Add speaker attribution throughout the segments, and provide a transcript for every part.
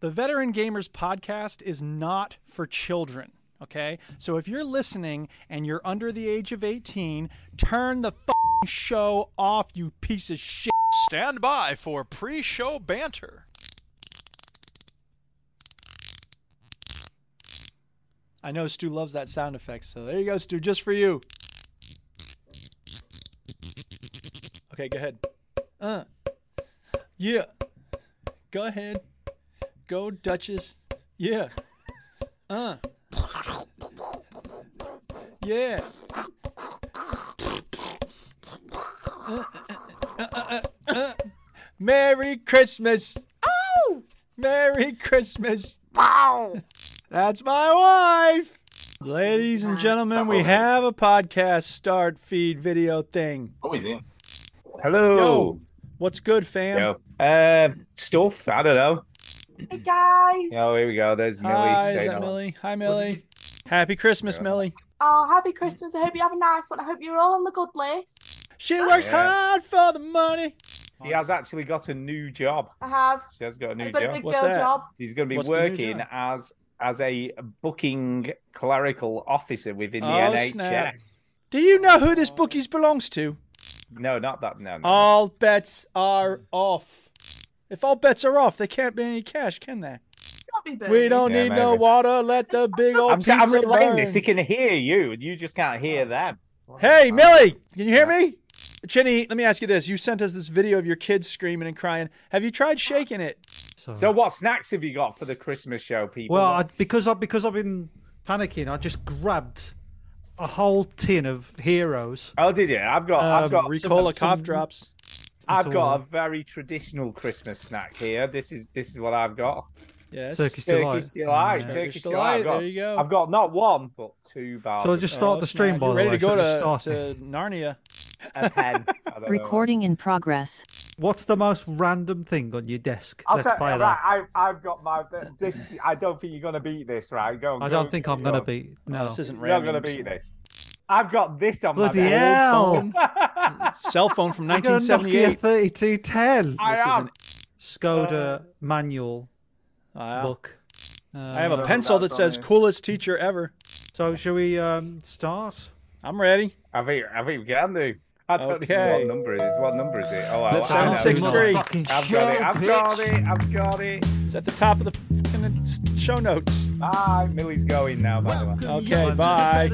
Speaker 1: The Veteran Gamers podcast is not for children. Okay, so if you're listening and you're under the age of 18, turn the fing show off, you piece of shit.
Speaker 2: Stand by for pre show banter.
Speaker 1: I know Stu loves that sound effect, so there you go, Stu, just for you. Okay, go ahead. Uh, yeah. Go ahead. Go, Duchess. Yeah. Uh. Yeah. Uh, uh, uh, uh, uh. Merry Christmas. Oh! Merry Christmas.
Speaker 3: Wow.
Speaker 1: That's my wife. Ladies and gentlemen, we have a podcast start feed video thing.
Speaker 3: Always in.
Speaker 1: Yo.
Speaker 4: Hello.
Speaker 1: What's good, fam?
Speaker 4: Yo. Uh, stuff. I don't know.
Speaker 3: Hey guys.
Speaker 4: Oh, here we go. There's Millie.
Speaker 1: Hi, is
Speaker 4: saying
Speaker 1: that
Speaker 4: hello.
Speaker 1: Millie? Hi, Millie. Happy Christmas,
Speaker 4: Yeah.
Speaker 1: Millie.
Speaker 3: Oh, happy Christmas. I hope you have a nice one. I hope you're all on the good list.
Speaker 1: She works
Speaker 4: Yeah.
Speaker 1: hard for the money.
Speaker 4: She has actually got a new job.
Speaker 3: I have.
Speaker 4: She has got a new
Speaker 3: I've got a
Speaker 4: job.
Speaker 3: big
Speaker 1: What's
Speaker 3: girl
Speaker 1: that?
Speaker 3: job.
Speaker 4: She's going to be
Speaker 1: What's the new
Speaker 4: working
Speaker 1: job?
Speaker 4: as as a booking clerical officer within the
Speaker 1: Oh,
Speaker 4: NHS.
Speaker 1: snap. Do you know who this bookies belongs to?
Speaker 4: No, not that. No. no.
Speaker 1: All bets are off. If all bets are off, there can't be any cash, can there?
Speaker 3: Don't be booed.
Speaker 1: We don't
Speaker 4: Yeah,
Speaker 1: need no
Speaker 4: maybe.
Speaker 1: water. Let the big old
Speaker 4: I'm,
Speaker 1: pizza
Speaker 4: sa- I'm relaying
Speaker 1: burn. Oh.
Speaker 4: this. They can hear you, and you just can't hear them.
Speaker 1: Hey, Millie, can you hear me? Chinny, let me ask you this. You sent us this video of your kids screaming and crying. Have you tried shaking it?
Speaker 5: So,
Speaker 4: So, what snacks have you got for the Christmas show, people?
Speaker 5: well, I, because I because I've been panicking, I just grabbed a whole tin of heroes.
Speaker 4: oh, did you? I've got.
Speaker 5: Um,
Speaker 4: I've got.
Speaker 1: Ricola
Speaker 5: some-
Speaker 1: cough drops.
Speaker 4: I've
Speaker 5: all
Speaker 4: got a
Speaker 5: right.
Speaker 4: very traditional Christmas snack here. This is this is what I've got.
Speaker 1: Yes.
Speaker 5: Turkish delight.
Speaker 4: Turkish delight.
Speaker 5: Yeah.
Speaker 1: Turkish
Speaker 4: Turkish
Speaker 1: delight.
Speaker 4: delight.
Speaker 1: There you go.
Speaker 4: I've got not one but two bars.
Speaker 5: So
Speaker 4: of
Speaker 5: just
Speaker 4: it.
Speaker 5: start
Speaker 1: Oh,
Speaker 5: the
Speaker 1: snap.
Speaker 5: stream, by
Speaker 1: You're
Speaker 5: the
Speaker 1: ready
Speaker 5: way.
Speaker 1: to go
Speaker 5: so just
Speaker 1: to,
Speaker 5: start it.
Speaker 1: to Narnia.
Speaker 4: a pen. I don't know.
Speaker 6: Recording in progress.
Speaker 5: What's the most random thing on your desk?
Speaker 4: I'll
Speaker 5: Let's
Speaker 4: tell you,
Speaker 5: play
Speaker 4: right,
Speaker 5: that.
Speaker 4: I, I've got my this. I don't think you're gonna beat this, right? Go. On,
Speaker 5: I
Speaker 4: go
Speaker 5: don't
Speaker 4: on,
Speaker 5: think
Speaker 4: go
Speaker 5: I'm gonna
Speaker 4: on.
Speaker 5: be.
Speaker 1: No,
Speaker 5: No.
Speaker 1: this isn't
Speaker 4: You're not
Speaker 1: random.
Speaker 4: gonna beat this. I've got this on
Speaker 5: Bloody
Speaker 4: my desk.
Speaker 5: hell! Oh.
Speaker 1: Cell phone from
Speaker 5: I got a Nokia
Speaker 1: 1978.
Speaker 5: 3210
Speaker 4: I
Speaker 1: This is
Speaker 4: am.
Speaker 1: an-
Speaker 5: Skoda manual
Speaker 1: Wow.
Speaker 5: book.
Speaker 1: uh, I have
Speaker 5: Um,
Speaker 1: a pencil that says "coolest teacher ever."
Speaker 5: So shall we um, start?
Speaker 1: I'm ready.
Speaker 4: I think I think we can do. I don't
Speaker 1: Okay.
Speaker 4: know what number it is. What number is it? Oh, I-
Speaker 1: Let's
Speaker 4: I
Speaker 1: sound
Speaker 4: know.
Speaker 1: six three.
Speaker 4: I've got it. I've got it. I've got it.
Speaker 1: It's at the top of the f***ing s- show notes.
Speaker 4: Bye. Millie's going now. By the way.
Speaker 1: Okay, bye.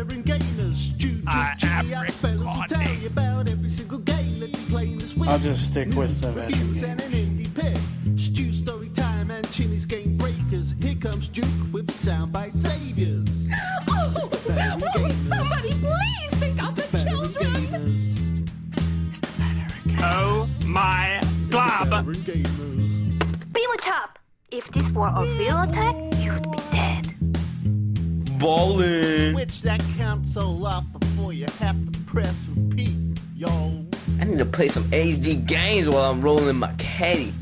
Speaker 2: I am recording.
Speaker 7: I'll just stick with the Stew story time and Chinny's game breakers. Here comes Duke with the soundbite saviors.
Speaker 8: Oh, oh, somebody please think of the children!
Speaker 2: Oh my glob.
Speaker 7: Veteran gamers.
Speaker 9: Village up! If this were a real attack, you'd be dead.
Speaker 2: Mm.
Speaker 7: Switch that console off before you have to press repeat, yo.
Speaker 10: I need to play some HD games while I'm rolling in my caddy.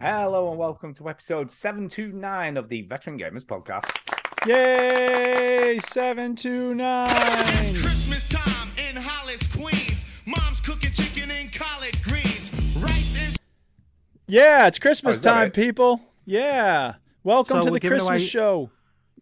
Speaker 4: Hello and welcome to episode 729 of the Veteran Gamers Podcast.
Speaker 1: Yay! Seven two nine.
Speaker 11: Christmas time in Hollis, Queens. Mom's cooking chicken and collard greens. Rice and
Speaker 1: Yeah, it's
Speaker 4: Oh,
Speaker 1: Christmas
Speaker 4: is that
Speaker 1: time,
Speaker 4: it?
Speaker 1: people. Yeah. Welcome to
Speaker 5: So we're
Speaker 1: the
Speaker 5: giving
Speaker 1: Christmas
Speaker 5: away-
Speaker 1: show.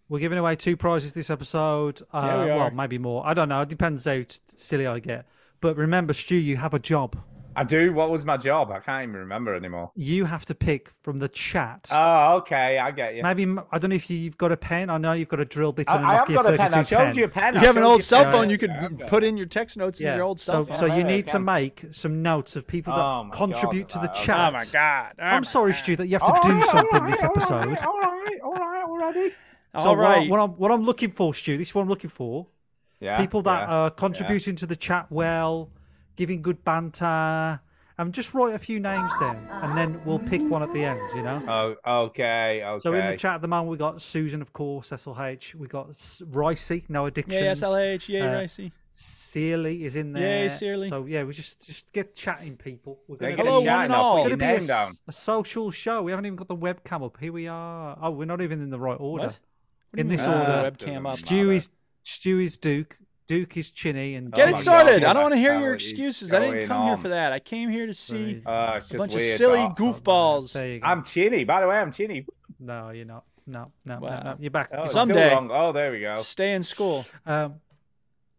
Speaker 5: We're giving away two prizes this episode. Uh,
Speaker 1: Yeah, we are.
Speaker 5: Well, maybe more. I don't know. It depends how t- silly I get. But remember, Stu, you have a job.
Speaker 4: I do. What was my job? I can't even remember anymore.
Speaker 5: You have to pick from the chat.
Speaker 4: Oh, okay. I get you.
Speaker 5: Maybe m- I don't know if you, you've got a pen. I know you've got a drill bit
Speaker 4: I,
Speaker 5: on
Speaker 4: I have
Speaker 5: Nokia
Speaker 4: got a pen. I showed
Speaker 5: 3210.
Speaker 4: you a pen. I
Speaker 1: You have an
Speaker 4: showed
Speaker 1: old
Speaker 4: a
Speaker 1: cell
Speaker 4: pen.
Speaker 1: phone. You could
Speaker 4: Yeah, I've got
Speaker 1: put
Speaker 4: it.
Speaker 1: in your text notes in
Speaker 5: Yeah.
Speaker 1: your old
Speaker 5: so,
Speaker 1: cell
Speaker 5: so
Speaker 1: phone.
Speaker 4: Yeah,
Speaker 5: you
Speaker 4: there you
Speaker 5: need to
Speaker 4: go.
Speaker 5: make some notes of people that
Speaker 4: Oh my God,
Speaker 5: contribute to the
Speaker 4: right, okay.
Speaker 5: chat.
Speaker 1: oh my god! Oh my
Speaker 5: I'm sorry,
Speaker 1: God.
Speaker 5: Stu, that you have to do something this episode.
Speaker 4: Oh, All right. All right. Already.
Speaker 5: So
Speaker 1: All right.
Speaker 5: What, I- what I'm, what I'm looking for, Stu, this is what I'm looking for.
Speaker 4: Yeah.
Speaker 5: people that
Speaker 4: yeah.
Speaker 5: are contributing to the chat well, giving good banter. Um, just write a few names down, and then we'll pick one at the end. You know.
Speaker 4: Oh, okay. Okay.
Speaker 5: So in the chat at the moment, we got Susan, of course, Cecil H. We got S- Ricey, no addiction.
Speaker 1: Yay, SLH. Yay,
Speaker 5: Uh,
Speaker 1: Ricey.
Speaker 5: Searly is in
Speaker 1: Yay,
Speaker 5: there.
Speaker 1: Searly.
Speaker 5: So yeah, we just just get chatting, people. We're
Speaker 4: They
Speaker 5: gonna
Speaker 4: get
Speaker 5: be-
Speaker 1: Hello,
Speaker 4: a
Speaker 1: one
Speaker 4: shout
Speaker 1: and
Speaker 4: out.
Speaker 1: all.
Speaker 4: Put
Speaker 5: gonna
Speaker 4: your
Speaker 5: be a,
Speaker 4: name
Speaker 5: s-
Speaker 4: down.
Speaker 5: a social show. We haven't even got the webcam up. Here we are. Oh, we're not even in the right order.
Speaker 1: What do you
Speaker 5: in
Speaker 4: Ah,
Speaker 1: mean
Speaker 5: this
Speaker 1: we don't have
Speaker 5: order,
Speaker 1: the webcam up.
Speaker 4: Doesn't
Speaker 5: Stu is Stu is Duke. Duke is chinny and
Speaker 1: Get
Speaker 4: Oh
Speaker 1: it
Speaker 4: my
Speaker 1: started.
Speaker 4: God,
Speaker 1: I don't
Speaker 4: my
Speaker 1: want to hear
Speaker 4: God,
Speaker 1: your
Speaker 4: what is
Speaker 1: excuses. I didn't
Speaker 4: going
Speaker 1: come here
Speaker 4: on?
Speaker 1: for that. I came here to see
Speaker 4: Uh, it's just
Speaker 1: a bunch of
Speaker 4: weird,
Speaker 1: silly
Speaker 4: Darth.
Speaker 1: goofballs.
Speaker 5: There you go.
Speaker 4: I'm chinny, by the way. I'm chinny.
Speaker 5: No, you're not. No, no,
Speaker 1: Wow.
Speaker 5: no, no. You're back.
Speaker 4: Oh, it's still
Speaker 1: Someday.
Speaker 4: wrong. Oh, there we go.
Speaker 1: Stay in school.
Speaker 5: Um,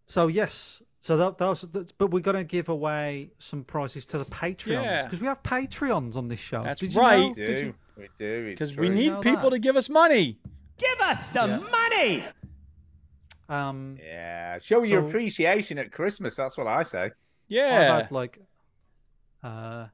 Speaker 5: so yes, so that, that was, that's, but we're going to give away some prizes to the Patreons
Speaker 1: Yeah.
Speaker 5: because we have Patreons on this show.
Speaker 1: That's
Speaker 5: Did you
Speaker 1: right.
Speaker 5: know?
Speaker 4: We
Speaker 1: Did
Speaker 4: do. We do. it's
Speaker 1: Because we
Speaker 4: true.
Speaker 1: need
Speaker 5: know
Speaker 1: people
Speaker 5: that?
Speaker 1: to give us money.
Speaker 5: Um,
Speaker 4: Yeah. Show your
Speaker 5: So-
Speaker 4: appreciation at Christmas. That's what I say.
Speaker 5: I've
Speaker 1: Yeah.
Speaker 5: had like, uh,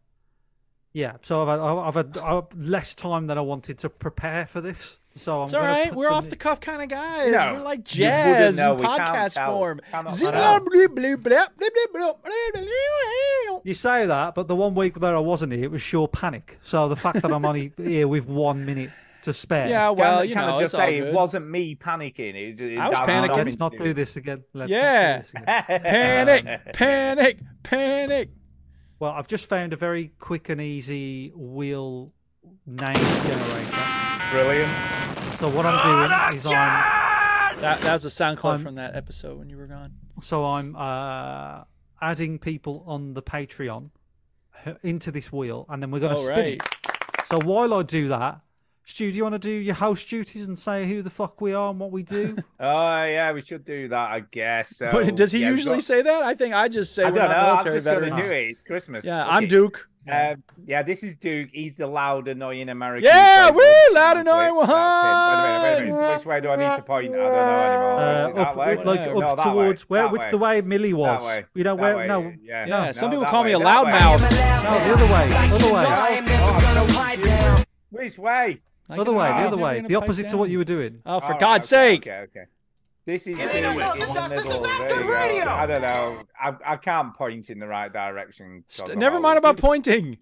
Speaker 5: yeah. So I've had, I've had I've had less time than I wanted to prepare for this. So I'm
Speaker 1: It's all
Speaker 5: gonna
Speaker 1: right.
Speaker 5: put
Speaker 1: We're
Speaker 5: them
Speaker 1: off
Speaker 5: in-
Speaker 1: the cuff kind of guys.
Speaker 4: No,
Speaker 1: We're like
Speaker 4: you wouldn't
Speaker 1: jazz in
Speaker 4: know. We can't
Speaker 1: podcast
Speaker 4: tell.
Speaker 1: form.
Speaker 4: Cannot
Speaker 1: Zilla
Speaker 4: tell.
Speaker 1: blue blue blap, blue blue blue blue.
Speaker 5: You say that, but the one week that I wasn't here, it was sure panic. So the fact that I'm only here with one minute to spare.
Speaker 1: Yeah,
Speaker 4: Can I-
Speaker 1: well, you
Speaker 4: can I
Speaker 1: know, it's
Speaker 4: just
Speaker 1: all
Speaker 4: say it
Speaker 1: good.
Speaker 4: wasn't me panicking. It, it,
Speaker 1: I was
Speaker 4: that had
Speaker 1: panicking.
Speaker 4: nothing
Speaker 5: Let's
Speaker 4: to
Speaker 5: not
Speaker 4: do
Speaker 5: do
Speaker 4: with
Speaker 5: this again. Let's Not
Speaker 1: Yeah.
Speaker 5: do this again.
Speaker 1: Panic, panic, panic.
Speaker 5: Well, I've just found a very quick and easy wheel name generator.
Speaker 4: it. Brilliant.
Speaker 5: So what I'm doing is I'm
Speaker 1: That, that was a sound clip
Speaker 5: Um,
Speaker 1: from that episode when you were gone.
Speaker 5: so I'm uh, adding people on the Patreon h- into this wheel, and then we're going to
Speaker 1: All
Speaker 5: spin
Speaker 1: right.
Speaker 5: it. So while I do that, Stu, do you want to do your host duties and say who the fuck we are and what we do?
Speaker 4: Oh yeah, we should do that, I guess. So,
Speaker 1: But does he
Speaker 4: yeah, we've
Speaker 1: usually
Speaker 4: got-
Speaker 1: say that? I think I just say
Speaker 4: I
Speaker 1: we're
Speaker 4: don't know.
Speaker 1: not
Speaker 4: I'm
Speaker 1: military
Speaker 4: just
Speaker 1: veterans.
Speaker 4: gonna do it. It's Christmas.
Speaker 1: Yeah,
Speaker 4: Fuck
Speaker 1: I'm
Speaker 4: it.
Speaker 1: Duke.
Speaker 4: Um, yeah, this is Duke. He's the loud, annoying American. who
Speaker 1: Yeah,
Speaker 4: plays
Speaker 1: woo,
Speaker 4: the-
Speaker 1: loud, annoying
Speaker 4: That's him. Wait a minute, wait a minute. Which way do I need to point? I don't know anymore.
Speaker 5: uh,
Speaker 4: Is it that
Speaker 5: up,
Speaker 4: way?
Speaker 5: like
Speaker 1: No,
Speaker 5: up
Speaker 4: that way,
Speaker 5: towards where,
Speaker 4: that
Speaker 5: which the way Millie was.
Speaker 4: That way.
Speaker 5: You know
Speaker 4: that
Speaker 5: where?
Speaker 4: way,
Speaker 5: No,
Speaker 1: Yeah,
Speaker 4: Yeah. no,
Speaker 1: some people
Speaker 4: that
Speaker 1: call
Speaker 4: way,
Speaker 1: me a
Speaker 4: that way. Oh,
Speaker 1: loudmouth.
Speaker 5: no, the other way, other way,
Speaker 4: Which way?
Speaker 5: other way, the
Speaker 4: I'm
Speaker 5: other way, the opposite to what you were doing.
Speaker 1: Oh, for
Speaker 4: All right,
Speaker 1: God's
Speaker 4: okay,
Speaker 1: sake!
Speaker 4: Okay, okay. This is Duke in the middle. There you go. I don't know. I, I can't point in the right direction. 'cause
Speaker 1: St-
Speaker 4: I'm
Speaker 1: Never
Speaker 4: old.
Speaker 1: mind about pointing.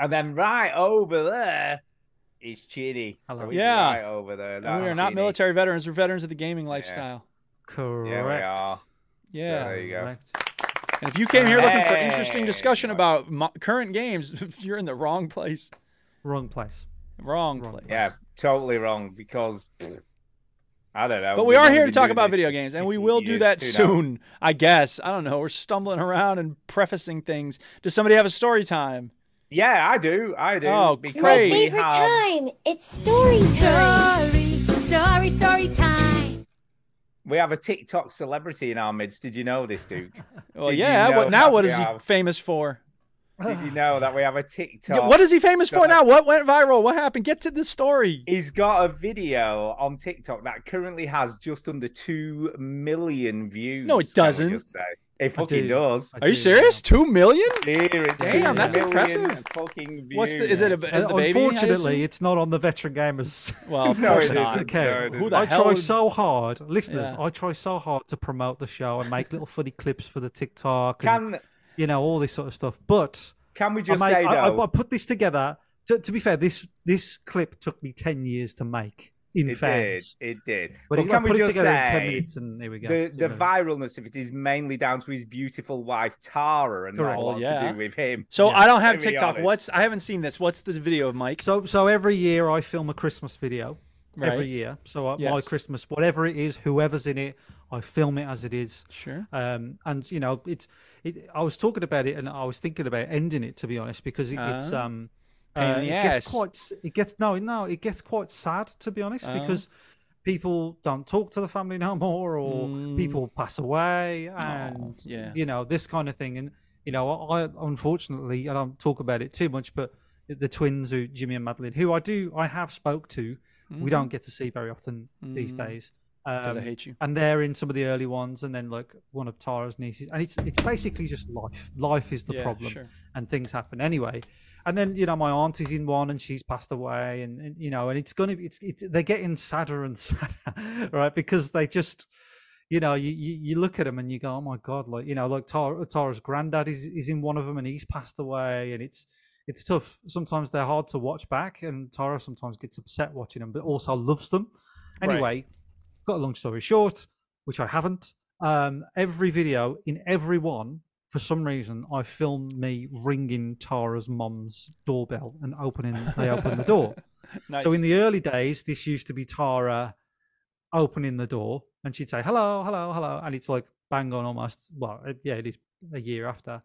Speaker 4: And then right over there is Chitty.
Speaker 5: Hello.
Speaker 4: So he's
Speaker 1: Yeah.
Speaker 4: Right over there.
Speaker 1: And we
Speaker 4: that's
Speaker 1: are not
Speaker 4: Chitty.
Speaker 1: military veterans. We're veterans of the gaming lifestyle.
Speaker 5: Correct.
Speaker 4: Yeah, we are.
Speaker 1: Yeah.
Speaker 4: There you go.
Speaker 5: Correct.
Speaker 1: And if you came here looking for interesting
Speaker 4: Hey,
Speaker 1: discussion
Speaker 4: what-
Speaker 1: about mo- current games, you're in the wrong place.
Speaker 5: Wrong place.
Speaker 1: Wrong
Speaker 5: Wrong
Speaker 1: place.
Speaker 4: Yeah, totally wrong because I don't know.
Speaker 1: But we are
Speaker 4: wouldn't
Speaker 1: here to
Speaker 4: be
Speaker 1: talk
Speaker 4: doing
Speaker 1: about
Speaker 4: this
Speaker 1: video
Speaker 4: for
Speaker 1: games, and
Speaker 4: 50
Speaker 1: we will do
Speaker 4: years.
Speaker 1: that
Speaker 4: Who knows?
Speaker 1: soon, I guess. I don't know. We're stumbling around and prefacing things. Does somebody have a story time?
Speaker 4: Yeah, I do. I do.
Speaker 1: Oh,
Speaker 4: because
Speaker 1: great.
Speaker 4: we
Speaker 9: Favorite
Speaker 4: have.
Speaker 9: time. It's story time.
Speaker 8: Story, story, story time.
Speaker 4: We have a TikTok celebrity in our midst. Did you know this, Duke?
Speaker 1: Well,
Speaker 4: Did you
Speaker 1: yeah.
Speaker 4: know
Speaker 1: What now?
Speaker 4: that
Speaker 1: What
Speaker 4: we
Speaker 1: is he
Speaker 4: have-
Speaker 1: famous for?
Speaker 4: Did you know that we have a
Speaker 1: Yeah,
Speaker 4: TikTok?
Speaker 1: what is he famous for
Speaker 4: Don't-
Speaker 1: now? What went viral? What happened? Get to the story.
Speaker 4: He's got a video on TikTok that currently has just under two million views.
Speaker 1: No, it
Speaker 4: can we
Speaker 1: doesn't.
Speaker 4: just say. It fucking
Speaker 5: do.
Speaker 4: does.
Speaker 5: I
Speaker 1: Are you
Speaker 5: do
Speaker 1: serious? Two million?
Speaker 4: Here it
Speaker 1: Damn,
Speaker 4: is.
Speaker 1: that's
Speaker 4: Million
Speaker 1: impressive.
Speaker 4: Fucking views.
Speaker 1: What's the? Is it a? Is
Speaker 5: know.
Speaker 1: the
Speaker 5: Uh,
Speaker 1: baby? I
Speaker 5: Unfortunately,
Speaker 1: assume?
Speaker 5: it's not on the veteran gamers.
Speaker 1: well, of
Speaker 4: No,
Speaker 1: course
Speaker 4: it
Speaker 1: not.
Speaker 4: isn't. No,
Speaker 5: Okay.
Speaker 4: it Who
Speaker 1: the
Speaker 5: I
Speaker 1: hell
Speaker 5: try
Speaker 1: would-
Speaker 5: so hard, listeners.
Speaker 1: Yeah.
Speaker 5: I try so hard to promote the show and make little funny clips for the TikTok, and,
Speaker 4: Can
Speaker 5: you know, all this sort of stuff. But
Speaker 4: can we
Speaker 5: I,
Speaker 4: just
Speaker 5: made-
Speaker 4: say
Speaker 5: I- I-
Speaker 4: though?
Speaker 5: I put this together. To, to be fair, this this clip took me ten years to make. In
Speaker 4: It did.
Speaker 5: fairness.
Speaker 4: It did.
Speaker 5: but
Speaker 4: But
Speaker 5: it- I
Speaker 4: can we
Speaker 5: put it
Speaker 4: just
Speaker 5: together in ten
Speaker 4: say
Speaker 5: minutes, and here we go.
Speaker 4: the, the
Speaker 5: You know.
Speaker 4: viralness of it is mainly down to his beautiful wife Tara and not
Speaker 5: Correct.
Speaker 4: a lot
Speaker 1: Yeah.
Speaker 4: to do with him.
Speaker 1: So
Speaker 5: Yeah.
Speaker 1: I don't have
Speaker 4: Let's be
Speaker 1: TikTok.
Speaker 4: honest.
Speaker 1: What's? I haven't seen this. What's the video of Mike?
Speaker 5: So so every year I film a Christmas video
Speaker 1: Right.
Speaker 5: every year. So I, my
Speaker 1: Yes.
Speaker 5: Christmas, whatever it is, whoever's in it, I film it as it is.
Speaker 1: Sure.
Speaker 5: Um, and you know, it's it. I was talking about it, and I was thinking about ending it to be honest, because it, it's
Speaker 1: Ah.
Speaker 5: um,
Speaker 1: Pain in
Speaker 5: uh,
Speaker 1: the
Speaker 5: it
Speaker 1: ass.
Speaker 5: gets quite. s- It gets no, no. It gets quite sad to be honest,
Speaker 1: Ah.
Speaker 5: because people don't talk to the family no more, or
Speaker 1: Mm. Oh,
Speaker 5: people pass away, and
Speaker 1: yeah.
Speaker 5: you know this kind of thing. And you know, I, I unfortunately I don't talk about it too much, but the twins who Jimmy and Madeline, who I do I have spoke to, we
Speaker 1: Mm-hmm.
Speaker 5: don't get to see very often these
Speaker 1: Mm.
Speaker 5: days.
Speaker 1: Because Mm-hmm. I
Speaker 5: Um,
Speaker 1: hate you.
Speaker 5: and they're in some of the early ones, and then like one of Tara's nieces, and it's it's basically just life. Life is the
Speaker 1: Yeah,
Speaker 5: problem,
Speaker 1: sure.
Speaker 5: and things happen anyway. And then you know my aunt is in one, and she's passed away, and, and you know, and it's gonna be it's, it's they're getting sadder and sadder, right? Because they just, you know, you, you you look at them and you go, oh my god, like you know, like Tara, Tara's granddad is is in one of them, and he's passed away, and it's. It's tough. Sometimes they're hard to watch back, and Tara sometimes gets upset watching them, but also loves them.
Speaker 1: Right.
Speaker 5: Anyway, got a long story short, which I haven't. Um, every video in every one, for some reason, I filmed me ringing Tara's mom's doorbell and opening. They open the door.
Speaker 1: Nice.
Speaker 5: So in the early days, this used to be Tara opening the door, and she'd say hello, hello, hello, and it's like bang on almost. Well, it- yeah, it is a year after.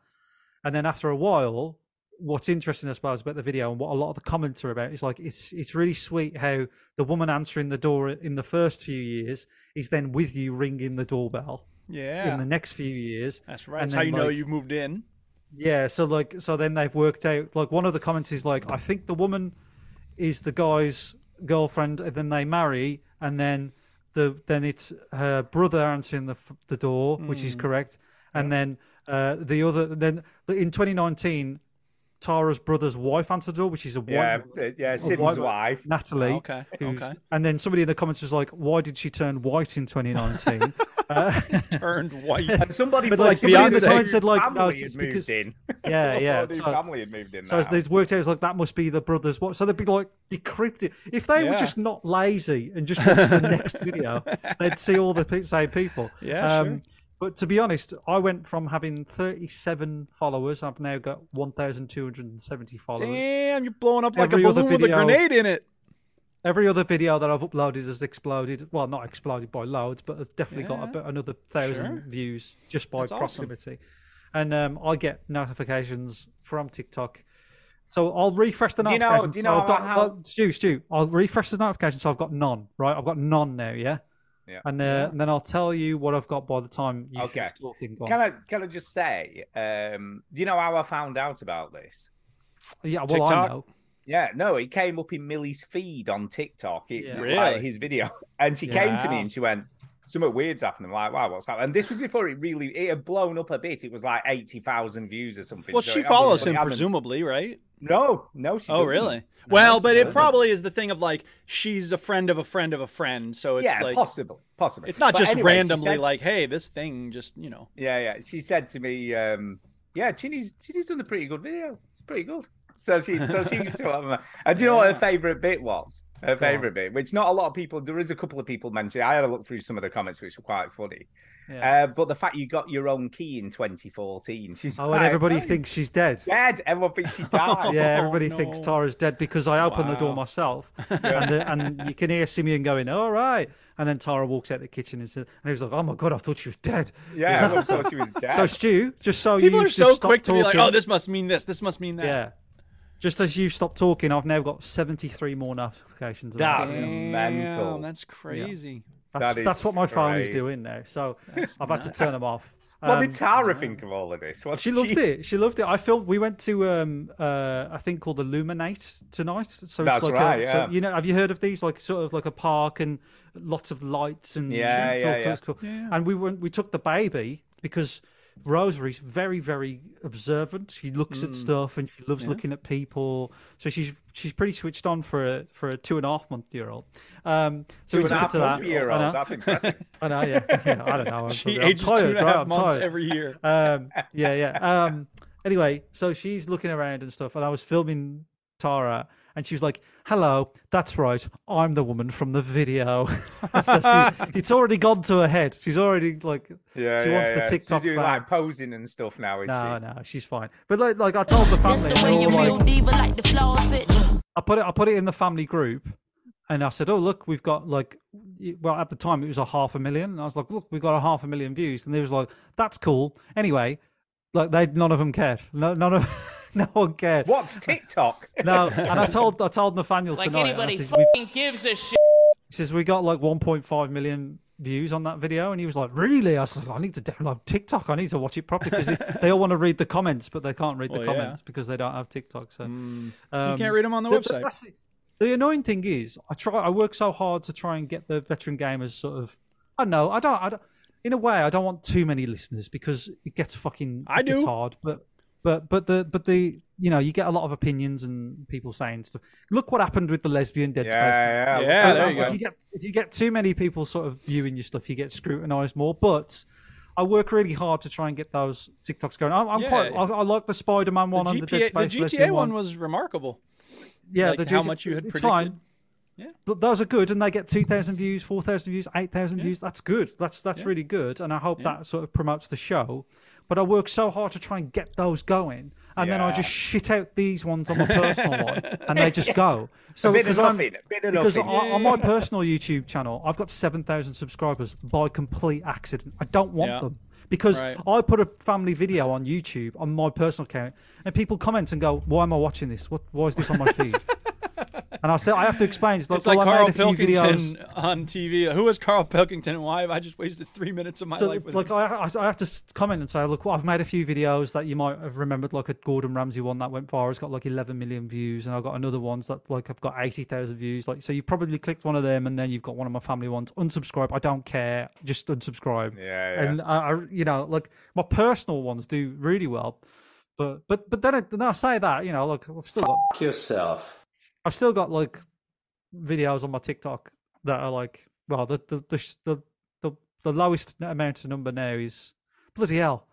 Speaker 5: And then after a while, what's interesting, I suppose, about the video and what a lot of the comments are about is like it's it's really sweet how the woman answering the door in the first few years is then with you ringing the doorbell
Speaker 1: Yeah.
Speaker 5: in the next few years.
Speaker 1: That's right.
Speaker 5: and
Speaker 1: That's how
Speaker 5: then,
Speaker 1: you know
Speaker 5: like-
Speaker 1: you've moved in.
Speaker 5: Yeah, so like so then they've worked out like one of the comments is like I think the woman is the guy's girlfriend and then they marry and then the then it's her brother answering the f- the door which is correct and then uh, the other then in 2019 Tara's brother's wife answered the door which is a
Speaker 4: Yeah,
Speaker 5: white
Speaker 4: uh, yeah,
Speaker 5: a
Speaker 4: Sim's
Speaker 5: white-
Speaker 4: wife.
Speaker 5: Natalie.
Speaker 1: Oh, Okay,
Speaker 5: who's-
Speaker 1: okay.
Speaker 5: And then somebody in the comments was like, "Why did she turn white in 2019?" uh,
Speaker 1: Turned white.
Speaker 4: And somebody,
Speaker 5: But,
Speaker 4: put-
Speaker 5: like,
Speaker 4: somebody in the
Speaker 1: Beyonce-
Speaker 4: comments
Speaker 5: said, like,
Speaker 4: family
Speaker 5: no,
Speaker 4: had
Speaker 5: it's
Speaker 4: moved
Speaker 5: because-
Speaker 4: in.
Speaker 5: yeah,
Speaker 4: Somebody
Speaker 5: yeah.
Speaker 4: who
Speaker 5: so-
Speaker 4: family had moved in.
Speaker 5: So
Speaker 4: now.
Speaker 5: they've worked out it's like that must be the brothers. What? So they'd be like decrypted. If they were
Speaker 1: Yeah.
Speaker 5: just not lazy and just watched the next video, they'd see all the pe- same people. Um,
Speaker 1: Yeah, sure.
Speaker 5: But to be honest, I went from having 37 followers. I've now got 1,270 followers.
Speaker 1: Damn, you're blowing up like
Speaker 5: Every
Speaker 1: a
Speaker 5: other
Speaker 1: balloon with a
Speaker 5: video-
Speaker 1: grenade in it.
Speaker 5: Every other video that I've uploaded has exploded. Well, not exploded by loads, but I've definitely got
Speaker 1: Yeah.
Speaker 5: about another thousand
Speaker 1: Sure.
Speaker 5: views just by
Speaker 1: That's awesome.
Speaker 5: proximity. And um, I get notifications from TikTok. So I'll refresh the
Speaker 4: Do you know-
Speaker 5: notifications.
Speaker 4: do you
Speaker 5: so
Speaker 4: know
Speaker 5: I've got,
Speaker 4: how-
Speaker 5: uh, Stu, Stu, I'll refresh the notifications. So I've got none, right? I've got none now, yeah?
Speaker 4: Yeah.
Speaker 5: And, uh, and then I'll tell you what I've got by the time you
Speaker 4: Okay.
Speaker 5: finish talking. Go on.
Speaker 4: Can I can I just say, um, do you know how I found out about this?
Speaker 5: Yeah, well, I
Speaker 1: TikTok?
Speaker 5: know.
Speaker 4: Yeah, no, it came up in Millie's feed on TikTok. It,
Speaker 5: Yeah.
Speaker 4: like,
Speaker 1: Really?
Speaker 4: his video, and she came to me
Speaker 1: Wow.
Speaker 4: and she went, "Something weird's happened." I'm like, "Wow, what's happened?" And this was before it really it had blown up a bit. It was like eighty thousand views or something.
Speaker 1: Well,
Speaker 4: so
Speaker 1: she
Speaker 4: it hasn't
Speaker 1: follows
Speaker 4: really
Speaker 1: him
Speaker 4: happened.
Speaker 1: presumably, right?
Speaker 4: No, no, she.
Speaker 1: Oh,
Speaker 4: doesn't.
Speaker 1: really?
Speaker 4: No,
Speaker 1: well,
Speaker 4: she
Speaker 1: but it
Speaker 4: doesn't.
Speaker 1: probably is the thing of like she's a friend of a friend of a friend, so it's
Speaker 4: yeah,
Speaker 1: like
Speaker 4: possibly, possibly.
Speaker 1: it's not
Speaker 4: But
Speaker 1: just
Speaker 4: anyway, she
Speaker 1: randomly
Speaker 4: said-
Speaker 1: like, hey, this thing just you know.
Speaker 4: Yeah, yeah. She said to me, um, "Yeah, Ginny's Ginny's done a pretty good video. It's pretty good." So she, so she, was sort of- and do you know what her favorite bit was? Her favorite bit, which not a lot of people. There is a couple of people mentioned. I had a look through some of the comments, which were quite funny.
Speaker 5: Yeah.
Speaker 4: Uh, but the fact you got your own key in 2014, she's
Speaker 5: Oh, and
Speaker 4: like,
Speaker 5: everybody
Speaker 4: "Oh,
Speaker 5: thinks she's dead.
Speaker 4: dead. Everyone thinks she died.
Speaker 5: Yeah,
Speaker 1: Oh,
Speaker 5: everybody thinks
Speaker 1: no.
Speaker 5: Tara's dead because I opened the door
Speaker 1: Wow.
Speaker 5: myself, and, the, and you can hear Simeon going, "All right," and then Tara walks out the kitchen and says, and he was like, "Oh my god, I thought she was dead."
Speaker 4: yeah. everyone thought she was dead.
Speaker 5: So Stu, just so
Speaker 1: People
Speaker 5: you
Speaker 1: are
Speaker 5: just
Speaker 1: so
Speaker 5: stop
Speaker 1: quick to be like,
Speaker 5: talking,
Speaker 1: oh, this must mean this, this must mean that.
Speaker 5: yeah." Just as you stop talking, I've now got seventy-three more notifications. on
Speaker 4: That's
Speaker 5: my phone.
Speaker 1: Damn,
Speaker 4: mental.
Speaker 1: That's crazy.
Speaker 5: that's,
Speaker 4: that is
Speaker 5: that's what my phone is
Speaker 4: great.
Speaker 5: doing now. So I've had to turn them off.
Speaker 4: what
Speaker 5: Um,
Speaker 4: did Tara think of all of this? What
Speaker 5: She
Speaker 4: did
Speaker 5: loved it. She loved it. I filmed. We went to um uh a thing called Illuminate tonight. So
Speaker 4: That's
Speaker 5: it's like
Speaker 4: right,
Speaker 5: a,
Speaker 4: yeah.
Speaker 5: so, you know, have you heard of these? Like sort of like a park and lots of lights and
Speaker 4: Yeah,
Speaker 5: it's
Speaker 4: yeah,
Speaker 5: all
Speaker 4: yeah.
Speaker 5: cool. And we went. We took the baby because Rosary's very very observant. She looks
Speaker 4: Mm.
Speaker 5: at stuff and she loves looking at people. So she's she's pretty switched on for a for a two and a half month year old. Um, so
Speaker 4: Two
Speaker 5: we
Speaker 4: and a
Speaker 5: took it
Speaker 4: half
Speaker 5: to that.
Speaker 4: year
Speaker 5: I
Speaker 4: old.
Speaker 5: know.
Speaker 4: That's impressive.
Speaker 5: I know, yeah. yeah I don't know. I'm,
Speaker 1: She
Speaker 5: I'm
Speaker 1: ages
Speaker 5: tired,
Speaker 1: two and a
Speaker 5: right?
Speaker 1: half
Speaker 5: I'm
Speaker 1: months
Speaker 5: tired.
Speaker 1: every year.
Speaker 5: Um, yeah, yeah. Um, anyway, so she's looking around and stuff, and I was filming Tara, and she was like, "Hello, that's right, I'm the woman from the video." so she, it's already gone to her head. She's already like,
Speaker 4: Yeah,
Speaker 5: she
Speaker 4: yeah,
Speaker 5: wants
Speaker 4: yeah.
Speaker 5: the TikTok.
Speaker 4: She's doing
Speaker 5: fan.
Speaker 4: like posing and stuff now, is
Speaker 5: no,
Speaker 4: she?
Speaker 5: no, she's fine. But like, like I told the family, they were all like-
Speaker 8: diva like the flaws it.
Speaker 5: I put it, I put it in the family group, and I said, "Oh, look, we've got like, y- well, at the time it was a half a million, and I was like, look, we've got a half a million views," and they was like, "That's cool." Anyway, like they none of them cared. No, none of no one cared.
Speaker 4: What's TikTok?
Speaker 5: No, and I told I told Nathaniel tonight. and I says, "We've
Speaker 8: gives a shit.
Speaker 5: he says we got like 1.5 million views on that video, and he was like, "Really?" I was like, "I need to download TikTok. I need to watch it properly because they all want to read the comments, but they can't read the
Speaker 1: Well, yeah. Mm.
Speaker 5: comments because they don't have TikTok." So
Speaker 4: Mm,
Speaker 5: um,
Speaker 1: You can't read them on the
Speaker 5: but- but
Speaker 1: website.
Speaker 5: that's the- The annoying thing is, I try. I work so hard to try and get the veteran gamers sort of. I don't know. I don't. I don't in a way, I don't want too many listeners because it gets fucking.
Speaker 1: I
Speaker 5: it gets
Speaker 1: do.
Speaker 5: hard, but but but the but the you know you get a lot of opinions and people saying stuff. Look what happened with the lesbian dead space. thing.
Speaker 4: yeah, yeah.
Speaker 1: Yeah,
Speaker 5: But,
Speaker 1: there
Speaker 5: uh,
Speaker 1: you go.
Speaker 5: If you, get, if you get too many people sort of viewing your stuff, you get scrutinized more. But I work really hard to try and get those TikToks going. I'm, I'm
Speaker 1: Yeah.
Speaker 5: quite. I, I like the Spider-Man
Speaker 1: The
Speaker 5: one and the
Speaker 1: GTA,
Speaker 5: Dead
Speaker 1: the
Speaker 5: Space
Speaker 1: GTA
Speaker 5: lesbian
Speaker 1: one was remarkable.
Speaker 5: yeah,
Speaker 1: like
Speaker 5: the
Speaker 1: how
Speaker 5: GTA
Speaker 1: much you had
Speaker 5: it's
Speaker 1: predicted.
Speaker 5: Fine.
Speaker 1: Yeah.
Speaker 5: But those are good, and they get two thousand views, four thousand views, eight thousand views. That's good. That's that's really good, and I hope that sort of promotes the show. But I work so hard to try and get those going, and then I
Speaker 4: Yeah.
Speaker 5: just shit out these ones on my personal one, and they just go. So
Speaker 4: bit of
Speaker 5: because I'm-
Speaker 4: nothing, a bit of
Speaker 5: because
Speaker 4: nothing.
Speaker 5: I- on my personal YouTube channel, I've got seven thousand subscribers by complete accident. I don't want
Speaker 1: Yeah.
Speaker 5: them because
Speaker 1: Right.
Speaker 5: I put a family video on YouTube on my personal account, and people comment and go, "Why am I watching this? What? Why is this on my feed?" and I said, "I have to explain." It's like,
Speaker 1: It's like
Speaker 5: well, I
Speaker 1: Carl
Speaker 5: made a few videos.
Speaker 1: Pilkington on TV. Who is Carl Pilkington? Why have I just wasted three minutes of my
Speaker 5: So,
Speaker 1: life with
Speaker 5: like,
Speaker 1: him?
Speaker 5: I, I I have to s- comment and say, look, well, I've made a few videos that you might have remembered, like a Gordon Ramsay one that went viral. It's got like 11 million views, and I've got another ones that like I've got 80,000 views. Like, so you probably clicked one of them, and then you've got one of my family ones. Unsubscribe. I don't care. Just unsubscribe.
Speaker 4: Yeah, yeah.
Speaker 5: And I, I you know, like my personal ones do really well, but but but then I, then I say that, you know, like I've still got
Speaker 6: yourself.
Speaker 5: I've still got like videos on my TikTok that are like, well, the the the sh- the, the, the lowest n- amount of number now is bloody hell.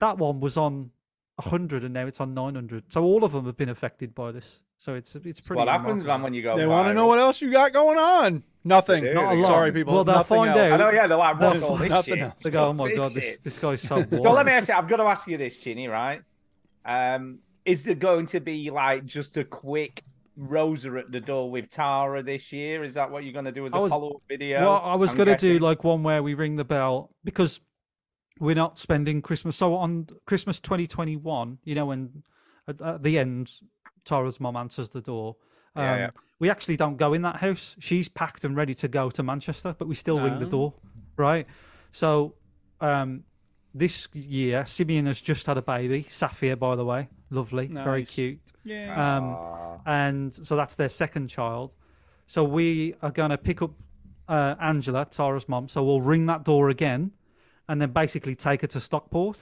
Speaker 5: That one was on hundred and now it's on nine hundred. So all of them have been affected by this. So it's it's pretty.
Speaker 4: what happens,
Speaker 5: remarkable.
Speaker 4: man, when you go
Speaker 1: They want to
Speaker 4: viral.
Speaker 1: know what else you got going on. Nothing.
Speaker 4: They do, Not a they
Speaker 1: Sorry,
Speaker 5: lot.
Speaker 1: people.
Speaker 5: Well, they'll
Speaker 1: Nothing
Speaker 5: find
Speaker 1: else.
Speaker 5: out.
Speaker 4: I know, yeah, they're like,
Speaker 5: They'll
Speaker 4: what's all
Speaker 5: find
Speaker 4: this
Speaker 1: nothing
Speaker 4: shit?
Speaker 1: else.
Speaker 5: They go, oh
Speaker 4: What's
Speaker 5: my
Speaker 4: this
Speaker 5: god, this,
Speaker 4: shit?"
Speaker 5: this guy's
Speaker 4: So
Speaker 5: so.
Speaker 4: let
Speaker 5: boring."
Speaker 4: me ask you, I've got to ask you this, Ginny, right? Um, is there going to be like just a quick Rosa at the door with Tara this year? Is that what you're going to do as
Speaker 5: I
Speaker 4: a
Speaker 5: was-
Speaker 4: follow up video?
Speaker 5: Well, I was
Speaker 4: uh, I'm
Speaker 5: going to do
Speaker 4: guessing?
Speaker 5: like one where we ring the bell because we're not spending Christmas. So on Christmas 2021, you know, when at, at the end, Tara's mom answers the door. Um,
Speaker 4: Yeah, yeah.
Speaker 5: We actually don't go in that house. She's packed and ready to go to Manchester, but we still ring
Speaker 4: Oh.
Speaker 5: the door, right? So um, this year, Simeon has just had a baby, Safia, by the way. Lovely, very
Speaker 1: Nice.
Speaker 5: cute.
Speaker 1: Yay.
Speaker 5: Um,
Speaker 4: Ah.
Speaker 5: and so that's their second child. So we are going to pick up uh, Angela, Tara's mom. So we'll ring that door again and then basically take her to Stockport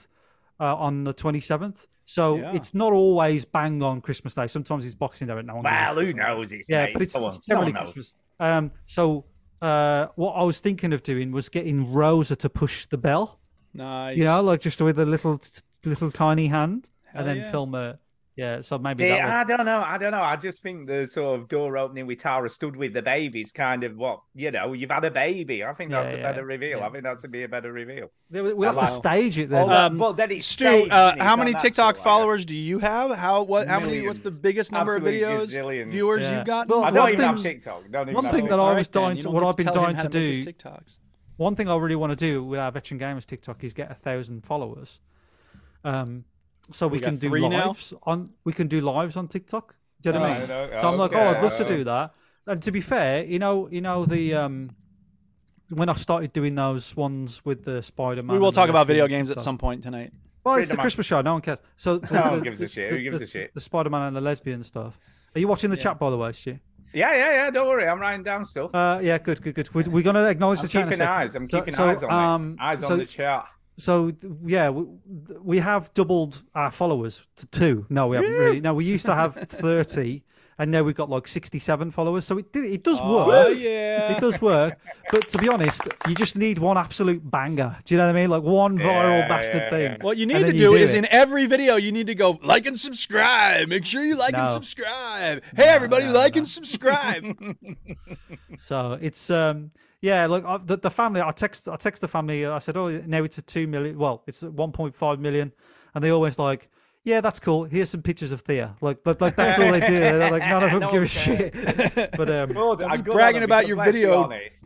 Speaker 5: uh, on the 27th. So
Speaker 1: Yeah.
Speaker 5: it's not always bang on Christmas Day. Sometimes it's Boxing Day, but no one gives a
Speaker 4: Well, who knows? It's
Speaker 5: yeah,
Speaker 4: mate.
Speaker 5: but it's,
Speaker 4: Come
Speaker 5: it's
Speaker 4: on.
Speaker 5: generally
Speaker 4: No one knows.
Speaker 5: Christmas. Um, so uh, what I was thinking of doing was getting Rosa to push the bell,
Speaker 1: nice.
Speaker 5: you know, like just with a little little tiny hand,
Speaker 1: Hell
Speaker 5: and then
Speaker 1: yeah.
Speaker 5: film her. Yeah, so maybe
Speaker 4: See,
Speaker 5: that would-
Speaker 4: I don't know. I don't know. I just think the sort of door opening with Tara stood with the baby is kind of what you know. You've had a baby. I think that's
Speaker 5: Yeah,
Speaker 4: a
Speaker 5: yeah,
Speaker 4: better reveal.
Speaker 5: yeah.
Speaker 4: I think that's a be a better reveal.
Speaker 5: Yeah, we- We'll have to
Speaker 4: Wow.
Speaker 5: stage it
Speaker 4: Well,
Speaker 5: then.
Speaker 4: that-
Speaker 1: Um,
Speaker 4: well, then it's
Speaker 1: Stu,
Speaker 4: staged,
Speaker 1: uh,
Speaker 4: isn't it?
Speaker 1: how
Speaker 4: So
Speaker 1: many
Speaker 4: that's
Speaker 1: TikTok
Speaker 4: cool, I guess.
Speaker 1: followers do you have? How what? How many? What's the
Speaker 4: Millions.
Speaker 1: biggest number
Speaker 4: Absolute
Speaker 1: of videos,
Speaker 4: gazillions.
Speaker 1: viewers
Speaker 5: Yeah.
Speaker 1: you've got?
Speaker 5: Well,
Speaker 4: I
Speaker 5: one
Speaker 4: don't even have
Speaker 5: thing-
Speaker 4: TikTok. Don't even
Speaker 5: one
Speaker 4: have
Speaker 5: thing that
Speaker 4: TikTok.
Speaker 5: I
Speaker 1: All
Speaker 5: was
Speaker 1: then,
Speaker 5: dying
Speaker 1: you
Speaker 5: to-
Speaker 1: don't
Speaker 5: what
Speaker 1: get
Speaker 5: I've been
Speaker 1: tell him
Speaker 5: dying
Speaker 1: how
Speaker 5: to
Speaker 1: make his
Speaker 5: do-
Speaker 1: TikToks.
Speaker 5: One thing I really want to do with our veteran gamers TikTok is get a thousand followers. Um, so we,
Speaker 1: We got
Speaker 5: can do
Speaker 1: three now?
Speaker 5: lives on. We can do lives on TikTok. Do you know what I
Speaker 4: Oh,
Speaker 5: mean?
Speaker 4: no,
Speaker 5: so I'm like, oh,
Speaker 4: okay.
Speaker 5: I'd love to do that. And to be fair, you know, you know the um, when I started doing those ones with the Spider Man.
Speaker 1: We will talk about video games at some point tonight.
Speaker 5: Well, it's the
Speaker 4: Freedom.
Speaker 5: Christmas show. No one cares. So
Speaker 4: No one gives a shit. Who gives a shit?
Speaker 5: The Spider Man and the lesbian stuff. Are you watching the chat by the way, Stu?
Speaker 4: Yeah, yeah, yeah. Don't worry. I'm writing down stuff.
Speaker 5: Uh, yeah, good, good, good. We're, we're gonna acknowledge
Speaker 4: I'm
Speaker 5: the chat. in a
Speaker 4: keeping
Speaker 5: second.
Speaker 4: eyes. I'm
Speaker 5: So-
Speaker 4: keeping
Speaker 5: so,
Speaker 4: eyes on
Speaker 5: um,
Speaker 4: it. Eyes
Speaker 5: so-
Speaker 4: on the chat.
Speaker 5: So th- yeah, we, th- we have doubled our followers to two. No, we haven't really. No, we used to have thirty, and now we've got like sixty-seven followers. So it do- it does
Speaker 1: Oh
Speaker 5: work.
Speaker 1: yeah.
Speaker 5: It does work. But to be honest, you just need one absolute banger. Do you know what I mean? Like one viral
Speaker 4: Yeah,
Speaker 5: bastard
Speaker 4: yeah,
Speaker 5: thing.
Speaker 4: yeah.
Speaker 1: What you
Speaker 5: and
Speaker 1: need to
Speaker 5: then
Speaker 1: do, is in every video you need to go like and subscribe. Make sure you like and
Speaker 5: No.
Speaker 1: subscribe. Hey everybody,
Speaker 5: no,
Speaker 1: like
Speaker 5: no.
Speaker 1: and subscribe.
Speaker 5: So it's um yeah, like I, the, the family. I text I text the family. I said, oh, now it's a two million. Well, it's at one point five million, and they always like. Yeah, that's cool. Here's some pictures of Thea. Like, like, like that's all they do. They're like, none of them
Speaker 4: No
Speaker 5: give a
Speaker 4: one cares.
Speaker 5: shit. But um,
Speaker 4: Good. I'm good on
Speaker 1: bragging
Speaker 4: them
Speaker 1: about
Speaker 4: because
Speaker 1: your
Speaker 4: let's be
Speaker 1: video
Speaker 4: honest,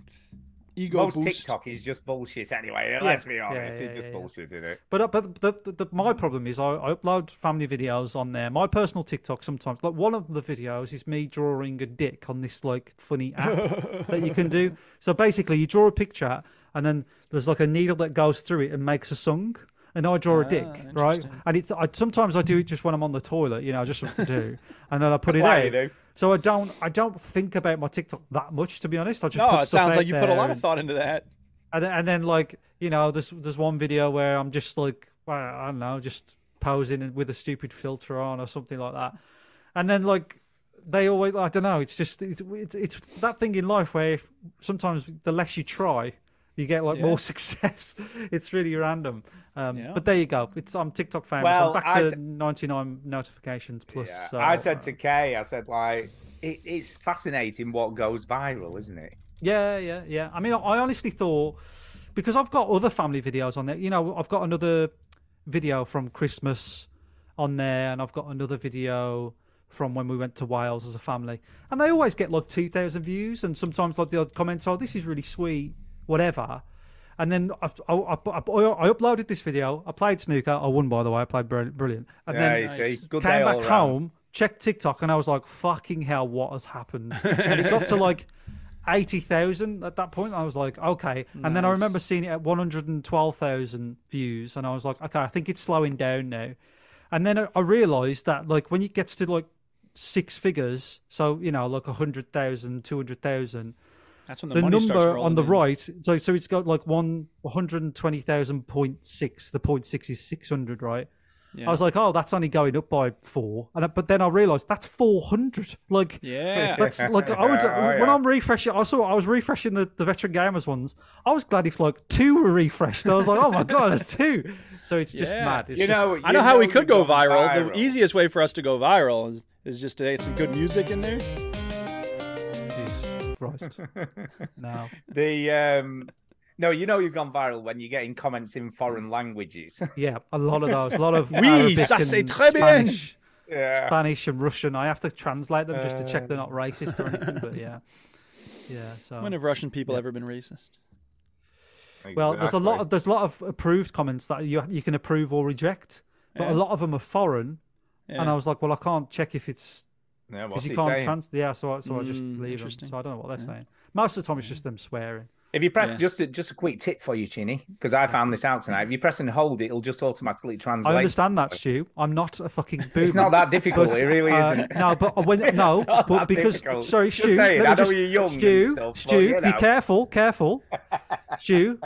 Speaker 1: Ego
Speaker 4: Most
Speaker 1: boost.
Speaker 4: TikTok is just bullshit anyway. Let's be
Speaker 5: yeah,
Speaker 4: honest.
Speaker 5: yeah,
Speaker 4: It's just
Speaker 5: yeah, yeah.
Speaker 4: bullshit, isn't it?
Speaker 5: But uh, but the, the, the, my problem is I, I upload family videos on there. My personal TikTok sometimes, like one of the videos is me drawing a dick on this like funny app that you can do. So basically, you draw a picture and then there's like a needle that goes through it and makes a song. And I
Speaker 1: Ah,
Speaker 5: draw a dick, right? And it's I, sometimes I do it just when I'm on the toilet, you know, just something to do, and then I put it
Speaker 4: Why you
Speaker 5: out.
Speaker 4: do?
Speaker 5: So I don't I don't think about my TikTok that much, to be honest. I just
Speaker 1: No,
Speaker 5: put
Speaker 1: Oh, it
Speaker 5: stuff
Speaker 1: sounds
Speaker 5: out
Speaker 1: like you put a
Speaker 5: there
Speaker 1: lot
Speaker 5: and-
Speaker 1: of thought into that.
Speaker 5: and then- and then like you know there's there's one video where I'm just like well, I don't know just posing with a stupid filter on or something like that, and then like they always I don't know it's just it's it's, it's that thing in life where if, sometimes the less you try you get like more success. It's really random. Um,
Speaker 1: Yeah.
Speaker 5: But there you go. It's I'm TikTok famous.
Speaker 4: Well,
Speaker 5: I'm back
Speaker 4: I
Speaker 5: to
Speaker 4: s-
Speaker 5: 99 notifications plus.
Speaker 4: Yeah.
Speaker 5: so,
Speaker 4: I said to
Speaker 5: uh,
Speaker 4: Kay, I said like, it, it's fascinating what goes viral, isn't it?
Speaker 5: Yeah, yeah, yeah. I mean, I I honestly thought because I've got other family videos on there. You know, I've got another video from Christmas on there, and I've got another video from when we went to Wales as a family, and they always get like two thousand views, and sometimes like the odd comments, "Oh, this is really sweet," whatever. And then I, I, I, I I uploaded this video. I played snooker. I won, by the way. I played bri- brilliant. And
Speaker 4: Yeah,
Speaker 5: then
Speaker 4: you see, good day
Speaker 5: came
Speaker 4: all
Speaker 5: back
Speaker 4: round.
Speaker 5: home, checked TikTok, and I was like, "Fucking hell, what has happened?" and it got to like eighty thousand at that point. I was like, "Okay." And then I remember seeing it at one hundred and twelve thousand views, and I was like, "Okay, I think it's slowing down now." And then I, I realized that like when it gets to like six figures, so you know, like 100,000, 200,000
Speaker 1: That's when the,
Speaker 5: the
Speaker 1: money starts
Speaker 5: number on
Speaker 1: rolling
Speaker 5: the
Speaker 1: in.
Speaker 5: right, so so it's got like one one hundred twenty thousand point six. The point six is six hundred, right?
Speaker 1: Yeah.
Speaker 5: I was like, oh, that's only going up by four, and I, but then I realised that's four hundred. Like,
Speaker 1: Yeah.
Speaker 5: that's like I would
Speaker 4: Oh,
Speaker 5: when
Speaker 4: yeah.
Speaker 5: I'm refreshing. I saw I was refreshing the, the veteran gamers ones. I was glad if like two were refreshed. I was like, oh my god, that's two. So it's just
Speaker 1: Yeah.
Speaker 5: mad. It's
Speaker 4: You
Speaker 5: just-
Speaker 4: know,
Speaker 6: I know how we could go
Speaker 4: you've gone
Speaker 6: viral. The easiest way for us to go viral is, is just to add some good music in there.
Speaker 5: Jesus Christ. no.
Speaker 4: The um, no, you know you've gone viral when you're getting comments in foreign languages.
Speaker 5: Yeah, a lot of those. A lot of
Speaker 6: Oui,
Speaker 5: Arabic
Speaker 6: ça c'est
Speaker 5: and
Speaker 6: très bien.
Speaker 5: Spanish.
Speaker 4: yeah.
Speaker 5: Spanish and Russian. I have to translate them just to check they're not racist or anything. But yeah, yeah. So
Speaker 6: When have Russian people ever been racist?
Speaker 5: well, there's a
Speaker 4: Exactly.
Speaker 5: lot of there's a lot of approved comments that you you can approve or reject, but a lot of them are foreign. And I was like, well, I can't check if it's
Speaker 4: Yeah, what's
Speaker 5: because you
Speaker 4: he
Speaker 5: can't
Speaker 4: saying?
Speaker 5: trans. Yeah, so I- so I just leave
Speaker 6: Mm,
Speaker 5: them.
Speaker 6: interesting.
Speaker 5: So I don't know what they're saying. Most of the time, it's just them swearing.
Speaker 4: If you press just a, just a quick tip for you, Chinny, because I found this out tonight. If you press and hold, it'll just automatically translate.
Speaker 5: I understand that, Stu. I'm not a fucking boomer.
Speaker 4: It's not that difficult.
Speaker 5: But,
Speaker 4: it really
Speaker 5: uh,
Speaker 4: isn't.
Speaker 5: No, but when no,
Speaker 4: not
Speaker 5: but
Speaker 4: that
Speaker 5: because
Speaker 4: difficult.
Speaker 5: sorry,
Speaker 4: Just
Speaker 5: Stu,
Speaker 4: saying,
Speaker 5: let me
Speaker 4: I know
Speaker 5: just,
Speaker 4: you're young and
Speaker 5: Stu,
Speaker 4: stuff, but,
Speaker 5: Stu,
Speaker 4: you
Speaker 5: be
Speaker 4: know.
Speaker 5: careful, careful, Stu.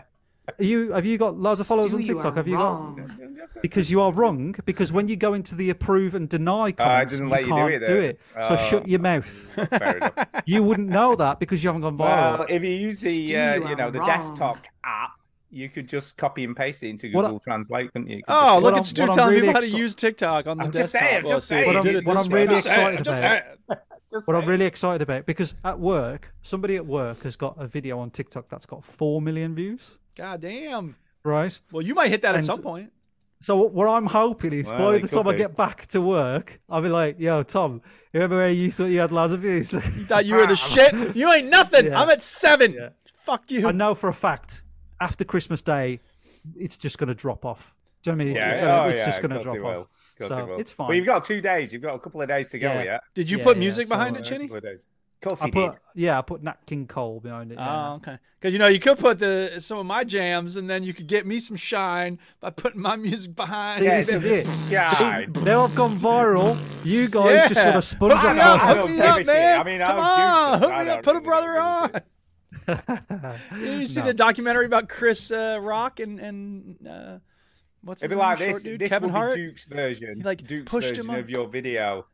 Speaker 5: Are you have you got loads of followers on
Speaker 3: Stu, you
Speaker 5: TikTok?
Speaker 3: are
Speaker 5: Have you
Speaker 3: wrong.
Speaker 5: got? Because you are wrong. Because when you go into the approve and deny
Speaker 4: Oh,
Speaker 5: comments,
Speaker 4: doesn't let you do
Speaker 5: can't
Speaker 4: it,
Speaker 5: do
Speaker 4: uh,
Speaker 5: it. So
Speaker 4: oh.
Speaker 5: shut your mouth.
Speaker 4: Fair enough.
Speaker 5: you wouldn't know that because you haven't gone viral.
Speaker 4: Well, if you use the
Speaker 3: Stu,
Speaker 4: uh,
Speaker 3: you
Speaker 4: you know
Speaker 3: are
Speaker 4: the
Speaker 3: wrong.
Speaker 4: desktop app, you could just copy and paste it into
Speaker 5: What I-
Speaker 4: Google Translate, couldn't you? You could
Speaker 6: Oh,
Speaker 4: just-
Speaker 6: look
Speaker 5: I'm-
Speaker 6: at Stu
Speaker 5: what I'm
Speaker 6: telling
Speaker 5: really
Speaker 6: people how to
Speaker 5: exci-
Speaker 6: use TikTok on the
Speaker 4: I'm just
Speaker 6: desktop.
Speaker 4: saying, I'm
Speaker 6: Well,
Speaker 4: just
Speaker 6: see, he
Speaker 4: saying.
Speaker 5: what
Speaker 6: did
Speaker 5: I'm,
Speaker 6: it
Speaker 5: what
Speaker 6: this
Speaker 5: I'm
Speaker 6: way.
Speaker 5: really
Speaker 6: Just saying,
Speaker 5: excited
Speaker 6: just
Speaker 5: about.
Speaker 6: saying.
Speaker 4: just
Speaker 5: what I'm
Speaker 4: saying.
Speaker 5: really excited about because at work, somebody at work has got a video on TikTok that's got four million views.
Speaker 6: God damn.
Speaker 5: Right.
Speaker 6: Well, you might hit that at
Speaker 5: And-
Speaker 6: some point.
Speaker 5: So what- what I'm hoping is
Speaker 4: Well,
Speaker 5: by
Speaker 4: it
Speaker 5: the
Speaker 4: could
Speaker 5: time I
Speaker 4: be.
Speaker 5: get back to work, I'll be like, "Yo, Tom, remember where you thought you had loads of views?"
Speaker 6: You thought you were the shit. You ain't nothing.
Speaker 5: Yeah.
Speaker 6: I'm at seven. Fuck you.
Speaker 5: I know for a fact after Christmas Day, it's just going to drop off. Do you know what I mean? It's,
Speaker 4: Yeah,
Speaker 5: gonna,
Speaker 4: oh,
Speaker 5: it's
Speaker 4: yeah,
Speaker 5: just
Speaker 4: of
Speaker 5: going to
Speaker 4: course
Speaker 5: drop
Speaker 4: it will.
Speaker 5: off.
Speaker 4: Of course
Speaker 5: So
Speaker 4: it will.
Speaker 5: it's fine.
Speaker 4: Well, you've got two days. You've got a couple of days to go.
Speaker 5: Yeah.
Speaker 4: Yeah.
Speaker 6: Did you
Speaker 5: Yeah,
Speaker 6: put
Speaker 5: yeah,
Speaker 6: music
Speaker 5: so,
Speaker 6: behind
Speaker 5: uh,
Speaker 6: it, Chinny?
Speaker 4: Couple of days. Of course
Speaker 5: I
Speaker 4: he
Speaker 5: put
Speaker 4: did.
Speaker 5: yeah, I put Nat King Cole behind it. yeah.
Speaker 6: Oh,
Speaker 4: Um,
Speaker 6: okay. Because you know you could put the some of my jams, and then you could get me some shine by putting my music behind.
Speaker 5: See,
Speaker 6: it.
Speaker 5: this is it.
Speaker 4: God.
Speaker 5: Now I've gone viral. You guys just want to sponge
Speaker 6: Hook
Speaker 5: up
Speaker 6: me up,
Speaker 5: my
Speaker 6: hook
Speaker 4: don't
Speaker 6: me
Speaker 4: give a
Speaker 6: up,
Speaker 4: shit.
Speaker 6: man.
Speaker 4: I mean,
Speaker 6: Come
Speaker 4: I'll
Speaker 6: on,
Speaker 4: do-
Speaker 6: hook
Speaker 4: I
Speaker 6: me
Speaker 4: don't
Speaker 6: up, put a
Speaker 4: really
Speaker 6: brother
Speaker 4: give a
Speaker 6: on.
Speaker 4: shit.
Speaker 6: Didn't you see
Speaker 5: No.
Speaker 6: the documentary about Chris uh, Rock and and uh, what's his
Speaker 4: It'd be
Speaker 6: name?
Speaker 4: like
Speaker 6: Short
Speaker 4: this.
Speaker 6: dude,
Speaker 4: this
Speaker 6: Kevin
Speaker 4: would
Speaker 6: Hart.
Speaker 4: be Duke's version.
Speaker 6: He, like,
Speaker 4: Duke's
Speaker 6: pushed him
Speaker 4: version
Speaker 6: up.
Speaker 4: of your video.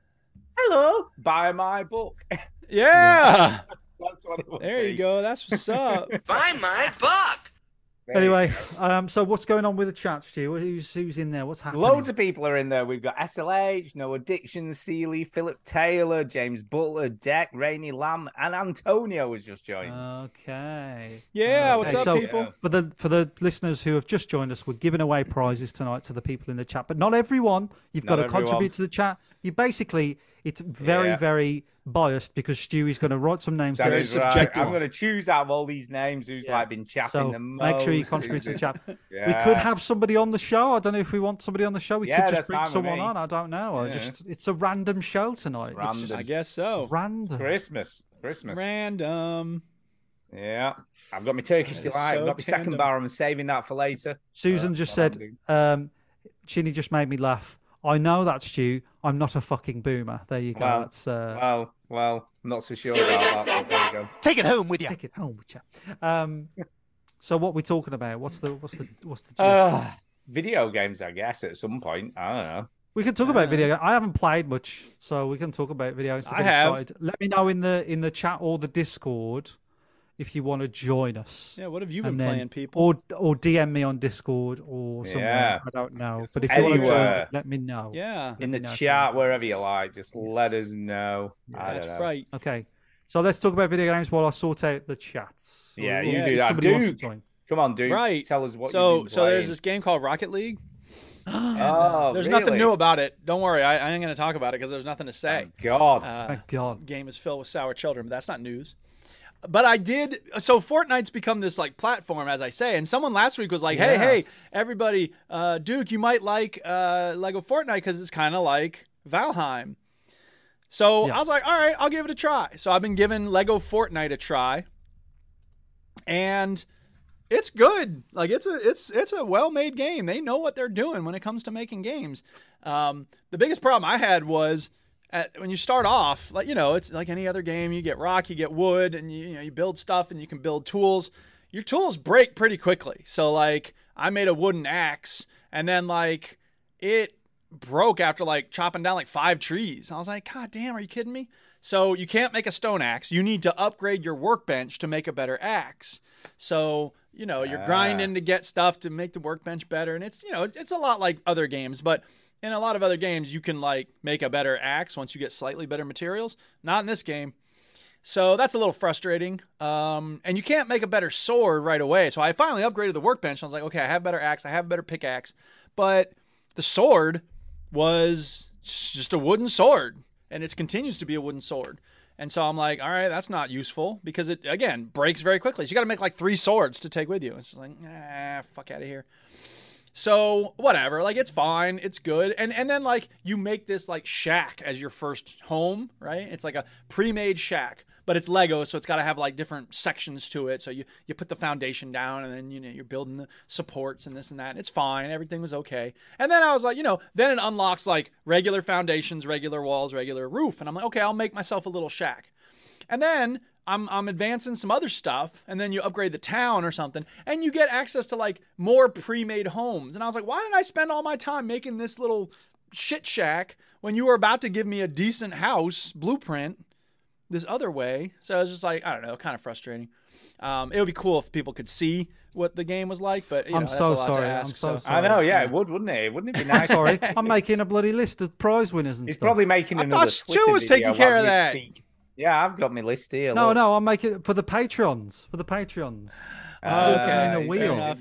Speaker 4: Hello, buy my book.
Speaker 6: Yeah,
Speaker 4: That's what it would
Speaker 6: there you
Speaker 4: be.
Speaker 6: go. That's what's up.
Speaker 4: There you
Speaker 5: Anyway,
Speaker 4: go.
Speaker 5: um, so what's going on with the chat, Stu? Who's who's in there? What's happening?
Speaker 4: Loads of people are in there. We've got SLH, No Addiction, Seeley, Philip Taylor, James Butler, Deck, Rainy Lamb, and Antonio has just joined.
Speaker 5: Okay.
Speaker 6: Yeah, what's
Speaker 5: Okay,
Speaker 6: up,
Speaker 5: so
Speaker 6: people?
Speaker 5: For the for the listeners who have just joined us, we're giving away prizes tonight to the people in the chat, but not everyone. You've got
Speaker 4: Not
Speaker 5: to contribute
Speaker 4: everyone.
Speaker 5: to the chat. You basically, it's very
Speaker 4: Yeah.
Speaker 5: very biased because Stu is going to write some names.
Speaker 4: That
Speaker 5: down.
Speaker 6: Very
Speaker 4: is right.
Speaker 6: subjective.
Speaker 4: I'm going to choose out of all these names who's like been chatting
Speaker 5: So
Speaker 4: the most.
Speaker 5: make sure you
Speaker 4: who's
Speaker 5: contribute to the
Speaker 4: been-
Speaker 5: chat. We could
Speaker 4: Yeah.
Speaker 5: have somebody on the show. I don't know if we want somebody on the show. We
Speaker 4: Yeah, that's
Speaker 5: could just bring
Speaker 4: fine with
Speaker 5: someone
Speaker 4: me.
Speaker 5: on. I don't know. I
Speaker 4: Yeah.
Speaker 5: just it's a random show tonight. It's, just
Speaker 6: I guess
Speaker 4: Oh,
Speaker 6: so.
Speaker 5: random.
Speaker 4: Christmas. Christmas.
Speaker 6: Random.
Speaker 4: Yeah. I've got my Turkish
Speaker 6: That is
Speaker 4: delight.
Speaker 6: so
Speaker 4: I've got my second
Speaker 6: tandem.
Speaker 4: bar. I'm saving that for later.
Speaker 5: Susan
Speaker 4: That's
Speaker 5: just
Speaker 4: what I'm
Speaker 5: said,
Speaker 4: doing.
Speaker 5: um, Chinny just made me laugh. I know that's you. I'm not a fucking boomer. There you go.
Speaker 4: Wow.
Speaker 5: That's uh,
Speaker 4: Well, well, I'm not so sure about that. but there you go.
Speaker 7: Take it home with you.
Speaker 5: take it home with you. Um, so what we're talking about? What's the what's the what's the? gist?
Speaker 4: Ah, video games, I guess, at some point. I don't know.
Speaker 5: we can talk
Speaker 4: uh,
Speaker 5: about video. ga- I haven't played much, so we can talk about video. games to
Speaker 6: I
Speaker 5: get
Speaker 6: have.
Speaker 5: started. Let me know in the in the chat or the Discord if you want to join us.
Speaker 6: Yeah, what have you been
Speaker 5: And then-
Speaker 6: playing, people?
Speaker 5: Or or DM me on Discord or somewhere.
Speaker 4: Yeah.
Speaker 5: I don't know.
Speaker 4: Just
Speaker 5: But if you want to join,
Speaker 4: anywhere.
Speaker 5: let me know.
Speaker 6: yeah,
Speaker 4: In the
Speaker 5: me know if you
Speaker 4: chat,
Speaker 5: want.
Speaker 4: wherever you like, just let us know. I don't
Speaker 6: that's
Speaker 4: know.
Speaker 6: right.
Speaker 5: Okay. So let's talk about video games while I sort out the chat. So
Speaker 4: Yeah,
Speaker 5: we'll-
Speaker 4: you
Speaker 6: can do
Speaker 5: if
Speaker 4: that.
Speaker 5: Somebody wants to
Speaker 4: Duke.
Speaker 5: join.
Speaker 4: Come on, dude.
Speaker 6: Right.
Speaker 4: Tell us what
Speaker 6: so
Speaker 4: you've been
Speaker 6: so there's
Speaker 4: playing.
Speaker 6: this game called Rocket League.
Speaker 4: Oh,
Speaker 6: There's
Speaker 4: really?
Speaker 6: nothing new about it. Don't worry, I, I ain't gonna talk about it because there's nothing to say.
Speaker 4: Thank God.
Speaker 6: Uh,
Speaker 5: Thank God.
Speaker 6: game is filled with sour children, but that's not news.
Speaker 1: But I did. So Fortnite's become this like platform, as I say. And someone last week was like, "Hey, hey,
Speaker 5: Yes.
Speaker 1: everybody, uh, Duke, you might like uh, Lego Fortnite because it's kind of like Valheim." So I was
Speaker 5: Yes.
Speaker 1: like, "All right, I'll give it a try." So I've been giving Lego Fortnite a try, and it's good. Like it's a it's it's a well made game. They know what they're doing when it comes to making games. Um, the biggest problem I had was at, when you start off, like you know, it's like any other game. You get rock, you get wood, and you, you know you build stuff, and you can build tools. Your tools break pretty quickly. So like I made a wooden axe, and then like it broke after like chopping down like five trees. I was like, God damn, are you kidding me? So you can't make a stone axe. You need to upgrade your workbench to make a better axe. So you know you're grinding to get stuff to make the workbench better, and it's you know it's a lot like other games, but in a lot of other games you can like make a better axe once you get slightly better materials. Not in this game. So that's a little frustrating. Um, and you can't make a better sword right away. So I finally upgraded the workbench. I was like, okay, I have better axe, I have better pickaxe, but the sword was just a wooden sword and it continues to be a wooden sword and so i'm like all right that's not useful because it again breaks very quickly so you got to make like three swords to take with you it's just like ah fuck out of here so whatever like it's fine it's good and and then like you make this like shack as your first home right it's like a pre-made shack but it's lego so it's got to have like different sections to it so you you put the foundation down and then you know you're building the supports and this and that and it's fine everything was okay and then i was like you know then it unlocks like regular foundations regular walls regular roof and i'm like okay i'll make myself a little shack and then I'm, I'm advancing some other stuff, and then you upgrade the town or something, and you get access to like more pre made homes. And I was like, why did I spend all my time making this little shit shack when you were about to give me a decent house blueprint this other way? So I was just like, I don't know, kind of frustrating. Um, it would be cool if people could see what the game was like, but you
Speaker 5: I'm
Speaker 1: know, that's
Speaker 5: so
Speaker 1: a lot to
Speaker 5: sorry, I'm
Speaker 1: ask.
Speaker 5: so
Speaker 4: I know,
Speaker 5: Sorry,
Speaker 4: yeah,
Speaker 5: yeah.
Speaker 4: it would, wouldn't it? Wouldn't it be
Speaker 5: I'm
Speaker 4: nice?
Speaker 5: sorry, I'm making a bloody list of prize winners and
Speaker 4: He's
Speaker 5: stuff.
Speaker 4: probably making
Speaker 1: I
Speaker 4: another.
Speaker 1: thought Stu
Speaker 4: Twitter
Speaker 1: was taking
Speaker 4: video
Speaker 1: care
Speaker 4: as
Speaker 1: of
Speaker 4: we
Speaker 1: that.
Speaker 4: speak. Yeah, I've got my list here.
Speaker 5: No,
Speaker 4: look.
Speaker 5: no, I'm making for the patrons. For the patrons,
Speaker 4: Uh,
Speaker 5: opening a
Speaker 4: he's
Speaker 5: wheel.
Speaker 4: doing-
Speaker 5: Enough.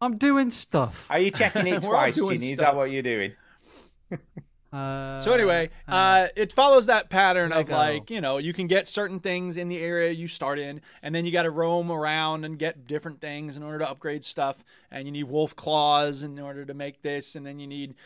Speaker 5: I'm doing stuff.
Speaker 4: Are you checking it
Speaker 1: We're all
Speaker 4: twice,
Speaker 1: doing
Speaker 4: Ginny? Is
Speaker 1: stuff.
Speaker 4: that what you're doing?
Speaker 5: Uh,
Speaker 1: So anyway, uh, it follows that pattern of
Speaker 5: Lego.
Speaker 1: like you know you can get certain things in the area you start in, and then you got to roam around and get different things in order to upgrade stuff, and you need wolf claws in order to make this, and then you need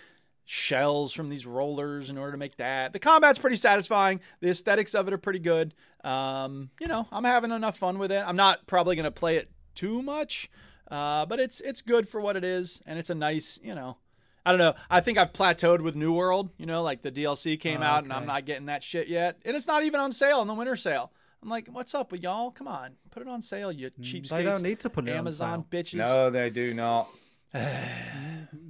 Speaker 1: shells from these rollers in order to make that. The combat's pretty satisfying. The aesthetics of it are pretty good. Um, you know, I'm having enough fun with it. I'm not probably gonna play it too much, uh, but it's it's good for what it is, and it's a nice you know. I don't know. I think I've plateaued with New World. You know, like the DLC came
Speaker 5: Oh,
Speaker 1: out and I'm
Speaker 5: okay.
Speaker 1: not getting that shit yet. And it's not even on sale in the winter sale. I'm like, what's up with y'all? Come on, put it on sale, you cheapskates.
Speaker 5: they Mm, don't need to put it
Speaker 1: Amazon
Speaker 5: on sale.
Speaker 1: bitches.
Speaker 4: No, they do not.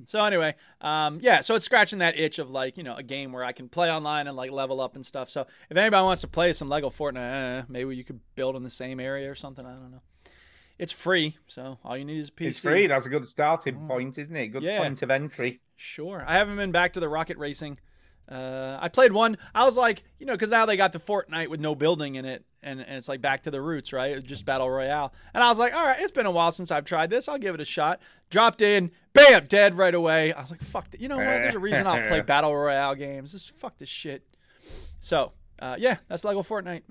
Speaker 1: So anyway, um, yeah, so it's scratching that itch of like you know a game where I can play online and like level up and stuff. So if anybody wants to play some Lego Fortnite, uh, maybe you could build in the same area or something. I don't know. It's free, so all you need is a PC.
Speaker 4: It's free. That's a good starting point, isn't it? Good
Speaker 1: Mm. Yeah.
Speaker 4: point of entry.
Speaker 1: Sure. I haven't been back to the rocket racing. Uh, I played one. I was like, you know, because now they got the Fortnite with no building in it, and, and it's like back to the roots, right? It's Just battle royale. And I was like, all right, it's been a while since I've tried this. I'll give it a shot. Dropped in, bam, dead right away. I was like, fuck, th- you know what? There's a reason I'll play battle royale games. Just fuck this shit. So, uh, yeah, that's Lego Fortnite.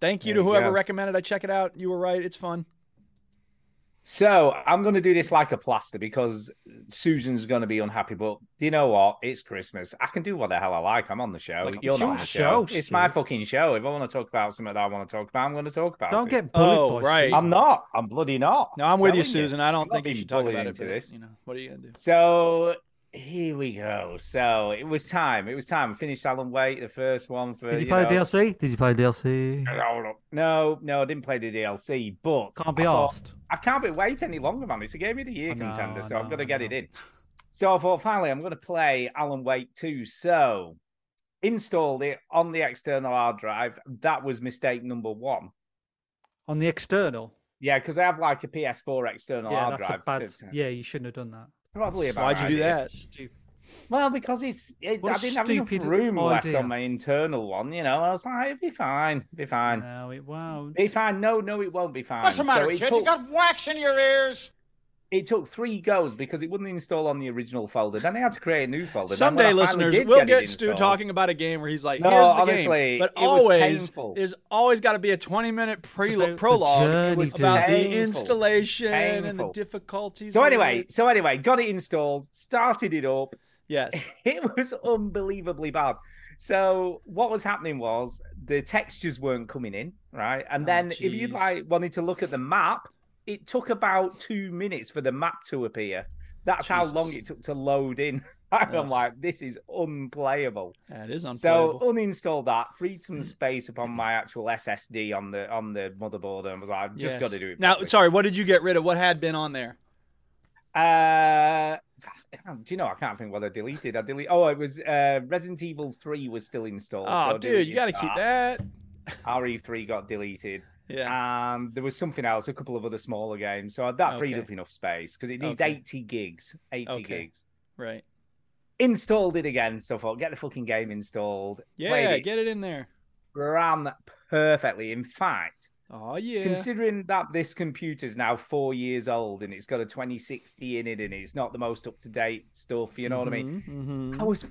Speaker 1: Thank you
Speaker 4: There
Speaker 1: to
Speaker 4: you
Speaker 1: whoever
Speaker 4: go.
Speaker 1: recommended I check it out. You were right. It's fun.
Speaker 4: So I'm going to do this like a plaster because Susan's going to be unhappy. But do you know what? It's Christmas. I can do what the hell I like. I'm on the show.
Speaker 1: Like,
Speaker 4: You're
Speaker 5: it's
Speaker 4: not
Speaker 5: your
Speaker 4: on the show.
Speaker 5: show,
Speaker 4: It's my
Speaker 5: Stu.
Speaker 4: fucking show. If I want to talk about something that I want to talk about, I'm going to talk about
Speaker 5: Don't
Speaker 4: it.
Speaker 5: get bullied.
Speaker 1: Oh,
Speaker 5: by
Speaker 1: right.
Speaker 5: Susan.
Speaker 4: I'm not. I'm bloody not.
Speaker 1: No, I'm with you,
Speaker 4: telling
Speaker 1: Susan. I
Speaker 4: I'm
Speaker 1: don't
Speaker 4: not
Speaker 1: think you
Speaker 4: being
Speaker 1: should talk
Speaker 4: bullied
Speaker 1: about it.
Speaker 4: into
Speaker 1: But,
Speaker 4: this.
Speaker 1: You know, what are you gonna do?
Speaker 4: So here we go. So it was time. It was time. I finished Alan Wake, the first one for
Speaker 5: Did
Speaker 4: you
Speaker 5: you play
Speaker 4: know-
Speaker 5: DLC? Did you play DLC?
Speaker 4: Hold up. No, no, I didn't play the DLC, but
Speaker 5: Can't be
Speaker 4: I thought,
Speaker 5: asked. Oh,
Speaker 4: I can't be wait any longer, man. It's a game of the year
Speaker 5: I know,
Speaker 4: contender,
Speaker 5: I
Speaker 4: so I've
Speaker 5: know,
Speaker 4: got to
Speaker 5: I
Speaker 4: get it
Speaker 5: know.
Speaker 4: in. So I thought finally I'm going to play Alan Wake 2. So installed it on the external hard drive. That was mistake number one.
Speaker 5: On the external.
Speaker 4: Yeah, because I have like a PS4 external
Speaker 5: yeah,
Speaker 4: hard
Speaker 5: that's
Speaker 4: drive.
Speaker 5: a bad.
Speaker 4: to- to-
Speaker 5: Yeah, you shouldn't have done that.
Speaker 4: Probably about
Speaker 1: Why'd you do that?
Speaker 5: Stupid.
Speaker 4: Well, because it's it,
Speaker 5: What a
Speaker 4: I didn't have enough
Speaker 5: stupid
Speaker 4: room left
Speaker 5: idea.
Speaker 4: on my internal one. You know, I was like, it'll be fine, it'll be fine,
Speaker 5: No, it won't.
Speaker 4: it'll be fine. No, no, it won't be fine.
Speaker 10: What's the matter,
Speaker 4: so it
Speaker 10: kid?
Speaker 4: took-
Speaker 10: You got wax in your ears?
Speaker 4: it took three goes because it wouldn't install on the original folder. Then I had to create a new folder. Then when
Speaker 6: Someday,
Speaker 4: I finally
Speaker 6: listeners,
Speaker 4: did
Speaker 6: we'll
Speaker 4: it
Speaker 6: get, Stu
Speaker 4: installed-
Speaker 6: talking about a game where he's like,
Speaker 4: No,
Speaker 6: "Here's the
Speaker 4: honestly,
Speaker 6: game," but
Speaker 4: it was
Speaker 6: always
Speaker 4: painful.
Speaker 6: there's always got to be a 20 minute pre prologue
Speaker 5: journey to
Speaker 6: about the
Speaker 4: painful.
Speaker 6: installation and the
Speaker 4: Painful.
Speaker 6: difficulties.
Speaker 4: So
Speaker 6: with
Speaker 4: anyway,
Speaker 6: it.
Speaker 4: so anyway, got it installed, started it up.
Speaker 6: yes,
Speaker 4: It was unbelievably bad. So what was happening was the textures weren't coming in, right? And then if you
Speaker 6: Oh, jeez.
Speaker 4: like wanted to look at the map, it took about two minutes for the map to appear. That's how long it took to load in. I'm like, this is unplayable.
Speaker 6: that is
Speaker 4: So
Speaker 6: unplayable.
Speaker 4: uninstalled that, freed some space upon my actual SSD on the on the motherboard, and was like, I've just
Speaker 6: Yes.
Speaker 4: got to do it.
Speaker 6: Now,
Speaker 4: properly.
Speaker 6: sorry, what did you get rid of? What had been on there?
Speaker 4: Uh, damn, do you know? I can't think what I deleted. I delete. Oh, it was uh, Resident Evil Three was still installed.
Speaker 6: Oh,
Speaker 4: so I
Speaker 6: dude, you
Speaker 4: deleted
Speaker 6: got to keep that.
Speaker 4: RE3 got deleted. Ah.
Speaker 6: Yeah.
Speaker 4: And there was something else, a couple of other smaller games. So that freed
Speaker 6: Okay.
Speaker 4: up enough space because it needs
Speaker 6: Okay.
Speaker 4: 80 gigs. 80
Speaker 6: Okay.
Speaker 4: gigs.
Speaker 6: Right.
Speaker 4: Installed it again. So I thought, get the fucking game installed.
Speaker 6: Yeah.
Speaker 4: played it.
Speaker 6: Get it in there.
Speaker 4: ran perfectly. In fact,
Speaker 6: Oh yeah.
Speaker 4: considering that this computer's now four years old and it's got a 2060 in it and it's not the most up to date stuff, you know what I mean?
Speaker 6: Mhm, mhm.
Speaker 4: I was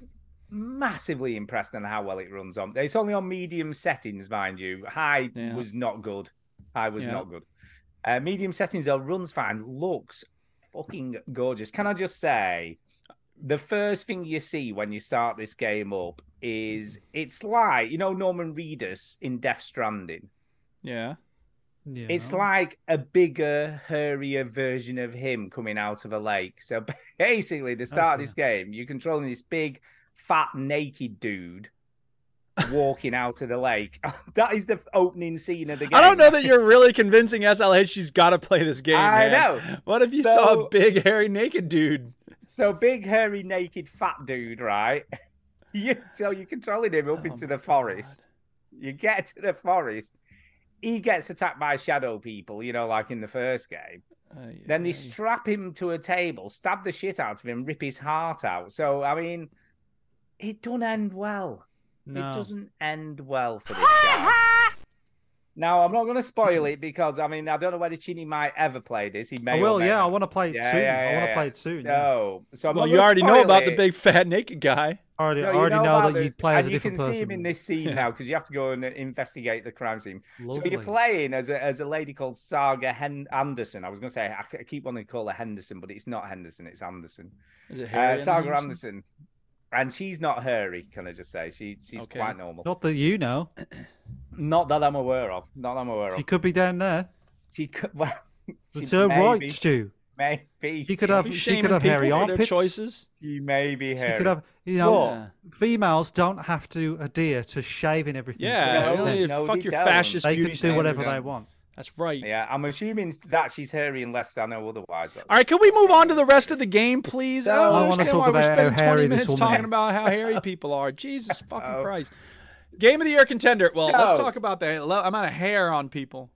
Speaker 4: massively impressed on how well it runs on. It's only on medium settings, mind you. High
Speaker 6: Yeah.
Speaker 4: was not good. High was
Speaker 6: Yeah.
Speaker 4: not good. Uh, medium settings though runs fine. Looks fucking gorgeous. Can I just say, the first thing you see when you start this game up is it's like you know Norman Reedus in Death Stranding.
Speaker 6: Yeah.
Speaker 5: Yeah.
Speaker 4: It's like a bigger, hairier version of him coming out of a lake. So basically, to start this game, you're controlling this big, fat, naked dude walking out of the lake. that is the opening scene of the game.
Speaker 6: I don't know that you're really convincing SLH she's got to play this game.
Speaker 4: I
Speaker 6: man.
Speaker 4: know.
Speaker 6: What if you saw a
Speaker 4: So-
Speaker 6: big, hairy, naked dude?
Speaker 4: So big, hairy, naked, fat dude, right? You so you're controlling him up
Speaker 6: Oh
Speaker 5: Oh
Speaker 4: into the forest. You get to the forest. He gets attacked by shadow people, you know, like in the first game.
Speaker 5: Uh,
Speaker 4: Then they strap him to a table, stab the shit out of him, rip his heart out. So I mean, it don't end well.
Speaker 5: No.
Speaker 4: It doesn't end well for this guy. now I'm not going to spoil it because I mean I don't know whether Chini might ever play this. He may.
Speaker 5: I
Speaker 4: or
Speaker 5: will.
Speaker 4: may
Speaker 5: Yeah, I
Speaker 4: not.
Speaker 5: want to play it
Speaker 4: Yeah,
Speaker 5: soon.
Speaker 4: yeah,
Speaker 5: I want to
Speaker 4: yeah,
Speaker 5: play
Speaker 4: yeah.
Speaker 5: it soon. yeah.
Speaker 4: So, so I'm
Speaker 6: Well,
Speaker 4: not
Speaker 6: you
Speaker 4: gonna
Speaker 6: already know
Speaker 4: spoil
Speaker 6: about the
Speaker 4: it.
Speaker 6: big, fat, naked guy.
Speaker 5: I already,
Speaker 4: No,
Speaker 5: I
Speaker 4: you
Speaker 5: already know,
Speaker 4: about
Speaker 5: that
Speaker 4: the-
Speaker 5: you play as
Speaker 4: and
Speaker 5: a
Speaker 4: You
Speaker 5: different
Speaker 4: can
Speaker 5: person.
Speaker 4: see him in this scene now because you have to go and investigate the crime scene. So you're
Speaker 5: Lovely.
Speaker 4: playing as a, as a lady called Saga Hen- Anderson. I was going to say I c- I keep wanting to call her Henderson, but it's not Henderson. It's Anderson.
Speaker 6: Is it
Speaker 4: Uh,
Speaker 6: hairy?
Speaker 4: Saga Anderson. And she's not hairy, can I just say? She she's
Speaker 6: Okay.
Speaker 4: quite normal.
Speaker 5: Not that you know.
Speaker 4: Not that I'm aware of. Not that I'm aware of.
Speaker 5: She could be down there.
Speaker 4: She could. Well, she
Speaker 5: It's her
Speaker 4: may
Speaker 5: right,
Speaker 4: be-
Speaker 5: Stu.
Speaker 4: Maybe
Speaker 5: She could have. She could have hairy armpits.
Speaker 6: choices.
Speaker 4: She may be hairy.
Speaker 5: She could have. You know,
Speaker 6: Yeah.
Speaker 5: females don't have to adhere to shaving everything.
Speaker 6: Yeah,
Speaker 4: No,
Speaker 6: you
Speaker 5: first,
Speaker 6: don't
Speaker 5: then.
Speaker 6: need to
Speaker 4: no,
Speaker 6: fuck
Speaker 4: they
Speaker 6: your
Speaker 4: don't.
Speaker 6: fascist
Speaker 5: they
Speaker 6: beauty
Speaker 5: can do whatever they
Speaker 6: standards.
Speaker 5: want.
Speaker 6: That's right.
Speaker 4: Yeah, I'm assuming that she's hairy unless I know otherwise.
Speaker 6: All right, can we move on to the rest of the game, please? I don't
Speaker 5: I wanna
Speaker 6: understand
Speaker 5: talk
Speaker 6: why we're
Speaker 5: about how
Speaker 6: spending
Speaker 5: hairy
Speaker 6: 20
Speaker 5: this
Speaker 6: minutes
Speaker 5: woman is.
Speaker 6: talking about how hairy people are. Jesus fucking Christ. Game of the Year contender. Well, let's
Speaker 4: So-
Speaker 6: talk about the lo- amount of hair on people.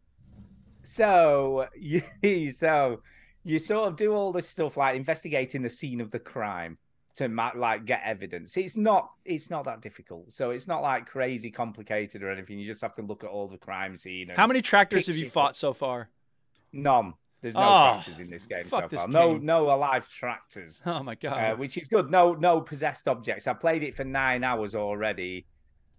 Speaker 4: So you so you sort of do all this stuff like investigating the scene of the crime to ma- like get evidence. It's not it's not that difficult. So it's not like crazy complicated or anything. You just have to look at all the crime scene. And
Speaker 6: How many tractors have you
Speaker 4: Picture.
Speaker 6: fought so far?
Speaker 4: None. There's no
Speaker 6: Oh,
Speaker 4: tractors in this game so far.
Speaker 6: fuck this
Speaker 4: No
Speaker 6: game.
Speaker 4: no alive tractors.
Speaker 6: Oh my god.
Speaker 4: Uh, which is good. No, no possessed objects. I played it for nine hours already,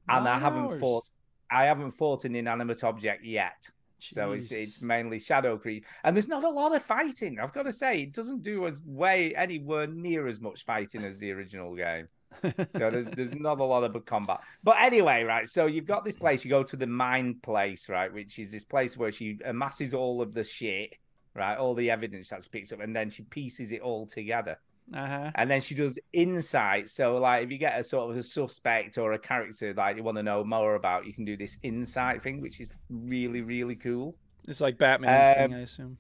Speaker 4: and I
Speaker 6: Nine
Speaker 4: haven't
Speaker 6: hours?
Speaker 4: fought. I haven't fought an inanimate object yet. So it's it's mainly shadow creep, and there's not a lot of fighting. I've got to say, it doesn't do as way anywhere near as much fighting as the original game. So there's there's not a lot of combat. But anyway, right. So you've got this place. You go to the mine place, right, which is this place where she amasses all of the shit, right, all the evidence that she picks up, and then she pieces it all together
Speaker 6: uh-huh.
Speaker 4: and then she does insight. So, like, if you get a sort of a suspect or a character like you want to know more about, you can do this insight thing, which is really, really cool.
Speaker 6: It's like Batman's
Speaker 4: Um,
Speaker 6: thing, I assume.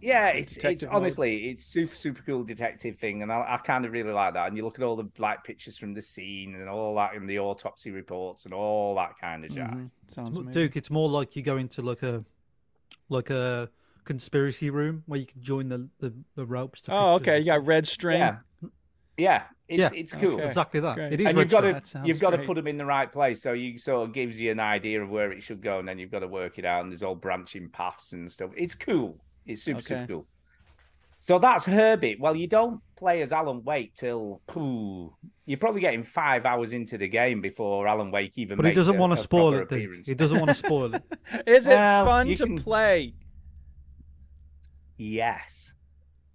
Speaker 4: Yeah, it's it's
Speaker 6: Detective mode.
Speaker 4: honestly it's super super cool detective thing, and I, I kind of really like that. And you look at all the like pictures from the scene and all that, and the autopsy reports and all that kind of jazz.
Speaker 6: Mhm. Sounds
Speaker 5: It's mo-
Speaker 6: amazing.
Speaker 5: Duke, it's more like you go into like a, like a conspiracy room where you can join the the, the ropes. To
Speaker 6: Oh,
Speaker 5: pictures
Speaker 6: okay.
Speaker 5: and
Speaker 6: You got red string.
Speaker 4: Yeah, yeah, it's
Speaker 5: Yeah.
Speaker 4: it's cool.
Speaker 5: stuff. exactly that.
Speaker 6: Great.
Speaker 5: It is.
Speaker 4: and you've got
Speaker 5: retro.
Speaker 6: That
Speaker 4: to
Speaker 6: sounds
Speaker 4: you've got to
Speaker 6: great.
Speaker 4: put them in the right place. So you sort of gives you an idea of where it should go, and then you've got to work it out. And there's all branching paths and stuff. It's cool. It's super super
Speaker 6: Okay.
Speaker 4: cool. So that's her bit. Well, you don't play as Alan Wake till poo, you're probably getting five hours into the game before Alan Wake even.
Speaker 5: But he
Speaker 4: makes
Speaker 5: doesn't
Speaker 4: a-
Speaker 5: want
Speaker 4: a
Speaker 5: to spoil
Speaker 4: proper
Speaker 5: it. Dude.
Speaker 4: appearance.
Speaker 5: He doesn't want to spoil it.
Speaker 6: Is it
Speaker 4: Well,
Speaker 6: fun
Speaker 4: you
Speaker 6: to
Speaker 4: can-
Speaker 6: play?
Speaker 4: Yes.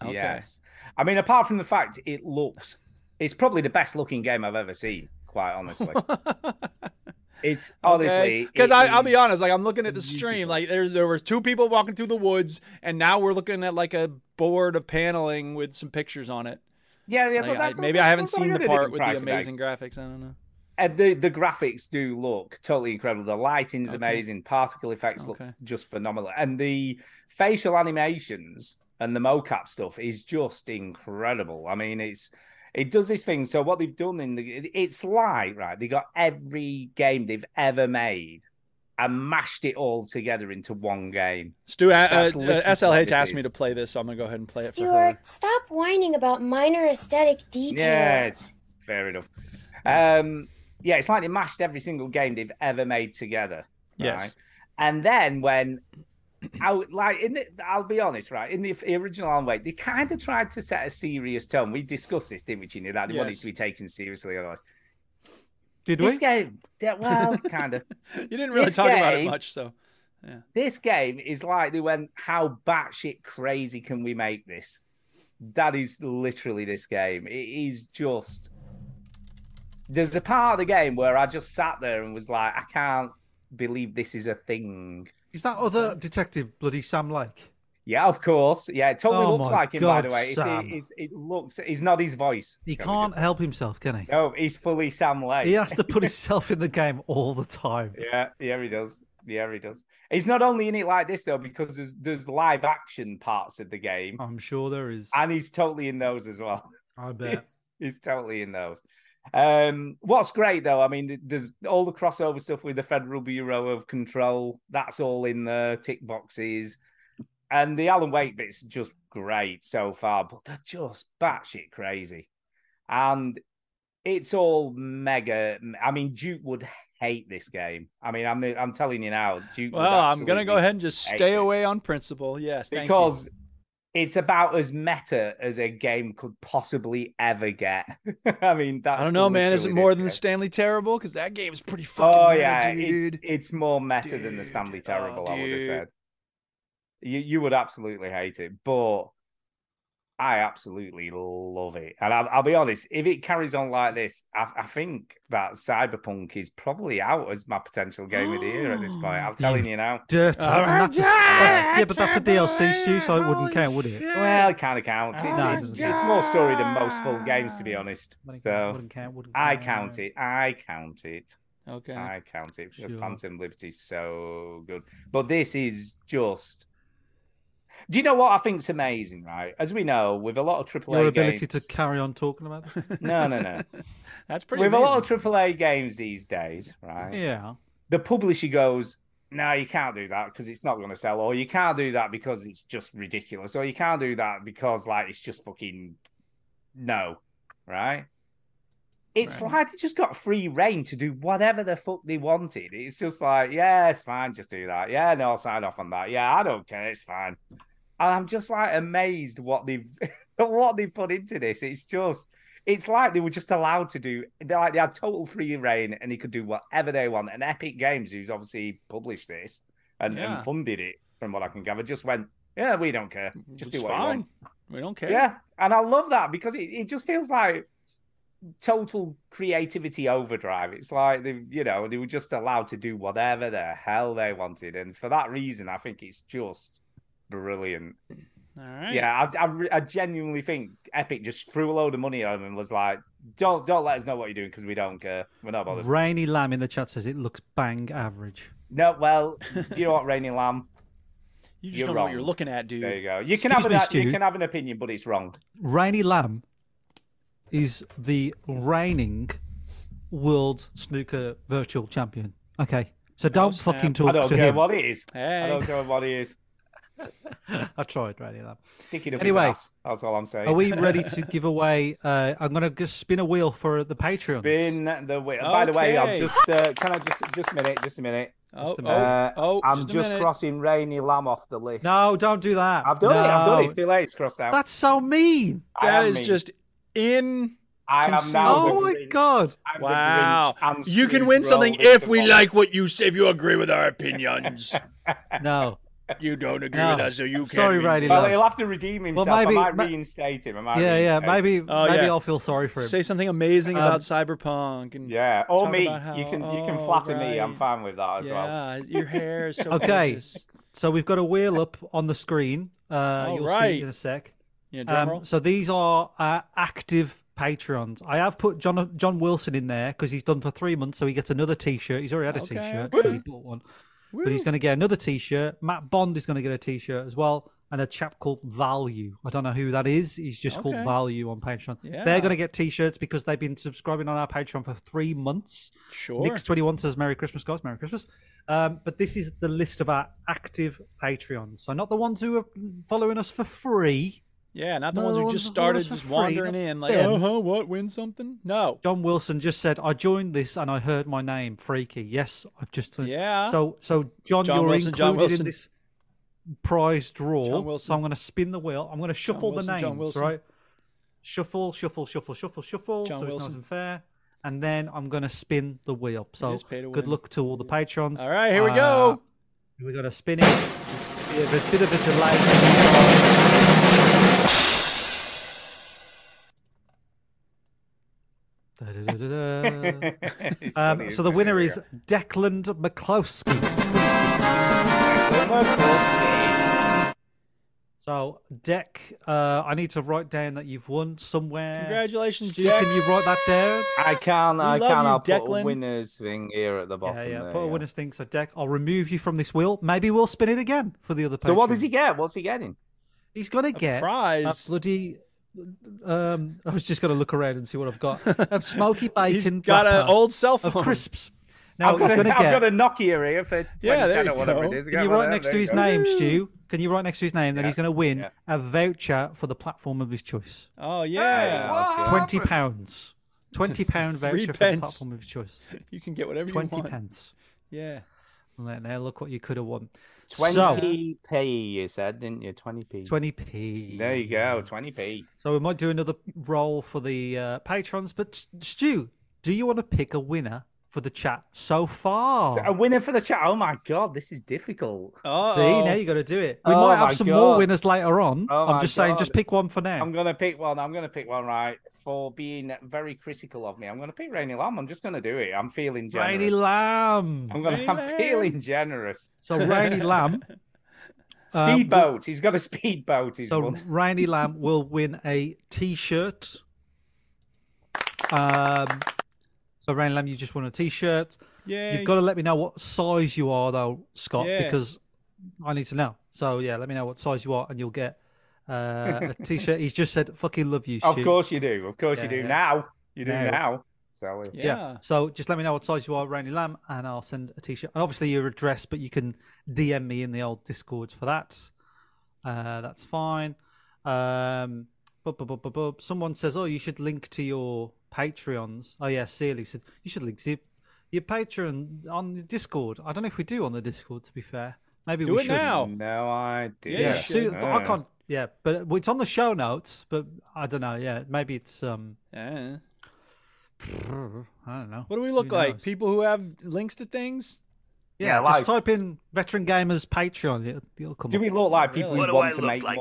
Speaker 6: Okay.
Speaker 4: Yes. I mean, apart from the fact it looks, it's probably the best looking game I've ever seen. Quite honestly, it's honestly
Speaker 6: because
Speaker 4: it
Speaker 6: I'll be
Speaker 4: is-
Speaker 6: honest, like I'm looking at the stream,
Speaker 4: beautiful.
Speaker 6: like there there was two people walking through the woods, and now we're looking at like a board of paneling with some pictures on it.
Speaker 4: Yeah, yeah.
Speaker 6: Like,
Speaker 4: but
Speaker 6: I-
Speaker 4: that's
Speaker 6: maybe
Speaker 4: that's
Speaker 6: I haven't
Speaker 4: that's all
Speaker 6: seen
Speaker 4: you
Speaker 6: the
Speaker 4: gotta do
Speaker 6: part
Speaker 4: in
Speaker 6: with the
Speaker 4: Price of
Speaker 6: amazing
Speaker 4: Eggs.
Speaker 6: graphics. I don't know.
Speaker 4: And the the graphics do look totally incredible. The lighting's amazing. Particle effects
Speaker 6: Okay.
Speaker 4: look just phenomenal, and the facial animations and the mocap stuff is just incredible. I mean, it's it does this thing. So what they've done in the it's like right, they got every game they've ever made and mashed it all together into one game.
Speaker 6: Stu, uh, uh,
Speaker 4: That's literally what
Speaker 6: SLH
Speaker 4: this
Speaker 6: asked me
Speaker 4: is.
Speaker 6: to play this, so I'm gonna go ahead and play it for her.
Speaker 12: Stuart, stop whining about minor aesthetic details.
Speaker 4: Yeah, it's fair enough.
Speaker 6: Hmm.
Speaker 4: Um, yeah, it's like they mashed every single game they've ever made together.
Speaker 6: Yes.
Speaker 4: And then when I would- like in the, I'll be honest, right? In the f- original Alan Wake, they kind of tried to set a serious tone. We discussed this, didn't we, Gina? That they wanted
Speaker 6: Yes.
Speaker 4: to be taken seriously, otherwise.
Speaker 5: Did
Speaker 4: this
Speaker 5: we?
Speaker 4: game, yeah, well, kind of.
Speaker 6: You didn't really
Speaker 4: This
Speaker 6: talk about it
Speaker 4: game-
Speaker 6: much, so
Speaker 4: This game is like they went, how batshit crazy can we make this? That is literally this game. It is just. There's a part of the game where I just sat there and was like, I can't believe this is a thing.
Speaker 5: Is that other detective bloody Sam Lake?
Speaker 4: Yeah, of course. Yeah, it totally
Speaker 5: Oh
Speaker 4: looks
Speaker 5: my
Speaker 4: like him, by
Speaker 5: God,
Speaker 4: the way. It's,
Speaker 5: Sam.
Speaker 4: it's, it looks, it's not his voice.
Speaker 5: He
Speaker 4: Can we
Speaker 5: can't
Speaker 4: just-
Speaker 5: help himself, can he?
Speaker 4: No, he's fully Sam Lake.
Speaker 5: He has to put himself in the game all the time.
Speaker 4: Yeah, yeah, he does. Yeah, he does. He's not only in it like this though, because there's there's live action parts of the game,
Speaker 5: I'm sure there is.
Speaker 4: and he's totally in those as well.
Speaker 5: I bet.
Speaker 4: he's totally in those. Um, what's great though, I mean, th- there's all the crossover stuff with the Federal Bureau of Control. That's all in the tick boxes, and the Alan Wake bit's just great so far, but they're just batshit crazy, and it's all mega. I mean, Duke would hate this game. I mean, I'm I'm telling you now, Duke. would
Speaker 6: well, I'm gonna go
Speaker 4: absolutely
Speaker 6: ahead and just
Speaker 4: hate
Speaker 6: stay
Speaker 4: it
Speaker 6: away on principle. Yes, thank
Speaker 4: because it's about as meta as a game could possibly ever get. I mean,
Speaker 6: you.
Speaker 4: that's
Speaker 6: I don't know, man. Is it
Speaker 4: literally
Speaker 6: more
Speaker 4: this
Speaker 6: than
Speaker 4: game.
Speaker 6: Stanley Terrible? Because that game's pretty fucking.
Speaker 4: Oh
Speaker 6: meta,
Speaker 4: yeah,
Speaker 6: dude. oh,
Speaker 4: it's, it's more meta than the Stanley Terrible. I would have
Speaker 6: dude.
Speaker 4: said. You you would absolutely hate it, but I absolutely love it. And I'll, I'll be honest, if it carries on like this, I, I think that Cyberpunk is probably out as my potential game of the year at this point. I'm telling you now.
Speaker 5: Dirty.
Speaker 4: Oh,
Speaker 5: and that's a- that's- yeah, but that's a DLC, Stu, so it wouldn't count, would it?
Speaker 4: Well, it kind of counts. It's,
Speaker 5: Oh,
Speaker 4: it's, it's more story than most full games, to be honest. So
Speaker 5: Wouldn't count, wouldn't
Speaker 4: I
Speaker 5: count.
Speaker 4: count it. I count it.
Speaker 6: Okay.
Speaker 4: I count it because
Speaker 5: Sure.
Speaker 4: Phantom Liberty is so good. But this is just. Do you know what I think's amazing, right? As we know, with a lot of AAA
Speaker 5: Your ability
Speaker 4: games,
Speaker 5: to carry on talking about it?
Speaker 4: no, no, no.
Speaker 6: That's pretty.
Speaker 4: with a lot
Speaker 6: amazing.
Speaker 4: of AAA games these days, right?
Speaker 5: Yeah.
Speaker 4: the publisher goes, no, you can't do that because it's not going to sell, or you can't do that because it's just ridiculous, or you can't do that because like it's just fucking no, right? It's
Speaker 6: Right.
Speaker 4: like they just got free reign to do whatever the fuck they wanted. It's just like, yeah, it's fine, just do that. Yeah, no, I'll sign off on that. Yeah, I don't care, it's fine. And I'm just like amazed what they've what they put into this. It's just it's like they were just allowed to do they like they had total free reign and they could do whatever they want. And Epic Games, who's obviously published this and,
Speaker 6: Yeah.
Speaker 4: and funded it, from what I can gather, just went, Yeah, we don't care. Just
Speaker 6: It's
Speaker 4: do what you
Speaker 6: fine.
Speaker 4: want.
Speaker 6: We don't care.
Speaker 4: Yeah. And I love that because it, it just feels like total creativity overdrive. It's like they you know, they were just allowed to do whatever the hell they wanted. And for that reason, I think it's just brilliant.
Speaker 6: All right.
Speaker 4: Yeah, I, I, re- I genuinely think Epic just threw a load of money at him and was like, "Don't don't let us know what you're doing because we don't care. We're not bothered."
Speaker 5: Rainy Lamb in the chat says it looks bang average.
Speaker 4: No, well, do you know what, Rainy Lamb?
Speaker 6: You just
Speaker 4: You're
Speaker 6: don't know what you're
Speaker 4: wrong.
Speaker 6: looking at, dude.
Speaker 4: There you go. You can have
Speaker 5: Excuse me,
Speaker 4: an, you
Speaker 5: Stu.
Speaker 4: can have an opinion, but it's wrong.
Speaker 5: Rainy Lamb is the reigning world snooker virtual champion. Okay. So don't
Speaker 6: snap.
Speaker 5: fucking
Speaker 4: I
Speaker 5: talk
Speaker 4: don't
Speaker 5: to
Speaker 4: care
Speaker 5: him.
Speaker 4: what it is. I
Speaker 6: Hey.
Speaker 4: don't care what it is.
Speaker 5: I tried Rainy Lamb.
Speaker 4: Stick it up
Speaker 5: Anyway.
Speaker 4: his ass. That's all I'm saying.
Speaker 5: Are we ready to give away? Uh, I'm going to just spin a wheel for the Patreon.
Speaker 4: Spin the wheel. By the way,
Speaker 6: Okay.
Speaker 4: I'm just. Uh, can I just just a minute? Just a minute.
Speaker 1: Oh, oh,
Speaker 4: Uh,
Speaker 1: oh,
Speaker 4: I'm
Speaker 1: just
Speaker 4: just,
Speaker 1: a minute.
Speaker 4: crossing Rainy Lamb off the list.
Speaker 5: No, don't do that.
Speaker 4: I've done it. I've done it.
Speaker 5: No.
Speaker 4: It's too late. It's crossed out.
Speaker 5: That's so mean.
Speaker 4: I
Speaker 1: That
Speaker 4: am
Speaker 1: is
Speaker 4: mean.
Speaker 1: just in.
Speaker 4: I am now.
Speaker 5: oh
Speaker 4: the
Speaker 5: my
Speaker 4: Grinch.
Speaker 5: god.
Speaker 4: I'm the
Speaker 1: Wow.
Speaker 4: Grinch. I'm
Speaker 1: You
Speaker 4: Scrooge
Speaker 1: can win something
Speaker 4: Roll
Speaker 1: if
Speaker 4: into
Speaker 1: we
Speaker 4: one.
Speaker 1: like what you say, if you agree with our opinions.
Speaker 5: No.
Speaker 1: you don't agree
Speaker 5: No.
Speaker 1: with us, so you can't.
Speaker 5: Sorry,
Speaker 1: win.
Speaker 5: Riley.
Speaker 4: Well,
Speaker 5: Love.
Speaker 4: he'll have to redeem himself.
Speaker 5: maybe-
Speaker 4: I might
Speaker 5: ma-
Speaker 4: reinstate him. I might
Speaker 5: yeah, yeah.
Speaker 4: reinstate
Speaker 5: Maybe
Speaker 1: Oh,
Speaker 5: maybe
Speaker 1: yeah.
Speaker 5: I'll feel sorry for him.
Speaker 1: Say something amazing
Speaker 5: Um,
Speaker 1: about Cyberpunk. And
Speaker 4: him. Yeah, or
Speaker 1: Talk
Speaker 4: me.
Speaker 1: about how-
Speaker 4: you can you can
Speaker 1: oh,
Speaker 4: flatter me. I'm
Speaker 1: right.
Speaker 4: fine with that as well.
Speaker 1: yeah, your hair is so
Speaker 5: Okay.
Speaker 1: gorgeous.
Speaker 5: So we've got a wheel up on the screen. Uh,
Speaker 1: All
Speaker 5: you'll see
Speaker 1: right.
Speaker 5: it in a sec.
Speaker 1: Yeah, drum roll.
Speaker 5: Um, so these are uh, active patrons. I have put John John Wilson in there because he's done for three months, so he gets another T-shirt. He's already had a
Speaker 1: Okay,
Speaker 5: shirt
Speaker 1: okay.
Speaker 5: because he bought one, but he's going to get another T-shirt. Matt Bond is going to get a T-shirt as well, and a chap called Value. I don't know who that is. He's just
Speaker 1: Okay.
Speaker 5: called Value on Patreon.
Speaker 1: Yeah.
Speaker 5: They're going to get T-shirts because they've been subscribing on our Patreon for three months.
Speaker 1: Sure.
Speaker 5: Nix21 says Merry Christmas, guys. Merry Christmas. Um, but this is the list of our active Patreons. So not the ones who are following us for free.
Speaker 1: yeah, not the
Speaker 5: No,
Speaker 1: ones
Speaker 5: the
Speaker 1: who
Speaker 5: ones
Speaker 1: just
Speaker 5: that follow
Speaker 1: started
Speaker 5: us for
Speaker 1: just
Speaker 5: free,
Speaker 1: wandering
Speaker 5: not
Speaker 1: in, like,
Speaker 5: them.
Speaker 1: uh huh, what, win something? No.
Speaker 5: John Wilson just said, I joined this and I heard my name, Freaky. Yes, I've just.
Speaker 1: Yeah.
Speaker 5: So, so John,
Speaker 1: John
Speaker 5: you're
Speaker 1: Wilson,
Speaker 5: included
Speaker 1: John Wilson.
Speaker 5: in this prize draw.
Speaker 1: John Wilson.
Speaker 5: So I'm going to spin the wheel. I'm going to shuffle
Speaker 1: Wilson,
Speaker 5: the names,
Speaker 1: John Wilson.
Speaker 5: right? Shuffle, shuffle, shuffle, shuffle, shuffle.
Speaker 1: John
Speaker 5: so it's
Speaker 1: Wilson.
Speaker 5: nice and fair. And then I'm going to spin the wheel. So
Speaker 1: is pay to
Speaker 5: good
Speaker 1: win.
Speaker 5: luck to all the patrons. Uh,
Speaker 1: All right, here we go.
Speaker 5: We're going to spin it. There's gonna be a bit- bit of a delay. Da-da-da-da-da.
Speaker 4: It's funny,
Speaker 5: Um, so
Speaker 4: isn't
Speaker 5: the
Speaker 4: it?
Speaker 5: winner
Speaker 4: Here we
Speaker 5: is
Speaker 4: go.
Speaker 5: Declan McCloskey. So Deck, uh, I need to write down that you've won somewhere.
Speaker 1: Congratulations,
Speaker 5: uh, Stu,
Speaker 1: Jack.
Speaker 5: Can you write that down?
Speaker 4: I can. I
Speaker 1: love
Speaker 4: can.
Speaker 1: you,
Speaker 4: I'll put
Speaker 1: Declan.
Speaker 4: a winners thing here at the bottom.
Speaker 5: Yeah, yeah.
Speaker 4: there,
Speaker 5: Put a winner's thing. So Deck, I'll remove you from this wheel. Maybe we'll spin it again for the other.
Speaker 4: So what
Speaker 5: patron.
Speaker 4: does he get? What's he getting?
Speaker 5: He's gonna get a
Speaker 1: prize.
Speaker 5: bloody. Um, I was just gonna look around and see what I've got. A smoky bacon.
Speaker 1: He's got an
Speaker 5: wrapper
Speaker 1: old cell
Speaker 5: of
Speaker 1: phone.
Speaker 5: crisps. Now
Speaker 4: I've
Speaker 5: he's
Speaker 4: got, a,
Speaker 5: gonna
Speaker 4: I've
Speaker 5: get.
Speaker 4: got a Nokia here for
Speaker 1: Yeah, there
Speaker 4: 2010 or
Speaker 1: you
Speaker 4: whatever
Speaker 1: go.
Speaker 4: it is.
Speaker 5: Can you write next to his name, Stu? Can you write next to his name? Then
Speaker 4: Yeah,
Speaker 5: he's going to win
Speaker 4: yeah.
Speaker 5: a voucher for the platform of his choice.
Speaker 1: Oh, yeah.
Speaker 5: Twenty pounds. Twenty pound
Speaker 1: Three
Speaker 5: voucher for the
Speaker 1: pence.
Speaker 5: platform of his choice.
Speaker 1: You can get whatever you
Speaker 5: Twenty
Speaker 1: want.
Speaker 5: pence.
Speaker 1: Yeah.
Speaker 5: Right now look what you could have won. So,
Speaker 4: 20p, you said, didn't you? 20p.
Speaker 5: twenty p.
Speaker 4: Mm. There you go, 20p.
Speaker 5: So we might do another roll for the uh, patrons. But S- Stu, do you want to pick a winner for the chat so far?
Speaker 4: So a winner for the chat. Oh my god, this is difficult.
Speaker 1: Oh,
Speaker 5: See, now you got to do it. We
Speaker 4: Oh
Speaker 5: might
Speaker 4: my
Speaker 5: have some more
Speaker 4: God.
Speaker 5: winners later on.
Speaker 4: Oh
Speaker 5: I'm
Speaker 4: my
Speaker 5: just saying,
Speaker 4: God.
Speaker 5: just pick one for now.
Speaker 4: I'm gonna pick one. I'm gonna pick one right for being very critical of me. I'm gonna pick Rainy Lamb. I'm just gonna do it. I'm feeling generous.
Speaker 5: Rainy Lamb.
Speaker 4: I'm gonna.
Speaker 1: Rainy
Speaker 4: I'm
Speaker 1: Lamb.
Speaker 4: feeling generous.
Speaker 5: So Rainy Lamb. um, will-
Speaker 4: Speedboat. He's got a speedboat. He's
Speaker 5: So
Speaker 4: won.
Speaker 5: Rainy Lamb will win a T-shirt. Um, so Rainy Lamb, you just won a T-shirt.
Speaker 1: yeah.
Speaker 5: You've got to let me know what size you are, though, Scott,
Speaker 1: Yeah.
Speaker 5: because I need to know. So yeah, let me know what size you are, and you'll get uh, a T-shirt. He's just said, "Fucking love you."
Speaker 4: Of
Speaker 5: Stu."
Speaker 4: course you do. Of course you
Speaker 5: Yeah,
Speaker 4: do.
Speaker 5: yeah.
Speaker 4: Now you do
Speaker 5: Now.
Speaker 4: now. So uh,
Speaker 1: Yeah.
Speaker 5: So just let me know what size you are, Rainy Lamb, and I'll send a T-shirt. And obviously your address, but you can DM me in the old Discord for that. Uh, that's fine. Um, bub, bub, bub, bub, bub. Someone says, "Oh, you should link to your Patreons." Oh yeah, Sealy said you should link to your, your Patreon on the Discord. I don't know if we do on the Discord. To be fair, maybe
Speaker 1: Do
Speaker 5: we
Speaker 1: it
Speaker 5: should.
Speaker 1: now.
Speaker 4: no idea.
Speaker 1: Yeah,
Speaker 5: Yeah,
Speaker 1: you
Speaker 5: Sue-
Speaker 1: should.
Speaker 5: I can't. Yeah, but it's on the show notes. But I don't know. Yeah, maybe it's um.
Speaker 1: Yeah. Uh,
Speaker 5: I don't know.
Speaker 1: What do we look
Speaker 5: Who
Speaker 1: like?
Speaker 5: knows?
Speaker 1: People who have links to things?
Speaker 5: Yeah,
Speaker 4: Yeah,
Speaker 5: just
Speaker 4: like-
Speaker 5: type in veteran gamers Patreon. It'll, it'll come
Speaker 4: Do we look like people
Speaker 1: What
Speaker 4: who
Speaker 1: do
Speaker 4: want to make more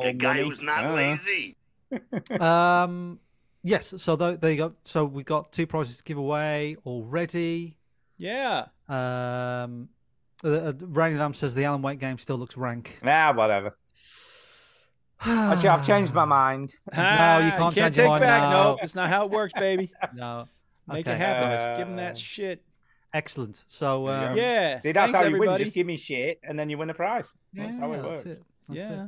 Speaker 4: money? Uh,
Speaker 5: up. Um, yes. So tho- there you go. So we got two prizes to give away already.
Speaker 1: Yeah.
Speaker 5: Um, uh, uh, Rainy Lamb says the Alan Wake game still looks rank.
Speaker 4: Nah, whatever. Actually, I've changed my mind.
Speaker 1: Ah,
Speaker 5: you can't change your
Speaker 1: take
Speaker 5: mind
Speaker 1: back.
Speaker 5: now.
Speaker 1: No, it's not how it works, baby.
Speaker 5: No.
Speaker 1: Make
Speaker 5: Okay.
Speaker 1: it happen.
Speaker 4: Uh,
Speaker 1: Give them that shit.
Speaker 5: Excellent. So
Speaker 4: There you
Speaker 5: um,
Speaker 4: go.
Speaker 1: Yeah.
Speaker 4: See, that's
Speaker 1: Thanks,
Speaker 4: how you
Speaker 1: everybody.
Speaker 4: win. Just give me shit, and then you win a prize. That's how
Speaker 5: yeah,
Speaker 4: it works.
Speaker 5: That's it. That's it.
Speaker 1: yeah.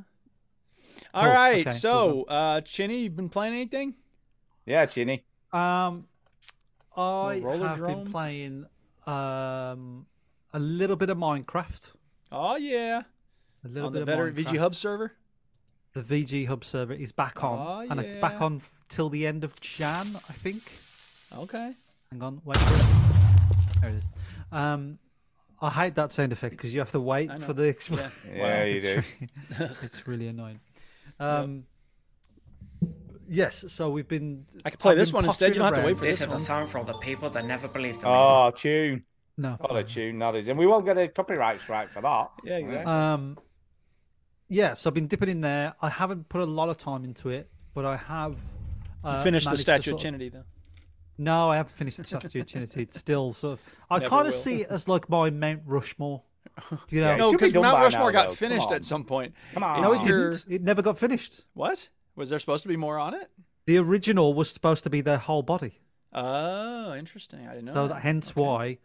Speaker 1: All
Speaker 5: Cool.
Speaker 1: right.
Speaker 5: Okay,
Speaker 1: so,
Speaker 5: cool
Speaker 1: uh, Chinny, you been playing anything?
Speaker 4: Yeah, Chinny.
Speaker 5: Um, I
Speaker 1: roller
Speaker 5: have
Speaker 1: drone?
Speaker 5: been playing um a little bit of Minecraft.
Speaker 1: Oh yeah.
Speaker 5: A little
Speaker 1: On
Speaker 5: bit
Speaker 1: the
Speaker 5: of
Speaker 1: veteran VG
Speaker 5: Minecraft.
Speaker 1: Hub server.
Speaker 5: the VG Hub server is back on,
Speaker 1: Oh,
Speaker 5: and it's back
Speaker 1: yeah.
Speaker 5: on f- till the end of Jan, I think.
Speaker 1: Okay.
Speaker 5: Hang on, wait for it. There it is. Um, I hate that sound effect because you have to wait
Speaker 1: I know.
Speaker 5: for the expl-
Speaker 1: Yeah.
Speaker 4: Yeah, you
Speaker 5: it's
Speaker 4: do.
Speaker 5: re- it's really annoying. Um, Yes, so we've been.
Speaker 1: I could play
Speaker 5: I've
Speaker 1: this
Speaker 5: been
Speaker 1: one instead. You
Speaker 5: pottering
Speaker 1: don't have to wait
Speaker 5: around.
Speaker 1: for this one.
Speaker 13: song from the people that never believed
Speaker 4: Oh, tune.
Speaker 5: No.
Speaker 4: What a tune that is. And we won't get a copyright strike for that.
Speaker 1: Yeah, exactly.
Speaker 5: Um, yeah, so I've been dipping in there. I haven't put a lot of time into it, but I have. Uh,
Speaker 1: Finish the
Speaker 5: managed to
Speaker 1: Statue
Speaker 5: sort
Speaker 1: of Trinity, though.
Speaker 5: No, I haven't finished the Statue of Trinity. It's still sort of. I
Speaker 1: Never
Speaker 5: kind
Speaker 1: will.
Speaker 5: of see it as like my Mount Rushmore. Do you know?
Speaker 4: Yeah, it
Speaker 1: No,
Speaker 4: should be
Speaker 1: because
Speaker 4: done
Speaker 1: Mount
Speaker 4: by now,
Speaker 1: Rushmore
Speaker 4: though.
Speaker 1: got
Speaker 4: Come
Speaker 1: finished
Speaker 4: on.
Speaker 1: at some point.
Speaker 4: Come on.
Speaker 5: no,
Speaker 1: It's
Speaker 5: it
Speaker 1: your-
Speaker 5: didn't. It never got finished.
Speaker 1: What? Was there supposed to be more on it?
Speaker 5: The original was supposed to be their whole body.
Speaker 1: Oh, interesting. I didn't know.
Speaker 5: So
Speaker 1: that.
Speaker 5: that, hence why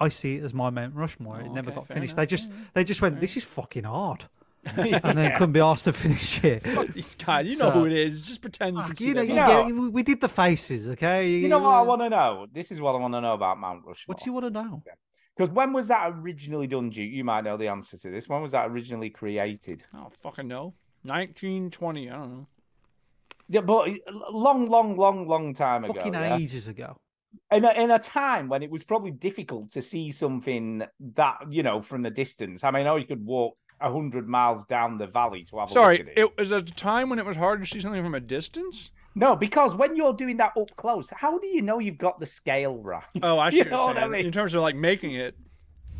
Speaker 5: I see it as my Mount Rushmore. it never
Speaker 1: okay,
Speaker 5: got
Speaker 1: fair
Speaker 5: finished.
Speaker 1: enough,
Speaker 5: They just they just went, this is fucking hard, and then couldn't be asked to finish it.
Speaker 1: Fuck these guys. You know
Speaker 5: So-
Speaker 1: who it is. Just pretend you can
Speaker 5: Fuck,
Speaker 1: see
Speaker 5: you know,
Speaker 1: that.
Speaker 5: you
Speaker 4: Yeah.
Speaker 5: get, we did the faces, okay?
Speaker 4: You know what I want to know? This is what I want to know about Mount Rushmore.
Speaker 5: What do you want to know?
Speaker 4: Because when was that originally done, Duke? You might know the answer to this. When was that originally created?
Speaker 1: I don't fucking know. 1920. I don't know.
Speaker 4: Yeah, but a long, long, long, long time ago.
Speaker 5: Fucking
Speaker 4: yeah?
Speaker 5: ages ago.
Speaker 4: in a, in a time when it was probably difficult to see something that you know from the distance. I mean, oh, you could walk a hundred miles down the valley to have a look
Speaker 1: Sorry,
Speaker 4: at it.
Speaker 1: it was a time when it was hard to see something from a distance.
Speaker 4: No, because when you're doing that up close, how do you know you've got the scale right?
Speaker 1: Oh, I see
Speaker 4: You
Speaker 1: what
Speaker 4: know
Speaker 1: you're
Speaker 4: what I
Speaker 1: saying.
Speaker 4: mean?
Speaker 1: In terms of like making it,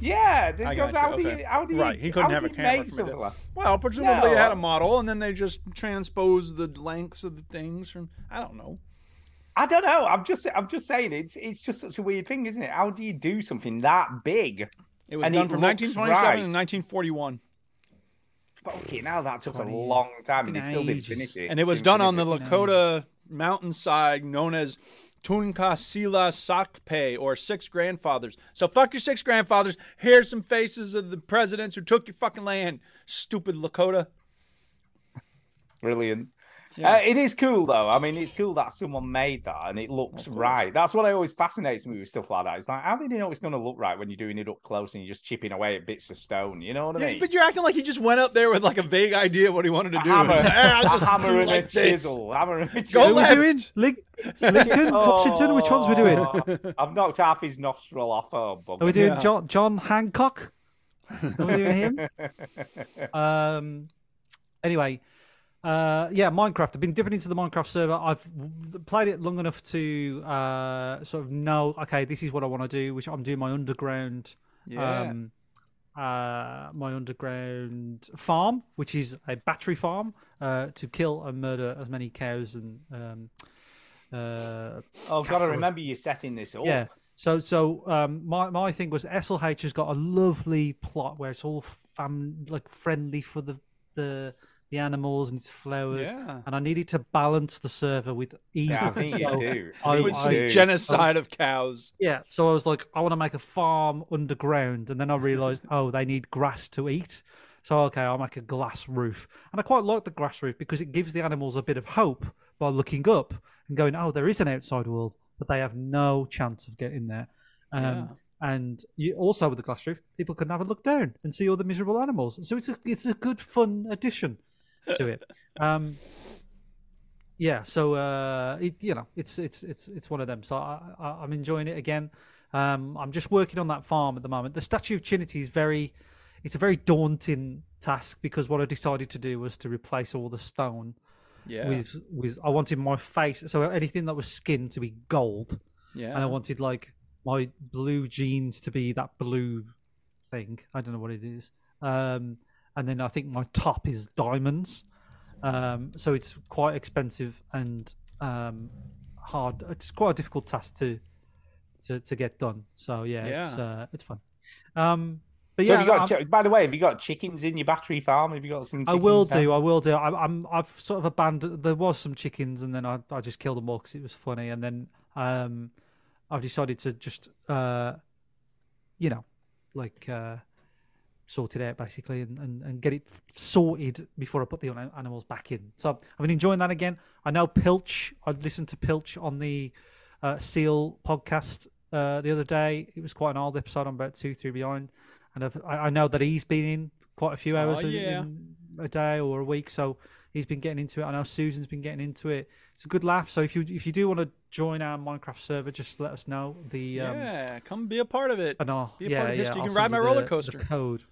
Speaker 4: Yeah,
Speaker 1: I
Speaker 4: because
Speaker 1: gotcha,
Speaker 4: how do
Speaker 1: okay.
Speaker 4: you how do you
Speaker 1: Right, he couldn't
Speaker 4: how
Speaker 1: have
Speaker 4: do
Speaker 1: a
Speaker 4: you
Speaker 1: camera
Speaker 4: make
Speaker 1: from a
Speaker 4: something like-
Speaker 1: well, presumably they
Speaker 4: No.
Speaker 1: had a model and then they just transposed the lengths of the things from. I don't know.
Speaker 4: I don't know. I'm just I'm just saying it's it's just such a weird thing, isn't it? How do you do something that big?
Speaker 1: It was
Speaker 4: And
Speaker 1: done
Speaker 4: it
Speaker 1: from
Speaker 4: looks
Speaker 1: 1927 to
Speaker 4: right.
Speaker 1: 1941,
Speaker 4: Fucking hell, that took a long time, and they still didn't
Speaker 5: ages.
Speaker 4: finish it.
Speaker 1: and it was
Speaker 4: Didn't
Speaker 1: done on
Speaker 4: finish
Speaker 1: the
Speaker 4: it.
Speaker 1: Lakota mountainside known as Tunkasila Sakpe or Six Grandfathers. So fuck your six grandfathers. Here's some faces of the presidents who took your fucking land. Stupid Lakota.
Speaker 4: Brilliant. Uh, it is cool though. I mean, it's cool that someone made that and it looks right. That's what I always fascinates me with stuff like that. It's like, how did you know it's going to look right when you're doing it up close and you're just chipping away at bits of stone? You know what I
Speaker 1: Yeah,
Speaker 4: mean?
Speaker 1: but you're acting like he just went up there with like a vague idea of what he wanted to
Speaker 4: A
Speaker 1: do.
Speaker 4: hammer,
Speaker 1: "Ah, I'll
Speaker 4: a
Speaker 1: just do
Speaker 4: hammer and a
Speaker 1: like this."
Speaker 4: chisel. Hammer and a
Speaker 1: Go
Speaker 4: chisel.
Speaker 5: Who are we
Speaker 1: left.
Speaker 5: doing? Link, Lincoln, Washington, which ones we doing? Are
Speaker 4: Oh, I've knocked half his nostril off. Oh, bugger.
Speaker 5: we doing John, John Hancock? Are we doing him? Um, anyway, uh, yeah, Minecraft. I've been dipping into the Minecraft server. I've w- played it long enough to uh, sort of know, okay, this is what I want to do, which I'm doing my underground.
Speaker 1: Yeah.
Speaker 5: Um, uh, my underground farm, which is a battery farm, uh, to kill and murder as many cows and um, uh,
Speaker 4: Oh, God, I
Speaker 5: Castle.
Speaker 4: remember you setting this up.
Speaker 5: yeah. So so um, my my thing was SLH has got a lovely plot where it's all fam like friendly for the the the animals and its flowers,
Speaker 1: Yeah.
Speaker 5: and I needed to balance the server with evil.
Speaker 4: Yeah, I think you
Speaker 5: so
Speaker 4: do. I
Speaker 5: I,
Speaker 4: think
Speaker 1: With
Speaker 4: you
Speaker 1: some
Speaker 4: do.
Speaker 1: genocide of cows.
Speaker 5: yeah, so I was like, I want to make a farm underground, and then I realized, oh, they need grass to eat. So okay, I'll make a glass roof, and I quite like the grass roof because it gives the animals a bit of hope by looking up and going, oh, there is an outside world, but they have no chance of getting there. Um, And you also with the glass roof, people can have a look down and see all the miserable animals. So it's a it's a good fun addition to it. um, yeah so uh it you know it's it's it's it's one of them so i, I i'm enjoying it again um i'm just working on that farm at the moment the statue of trinity is very it's a very daunting task because what i decided to do was to replace all the stone
Speaker 1: Yeah.
Speaker 5: with with i wanted my face so anything that was skin to be gold
Speaker 1: yeah.
Speaker 5: and i wanted like my blue jeans to be that blue thing i don't know what it is um and then i think my top is diamonds um, so it's quite expensive and um, hard. It's quite a difficult task to to, to get done. So yeah, it's
Speaker 1: Yeah.
Speaker 5: uh, it's fun. Um, but
Speaker 4: So
Speaker 5: yeah,
Speaker 4: have you got,
Speaker 5: I'm-
Speaker 4: chi- by the way, have you got chickens in your battery farm? Have you got some
Speaker 5: I
Speaker 4: chickens?
Speaker 5: will
Speaker 4: down-
Speaker 5: do. I will do. I, I'm. I've sort of abandoned. There was some chickens, and then I, I just killed them all because it was funny. And then um, I've decided to just, uh, you know, like uh, sort it out basically, and, and, and get it f- sorted before I put the an- animals back in. So I've been enjoying that again. I know Pilch. I listened to Pilch on the uh, Seal podcast uh, the other day. It was quite an old episode. I'm about two, three behind, and I've, I, I know that he's been in quite a few hours. in-
Speaker 1: Oh, yeah.
Speaker 5: in- a day or a week. So he's been getting into it. I know Susan's been getting into it. It's a good laugh. So if you if you do want to join our Minecraft server, just let us know. The um,
Speaker 1: yeah, come be a part of it.
Speaker 5: And I'll,
Speaker 1: be a
Speaker 5: yeah,
Speaker 1: part of
Speaker 5: yeah,
Speaker 1: history.
Speaker 5: I'll
Speaker 1: you can
Speaker 5: send
Speaker 1: ride my roller
Speaker 5: the-
Speaker 1: coaster.
Speaker 5: The code.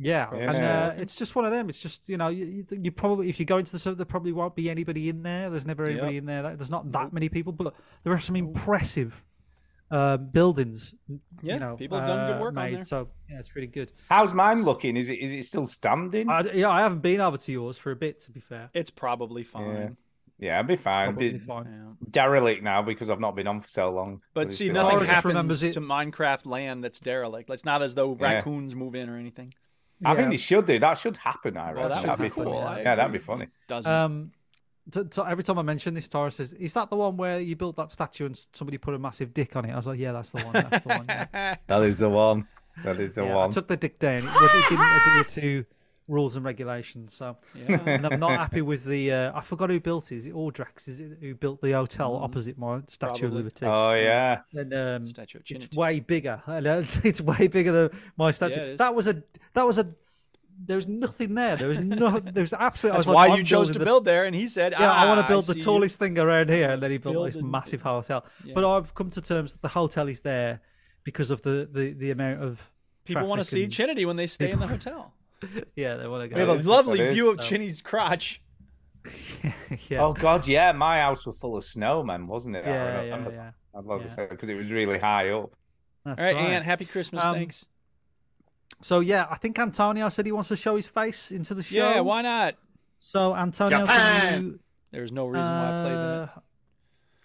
Speaker 5: Yeah,
Speaker 1: Yeah.
Speaker 5: and uh, it's just one of them. It's just you know you, you- you probably if you go into the server there probably won't be anybody in there. There's never anybody
Speaker 1: Yep.
Speaker 5: in there. There's not that many people, but there are some impressive uh, buildings.
Speaker 1: Yeah,
Speaker 5: you know,
Speaker 1: people have done good
Speaker 5: uh,
Speaker 1: work on
Speaker 5: made.
Speaker 1: there.
Speaker 5: So yeah, it's really good.
Speaker 4: How's mine looking? Is it is it still standing?
Speaker 5: I, yeah, I haven't been over to yours for a bit. To be fair,
Speaker 1: It's probably fine.
Speaker 4: Yeah, yeah, I'll be fine.
Speaker 5: probably
Speaker 4: Be-
Speaker 5: fine.
Speaker 4: derelict now because I've not been on for so long.
Speaker 1: But
Speaker 4: it's
Speaker 1: see,
Speaker 4: been
Speaker 1: nothing
Speaker 4: like-
Speaker 5: Taurus
Speaker 1: happens
Speaker 5: remembers it.
Speaker 1: to Minecraft land that's derelict. It's not as though
Speaker 4: Yeah.
Speaker 1: raccoons move in or anything.
Speaker 4: I think
Speaker 5: Yeah.
Speaker 4: they should do that. Should happen, I
Speaker 5: Oh,
Speaker 4: reckon.
Speaker 1: Well, that would
Speaker 4: That'd
Speaker 1: be
Speaker 4: be
Speaker 1: cool. I
Speaker 4: funny. Yeah, that'd be
Speaker 1: agree.
Speaker 4: funny.
Speaker 1: Doesn't.
Speaker 5: Um, t- t- every time I mention this, Taurus says, "Is that the one where you built that statue and s- somebody put a massive dick on it?" I was like, "Yeah, that's the one. That's the one." yeah."
Speaker 4: That is the one. That is the
Speaker 5: Yeah, I
Speaker 4: one.
Speaker 5: took the dick down. It, well, it didn't adhere to rules and regulations. So,
Speaker 1: Yeah.
Speaker 5: and I'm not happy with the. Uh, I forgot who built it. Is it Audrax? Is it who built the hotel opposite my Statue
Speaker 1: Mm. Probably.
Speaker 5: of Liberty?
Speaker 4: Oh yeah.
Speaker 5: and um,
Speaker 1: Statue of
Speaker 5: it's
Speaker 1: Chinity.
Speaker 5: way bigger. And It's, it's way bigger than my
Speaker 1: Yeah,
Speaker 5: statue.
Speaker 1: it is.
Speaker 5: that was a. That was a. There was nothing there. There was no. There was absolutely. I
Speaker 1: That's
Speaker 5: was like,
Speaker 1: why
Speaker 5: I'm
Speaker 1: you chose
Speaker 5: building
Speaker 1: to
Speaker 5: the-
Speaker 1: build there, and he said,
Speaker 5: yeah, I want
Speaker 1: "Ah,
Speaker 5: to build the
Speaker 1: see you."
Speaker 5: tallest thing around here, and then he built
Speaker 1: Build
Speaker 5: this
Speaker 1: and-
Speaker 5: massive hotel. But I've come to terms that the hotel is there because of the the, the amount of
Speaker 1: People want to see
Speaker 5: traffic
Speaker 1: Chinity when they stay in the hotel.
Speaker 5: and- Yeah, they want to go.
Speaker 1: We have a
Speaker 4: is,
Speaker 1: lovely
Speaker 4: that is.
Speaker 1: view of Chinity's crotch.
Speaker 5: yeah.
Speaker 4: Oh god, yeah. My house was full of snowmen, wasn't it? I
Speaker 5: yeah, yeah,
Speaker 4: remember.
Speaker 5: yeah.
Speaker 4: I'd love to
Speaker 5: Yeah.
Speaker 4: say because it was really high up.
Speaker 5: That's
Speaker 1: All right,
Speaker 5: right.
Speaker 1: Aunt, happy Christmas.
Speaker 5: Um,
Speaker 1: thanks.
Speaker 5: So yeah, I think Antonio said he wants to show his face into the show.
Speaker 1: Yeah, why not?
Speaker 5: So Antonio, can you,
Speaker 1: There's no reason why I played
Speaker 5: Uh,
Speaker 1: that.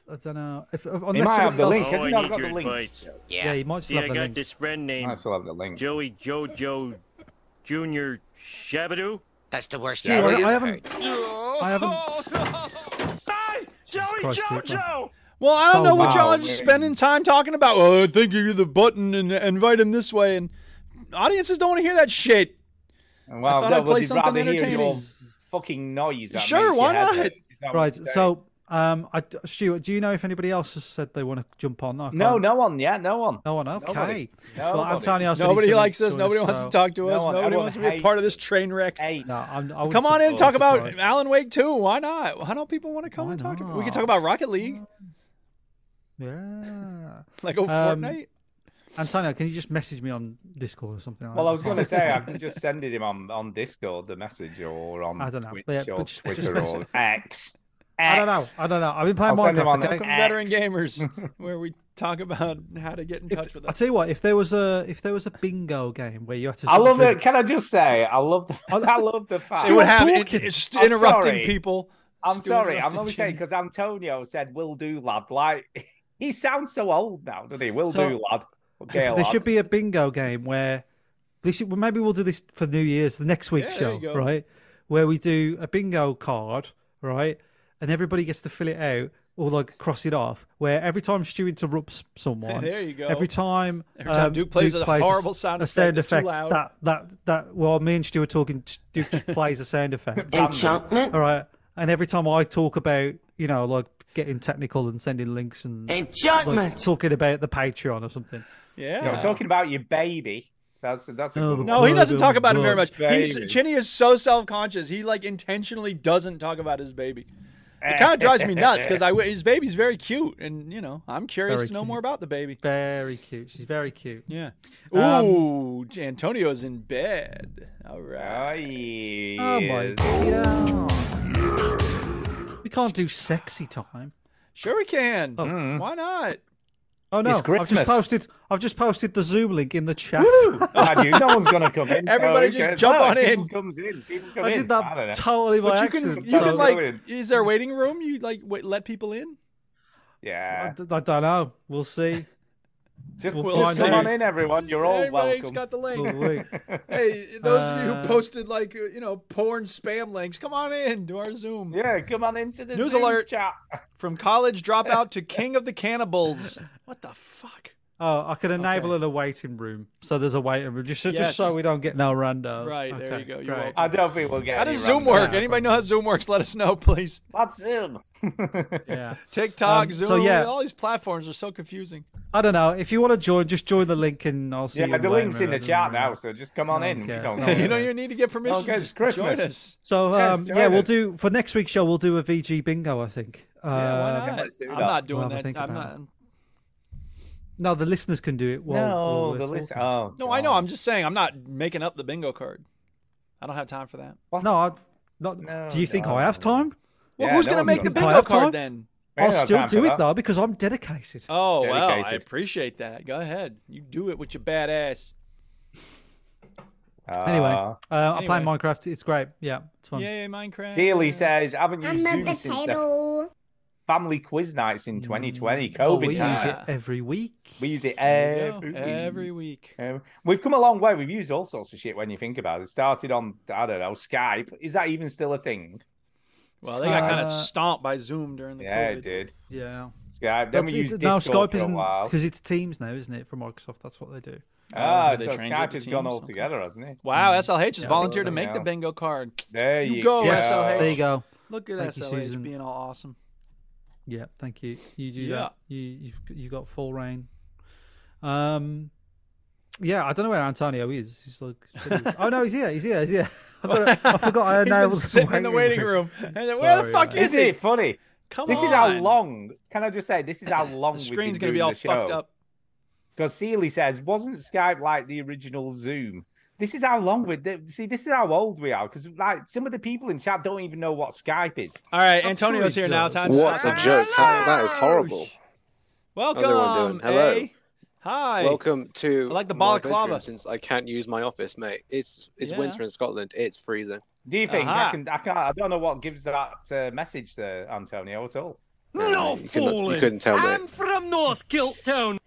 Speaker 5: I don't know. If, if,
Speaker 4: They
Speaker 5: unless
Speaker 4: might have
Speaker 5: somebody
Speaker 4: the
Speaker 5: else-
Speaker 4: link.
Speaker 11: Oh, I
Speaker 4: Hasn't he? I've
Speaker 11: need
Speaker 4: got the
Speaker 11: your
Speaker 4: link.
Speaker 11: advice.
Speaker 5: Yeah, he might still
Speaker 13: Yeah, I
Speaker 5: have
Speaker 13: got
Speaker 5: the link.
Speaker 13: this friend
Speaker 4: I
Speaker 13: named
Speaker 4: still have the link.
Speaker 13: Joey Jojo Junior Shabadoo.
Speaker 10: That's the worst
Speaker 5: Stu, I,
Speaker 10: ever.
Speaker 5: I haven't. I haven't.
Speaker 13: Hey, Joey
Speaker 5: Christ, dude.
Speaker 13: Jojo.
Speaker 1: Well, I don't
Speaker 5: So
Speaker 1: know what y'all are
Speaker 4: loud.
Speaker 1: just spending time talking about. Well, I think you the button and invite him this way, and audiences don't want to hear that shit.
Speaker 4: Well,
Speaker 1: I thought
Speaker 4: no,
Speaker 1: I'd play
Speaker 4: would you
Speaker 1: something
Speaker 4: rather hear your
Speaker 1: entertaining.
Speaker 4: fucking noise. That
Speaker 1: Sure,
Speaker 4: makes your
Speaker 1: why
Speaker 4: head
Speaker 1: not?
Speaker 4: hurt? Is that what
Speaker 5: Right.
Speaker 4: you're saying?
Speaker 5: So, um, I, Stuart, do you know if anybody else has said they want to jump on? I
Speaker 4: no,
Speaker 5: can't-
Speaker 4: no one. Yeah, no one.
Speaker 5: no one. Okay.
Speaker 4: Nobody.
Speaker 5: Well,
Speaker 4: Nobody.
Speaker 5: Antonio. said he's
Speaker 1: Nobody
Speaker 5: gonna
Speaker 1: likes us.
Speaker 5: join
Speaker 1: Nobody wants
Speaker 5: so-
Speaker 1: to talk to
Speaker 4: No
Speaker 1: us.
Speaker 4: one-
Speaker 1: Nobody
Speaker 4: everyone
Speaker 1: wants to be a
Speaker 4: hates
Speaker 1: part of
Speaker 4: it.
Speaker 1: this train wreck.
Speaker 4: Eight.
Speaker 5: No, I'm, I
Speaker 1: Come on in and talk about
Speaker 5: surprised.
Speaker 1: Alan Wake too. Why not? Why don't people want to come
Speaker 5: Why
Speaker 1: and talk to?
Speaker 5: not?
Speaker 1: We can talk about Rocket League,
Speaker 5: Yeah.
Speaker 1: like oh
Speaker 5: Um,
Speaker 1: Fortnite.
Speaker 5: Antonio, can you just message me on Discord or something? Like
Speaker 4: Well,
Speaker 5: that?
Speaker 4: I was going to say I can just send it him on on Discord the message or on
Speaker 5: I dunno,
Speaker 4: Twitch
Speaker 5: but yeah,
Speaker 4: or
Speaker 5: but just- just
Speaker 4: Twitter or X.
Speaker 5: I don't know. I don't know. I've been playing
Speaker 4: I'll send him on
Speaker 5: Minecraft.
Speaker 4: the-
Speaker 5: Okay?
Speaker 1: Welcome, veteran
Speaker 4: X.
Speaker 1: gamers, where we talk about how to get in touch
Speaker 5: If,
Speaker 1: with
Speaker 5: I
Speaker 1: us.
Speaker 5: tell you what, if there was a if there was a bingo game where you had to,
Speaker 4: I
Speaker 5: sort of
Speaker 4: love
Speaker 5: do-
Speaker 4: it. Can I just say I love the,
Speaker 5: Oh,
Speaker 4: I love the fact.
Speaker 1: It would have it,
Speaker 5: talking.
Speaker 1: it's
Speaker 4: I'm
Speaker 1: interrupting
Speaker 4: sorry.
Speaker 1: people.
Speaker 4: I'm
Speaker 1: Stuart
Speaker 4: sorry. I'm
Speaker 1: Russell
Speaker 4: only saying
Speaker 1: Chin.
Speaker 4: because Antonio said "will do, lad." Like he sounds so old now, doesn't he? Will
Speaker 5: So,
Speaker 4: do, lad.
Speaker 5: if
Speaker 4: Okay,
Speaker 5: there
Speaker 4: lad.
Speaker 5: should be a bingo game where this well, maybe we'll do this for New Year's, the next week's
Speaker 1: Yeah, there you
Speaker 5: show,
Speaker 1: go.
Speaker 5: right? Where we do a bingo card, right? And everybody gets to fill it out or like cross it off. Where every time Stu interrupts someone,
Speaker 1: There you go.
Speaker 5: Every time,
Speaker 1: Every time
Speaker 5: um,
Speaker 1: Duke plays a horrible
Speaker 5: s-
Speaker 1: sound
Speaker 5: a
Speaker 1: effect
Speaker 5: sound
Speaker 1: that's too
Speaker 5: effect
Speaker 1: loud.
Speaker 5: that that that while me and Stu are talking, Duke just plays a sound effect.
Speaker 10: Enchantment.
Speaker 5: All right, and every time I talk about you know like getting technical and sending links and like,
Speaker 10: Enchantment.
Speaker 5: talking about the Patreon or something.
Speaker 1: Yeah.
Speaker 4: No, we're talking about your baby. That's that's a
Speaker 5: No,
Speaker 4: good one.
Speaker 5: Oh, no,
Speaker 1: No, he doesn't
Speaker 5: Brother
Speaker 1: talk about it very much.
Speaker 5: Blood.
Speaker 1: He's
Speaker 4: Baby.
Speaker 1: Chinny is so self conscious. He like intentionally doesn't talk about his baby. It kind of drives me nuts because I w- his baby's very cute, and you know I'm curious
Speaker 5: Very
Speaker 1: to know
Speaker 5: cute.
Speaker 1: more about the baby.
Speaker 5: Very cute. She's very cute.
Speaker 1: Yeah.
Speaker 5: Um,
Speaker 1: Ooh, Antonio's in bed. All right.
Speaker 4: Oh, yes.
Speaker 5: Oh my god. We can't do sexy time.
Speaker 1: Sure we can.
Speaker 5: Oh.
Speaker 4: Hmm.
Speaker 1: Why not?
Speaker 5: Oh no!
Speaker 4: It's
Speaker 5: I've
Speaker 4: Christmas.
Speaker 5: just posted. I've just posted the Zoom link in the chat.
Speaker 4: I knew no one's gonna come in. so
Speaker 1: Everybody
Speaker 4: who
Speaker 1: just
Speaker 4: cares?
Speaker 1: jump
Speaker 4: No,
Speaker 1: on
Speaker 4: people
Speaker 1: in.
Speaker 4: Comes in. People come
Speaker 5: I
Speaker 4: in.
Speaker 5: did
Speaker 4: I don't know.
Speaker 5: that totally by
Speaker 1: But you
Speaker 5: accident.
Speaker 1: can you
Speaker 5: so-
Speaker 1: can like
Speaker 4: Brilliant.
Speaker 1: is there a waiting room? You like wait, let people in?
Speaker 5: I,
Speaker 4: yeah.
Speaker 5: I don't know. We'll see.
Speaker 4: Just,
Speaker 5: we'll
Speaker 4: just
Speaker 5: find
Speaker 4: come on
Speaker 5: out.
Speaker 4: in, everyone. You're all
Speaker 1: Everybody's
Speaker 4: welcome.
Speaker 1: got the
Speaker 5: We'll
Speaker 1: link.
Speaker 5: wait.
Speaker 1: hey, those of you who
Speaker 5: Uh,
Speaker 1: posted like uh, you know porn spam links, come on in to our Zoom.
Speaker 4: Yeah, come on into the
Speaker 1: News
Speaker 4: Zoom
Speaker 1: alert.
Speaker 4: chat.
Speaker 1: From college dropout to king of the cannibals. What the fuck?
Speaker 5: Oh, I can enable in a waiting room. So there's a waiting room. Just, just
Speaker 1: Yes.
Speaker 5: so we don't get no randos.
Speaker 1: Right, there
Speaker 5: Okay,
Speaker 1: you go. You're
Speaker 5: great.
Speaker 1: welcome.
Speaker 4: I don't think we'll get.
Speaker 1: How
Speaker 4: any
Speaker 1: does Zoom
Speaker 4: random-
Speaker 1: work? Anybody know how Zoom works? Let us know, please.
Speaker 4: That's Zoom.
Speaker 5: Yeah.
Speaker 1: TikTok,
Speaker 5: Um,
Speaker 1: Zoom,
Speaker 5: so yeah.
Speaker 1: all these platforms are so confusing.
Speaker 5: I don't know. If you want to join, just join the link and I'll see you.
Speaker 4: yeah, the
Speaker 5: later,
Speaker 4: link's in the
Speaker 5: don't
Speaker 4: chat
Speaker 5: worry.
Speaker 4: now, so just come on in. We
Speaker 5: Okay.
Speaker 4: don't
Speaker 5: No,
Speaker 4: care.
Speaker 5: we
Speaker 1: You don't even need to get permission.
Speaker 4: Okay, Oh, it's
Speaker 1: Just join
Speaker 4: Christmas.
Speaker 1: us.
Speaker 5: So
Speaker 4: Yes,
Speaker 5: um,
Speaker 4: join
Speaker 5: yeah, we'll
Speaker 4: us.
Speaker 5: do for next week's show. We'll do a VG bingo, I think.
Speaker 1: Yeah, why
Speaker 5: Um,
Speaker 1: not?
Speaker 4: let's do
Speaker 1: I'm
Speaker 4: that.
Speaker 1: not doing
Speaker 5: We'll have a
Speaker 1: that.
Speaker 5: think
Speaker 1: I'm
Speaker 5: about
Speaker 1: not.
Speaker 5: No, the listeners can do it. While, while
Speaker 4: No,
Speaker 5: we're
Speaker 4: the list.
Speaker 5: talking.
Speaker 4: Oh,
Speaker 1: No, I know.
Speaker 4: God.
Speaker 1: I'm just saying. I'm not making up the bingo card. I don't have time for that.
Speaker 5: no, I've not.
Speaker 4: No,
Speaker 5: do you think
Speaker 4: no.
Speaker 5: I have time?
Speaker 1: Well,
Speaker 4: Yeah,
Speaker 1: who's
Speaker 4: no
Speaker 1: gonna
Speaker 4: one's
Speaker 1: make
Speaker 4: got
Speaker 1: the
Speaker 5: time.
Speaker 1: bingo
Speaker 5: Have time?
Speaker 1: card then?
Speaker 4: I don't
Speaker 5: I'll
Speaker 4: have
Speaker 5: still
Speaker 4: time for
Speaker 5: do it
Speaker 4: that.
Speaker 5: though because I'm dedicated.
Speaker 4: Uh,
Speaker 1: Oh well, I
Speaker 4: dedicated.
Speaker 1: appreciate that. Go ahead. You do it with your badass.
Speaker 5: anyway,
Speaker 4: Ah.
Speaker 5: uh, I play
Speaker 1: anyway.
Speaker 5: Minecraft. It's great. Yeah, it's fun.
Speaker 1: Yay, Minecraft.
Speaker 4: Sealy says, haven't you
Speaker 9: I'm a
Speaker 4: Zoom since the
Speaker 9: potato.
Speaker 4: family quiz nights in 2020, COVID
Speaker 5: Oh, we
Speaker 4: time?
Speaker 5: use it
Speaker 1: Yeah.
Speaker 5: every week.
Speaker 4: We use it
Speaker 1: There you go.
Speaker 4: every week.
Speaker 1: every week.
Speaker 4: Um, we've come a long way. We've used all sorts of shit when you think about it. Started on, I don't know, Skype. Is that even still a thing?
Speaker 1: Well, they got kind of
Speaker 5: Uh,
Speaker 1: stomped by Zoom during the
Speaker 4: Yeah,
Speaker 1: COVID.
Speaker 4: it did.
Speaker 5: Yeah.
Speaker 4: Skype. Then
Speaker 5: That's-
Speaker 4: we used
Speaker 5: it- now
Speaker 4: Discord
Speaker 5: Skype
Speaker 4: for a while.
Speaker 5: isn't because it's Teams now, isn't it? For Microsoft, that's what they do.
Speaker 4: Ah,
Speaker 1: Did they
Speaker 4: so
Speaker 1: change it
Speaker 4: Skype
Speaker 1: to
Speaker 4: has gone
Speaker 1: Teams?
Speaker 4: all together, hasn't it?
Speaker 1: Wow, SLH has
Speaker 5: Yeah,
Speaker 1: volunteered to
Speaker 4: there
Speaker 1: make
Speaker 4: you
Speaker 1: the
Speaker 4: go.
Speaker 1: bingo card.
Speaker 4: There
Speaker 1: You
Speaker 4: you,
Speaker 1: go,
Speaker 4: go.
Speaker 1: Yes, SLH.
Speaker 5: there you go.
Speaker 1: Look at
Speaker 5: Thank you,
Speaker 1: SLH
Speaker 5: Susan.
Speaker 1: being all awesome.
Speaker 5: Yeah, thank you. You do
Speaker 1: Yeah.
Speaker 5: that. You you you got full reign. Um, yeah, I don't know where Antonio is. He's like, oh no, he's here. He's here. He's here. I, thought- I forgot. I
Speaker 1: He's
Speaker 5: now
Speaker 1: been
Speaker 5: was
Speaker 1: sitting in the waiting
Speaker 5: for him.
Speaker 1: room. And then, where the
Speaker 5: Sorry,
Speaker 1: fuck
Speaker 5: mate.
Speaker 1: is
Speaker 4: Isn't
Speaker 1: he?
Speaker 4: it funny?
Speaker 1: Come
Speaker 4: This
Speaker 1: on.
Speaker 4: is how long. Can I just say this is how long
Speaker 1: The
Speaker 4: we've
Speaker 1: screen's
Speaker 4: been
Speaker 1: gonna be
Speaker 4: doing
Speaker 1: all
Speaker 4: the
Speaker 1: fucked
Speaker 4: show.
Speaker 1: up.
Speaker 4: Because Sealy says, wasn't Skype like the original Zoom? This is how long we th- see. This is how old we are. Because like some of the people in chat don't even know what Skype is.
Speaker 1: All right,
Speaker 5: sure
Speaker 1: Antonio's
Speaker 5: he
Speaker 1: here now.
Speaker 5: does.
Speaker 1: Time to
Speaker 14: What's a
Speaker 1: start.
Speaker 14: joke? That- that is horrible.
Speaker 1: Welcome.
Speaker 14: How's everyone doing? Hello.
Speaker 1: eh? Hi.
Speaker 14: Welcome to
Speaker 1: I like the
Speaker 14: my
Speaker 1: balaclava.
Speaker 14: bedroom since I can't use my office, mate. It's it's
Speaker 1: Yeah.
Speaker 14: winter in Scotland. It's freezing.
Speaker 4: Do you think
Speaker 1: Aha.
Speaker 4: I can? I can't. I don't know what gives that uh, message there, Antonio, at all.
Speaker 14: No you couldn't, you couldn't tell me.
Speaker 13: from North Kilt Town.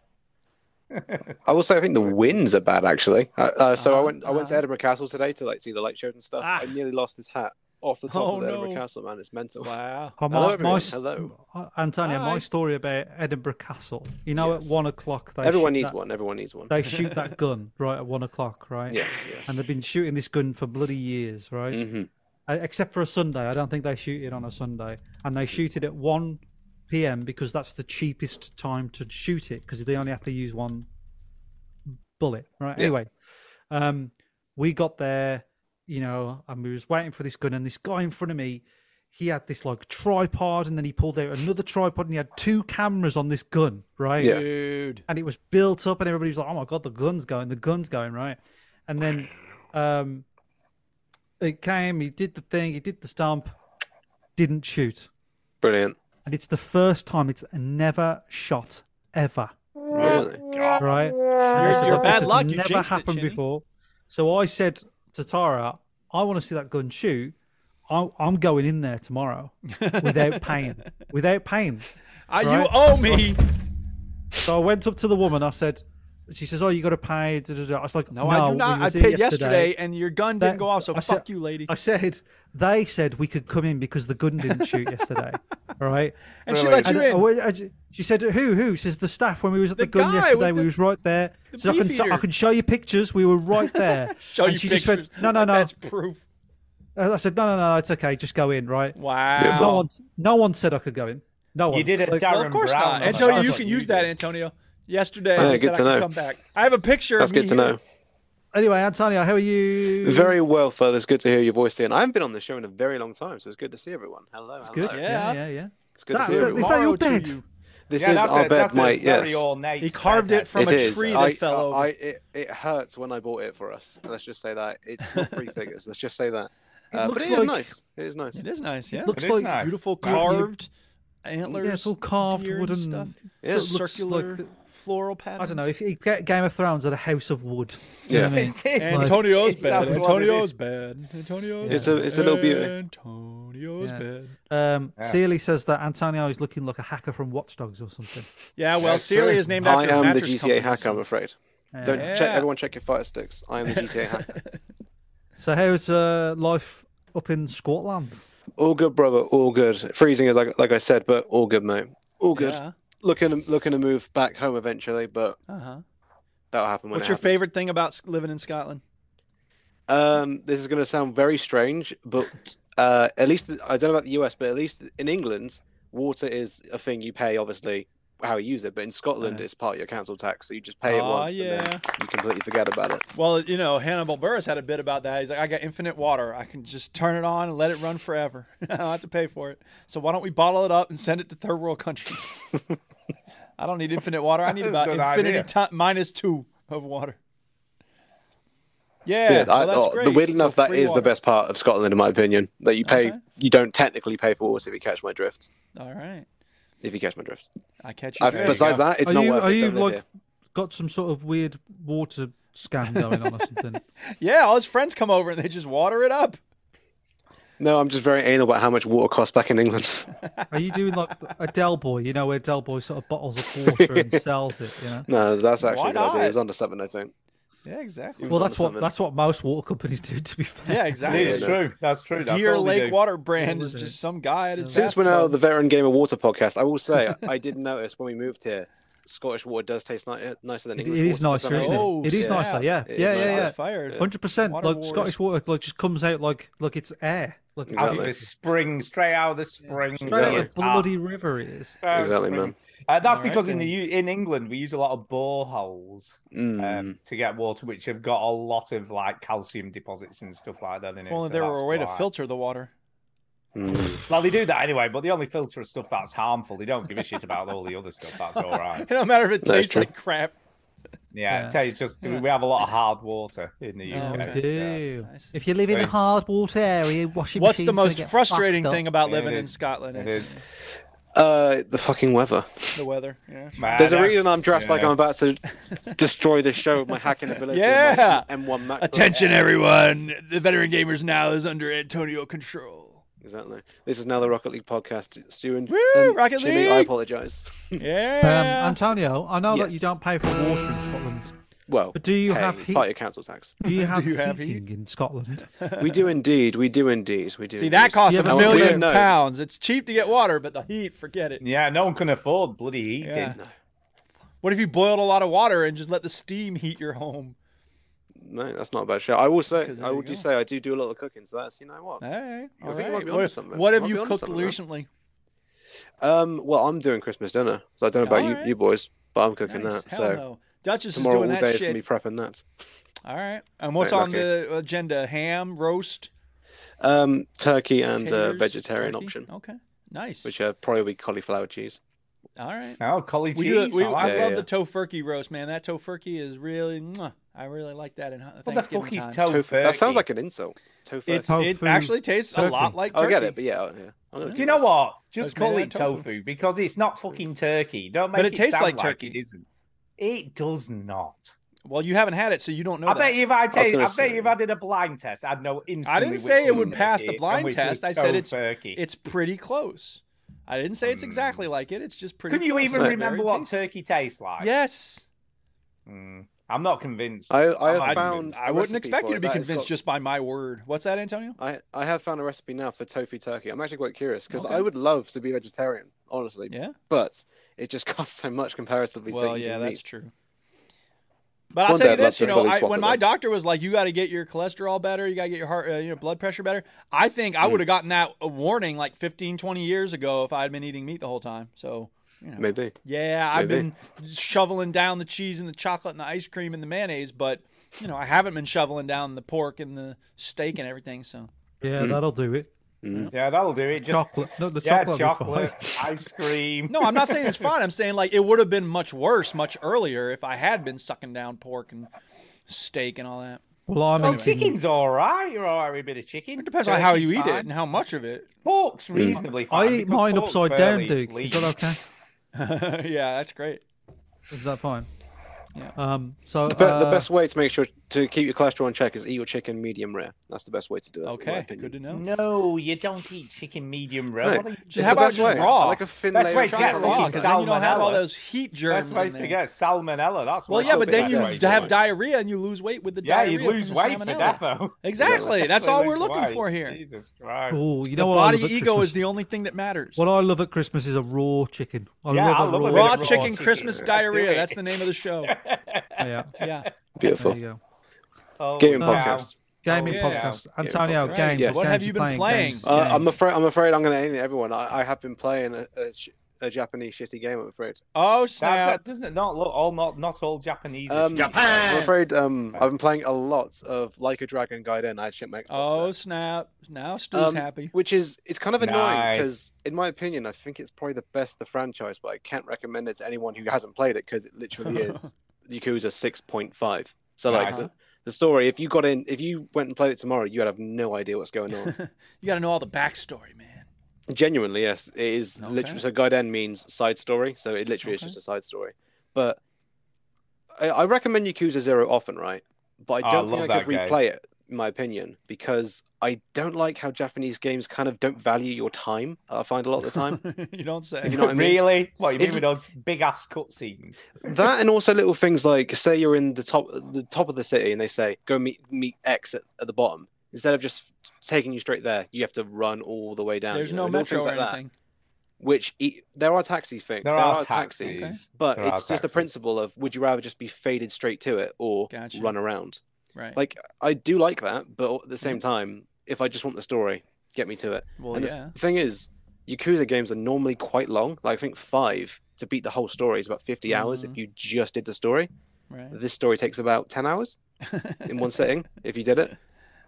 Speaker 14: I will say I think the winds are bad actually. Uh, uh, so I went I went to Edinburgh Castle today to like see the light shows and stuff.
Speaker 1: Ah.
Speaker 14: I nearly lost this hat off the top
Speaker 1: Oh,
Speaker 14: of the Edinburgh
Speaker 1: no.
Speaker 14: Castle, man. It's mental.
Speaker 1: Wow.
Speaker 5: Oh,
Speaker 14: Hello,
Speaker 5: my,
Speaker 14: everyone.
Speaker 5: my s-
Speaker 14: Hello.
Speaker 5: uh, Antonio,
Speaker 1: Hi.
Speaker 5: my story about Edinburgh Castle. You know,
Speaker 14: Yes.
Speaker 5: at one o'clock, they
Speaker 14: Everyone
Speaker 5: shoot
Speaker 14: needs
Speaker 5: that-
Speaker 14: one. Everyone needs one.
Speaker 5: They shoot that gun right at one o'clock, right?
Speaker 14: Yes, yes.
Speaker 5: And they've been shooting this gun for bloody years, right?
Speaker 14: hmm
Speaker 5: Uh, except for a Sunday. I don't think they shoot it on a Sunday, and they shoot it at one p.m. because that's the cheapest time to shoot it because they only have to use one bullet, right?
Speaker 14: Yeah.
Speaker 5: Anyway, um, we got there, you know, and we was waiting for this gun, and this guy in front of me, he had this like tripod, and then he pulled out another tripod, and he had two cameras on this gun, right?
Speaker 14: Yeah.
Speaker 1: Dude.
Speaker 5: and it was built up and everybody was like oh my god the gun's going the gun's going right and then um it came he did the thing he did the stomp didn't shoot
Speaker 14: Brilliant.
Speaker 5: and it's the first time it's never shot ever
Speaker 14: Really?
Speaker 5: right you're,
Speaker 1: you're bad luck, you
Speaker 5: never
Speaker 1: jinxed it,
Speaker 5: happened
Speaker 1: Shinny."
Speaker 5: before so i said to tara i want to see that gun shoot I, i'm going in there tomorrow without paying without paying
Speaker 1: Ah, You
Speaker 5: Right.
Speaker 1: owe me.
Speaker 5: so I went up to the woman. I said, "She says, oh, you got to pay." da, da, da." I was like, "No,
Speaker 1: No, I do not.
Speaker 5: we
Speaker 1: I
Speaker 5: was here
Speaker 1: paid yesterday, and your gun didn't
Speaker 5: That-
Speaker 1: go off, so
Speaker 5: I
Speaker 1: fuck
Speaker 5: said-
Speaker 1: you, lady.
Speaker 5: I said they said we could come in because the gun didn't shoot yesterday. All right.
Speaker 1: and she let
Speaker 5: And
Speaker 1: you
Speaker 5: I- I
Speaker 1: in.
Speaker 5: went- I ju- she said, "Who? Who?" She says, "The staff." When we was at the,
Speaker 1: The
Speaker 5: gun
Speaker 1: guy
Speaker 5: yesterday,
Speaker 1: with
Speaker 5: we
Speaker 1: the-
Speaker 5: was right there.
Speaker 1: the
Speaker 5: So I can,
Speaker 1: beef
Speaker 5: so I
Speaker 1: eater.
Speaker 5: can show you pictures. We were right there.
Speaker 1: Show
Speaker 5: and
Speaker 1: you
Speaker 5: she
Speaker 1: pictures.
Speaker 5: just went, "No, no, no."
Speaker 1: That's proof.
Speaker 5: And I said, "No, no, no. It's okay. Just go in, right?"
Speaker 1: Wow.
Speaker 5: No one, no one said I could go in. No one.
Speaker 4: You did a
Speaker 5: Like,
Speaker 4: Darren
Speaker 1: Well, of course
Speaker 4: Brown.
Speaker 1: not.
Speaker 4: on
Speaker 1: Antonio,
Speaker 4: that.
Speaker 1: you can use that, Antonio. Yesterday,
Speaker 14: Yeah,
Speaker 1: I
Speaker 14: good
Speaker 1: said I
Speaker 14: to
Speaker 1: could
Speaker 14: know.
Speaker 1: come back. I have a picture.
Speaker 14: That's
Speaker 1: of me
Speaker 14: good to
Speaker 1: here.
Speaker 14: know.
Speaker 5: Anyway, Antonio, how are you?
Speaker 14: Very well, fellas. Good to hear your voice, Ian. I haven't been on the show in a very long time, so it's good to see everyone. Hello.
Speaker 5: It's
Speaker 14: hello.
Speaker 5: good.
Speaker 1: Yeah.
Speaker 5: Yeah, yeah, yeah.
Speaker 14: It's good to
Speaker 5: That-
Speaker 14: see
Speaker 5: that-
Speaker 14: everyone.
Speaker 5: is that your
Speaker 1: Borrow to
Speaker 5: bed?
Speaker 1: you.
Speaker 14: This
Speaker 4: Yeah,
Speaker 14: is
Speaker 4: that's
Speaker 14: our
Speaker 4: a,
Speaker 14: bed,
Speaker 4: that's a
Speaker 14: mate.
Speaker 4: very
Speaker 14: Yes.
Speaker 4: ornate
Speaker 1: He carved it
Speaker 4: bedhead.
Speaker 1: from
Speaker 14: It
Speaker 1: a
Speaker 14: is.
Speaker 1: tree
Speaker 14: I,
Speaker 1: that fell
Speaker 14: I, I,
Speaker 1: over.
Speaker 14: it, it hurts when I bought it for us. Let's just say that it's not three figures. Let's just say that. Uh, but
Speaker 5: looks
Speaker 14: it is
Speaker 5: like-
Speaker 14: nice. It is nice.
Speaker 1: It is nice. Yeah.
Speaker 5: looks
Speaker 4: It is
Speaker 5: like
Speaker 4: nice.
Speaker 1: Beautiful
Speaker 4: Nice.
Speaker 1: carved antlers.
Speaker 5: Yeah, it's all carved
Speaker 1: deer and
Speaker 5: wooden
Speaker 1: stuff.
Speaker 14: Yeah,
Speaker 5: it looks
Speaker 1: circular
Speaker 5: like the-
Speaker 1: floral pattern.
Speaker 5: I don't know if you get Game of Thrones at a house of wood. You know
Speaker 14: Yeah.
Speaker 5: what I mean?
Speaker 4: It is.
Speaker 5: Like-
Speaker 1: Antonio's
Speaker 4: It's-
Speaker 1: bad.
Speaker 4: that's what it
Speaker 1: Antonio's
Speaker 4: is.
Speaker 1: bad. Antonio's
Speaker 14: It's a- it's a little beauty.
Speaker 1: Antonio's
Speaker 5: Yeah.
Speaker 1: bad.
Speaker 5: Um,
Speaker 4: Yeah.
Speaker 5: Sealy says that Antonio is looking like a hacker from Watch Dogs or something.
Speaker 1: Yeah, well,
Speaker 4: That's
Speaker 1: Sealy
Speaker 4: true.
Speaker 1: is named after
Speaker 14: I
Speaker 1: a
Speaker 14: am the
Speaker 1: mattress
Speaker 14: GTA
Speaker 1: company,
Speaker 14: hacker, I'm
Speaker 1: so-
Speaker 14: afraid. Don't
Speaker 5: Um,
Speaker 1: Yeah.
Speaker 14: check. Everyone check your fire sticks. I am the GTA hacker.
Speaker 5: So how's uh, life up in Scotland?
Speaker 14: All good, brother. All good. Freezing is like like I said, but all good, mate. All good.
Speaker 1: Yeah.
Speaker 14: Looking to- looking to move back home eventually, but
Speaker 1: Uh-huh.
Speaker 14: that'll happen when
Speaker 1: What's
Speaker 14: it
Speaker 1: your
Speaker 14: happens.
Speaker 1: favorite thing about s- living in Scotland?
Speaker 14: Um, this is going to sound very strange, but uh, at least I don't know about the US, but at least in England, water is a thing you pay obviously how you use it, but in Scotland, it's part of your council tax, so you just pay it
Speaker 1: Aw,
Speaker 14: once and
Speaker 1: Ah, yeah.
Speaker 14: then you completely forget about it.
Speaker 1: Well, you know, Hannibal Burris had a bit about that. He's like, I got infinite water. I can just turn it on and let it run forever. I don't have to pay for it. So why don't we bottle it up and send it to third world countries? I don't need infinite water. I need
Speaker 6: That's a
Speaker 1: about
Speaker 6: good
Speaker 1: infinity
Speaker 6: idea.
Speaker 1: ti- minus two of water. Yeah,
Speaker 14: I
Speaker 1: well, that's
Speaker 14: thought-
Speaker 1: great.
Speaker 14: the weird
Speaker 1: So
Speaker 14: enough that
Speaker 1: free
Speaker 14: is
Speaker 1: water.
Speaker 14: the best part of Scotland, in my opinion. That you pay, you don't technically pay for water if you catch my drift.
Speaker 1: All right,
Speaker 14: If you catch my drift,
Speaker 1: I catch
Speaker 4: Uh,
Speaker 1: you.
Speaker 14: I've- besides that, it's
Speaker 5: are
Speaker 14: not
Speaker 5: you,
Speaker 14: worth
Speaker 5: are
Speaker 14: it.
Speaker 5: you
Speaker 14: Don't live
Speaker 5: like
Speaker 14: here.
Speaker 5: got some sort of weird water scam going on or something?
Speaker 1: Yeah, all his friends come over and they just water it up.
Speaker 14: No, I'm just very anal about how much water costs back in England.
Speaker 5: Are you doing like a Del Boy? You know where Del Boy sort of bottles up water and sells it. You know.
Speaker 14: no, that's
Speaker 1: Why
Speaker 14: actually a good idea.
Speaker 1: not?
Speaker 14: It was under seven, I think.
Speaker 1: Yeah, exactly.
Speaker 14: It
Speaker 5: Well,
Speaker 14: was
Speaker 5: that's
Speaker 14: under
Speaker 5: what
Speaker 14: seven.
Speaker 5: that's what most water companies do. To be fair.
Speaker 1: Yeah, exactly.
Speaker 4: It is true. That's true. That's
Speaker 1: Deer
Speaker 4: all they
Speaker 1: Lake
Speaker 4: do.
Speaker 1: Water Brand is just some guy at his
Speaker 14: Since we're now
Speaker 1: bathtub.
Speaker 14: the veteran gamer water podcast, I will say I did notice when we moved here, Scottish water does taste ni- uh, nicer than
Speaker 5: It-
Speaker 14: English
Speaker 5: it
Speaker 14: water.
Speaker 5: is nicer,
Speaker 14: for some
Speaker 5: isn't it?
Speaker 14: reason.
Speaker 5: it
Speaker 1: Oh,
Speaker 5: is nicer, yeah,
Speaker 14: It is
Speaker 5: yeah,
Speaker 14: nicer.
Speaker 5: yeah,
Speaker 1: Fired.
Speaker 5: yeah. Hundred percent.
Speaker 1: Water
Speaker 5: Like
Speaker 1: wars.
Speaker 5: Scottish water, like just comes out like like it's air. Like
Speaker 4: Out of the spring, straight out of the spring.
Speaker 5: straight out
Speaker 4: Yeah.
Speaker 5: of the
Speaker 1: Ah.
Speaker 5: bloody river it is.
Speaker 4: Ah,
Speaker 14: Exactly,
Speaker 4: spring.
Speaker 14: man.
Speaker 4: Uh, that's
Speaker 5: All right,
Speaker 4: because in
Speaker 5: then.
Speaker 4: the U- in England we use a lot of boreholes
Speaker 14: Mm.
Speaker 4: um, to get water, which have got a lot of like calcium deposits and stuff like that in
Speaker 1: If
Speaker 4: it.
Speaker 1: only
Speaker 4: so
Speaker 1: there were
Speaker 4: that's
Speaker 1: a way to
Speaker 4: why.
Speaker 1: filter the water.
Speaker 14: Mm.
Speaker 1: Um,
Speaker 4: Well, they do that anyway, but they only filter stuff that's harmful. They don't give a shit about all the other stuff. That's all right.
Speaker 1: It don't matter if it
Speaker 4: That's
Speaker 1: tastes
Speaker 4: true.
Speaker 1: like crap.
Speaker 4: Yeah,
Speaker 5: Yeah.
Speaker 4: it tastes just we have a lot of hard water in the
Speaker 5: Oh,
Speaker 4: UK.
Speaker 5: we do. If you live in
Speaker 4: Hey.
Speaker 5: a hard water area, washing
Speaker 1: What's the
Speaker 5: machine's gonna
Speaker 1: most
Speaker 5: get
Speaker 1: frustrating
Speaker 5: fucked up.
Speaker 1: thing about
Speaker 4: Yeah, it
Speaker 1: living in
Speaker 4: is.
Speaker 1: Scotland?
Speaker 4: It
Speaker 1: is
Speaker 14: Uh, the fucking weather.
Speaker 1: the weather. Yeah.
Speaker 14: There's a reason I'm dressed like
Speaker 1: Yeah.
Speaker 14: I'm about to destroy the show with my hacking ability. and my
Speaker 1: Yeah.
Speaker 14: M1 MacBook
Speaker 1: Attention,
Speaker 14: Air.
Speaker 1: everyone! The veteran gamers now is under Antonio control.
Speaker 14: Exactly. This is now the Rocket League podcast. Stu and
Speaker 1: Woo,
Speaker 14: um,
Speaker 1: Rocket
Speaker 14: Jimmy, I
Speaker 1: League!
Speaker 14: apologise.
Speaker 1: Yeah.
Speaker 5: Um, Antonio, I know that you
Speaker 14: Yes.
Speaker 5: don't pay for water in Scotland.
Speaker 14: Well,
Speaker 5: but do you
Speaker 14: hey,
Speaker 5: have
Speaker 14: it's
Speaker 5: heat?
Speaker 14: part of your council tax.
Speaker 5: Do you have,
Speaker 1: you have
Speaker 5: heating in Scotland?
Speaker 14: We do indeed. We do indeed. We do.
Speaker 1: See, that
Speaker 14: indeed.
Speaker 1: costs
Speaker 14: Now,
Speaker 1: a
Speaker 14: we
Speaker 1: million
Speaker 14: know-
Speaker 1: pounds. It's cheap to get water, but the heat, forget it.
Speaker 4: Yeah, no one can afford bloody heating.
Speaker 1: Yeah. What if you boiled a lot of water and just let the steam heat your home?
Speaker 14: No, that's not a bad show. I will say,
Speaker 1: Because
Speaker 14: I
Speaker 1: there
Speaker 14: will
Speaker 1: you
Speaker 14: just say, I do do a lot of cooking. So that's you know what.
Speaker 1: Hey,
Speaker 14: I think you might
Speaker 1: alright.
Speaker 14: be onto
Speaker 1: what,
Speaker 14: something.
Speaker 1: what have
Speaker 14: Might be
Speaker 1: you
Speaker 14: onto
Speaker 1: cooked
Speaker 14: something there.
Speaker 1: recently?
Speaker 14: Um, well, I'm doing Christmas dinner, so I don't know about you,
Speaker 1: Alright.
Speaker 14: you boys, but I'm cooking
Speaker 1: Nice.
Speaker 14: that.
Speaker 1: Hell
Speaker 14: so
Speaker 1: no. Duchess is
Speaker 14: tomorrow
Speaker 1: doing
Speaker 14: all
Speaker 1: that
Speaker 14: day is
Speaker 1: shit.
Speaker 14: gonna be prepping that.
Speaker 1: All right. And what's
Speaker 14: Very
Speaker 1: on
Speaker 14: lucky.
Speaker 1: the agenda? Ham, roast,
Speaker 14: Um, turkey and uh,
Speaker 1: taters,
Speaker 14: vegetarian
Speaker 1: turkey?
Speaker 14: option,
Speaker 1: Okay. Nice.
Speaker 14: which are probably will be cauliflower cheese.
Speaker 1: All right.
Speaker 4: Oh, college
Speaker 1: We, do,
Speaker 4: cheese.
Speaker 1: we,
Speaker 4: I
Speaker 1: I
Speaker 4: like
Speaker 14: Yeah,
Speaker 1: love
Speaker 14: yeah.
Speaker 1: the tofurkey roast, man. That tofurkey is really, mwah. I really like that. In
Speaker 4: the
Speaker 1: Thanksgiving
Speaker 4: fuck is
Speaker 1: time.
Speaker 4: Tofurkey?
Speaker 14: That sounds like an insult. Tofu.
Speaker 1: Oh,
Speaker 14: Oh,
Speaker 1: It's, it
Speaker 5: Tofu
Speaker 1: actually tastes a lot
Speaker 5: turkey.
Speaker 1: like
Speaker 14: I
Speaker 1: turkey.
Speaker 14: get it, but yeah, yeah. I'm gonna
Speaker 4: Do
Speaker 14: keep
Speaker 4: you know
Speaker 14: this.
Speaker 4: what?
Speaker 1: It's
Speaker 4: Just
Speaker 1: made
Speaker 4: call
Speaker 1: out
Speaker 4: it
Speaker 1: of tofu.
Speaker 4: tofu. because it's not fucking turkey. Don't make
Speaker 1: But it tastes
Speaker 4: sound
Speaker 1: like turkey.
Speaker 4: It isn't. It does not.
Speaker 1: Well, you haven't had it, so you don't know.
Speaker 4: I
Speaker 1: that.
Speaker 4: bet you if I, take,
Speaker 14: gonna
Speaker 4: I bet
Speaker 14: say-
Speaker 4: you if I did a blind test, I'd know instantly.
Speaker 1: I didn't
Speaker 4: which
Speaker 1: say it
Speaker 4: was
Speaker 1: would pass the
Speaker 4: turkey and
Speaker 1: blind
Speaker 4: which
Speaker 1: test. I
Speaker 4: was
Speaker 1: said it's
Speaker 4: tofurkey.
Speaker 1: it's pretty close. I didn't say it's exactly like it. It's just pretty.
Speaker 4: Can Hmm. you
Speaker 1: close.
Speaker 4: even
Speaker 1: It's
Speaker 4: remember
Speaker 1: very
Speaker 4: what
Speaker 1: tasty.
Speaker 4: turkey tastes like?
Speaker 1: Yes,
Speaker 4: Mm, I'm not convinced.
Speaker 14: I, I
Speaker 4: I'm
Speaker 14: have
Speaker 4: not
Speaker 14: found.
Speaker 4: convinced.
Speaker 14: a
Speaker 1: Oh, I wouldn't
Speaker 14: recipe
Speaker 1: expect
Speaker 14: for
Speaker 1: you
Speaker 14: it
Speaker 1: to be
Speaker 14: that has
Speaker 1: convinced
Speaker 14: got-
Speaker 1: just by my word. What's that, Antonio?
Speaker 14: I, I have found a recipe now for tofu turkey. I'm actually quite curious because I
Speaker 1: Okay.
Speaker 14: would love to be vegetarian, honestly.
Speaker 1: Yeah.
Speaker 14: But it just costs so much comparatively
Speaker 1: Well,
Speaker 14: to eating
Speaker 1: yeah,
Speaker 14: meat.
Speaker 1: that's true. But I'll
Speaker 14: One
Speaker 1: tell
Speaker 14: day
Speaker 1: you
Speaker 14: I'd love
Speaker 1: this: you
Speaker 14: to
Speaker 1: know,
Speaker 14: fully
Speaker 1: I,
Speaker 14: swap
Speaker 1: when
Speaker 14: it
Speaker 1: my
Speaker 14: up.
Speaker 1: doctor was like, "You got to get your cholesterol better. You got to get your heart, uh, your blood pressure better," I think
Speaker 14: Hmm.
Speaker 1: I would have gotten that uh, warning like 15, 20 years ago if I had been eating meat the whole time. So, you know.
Speaker 14: Maybe.
Speaker 1: Yeah, I've
Speaker 14: Maybe.
Speaker 1: been shoveling down the cheese and the chocolate and the ice cream and the mayonnaise, but you know, I haven't been shoveling down the pork and the steak and everything. So
Speaker 5: Yeah, that'll do it.
Speaker 4: Yeah, that'll do it. Just
Speaker 5: Chocolate. No, the
Speaker 4: yeah,
Speaker 5: chocolate.
Speaker 4: chocolate, ice cream.
Speaker 1: no, I'm not saying it's fine. I'm saying like it would have been much worse much earlier if I had been sucking down pork and steak and all that.
Speaker 5: Well, I'm
Speaker 4: Oh,
Speaker 5: eating-
Speaker 4: chicken's all right. You're all right with a bit of chicken.
Speaker 1: It depends on how you
Speaker 4: Turkey's
Speaker 1: eat it
Speaker 4: fine.
Speaker 1: and how much of it.
Speaker 14: Mm.
Speaker 4: Pork's reasonably fine.
Speaker 5: I eat
Speaker 4: because
Speaker 5: mine
Speaker 4: pork's
Speaker 5: upside down,
Speaker 4: fairly
Speaker 5: Duke.
Speaker 4: lean.
Speaker 5: Is that okay?
Speaker 1: yeah, that's great.
Speaker 5: Is that fine?
Speaker 1: Yeah.
Speaker 5: Um. So
Speaker 14: The, be- the
Speaker 5: uh,
Speaker 14: best way to make sure to keep your cholesterol in check is eat your chicken medium rare. That's the best way to do it. In my
Speaker 1: Okay,
Speaker 14: opinion.
Speaker 1: good to know.
Speaker 4: No, you don't eat chicken medium rare.
Speaker 14: Right.
Speaker 4: What are you
Speaker 14: It's
Speaker 1: how
Speaker 14: the
Speaker 1: about
Speaker 14: best
Speaker 1: just
Speaker 14: way.
Speaker 1: raw?
Speaker 14: I like a thin
Speaker 4: Best
Speaker 14: layer
Speaker 4: way
Speaker 14: of
Speaker 4: to
Speaker 1: Try
Speaker 4: get
Speaker 1: it
Speaker 14: chocolate.
Speaker 1: raw
Speaker 4: fucking
Speaker 1: because then you don't have all
Speaker 4: salmonella.
Speaker 1: those heat germs.
Speaker 4: Best
Speaker 1: in
Speaker 4: ways to
Speaker 1: there.
Speaker 4: get salmonella. That's
Speaker 1: Well,
Speaker 4: what
Speaker 1: yeah,
Speaker 4: I'm
Speaker 1: but then
Speaker 4: saying.
Speaker 1: you
Speaker 14: Exactly.
Speaker 1: have diarrhea and you lose weight with the
Speaker 4: yeah,
Speaker 1: diarrhea.
Speaker 4: you lose
Speaker 1: from
Speaker 4: weight for
Speaker 1: salmonella.
Speaker 4: defo.
Speaker 1: Exactly. That's
Speaker 4: You
Speaker 1: all we're
Speaker 4: lose
Speaker 1: looking
Speaker 4: weight.
Speaker 1: for here.
Speaker 4: Jesus Christ.
Speaker 5: Oh, you
Speaker 1: The
Speaker 5: know what I
Speaker 1: body
Speaker 5: love at
Speaker 1: ego
Speaker 5: Christmas?
Speaker 1: is the only thing that matters.
Speaker 5: What I love at Christmas is a raw chicken. I
Speaker 4: Yeah, I
Speaker 5: love a
Speaker 4: love a bit
Speaker 5: raw,
Speaker 1: raw
Speaker 4: of raw
Speaker 1: chicken
Speaker 4: chicken.
Speaker 1: Christmas
Speaker 4: Let's do
Speaker 1: diarrhea.
Speaker 4: it.
Speaker 1: That's the name of the show.
Speaker 5: Yeah,
Speaker 1: Yeah.
Speaker 5: there
Speaker 14: Beautiful.
Speaker 5: you go.
Speaker 4: Oh,
Speaker 14: Gaming
Speaker 5: wow.
Speaker 14: podcast.
Speaker 5: Gaming
Speaker 4: yeah.
Speaker 5: podcast.
Speaker 14: Gaming
Speaker 5: Antonio,
Speaker 14: podcast.
Speaker 5: games.
Speaker 14: Yes.
Speaker 1: What
Speaker 5: games
Speaker 1: have you
Speaker 5: you're
Speaker 1: been
Speaker 5: playing?
Speaker 1: playing?
Speaker 5: Games.
Speaker 14: Uh, I'm afraid. I'm afraid I'm going to end everyone. I, I have been playing a, a sh- a Japanese shitty game. I'm afraid.
Speaker 1: Oh
Speaker 4: snap! That, that doesn't it not look all not not all Japanese. is
Speaker 14: Um,
Speaker 4: shit.
Speaker 14: I'm afraid um, I've been playing a lot of Like a Dragon Gaiden. I shit my
Speaker 1: Oh snap! Now Stu's
Speaker 14: Um,
Speaker 1: happy.
Speaker 14: Which is it's kind of annoying
Speaker 1: Nice.
Speaker 14: because, in my opinion, I think it's probably the best of the franchise, but I can't recommend it to anyone who hasn't played it because it literally is Yakuza six point five. So like
Speaker 1: Nice.
Speaker 14: the, the story, if you got in, if you went and played it tomorrow, you'd have no idea what's going on.
Speaker 1: You got to know all the backstory, man.
Speaker 14: Genuinely, yes, it is
Speaker 1: Okay.
Speaker 14: literally. So Gaiden means side story, so it literally
Speaker 1: Okay.
Speaker 14: is just a side story. But I, I recommend Yakuza Zero often, right? But
Speaker 4: Oh, I
Speaker 14: I don't
Speaker 4: love
Speaker 14: think I could
Speaker 4: that game.
Speaker 14: replay it, in my opinion, because I don't like how Japanese games kind of don't value your time. I find a lot of the time.
Speaker 1: you don't say.
Speaker 14: If you know what I mean?
Speaker 4: Really? What you
Speaker 14: If
Speaker 4: mean with
Speaker 14: you-
Speaker 4: those big ass cutscenes?
Speaker 14: that and also little things like say you're in the top the top of the city and they say go meet meet X at, at the bottom instead of just taking you straight there you have to run all the way down
Speaker 1: There's
Speaker 14: you
Speaker 1: no
Speaker 14: know,
Speaker 1: metro
Speaker 14: little things
Speaker 1: or
Speaker 14: like that.
Speaker 1: anything.
Speaker 14: which e- there are taxi things
Speaker 4: There
Speaker 14: there,
Speaker 4: are
Speaker 14: are,
Speaker 4: taxis.
Speaker 14: taxis,
Speaker 4: Okay.
Speaker 14: but
Speaker 4: There are
Speaker 14: it's just the
Speaker 4: taxis.
Speaker 14: principle of would you rather just be faded straight to it or
Speaker 1: Gotcha.
Speaker 14: run around
Speaker 1: Right. Mm-hmm.
Speaker 14: like I do like that, but at the same time, if I just want the story, get me to it.
Speaker 1: Well,
Speaker 14: and the
Speaker 1: yeah.
Speaker 14: f- thing is, Yakuza games are normally quite long. Like I think five to beat the whole story is about fifty hours if you just did the story.
Speaker 1: Mm. Right.
Speaker 14: This story takes about ten hours in one sitting if you did it.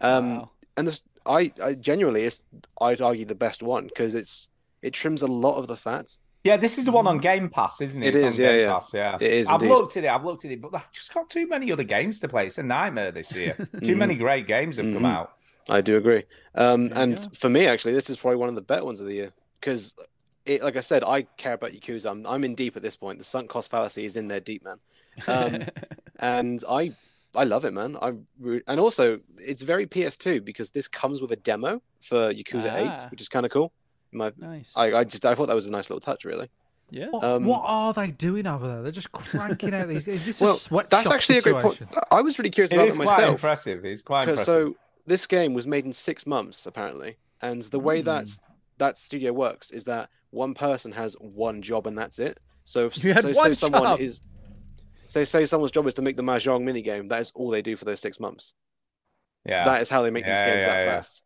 Speaker 14: Um, And this, I, I genuinely, it's, I'd argue the best one because it's it trims a lot of the fat.
Speaker 4: Yeah, this is the one on Game Pass, isn't it?
Speaker 14: Mm-hmm. It
Speaker 4: It's
Speaker 14: is,
Speaker 4: on
Speaker 14: yeah,
Speaker 4: Game
Speaker 14: yeah.
Speaker 4: Pass, yeah.
Speaker 14: It is
Speaker 4: I've
Speaker 14: indeed.
Speaker 4: looked at it. I've looked at it, but I've just got too many other games to play. It's a nightmare this year. too
Speaker 14: Mm-hmm.
Speaker 4: many great games have come
Speaker 14: Mhm.
Speaker 4: out.
Speaker 14: I do agree. Um, and for me, actually, this is probably one of the better ones of the year because, it, like I said, I care about Yakuza. I'm, I'm in deep at this point. The sunk cost fallacy is in there deep, man. Um, and I, I love it, man. I re- and also it's very PS2 because this comes with a demo for Yakuza
Speaker 1: Ah.
Speaker 14: 8, which is kind of cool. My,
Speaker 1: Nice.
Speaker 14: I, I just I thought that was a nice little touch, really.
Speaker 1: Yeah.
Speaker 5: What,
Speaker 14: Um,
Speaker 5: what are they doing over there? They're just cranking out these. Is this a
Speaker 14: well,
Speaker 5: sweatshop
Speaker 14: that's actually a great
Speaker 5: situation?
Speaker 14: point. I was really curious
Speaker 4: It
Speaker 14: about
Speaker 4: is
Speaker 14: it
Speaker 4: quite
Speaker 14: myself.
Speaker 4: impressive. It's quite
Speaker 14: So-
Speaker 4: impressive.
Speaker 14: So this game was made in six months apparently, and the way that that studio works is that one person has one job and that's it. So if
Speaker 1: You had
Speaker 14: so
Speaker 1: one
Speaker 14: say someone
Speaker 1: job!
Speaker 14: is say say someone's job is to make the mahjong minigame, that is all they do for those six months.
Speaker 4: yeah.
Speaker 14: That is how they make
Speaker 4: Yeah,
Speaker 14: these games
Speaker 4: yeah,
Speaker 14: that
Speaker 4: yeah.
Speaker 14: fast.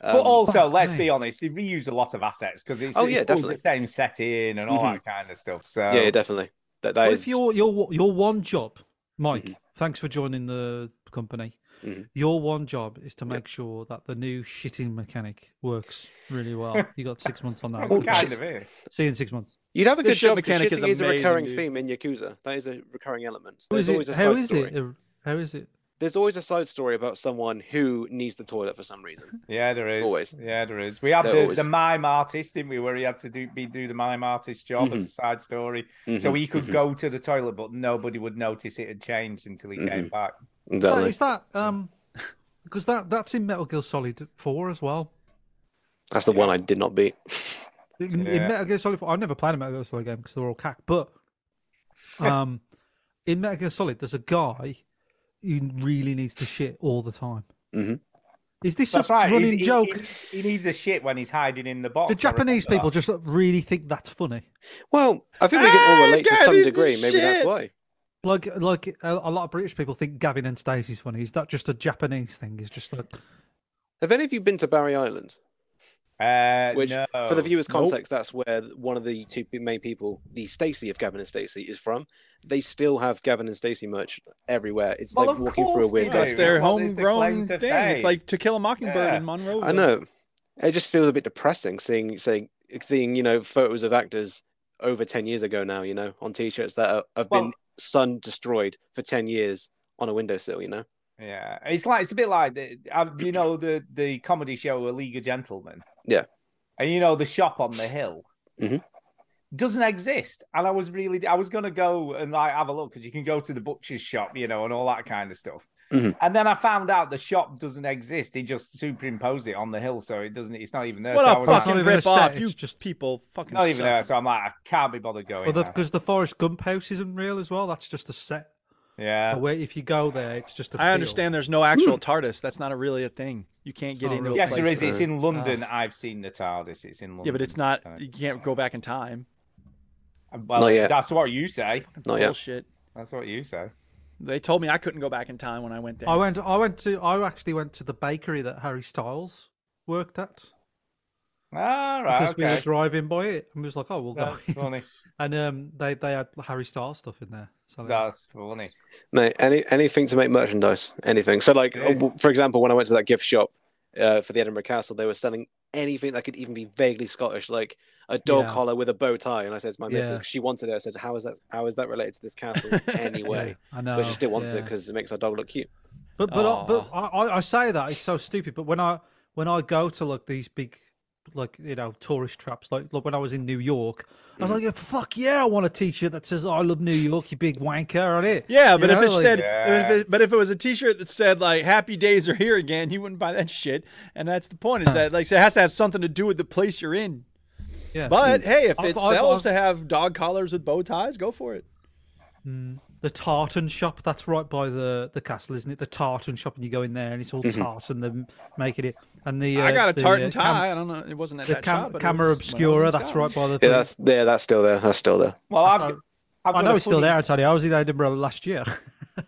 Speaker 4: But
Speaker 14: Um,
Speaker 4: also, let's be honest, they reuse a lot of assets because it's,
Speaker 14: Oh,
Speaker 4: it's
Speaker 14: yeah,
Speaker 4: always
Speaker 14: definitely. Mm-hmm.
Speaker 4: the same setting and all that kind of stuff. So
Speaker 14: yeah, definitely. That that Mm-hmm.
Speaker 5: What
Speaker 14: is
Speaker 5: if your your your one job, Mike? Thanks for joining the company.
Speaker 14: Mm-hmm.
Speaker 5: Your one job is to make sure that the new shitting mechanic works really well. You got six months on that.
Speaker 4: Well,
Speaker 5: Good
Speaker 4: kind
Speaker 5: luck.
Speaker 4: of, yeah.
Speaker 5: See you in six months.
Speaker 14: You'd have a
Speaker 1: This
Speaker 14: good
Speaker 1: shit
Speaker 14: job.
Speaker 1: mechanic
Speaker 14: because
Speaker 1: is
Speaker 14: shitting is a
Speaker 1: amazing,
Speaker 14: recurring
Speaker 1: dude.
Speaker 14: theme in Yakuza. That is a recurring element.
Speaker 5: How
Speaker 14: There's
Speaker 5: is
Speaker 14: always
Speaker 5: it?
Speaker 14: a
Speaker 5: How
Speaker 14: side
Speaker 5: is
Speaker 14: story.
Speaker 5: it? a- How is it?
Speaker 14: There's always a side story about someone who needs the toilet for some reason.
Speaker 4: Yeah, there is.
Speaker 14: Always.
Speaker 4: Yeah, there is. We had
Speaker 14: There
Speaker 4: the,
Speaker 14: always
Speaker 4: the
Speaker 14: is.
Speaker 4: mime artist, didn't we? Where he had to do be do the mime artist job as a
Speaker 14: Mhm.
Speaker 4: side story, so
Speaker 14: Mhm,
Speaker 4: he could
Speaker 14: mhm.
Speaker 4: go to the toilet, but nobody would notice it had changed until he came
Speaker 14: Mhm.
Speaker 4: back.
Speaker 5: So
Speaker 14: Exactly.
Speaker 5: is that um? Because that that's in Metal Gear Solid Four as well.
Speaker 14: That's the one I did not beat.
Speaker 5: In, in
Speaker 14: Yeah.
Speaker 5: Metal Gear Solid 4, I never played a Metal Gear Solid game because they're all cack. But um, in Metal Gear Solid, there's a guy who really needs to shit all the time.
Speaker 14: Mhm.
Speaker 5: Is this
Speaker 4: That's
Speaker 5: a
Speaker 4: right. he's-
Speaker 5: running
Speaker 4: he-
Speaker 5: joke?
Speaker 4: He, he needs a shit when he's hiding in the box.
Speaker 5: the
Speaker 4: I remember
Speaker 5: Japanese
Speaker 4: that.
Speaker 5: people just like, really think that's funny.
Speaker 14: Well, I think we can all relate to some degree. Maybe that's why.
Speaker 5: Like, like a, a lot of British people think Gavin and Stacey's funny. Is that just a Japanese thing? It's just like
Speaker 4: Oh,
Speaker 14: Have any of you been to Barry Island?
Speaker 4: Uh,
Speaker 14: Which,
Speaker 4: no.
Speaker 14: for the viewers'
Speaker 5: Nope.
Speaker 14: context, that's where one of the two main people, the Stacy of Gavin and Stacey, is from. They still have Gavin and Stacey merch everywhere. It's
Speaker 4: Well,
Speaker 14: like
Speaker 4: of
Speaker 14: walking through a
Speaker 4: course
Speaker 14: weird
Speaker 4: they do.
Speaker 1: That's
Speaker 14: ghost
Speaker 1: their
Speaker 4: That's what is the claim
Speaker 1: homegrown
Speaker 4: to
Speaker 1: thing. It's
Speaker 4: fame.
Speaker 1: like To Kill a Mockingbird
Speaker 4: Yeah.
Speaker 1: in Monroe.
Speaker 14: I know. It just feels a bit depressing seeing seeing seeing you know photos of actors over ten years ago now. You know, on t-shirts that are, have
Speaker 4: Well-
Speaker 14: been sun destroyed for ten years on a windowsill. You know.
Speaker 4: Yeah, it's like it's a bit like the, uh, you know the the comedy show A League of Gentlemen,
Speaker 14: Yeah.
Speaker 4: and you know the shop on the hill.
Speaker 14: Mhm.
Speaker 4: doesn't exist. And I was really, I was going to go and like have a look because you can go to the butcher's shop, you know, and all that kind of stuff.
Speaker 14: Mhm.
Speaker 4: And then I found out the shop doesn't exist. They just superimpose it on the hill, so it doesn't. It's not even there.
Speaker 1: What
Speaker 4: so I
Speaker 1: a
Speaker 4: was like,
Speaker 1: fucking
Speaker 5: not even a
Speaker 1: rip off!
Speaker 5: set,
Speaker 1: You
Speaker 5: it's just-
Speaker 1: people fucking.
Speaker 4: not even
Speaker 1: suck.
Speaker 4: there. So I'm like, I can't be bothered going.
Speaker 5: because the,
Speaker 4: there.
Speaker 5: 'cause the Forrest Gump house isn't real as well. That's just a set.
Speaker 4: Yeah,
Speaker 5: Where if you go there, it's just a.
Speaker 1: I
Speaker 5: feel.
Speaker 1: understand there's no actual TARDIS. That's not a really a thing. You can't get
Speaker 5: not
Speaker 1: into.
Speaker 5: real.
Speaker 1: a
Speaker 4: Hmm. yes,
Speaker 1: place
Speaker 4: there is. It's
Speaker 1: where-
Speaker 4: in London. I've seen the TARDIS. It's in London.
Speaker 1: Yeah, but it's not.
Speaker 4: Uh,
Speaker 1: You can't go back in time.
Speaker 4: Well,
Speaker 14: Not yet.
Speaker 4: that's what you say.
Speaker 14: Not yet.
Speaker 1: Bullshit.
Speaker 4: That's what you say.
Speaker 1: They told me I couldn't go back in time when I went there.
Speaker 5: I went. I went to. I actually went to the bakery that Harry Styles worked at.
Speaker 4: All Ah, right,
Speaker 5: because we were
Speaker 4: okay.
Speaker 5: driving by it, and we was like, "Oh, we'll go."
Speaker 4: That's
Speaker 5: in."
Speaker 4: funny.
Speaker 5: And um, they they had Harry Styles stuff in there. So they-
Speaker 4: That's funny.
Speaker 14: No, any anything to make merchandise, anything. So, like
Speaker 4: Yes.
Speaker 14: w- for example, when I went to that gift shop uh, for the Edinburgh Castle, they were selling anything that could even be vaguely Scottish, like a dog
Speaker 5: Yeah.
Speaker 14: collar with a bow tie. And I said to my
Speaker 5: Yeah.
Speaker 14: missus, she wanted it. I said, "How is that? How is that related to this castle in any way?"
Speaker 5: I
Speaker 14: but
Speaker 5: know,
Speaker 14: she still wants it
Speaker 5: uh, yeah.
Speaker 14: because it makes our dog look cute.
Speaker 5: But but I, but I, I- I say that it's so stupid. But when I when I go to like these big like you know tourist traps, like, like when I was in New York, I was
Speaker 14: Mm.
Speaker 5: like, yeah, "Fuck yeah, I want a T-shirt that says I love New York, you big wanker on it."
Speaker 1: Yeah,
Speaker 5: You
Speaker 1: but if
Speaker 5: know,
Speaker 1: it
Speaker 5: like-
Speaker 1: said, if it, but if it was a T-shirt that said like "Happy Days are here again," you wouldn't buy that shit. And that's the point is that like so it has to have something to do with the place you're in.
Speaker 5: Yeah.
Speaker 1: But hey, if
Speaker 5: I've-
Speaker 1: it
Speaker 5: I've-
Speaker 1: sells
Speaker 5: I've-
Speaker 1: to have dog collars with bow ties, go for it.
Speaker 5: Mm. The tartan shop, that's right by the, the castle, isn't it? The tartan shop, and you go in there, and it's all
Speaker 1: Mhm.
Speaker 14: Mm-hmm.
Speaker 5: tartan. They're making it, and the uh,
Speaker 1: I got a
Speaker 5: the,
Speaker 1: tartan
Speaker 5: uh, cam-
Speaker 1: tie. I don't know. It wasn't at
Speaker 5: the
Speaker 1: that
Speaker 5: cam-
Speaker 1: shop. but it was- when I
Speaker 5: camera
Speaker 1: was in
Speaker 5: obscura, that's right by the.
Speaker 14: Yeah,
Speaker 5: thing.
Speaker 14: that's there. That's still there. That's still there.
Speaker 4: Well, I've, I've
Speaker 5: I
Speaker 4: got
Speaker 5: know
Speaker 4: a
Speaker 5: it's still
Speaker 4: funny-
Speaker 5: there. Tony, I was in Edinburgh last year.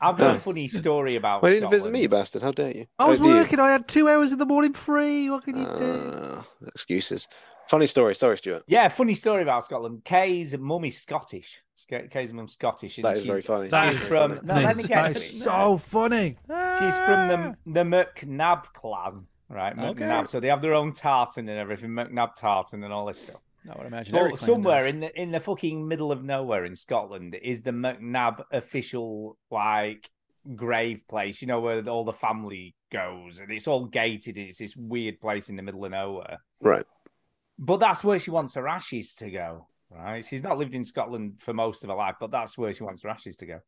Speaker 4: I've got a funny story about.
Speaker 14: Well, you didn't visit
Speaker 4: Scotland.
Speaker 14: me, you bastard. How dare you?
Speaker 5: Oh, I was
Speaker 14: How dare you?
Speaker 5: working. I had two hours in the morning free. What can you
Speaker 14: Uh, excuses. Funny story. Sorry, Stuart.
Speaker 4: Yeah, funny story about Scotland. Kay's mum is Scottish. Sc- Kay's mum's Scottish. and
Speaker 14: That is
Speaker 4: she's-
Speaker 14: very funny. That
Speaker 4: She's
Speaker 14: is very
Speaker 4: from.
Speaker 14: funny.
Speaker 4: No, let me Ah, get
Speaker 5: That
Speaker 4: to
Speaker 5: is
Speaker 4: it.
Speaker 5: so funny.
Speaker 4: She's from the the McNab clan, right? McNab.
Speaker 5: Ah. Okay.
Speaker 4: So they have their own tartan and everything, McNab tartan and all this stuff.
Speaker 1: I would imagine. every
Speaker 4: But
Speaker 1: clan
Speaker 4: somewhere
Speaker 1: does.
Speaker 4: in the in the fucking middle of nowhere in Scotland is the McNab official like grave place, you know, where all the family goes, and it's all gated. It's this weird place in the middle of nowhere.
Speaker 14: Right.
Speaker 4: But that's where she wants her ashes to go, right? She's not lived in Scotland for most of her life, but that's where she wants her ashes to go.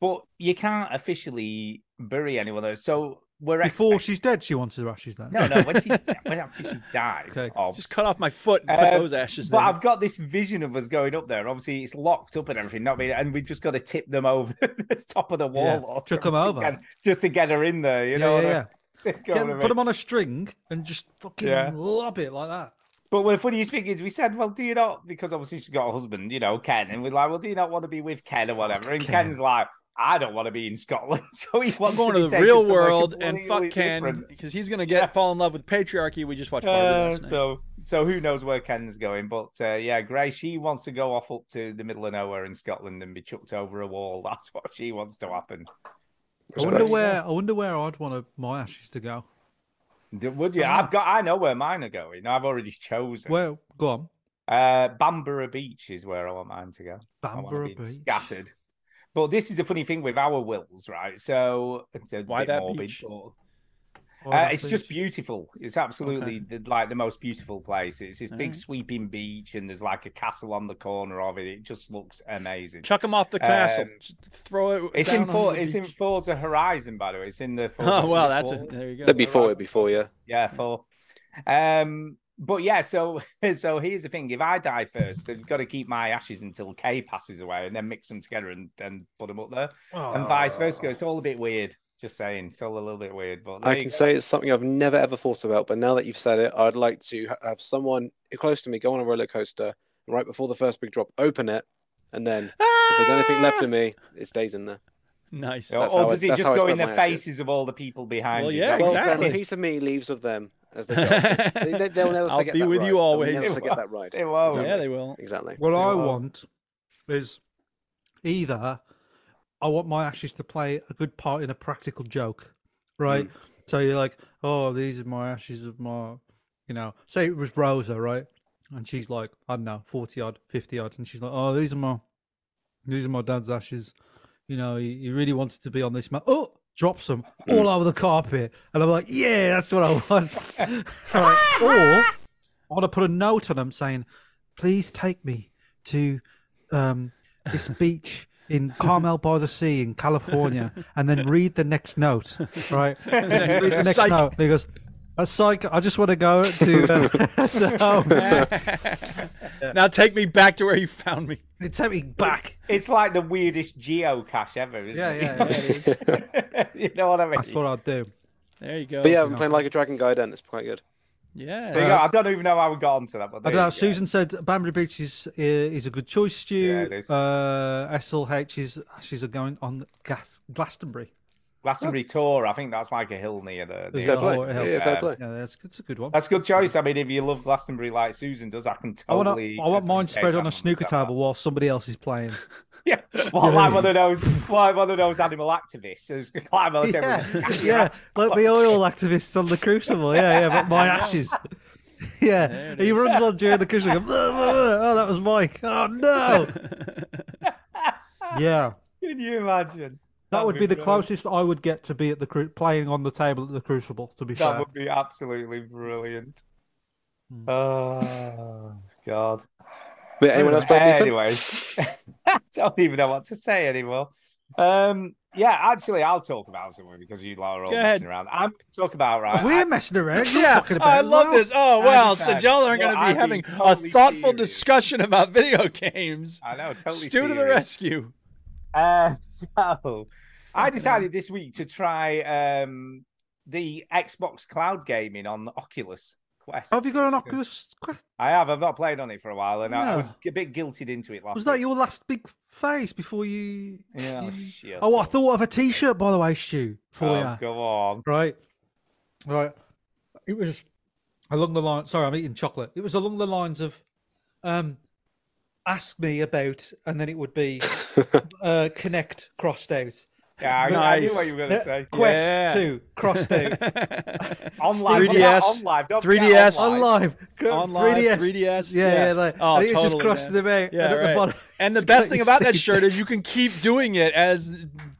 Speaker 4: But you can't officially bury anyone there. So we're
Speaker 5: Before
Speaker 4: expect-
Speaker 5: she's dead, she wants her ashes then.
Speaker 4: No, no, when she when after she died.
Speaker 1: Just cut off my foot and put
Speaker 4: Um,
Speaker 1: those ashes.
Speaker 4: But
Speaker 1: in.
Speaker 4: I've got this vision of us going up there. Obviously, it's locked up and everything, not being, and we've just got to tip them over the top of the wall
Speaker 5: Yeah,
Speaker 4: or
Speaker 5: chuck 'em
Speaker 4: something
Speaker 5: over.
Speaker 4: to get- just to get her in there. You
Speaker 5: Yeah,
Speaker 4: know,
Speaker 5: yeah,
Speaker 4: yeah.
Speaker 5: Get- put them on a string and just fucking
Speaker 4: Yeah.
Speaker 5: lob it like that.
Speaker 4: But the funniest thing is, we said, "Well, do you not?" Because obviously she's got a husband, you know, Ken, and we're like, "Well, do you not want to be with Ken or whatever?" And
Speaker 5: Ken.
Speaker 4: Ken's like, "I don't want to be in Scotland, so he
Speaker 1: I'm
Speaker 4: wants
Speaker 1: going
Speaker 4: to, be
Speaker 1: to the
Speaker 4: taken
Speaker 1: real
Speaker 4: somewhere
Speaker 1: world and fuck
Speaker 4: completely
Speaker 1: Ken
Speaker 4: different."
Speaker 1: because he's gonna get fall in love with patriarchy. We just watched Barbie
Speaker 4: Uh,
Speaker 1: last night.
Speaker 4: so, so who knows where Ken's going? But uh, yeah, Grace, she wants to go off up to the middle of nowhere in Scotland and be chucked over a wall. That's what she wants to happen.
Speaker 5: I wonder where. I wonder where I'd want my ashes to go.
Speaker 4: D- Would you? I've got. I know where mine are going. I've already chosen.
Speaker 5: Well, go on.
Speaker 4: Uh, Bamborough Beach is where I want mine to go. I wanna
Speaker 5: Bamborough
Speaker 4: be
Speaker 5: Beach.
Speaker 4: Scattered. But this is the funny thing with our wills, right? So it's a
Speaker 1: Why
Speaker 4: bit
Speaker 1: that
Speaker 4: morbid,
Speaker 1: beach?
Speaker 4: but-
Speaker 1: Oh,
Speaker 5: Why
Speaker 4: Uh,
Speaker 5: that
Speaker 4: it's just
Speaker 5: beach?
Speaker 4: beautiful. It's absolutely the, like the most beautiful place. It's this big
Speaker 1: Alright.
Speaker 4: sweeping beach, and there's like a castle on the corner of it. It just looks amazing.
Speaker 1: Chuck him off the castle.
Speaker 4: Um,
Speaker 1: Just throw it.
Speaker 4: it's
Speaker 1: down
Speaker 4: in
Speaker 1: on
Speaker 4: For,
Speaker 1: the
Speaker 4: it's in
Speaker 1: beach.
Speaker 4: Forza Horizon, by the way. It's in the. Forza,
Speaker 1: Oh well,
Speaker 4: is it
Speaker 1: that's a,
Speaker 4: Forza?
Speaker 1: there you go.
Speaker 14: That'd be four. It'd be four. Yeah.
Speaker 4: Yeah, four. Um, but yeah, so so here's the thing: if I die first, they've got to keep my ashes until Kay passes away, and then mix them together and then put them up there, and vice versa.
Speaker 1: Oh.
Speaker 4: It's all a bit weird. Just saying, it's all a little bit weird. But there
Speaker 14: I
Speaker 4: you
Speaker 14: can
Speaker 4: go.
Speaker 14: say it's something I've never ever thought about, but now that you've said it, I'd like to ha- have someone close to me go on a roller coaster, and right before the first big drop, open it, and then if there's anything left of me,
Speaker 4: Ah!
Speaker 14: it stays in there.
Speaker 1: Ah! nice.
Speaker 14: That's
Speaker 4: or
Speaker 14: how I-
Speaker 4: does it
Speaker 14: that's
Speaker 4: just
Speaker 14: how I
Speaker 4: go
Speaker 14: spread
Speaker 4: in the
Speaker 14: my ashes.
Speaker 4: faces of all the people behind
Speaker 1: Well,
Speaker 4: you?
Speaker 1: yeah,
Speaker 14: Well,
Speaker 1: exactly.
Speaker 14: then a piece of me leaves with them as they go. It's- they, they'll never
Speaker 1: I'll
Speaker 14: forget
Speaker 1: be
Speaker 14: that
Speaker 1: with
Speaker 14: ride.
Speaker 1: you always.
Speaker 14: They'll
Speaker 1: They
Speaker 14: never forget that
Speaker 4: will.
Speaker 14: ride.
Speaker 4: They will.
Speaker 1: Yeah, they will.
Speaker 14: Exactly.
Speaker 5: What I
Speaker 4: Well-
Speaker 5: want is either I want my ashes to play a good part in a practical joke, right?
Speaker 4: Mm.
Speaker 5: So you're like, oh, these are my ashes of my, you know, say it was Rosa, right? And she's like, I don't know, 40 odd, 50 odd. And she's like, oh, these are my, these are my dad's ashes. You know, he, he really wanted to be on this map. Oh, drops them all over the carpet. And I'm like, yeah, that's what I want. Right, Or I want to put a note on them saying, please take me to um, this beach in Carmel by the Sea in California, and then read the next note. Right, read the next
Speaker 1: Psych.
Speaker 5: note. And he goes, "A psych. I just want to go to." Uh, to home."
Speaker 1: now take me back to where you found me.
Speaker 5: They take me back.
Speaker 4: It's like the weirdest geocache ever, isn't
Speaker 5: Yeah,
Speaker 4: it?
Speaker 5: yeah, yeah, it is.
Speaker 4: you know what I mean?
Speaker 5: That's what I'd do.
Speaker 1: There you go.
Speaker 14: But yeah, I'm playing like a dragon guy then. It's quite good.
Speaker 1: Yeah.
Speaker 4: There you go. I don't even know how we got onto that, but
Speaker 5: I
Speaker 4: there
Speaker 5: don't know.
Speaker 4: you go.
Speaker 5: Susan said Bambury Beach is uh, is a good choice, Stu.
Speaker 4: Yeah, it is.
Speaker 5: Uh, SLH is ashes are going on Gas- Glastonbury.
Speaker 4: Glastonbury Tour. I think that's like a hill near the. the
Speaker 14: Fair play. Yeah, fair play.
Speaker 5: Yeah, that's, that's a good one.
Speaker 4: That's a good choice. I mean, if you love Glastonbury like Susan does, I can
Speaker 5: I want,
Speaker 4: totally.
Speaker 5: I want mine
Speaker 4: appreciate
Speaker 5: spread
Speaker 4: that
Speaker 5: on a snooker table while somebody else is playing.
Speaker 4: Yeah, well, like one of those, like one of those animal activists who's climb on the table.
Speaker 5: yeah,
Speaker 4: and snatch your
Speaker 5: yeah,
Speaker 4: ass.
Speaker 5: like the oil activists on the crucible. Yeah, yeah, but my ashes. Yeah, he runs on during the crucible. goes, "Blah, blah, blah." Oh, that was Mike. Oh no. yeah,
Speaker 4: Can you imagine?
Speaker 5: that would be the
Speaker 4: brilliant.
Speaker 5: closest I would get to be at the cru- playing on the table at the crucible. To be
Speaker 4: That
Speaker 5: fair,
Speaker 4: would be absolutely brilliant.
Speaker 5: Hmm.
Speaker 4: Oh God!
Speaker 14: But anyone else play defense?
Speaker 4: Anyway, I don't even know what to say anymore. Um, yeah, actually, I'll talk about something because you lot are all
Speaker 1: Go
Speaker 4: messing
Speaker 1: ahead.
Speaker 4: around. I'm going to talk about right.
Speaker 5: we're messing around. You're
Speaker 1: Yeah,
Speaker 5: talking about.
Speaker 1: I
Speaker 5: it.
Speaker 1: love
Speaker 5: Well,
Speaker 1: this. Oh
Speaker 4: I
Speaker 1: well, so
Speaker 4: understand.
Speaker 1: y'all are going
Speaker 4: No,
Speaker 1: to
Speaker 4: I've
Speaker 1: be
Speaker 4: been
Speaker 1: having
Speaker 4: totally
Speaker 1: a thoughtful
Speaker 4: serious.
Speaker 1: discussion about video games.
Speaker 4: I know, totally.
Speaker 1: Stu to the
Speaker 4: serious.
Speaker 1: rescue.
Speaker 4: Uh, so I decided this week to try um, the Xbox cloud gaming on the Oculus Quest.
Speaker 5: Have you got an Oculus? Quest?
Speaker 4: I have. I've not played on it for a while, and I, I
Speaker 5: No.
Speaker 4: was a bit guilted into it last.
Speaker 5: Was that
Speaker 4: week.
Speaker 5: your last big phase before you?
Speaker 4: Yeah,
Speaker 5: you-
Speaker 4: shit.
Speaker 5: Oh, I thought of a T-shirt by the way, Stu. For
Speaker 4: Oh,
Speaker 5: ya.
Speaker 4: go on.
Speaker 5: Right. Right. It was along the line. Sorry, I'm eating chocolate. It was along the lines of, um, ask me about, and then it would be, uh, connect crossed out.
Speaker 4: Yeah, I, I knew
Speaker 1: Nice.
Speaker 4: what you were going to
Speaker 5: Uh,
Speaker 4: say.
Speaker 5: Quest
Speaker 1: Yeah.
Speaker 5: two crossed out.
Speaker 4: Online,
Speaker 1: 3DS,
Speaker 4: online, don't forget
Speaker 1: 3DS.
Speaker 4: online.
Speaker 5: on live.
Speaker 1: Online,
Speaker 5: 3DS.
Speaker 1: 3DS,
Speaker 5: Yeah,
Speaker 1: yeah.
Speaker 5: yeah. like,
Speaker 1: Oh,
Speaker 5: and it was just
Speaker 1: totally,
Speaker 5: crossing
Speaker 1: man.
Speaker 5: them out.
Speaker 1: Yeah,
Speaker 5: and at
Speaker 1: right.
Speaker 5: the bottom.
Speaker 1: And the
Speaker 5: it's
Speaker 1: best
Speaker 5: got
Speaker 1: thing
Speaker 5: your
Speaker 1: about that
Speaker 5: stage.
Speaker 1: shirt is you can keep doing it as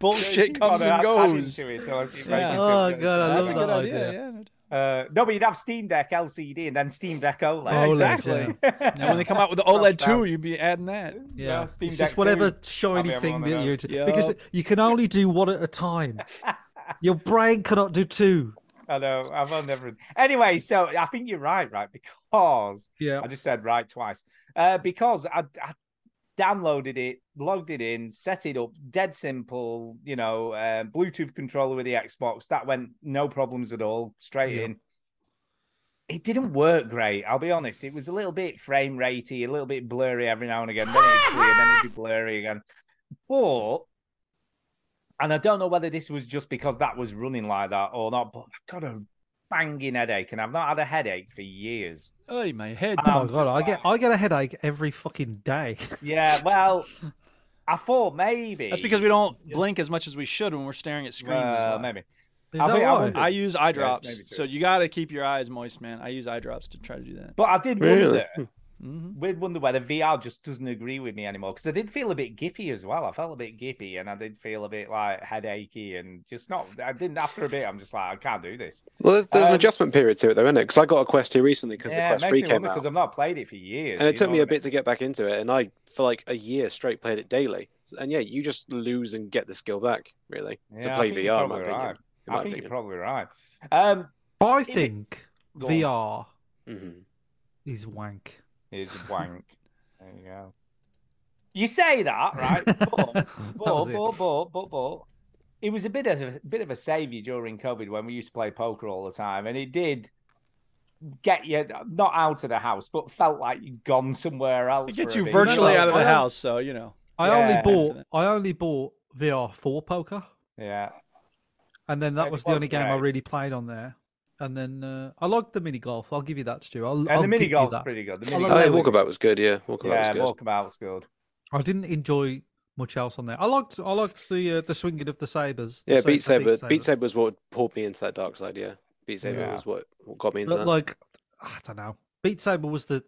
Speaker 1: bullshit
Speaker 4: Keep
Speaker 1: comes
Speaker 4: on
Speaker 1: and
Speaker 4: a- adding
Speaker 1: goes.
Speaker 4: to it, so I keep
Speaker 1: Yeah.
Speaker 4: making
Speaker 5: Oh,
Speaker 4: sense.
Speaker 5: God, I
Speaker 4: That's
Speaker 5: love
Speaker 4: a
Speaker 5: that
Speaker 4: good
Speaker 5: idea.
Speaker 4: idea. Uh, no, but you'd have Steam Deck LCD and then Steam Deck E OLED.
Speaker 5: OLED,
Speaker 1: exactly.
Speaker 5: yeah.
Speaker 1: And when they come out with the E
Speaker 4: That's
Speaker 1: OLED
Speaker 4: down.
Speaker 1: 2, you'd be adding that.
Speaker 5: Yeah,
Speaker 4: Steam
Speaker 5: it's
Speaker 4: Deck
Speaker 5: just whatever
Speaker 4: too.
Speaker 5: shiny
Speaker 4: I'll be
Speaker 5: thing
Speaker 4: having
Speaker 5: that
Speaker 4: one
Speaker 5: you're
Speaker 4: of
Speaker 1: those.
Speaker 5: because
Speaker 1: Yup.
Speaker 5: you can only do one at a time. Your brain cannot do two.
Speaker 4: I know. I've on everything. Anyway, so I think you're right, right? Because
Speaker 5: Yeah, Oh,
Speaker 4: I just said right twice. Uh, because I, I downloaded it, logged it in, set it up, dead simple. You know, uh, Bluetooth controller with the Xbox. That went no problems at all, straight
Speaker 5: Yeah.
Speaker 4: in. It didn't work great. I'll be honest. It was a little bit frame ratey, a little bit blurry every now and again. Then it'd clear, then it'd be blurry again. But and I don't know whether this was just because that was running like that or not, but I've got a banging headache, and I've not had a headache for years.
Speaker 1: Oh, my head.
Speaker 5: Oh my
Speaker 4: I'm
Speaker 5: god,
Speaker 4: just
Speaker 5: I get I get a headache every fucking day.
Speaker 4: Yeah, well, I thought maybe
Speaker 1: That's because we don't blink as much as we should when we're staring at screens. as
Speaker 4: Well,
Speaker 1: well.
Speaker 4: maybe.
Speaker 5: Is
Speaker 4: I
Speaker 5: that
Speaker 4: think I
Speaker 5: why?
Speaker 4: wonder-
Speaker 1: I use eye
Speaker 4: it's
Speaker 1: drops,
Speaker 4: maybe true.
Speaker 1: so you got to keep your eyes moist, man. I use eye drops to try to do that.
Speaker 4: But I did
Speaker 14: Really?
Speaker 4: wonder.
Speaker 1: hmm
Speaker 4: We'd wonder whether VR just doesn't agree with me anymore because I did feel a bit gippy as well. I felt a bit gippy and I did feel a bit like headachy and just not. I didn't after a bit. I'm just like I can't do this.
Speaker 14: Well, there's, there's
Speaker 4: Um,
Speaker 14: an adjustment period to it, though, isn't it? Because I got a Quest here recently because
Speaker 4: yeah,
Speaker 14: the
Speaker 4: it
Speaker 14: Quest
Speaker 4: makes
Speaker 14: 3
Speaker 4: me
Speaker 14: came
Speaker 4: wonder
Speaker 14: out.
Speaker 4: because I've not played it for years.
Speaker 14: and it
Speaker 4: you
Speaker 14: took
Speaker 4: know
Speaker 14: me
Speaker 4: what I
Speaker 14: a
Speaker 4: mean?
Speaker 14: bit to get back into it and i for like a year straight played it daily and yeah you just lose and get the skill back really
Speaker 4: Yeah,
Speaker 14: to
Speaker 4: I
Speaker 14: play
Speaker 4: think you're
Speaker 14: vr in my
Speaker 4: probably
Speaker 14: opinion
Speaker 4: right.
Speaker 14: in my
Speaker 4: I think you're
Speaker 14: opinion.
Speaker 4: probably right. Um,
Speaker 5: I think
Speaker 4: Go on.
Speaker 5: VR
Speaker 14: Mhm.
Speaker 5: is wank.
Speaker 4: is wank. there you go. You say that, right? But,
Speaker 5: That
Speaker 4: but,
Speaker 5: was it.
Speaker 4: but, but, but, but, it was a bit of a bit of a savior during COVID when we used to play poker all the time, and it did get you not out of the house, but felt like you'd gone somewhere else.
Speaker 1: It gets
Speaker 4: for a
Speaker 1: you
Speaker 4: bit.
Speaker 1: virtually
Speaker 5: No,
Speaker 1: out of the
Speaker 5: I don't-
Speaker 1: house, so you know.
Speaker 5: I
Speaker 4: Yeah.
Speaker 5: only bought I only bought VR for poker,
Speaker 4: Yeah,
Speaker 5: and then that
Speaker 4: It
Speaker 5: was the only
Speaker 4: was
Speaker 5: game I
Speaker 4: great.
Speaker 5: really played on there. And then uh, I liked the mini golf. I'll give you that, Stu. I'll,
Speaker 4: and
Speaker 5: I'll
Speaker 4: the mini
Speaker 5: give you
Speaker 4: golf's
Speaker 5: that.
Speaker 4: pretty good. The
Speaker 5: I
Speaker 4: mini
Speaker 5: love
Speaker 14: oh yeah
Speaker 5: that.
Speaker 14: walkabout was good yeah walkabout
Speaker 4: yeah,
Speaker 14: was good
Speaker 4: walkabout's good.
Speaker 5: I didn't enjoy much else on there. I liked I liked the uh, the swinging of the sabers.
Speaker 14: yeah beat saber beat saber was what pulled me into that dark side yeah beat saber
Speaker 4: Yeah.
Speaker 14: was what, what got me into
Speaker 5: But
Speaker 14: that
Speaker 5: like I don't know. Beat Saber was the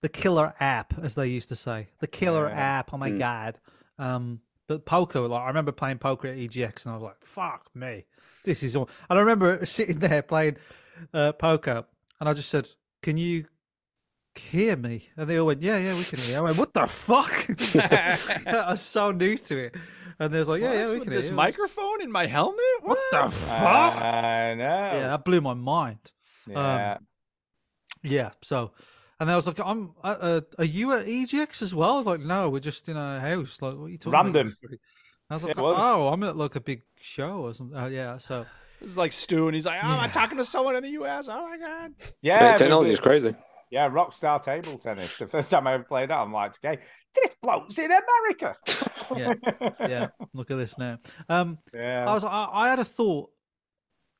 Speaker 5: the killer app, as they used to say. The killer
Speaker 4: Yeah.
Speaker 5: app. Oh my
Speaker 14: Mm.
Speaker 5: god. Um, but poker, like I remember playing poker at EGX, and I was like, "Fuck me, this is all." And I remember sitting there playing uh, poker, and I just said, "Can you hear me?" And they all went, "Yeah, yeah, we can hear." you." I went, "What the fuck?" I was so new to it, and they was like, "Yeah, yeah,
Speaker 1: What's
Speaker 5: we
Speaker 1: with
Speaker 5: can hear."
Speaker 1: this
Speaker 5: you."
Speaker 1: microphone in my helmet? What?
Speaker 5: What the fuck?
Speaker 4: I know.
Speaker 5: yeah, um, that blew my mind.
Speaker 4: uh, Yeah.
Speaker 5: Yeah. So, and I was like, "I'm. Uh, uh, are you at EGX as well?" I was like, "No, we're just in a house. Like, what are you talking about, you
Speaker 4: Random.
Speaker 5: freak?" I was
Speaker 4: Yeah,
Speaker 5: like,
Speaker 4: it was.
Speaker 5: "Oh, I'm at like a big show or something." Uh, yeah. So,
Speaker 1: It's like Stu, and he's like, "Oh,
Speaker 5: Yeah.
Speaker 1: I'm talking to someone in the U.S. Oh my god."
Speaker 4: yeah,
Speaker 14: Mate, technology
Speaker 4: we-
Speaker 14: is crazy
Speaker 4: Yeah, Rockstar Table Tennis. The first time I ever played that, I'm like, okay, this bloke's in America.
Speaker 5: yeah, yeah. Look at this now. Um,
Speaker 4: yeah.
Speaker 5: I was, I, I had a thought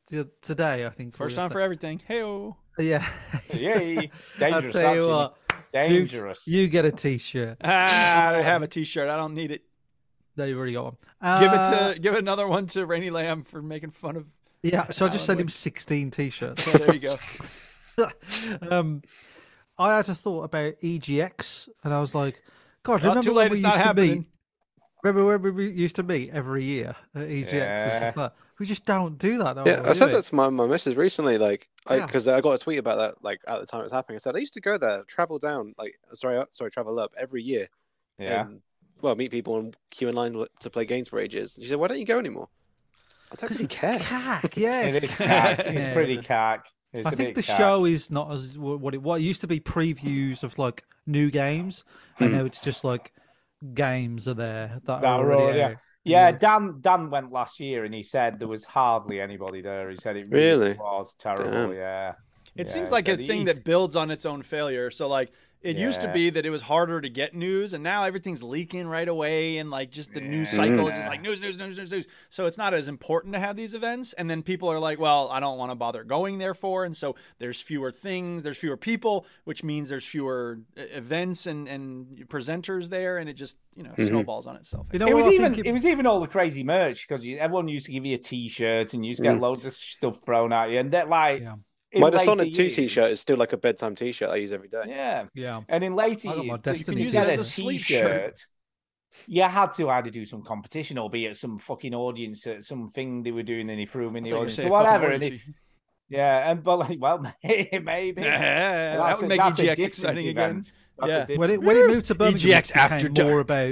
Speaker 5: the oth- today. I think
Speaker 1: First time for everything. Hey,
Speaker 5: Yeah.
Speaker 4: Yay.
Speaker 5: I'll
Speaker 4: Dangerous,
Speaker 5: tell you
Speaker 4: actually.
Speaker 5: what, Duke,
Speaker 4: Dangerous.
Speaker 5: you get a T-shirt.
Speaker 1: ah, I don't have a T-shirt. I don't need it.
Speaker 5: No, you've already got one.
Speaker 1: give
Speaker 5: Uh,
Speaker 1: it to give another one to Rainy Lamb for making fun of.
Speaker 5: Yeah, so I just sent
Speaker 4: Uh,
Speaker 1: Alan
Speaker 5: him 16 t-shirts.
Speaker 1: Wood. Yeah, there you go.
Speaker 5: um, I had a thought about EGX, and I was like,
Speaker 1: Not
Speaker 5: "God, remember
Speaker 1: too
Speaker 5: when
Speaker 1: late,
Speaker 5: we
Speaker 1: it's
Speaker 5: used
Speaker 1: not
Speaker 5: to meet?
Speaker 1: happening.
Speaker 5: Remember when we used to meet every year at E EGX? This is
Speaker 14: Yeah.
Speaker 5: that. We just don't do that.
Speaker 4: Oh,
Speaker 5: No
Speaker 14: Yeah,
Speaker 5: more,
Speaker 14: I
Speaker 5: do
Speaker 14: said
Speaker 5: we?
Speaker 14: that to my, my missus recently, like,
Speaker 5: Yeah.
Speaker 14: because I got a tweet about that, like, at the time it was happening. I said, I used to go there, travel down, like, sorry, up, sorry, travel up every year.
Speaker 4: Yeah.
Speaker 14: And, um, well, meet people and queue in line to play games for ages. And she said, why don't you go anymore? I don't really care.
Speaker 5: Cack, yeah,
Speaker 4: It is
Speaker 5: it's
Speaker 4: cack.
Speaker 5: cack,
Speaker 4: It's
Speaker 5: yeah.
Speaker 4: pretty cack. It's
Speaker 5: I
Speaker 4: a
Speaker 5: think
Speaker 4: bit
Speaker 5: the
Speaker 4: cack.
Speaker 5: show is not as wh- what it was. It used to be previews of like new games,
Speaker 14: Mm-hmm.
Speaker 5: and now it's just like games are there that,
Speaker 4: That
Speaker 5: are
Speaker 4: road,
Speaker 5: already
Speaker 4: yeah.
Speaker 5: out.
Speaker 4: Yeah, Dan Dan went last year and he said there was hardly anybody there. He said it really,
Speaker 14: Really?
Speaker 4: was terrible.
Speaker 14: Damn.
Speaker 4: Yeah.
Speaker 1: It
Speaker 4: Yeah,
Speaker 1: seems
Speaker 4: he
Speaker 1: like a
Speaker 4: said he-
Speaker 1: thing that builds on its own failure. So like it used to
Speaker 4: Yeah.
Speaker 1: be that it was harder to get news and now everything's leaking right away and like just the news cycle is just
Speaker 4: Yeah. Mm-hmm.
Speaker 1: like news news news news news. So it's not as important to have these events and then people are like, well, I don't want to bother going there for and so there's fewer things, there's fewer people, which means there's fewer uh, events and and presenters there and it just, you know,
Speaker 4: Mm-hmm.
Speaker 14: Mhm.
Speaker 1: snowballs on itself.
Speaker 5: You know
Speaker 4: it
Speaker 5: what
Speaker 4: was
Speaker 5: I
Speaker 4: even
Speaker 5: think
Speaker 4: it... was even all the crazy merch because everyone used to give you a T-shirt and you used to get
Speaker 14: Mm.
Speaker 4: loads of stuff thrown at you and that like
Speaker 5: Yeah.
Speaker 4: in
Speaker 14: My
Speaker 4: later
Speaker 14: Dishonored 2
Speaker 4: years-
Speaker 14: t shirt is still like a bedtime t shirt I use every day.
Speaker 4: Yeah,
Speaker 5: Yeah.
Speaker 4: and in later
Speaker 5: I got my
Speaker 4: years, so you
Speaker 5: Destiny
Speaker 4: can use
Speaker 5: t-shirt.
Speaker 4: that as a
Speaker 1: As a sleep
Speaker 4: T-shirt. You had to either do some competition or be at some fucking audience at something they were doing and he threw him in the
Speaker 1: thought you were
Speaker 4: audience
Speaker 1: gonna
Speaker 4: or
Speaker 1: say fucking
Speaker 4: whatever. And
Speaker 1: orgy.
Speaker 4: he, yeah, and but like, well, maybe
Speaker 1: Yeah,
Speaker 4: That's
Speaker 1: that would
Speaker 4: a-
Speaker 1: make
Speaker 4: that's a
Speaker 1: EGX
Speaker 4: different
Speaker 1: exciting again.
Speaker 4: event. That's a
Speaker 1: Yeah.
Speaker 4: different-
Speaker 5: when it when it moved to
Speaker 4: E
Speaker 5: Birmingham,
Speaker 1: EGX
Speaker 5: it became
Speaker 1: after
Speaker 5: more about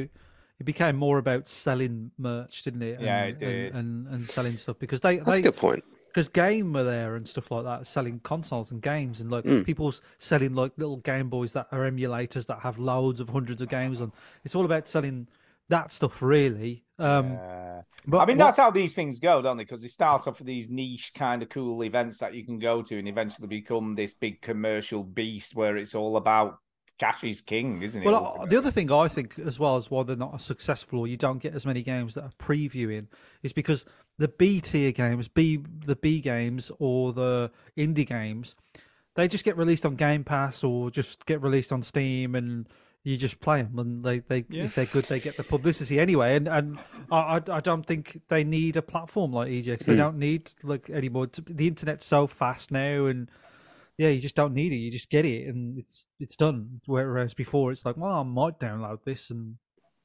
Speaker 5: it became more about selling merch, didn't it?
Speaker 4: Yeah,
Speaker 5: and,
Speaker 4: it did.
Speaker 5: And, and and selling stuff because they
Speaker 14: That's
Speaker 5: they
Speaker 14: a good point.
Speaker 5: because game were there and stuff like that, selling consoles and games and like
Speaker 14: Mm.
Speaker 5: people's selling like little Game Boys that are emulators that have loads of hundreds of games on. It's all about selling that stuff, really. Um,
Speaker 4: Yeah.
Speaker 5: but
Speaker 4: I mean,
Speaker 5: what-
Speaker 4: that's how these things go, don't they? Because they start off with these niche, kind of cool events that you can go to and eventually become this big commercial beast where it's all about cash is king, isn't it?
Speaker 5: Well, I-
Speaker 4: ultimately?
Speaker 5: the other thing I think as well is why they're not as successful or you don't get as many games that are previewing is because the B tier games, B the B games or the indie games, they just get released on Game Pass or just get released on Steam and you just play them and they, they
Speaker 1: Yeah.
Speaker 5: if they're good they get the publicity anyway and and I, I I don't think they need a platform like EGX
Speaker 4: Hmm.
Speaker 5: they don't need like anymore the internet's so fast now and yeah, you just don't need it. You just get it, and it's it's done. Whereas before, it's like, well, I might download this, and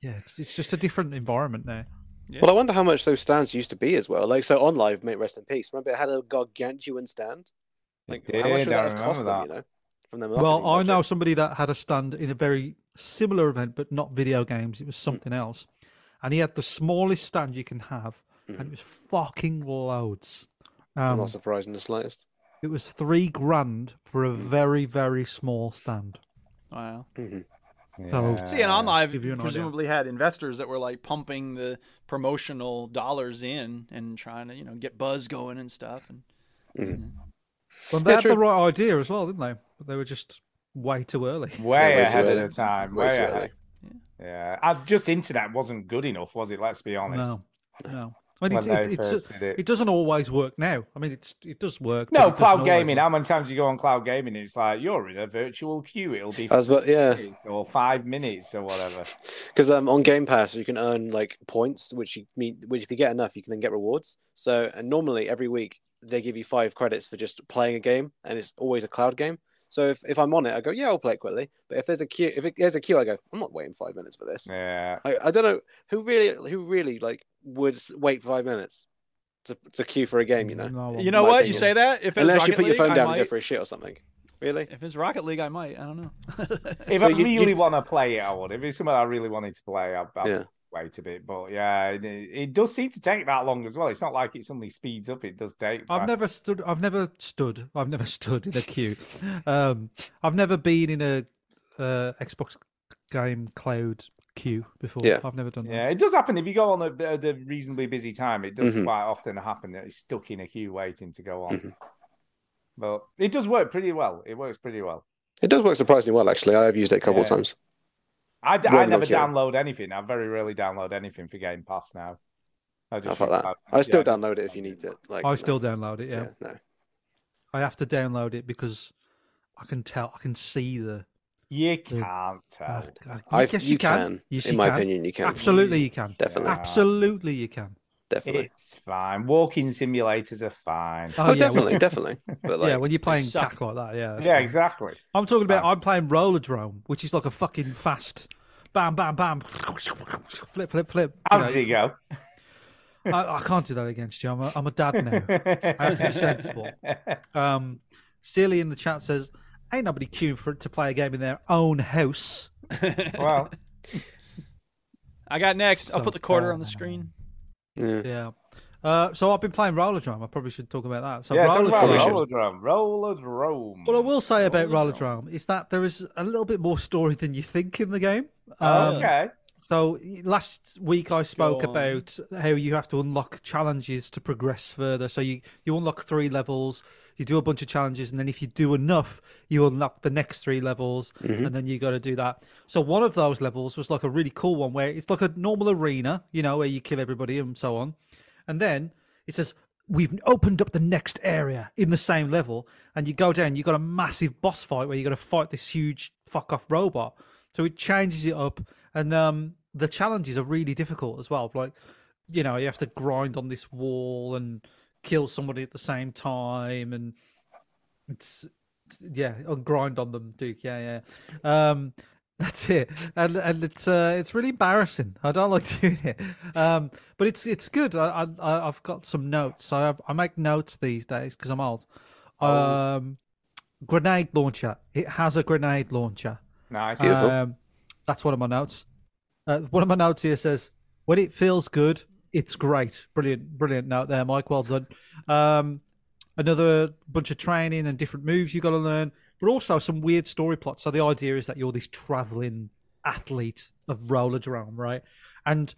Speaker 5: yeah, it's, it's just a different environment now.
Speaker 14: Well, I wonder how much those stands used to be as well. Like, so on live, mate, rest in peace. Remember, it had a gargantuan stand. Like, how much
Speaker 4: did,
Speaker 14: would that
Speaker 4: I
Speaker 14: have cost them?
Speaker 4: remember
Speaker 14: You know, from their
Speaker 5: Well,
Speaker 14: marketing
Speaker 5: I
Speaker 14: budget?
Speaker 5: know somebody that had a stand in a very similar event, but not video games. It was something else, and he had the smallest stand you can have, and it was fucking loads.
Speaker 14: I'm
Speaker 5: Um,
Speaker 14: not surprised in the slightest.
Speaker 5: it was three grand for a very very small stand.
Speaker 1: Wow.
Speaker 5: So,
Speaker 1: See, and OnLive
Speaker 5: give you an idea.
Speaker 1: presumably had investors that were like pumping the promotional dollars in and trying to, you know, get buzz going and stuff. And
Speaker 14: Mm.
Speaker 5: Well, they
Speaker 14: Yeah,
Speaker 5: had
Speaker 14: true.
Speaker 5: the right idea as well, didn't they? But they were just way too early.
Speaker 4: way
Speaker 14: way too
Speaker 4: ahead of
Speaker 14: early.
Speaker 4: the time.
Speaker 14: Way
Speaker 4: Way,
Speaker 14: too
Speaker 4: ahead.
Speaker 14: early.
Speaker 4: Yeah, I, just internet wasn't good enough, was it? Let's be honest.
Speaker 5: No, no. I mean,
Speaker 4: When
Speaker 5: it's, it,
Speaker 4: they
Speaker 5: it's,
Speaker 4: first
Speaker 5: it,
Speaker 4: did it.
Speaker 5: doesn't always work now. I mean, it's it does work. but
Speaker 4: No,
Speaker 5: it doesn't
Speaker 4: cloud
Speaker 5: always
Speaker 4: gaming.
Speaker 5: work.
Speaker 4: How many times you go on cloud gaming? It's like you're in a virtual queue. It'll be
Speaker 14: I was about- yeah.
Speaker 4: or five minutes or whatever.
Speaker 14: Because um, on Game Pass, you can earn like points, which you mean, which if you get enough, you can then get rewards. So, and normally every week they give you five credits for just playing a game, and it's always a cloud game. So if, if I'm on it, I go, yeah, I'll play it quickly. But if there's a queue, if it, there's a queue, I go, I'm not waiting five minutes for this.
Speaker 4: Yeah,
Speaker 14: I, I don't know who really who really like would s- wait for five minutes to, to queue for a game. You know,
Speaker 5: No, well,
Speaker 1: you know
Speaker 14: my
Speaker 1: what? You
Speaker 14: opinion.
Speaker 1: say that if it's
Speaker 14: unless
Speaker 1: Rocket
Speaker 14: you put your
Speaker 1: League,
Speaker 14: phone
Speaker 1: I
Speaker 14: down and
Speaker 1: might,
Speaker 14: go for a shit or something. Really?
Speaker 1: If it's Rocket League, I might. I don't know.
Speaker 4: if
Speaker 14: So
Speaker 4: I
Speaker 14: you- you-
Speaker 4: really want to play it, I would. If it's something I really wanted to play, I'd, I'd
Speaker 14: Yeah.
Speaker 4: wait a bit. But yeah, it, it does seem to take that long as well. It's not like it suddenly speeds up. It does take.
Speaker 5: I've
Speaker 4: time.
Speaker 5: never stood. I've never stood. I've never stood in a queue. um, I've never been in a uh, Xbox game cloud queue before.
Speaker 14: Yeah.
Speaker 5: I've never done
Speaker 4: Yeah, it does happen if you go on a, at a reasonably busy time. It does
Speaker 14: Mhm.
Speaker 4: quite often happen that it's
Speaker 14: Mm-hmm.
Speaker 4: stuck in a queue waiting to go on. But it does work pretty well. It works pretty well.
Speaker 14: It does work surprisingly well, actually. I have used it a couple of
Speaker 4: Yeah.
Speaker 14: times.
Speaker 4: I, d- I
Speaker 14: Roadblock,
Speaker 4: never
Speaker 14: yeah.
Speaker 4: download anything. I very rarely download anything for Game Pass now. I
Speaker 14: I
Speaker 4: just
Speaker 14: thought that. I still download it if you need it. Like
Speaker 5: I
Speaker 14: you
Speaker 5: still
Speaker 14: know.
Speaker 5: download it. Yeah.
Speaker 14: no.
Speaker 5: I have to download it because I can tell. I can see the.
Speaker 4: You
Speaker 5: Mm.
Speaker 4: can't tell.
Speaker 14: I've- you can.
Speaker 5: Yes,
Speaker 14: In
Speaker 5: you
Speaker 14: my opinion, you can.
Speaker 5: Absolutely, you can.
Speaker 14: Definitely.
Speaker 5: Absolutely, you can.
Speaker 14: Definitely.
Speaker 4: It's fine. Walking simulators are fine.
Speaker 5: Oh, Oh, yeah, definitely, well-
Speaker 14: definitely. But
Speaker 5: yeah, when you're playing
Speaker 4: suck.
Speaker 5: cack like that, yeah. that's
Speaker 4: yeah,
Speaker 5: fine.
Speaker 4: exactly.
Speaker 5: I'm talking about. I'm playing roller drone, which is like a fucking fast, bam, bam, bam, flip, flip, flip.
Speaker 4: How does he go?
Speaker 5: I, I can't do that against you. I'm a, I'm a dad now. I have to be sensible. Um, Celia in the chat says, "Ain't nobody queuing for to play a game in their own house."
Speaker 4: Well,
Speaker 1: I got next. I'll
Speaker 5: So
Speaker 1: put the quarter on the screen.
Speaker 14: Yeah.
Speaker 5: Uh, so I've been playing roller drum. I probably should talk about that. So
Speaker 4: yeah, talk
Speaker 5: roller
Speaker 4: about Rollerdrome.
Speaker 5: drum.
Speaker 4: Rollerdrome.
Speaker 5: What I will say about roller drum is that there is a little bit more story than you think in the game. Um,
Speaker 4: Oh, okay.
Speaker 5: So last week I spoke
Speaker 1: on.
Speaker 5: about how you have to unlock challenges to progress further. So you you unlock three levels, you do a bunch of challenges, and then if you do enough, you unlock the next three levels,
Speaker 14: Mhm.
Speaker 5: and then you got to do that. So one of those levels was like a really cool one where it's like a normal arena, you know, where you kill everybody and so on, and then it says. We've opened up the next area in the same level, and you go down. You got a massive boss fight where you got to fight this huge fuck off robot. So it changes it up, and um, the challenges are really difficult as well. Like, you know, you have to grind on this wall and kill somebody at the same time, and it's it's- yeah, or grind on them, Duke. Yeah, yeah. Um, that's it, and and it's uh, it's really embarrassing. I don't like doing it, um, but it's it's good. I, I I've got some notes. I have, I make notes these days because I'm old. Um, grenade launcher. It has a grenade launcher.
Speaker 4: Nice.
Speaker 14: Beautiful.
Speaker 5: Um, that's one of my notes. Uh, one of my notes here says, "When it feels good, it's great." Brilliant, brilliant note there, Mike. Well done. Um, another bunch of training and different moves you got to learn, but also some weird story plots. So the idea is that you're this traveling athlete of roller drum, right? And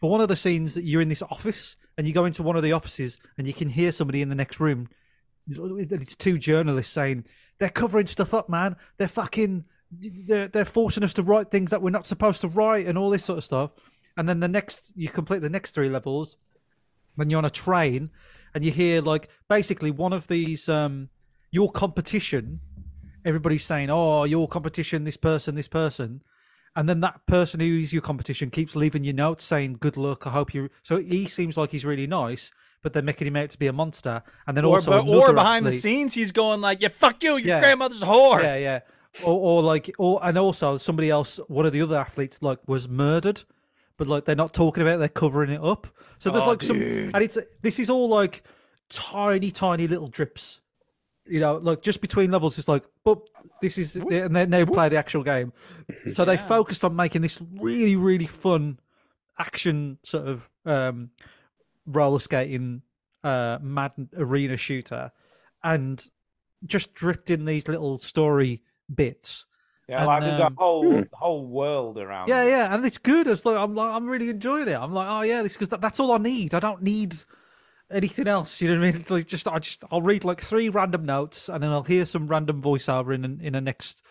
Speaker 5: for one of the scenes that you're in this office and you go into one of the offices and you can hear somebody in the next room it's two journalists saying they're covering stuff up man they're fucking they're, they're forcing us to write things that we're not supposed to write and all this sort of stuff and then the next you complete the next three levels when you're on a train and you hear like basically one of these um your competition everybody's saying oh your competition this person this person and then that person who is your competition keeps leaving you notes saying good luck i hope you so he seems like he's really nice but they're making him out to be a monster and then
Speaker 1: or,
Speaker 5: also
Speaker 1: but- or
Speaker 5: another
Speaker 1: behind the
Speaker 5: athlete-
Speaker 1: scenes, he's going like, "Yeah, fuck you, your
Speaker 5: Yeah.
Speaker 1: grandmother's a whore."
Speaker 5: yeah, yeah. Or, or like, or and also somebody else, one of the other athletes, like was murdered, but like they're not talking about, it, they're covering it up. So there's
Speaker 1: Oh,
Speaker 5: like some,
Speaker 1: dude.
Speaker 5: and it's this is all like tiny, tiny little drips. You know, like just between levels, it's like, but this is, and then they play the actual game. So they focused on making this really, really fun action sort of um, roller skating uh, mad arena shooter, and just dripped in these little story bits.
Speaker 4: Yeah,
Speaker 5: And,
Speaker 4: like there's
Speaker 5: um,
Speaker 4: a
Speaker 14: Hmm.
Speaker 4: whole whole world around.
Speaker 5: yeah,
Speaker 4: it.
Speaker 5: yeah, and it's good. It's like I'm like I'm really enjoying it. I'm like, oh yeah, this because that, that's all I need. I don't need anything else. You know what I mean? It's like just I just I'll read like three random notes and then I'll hear some random voiceover in an- in a next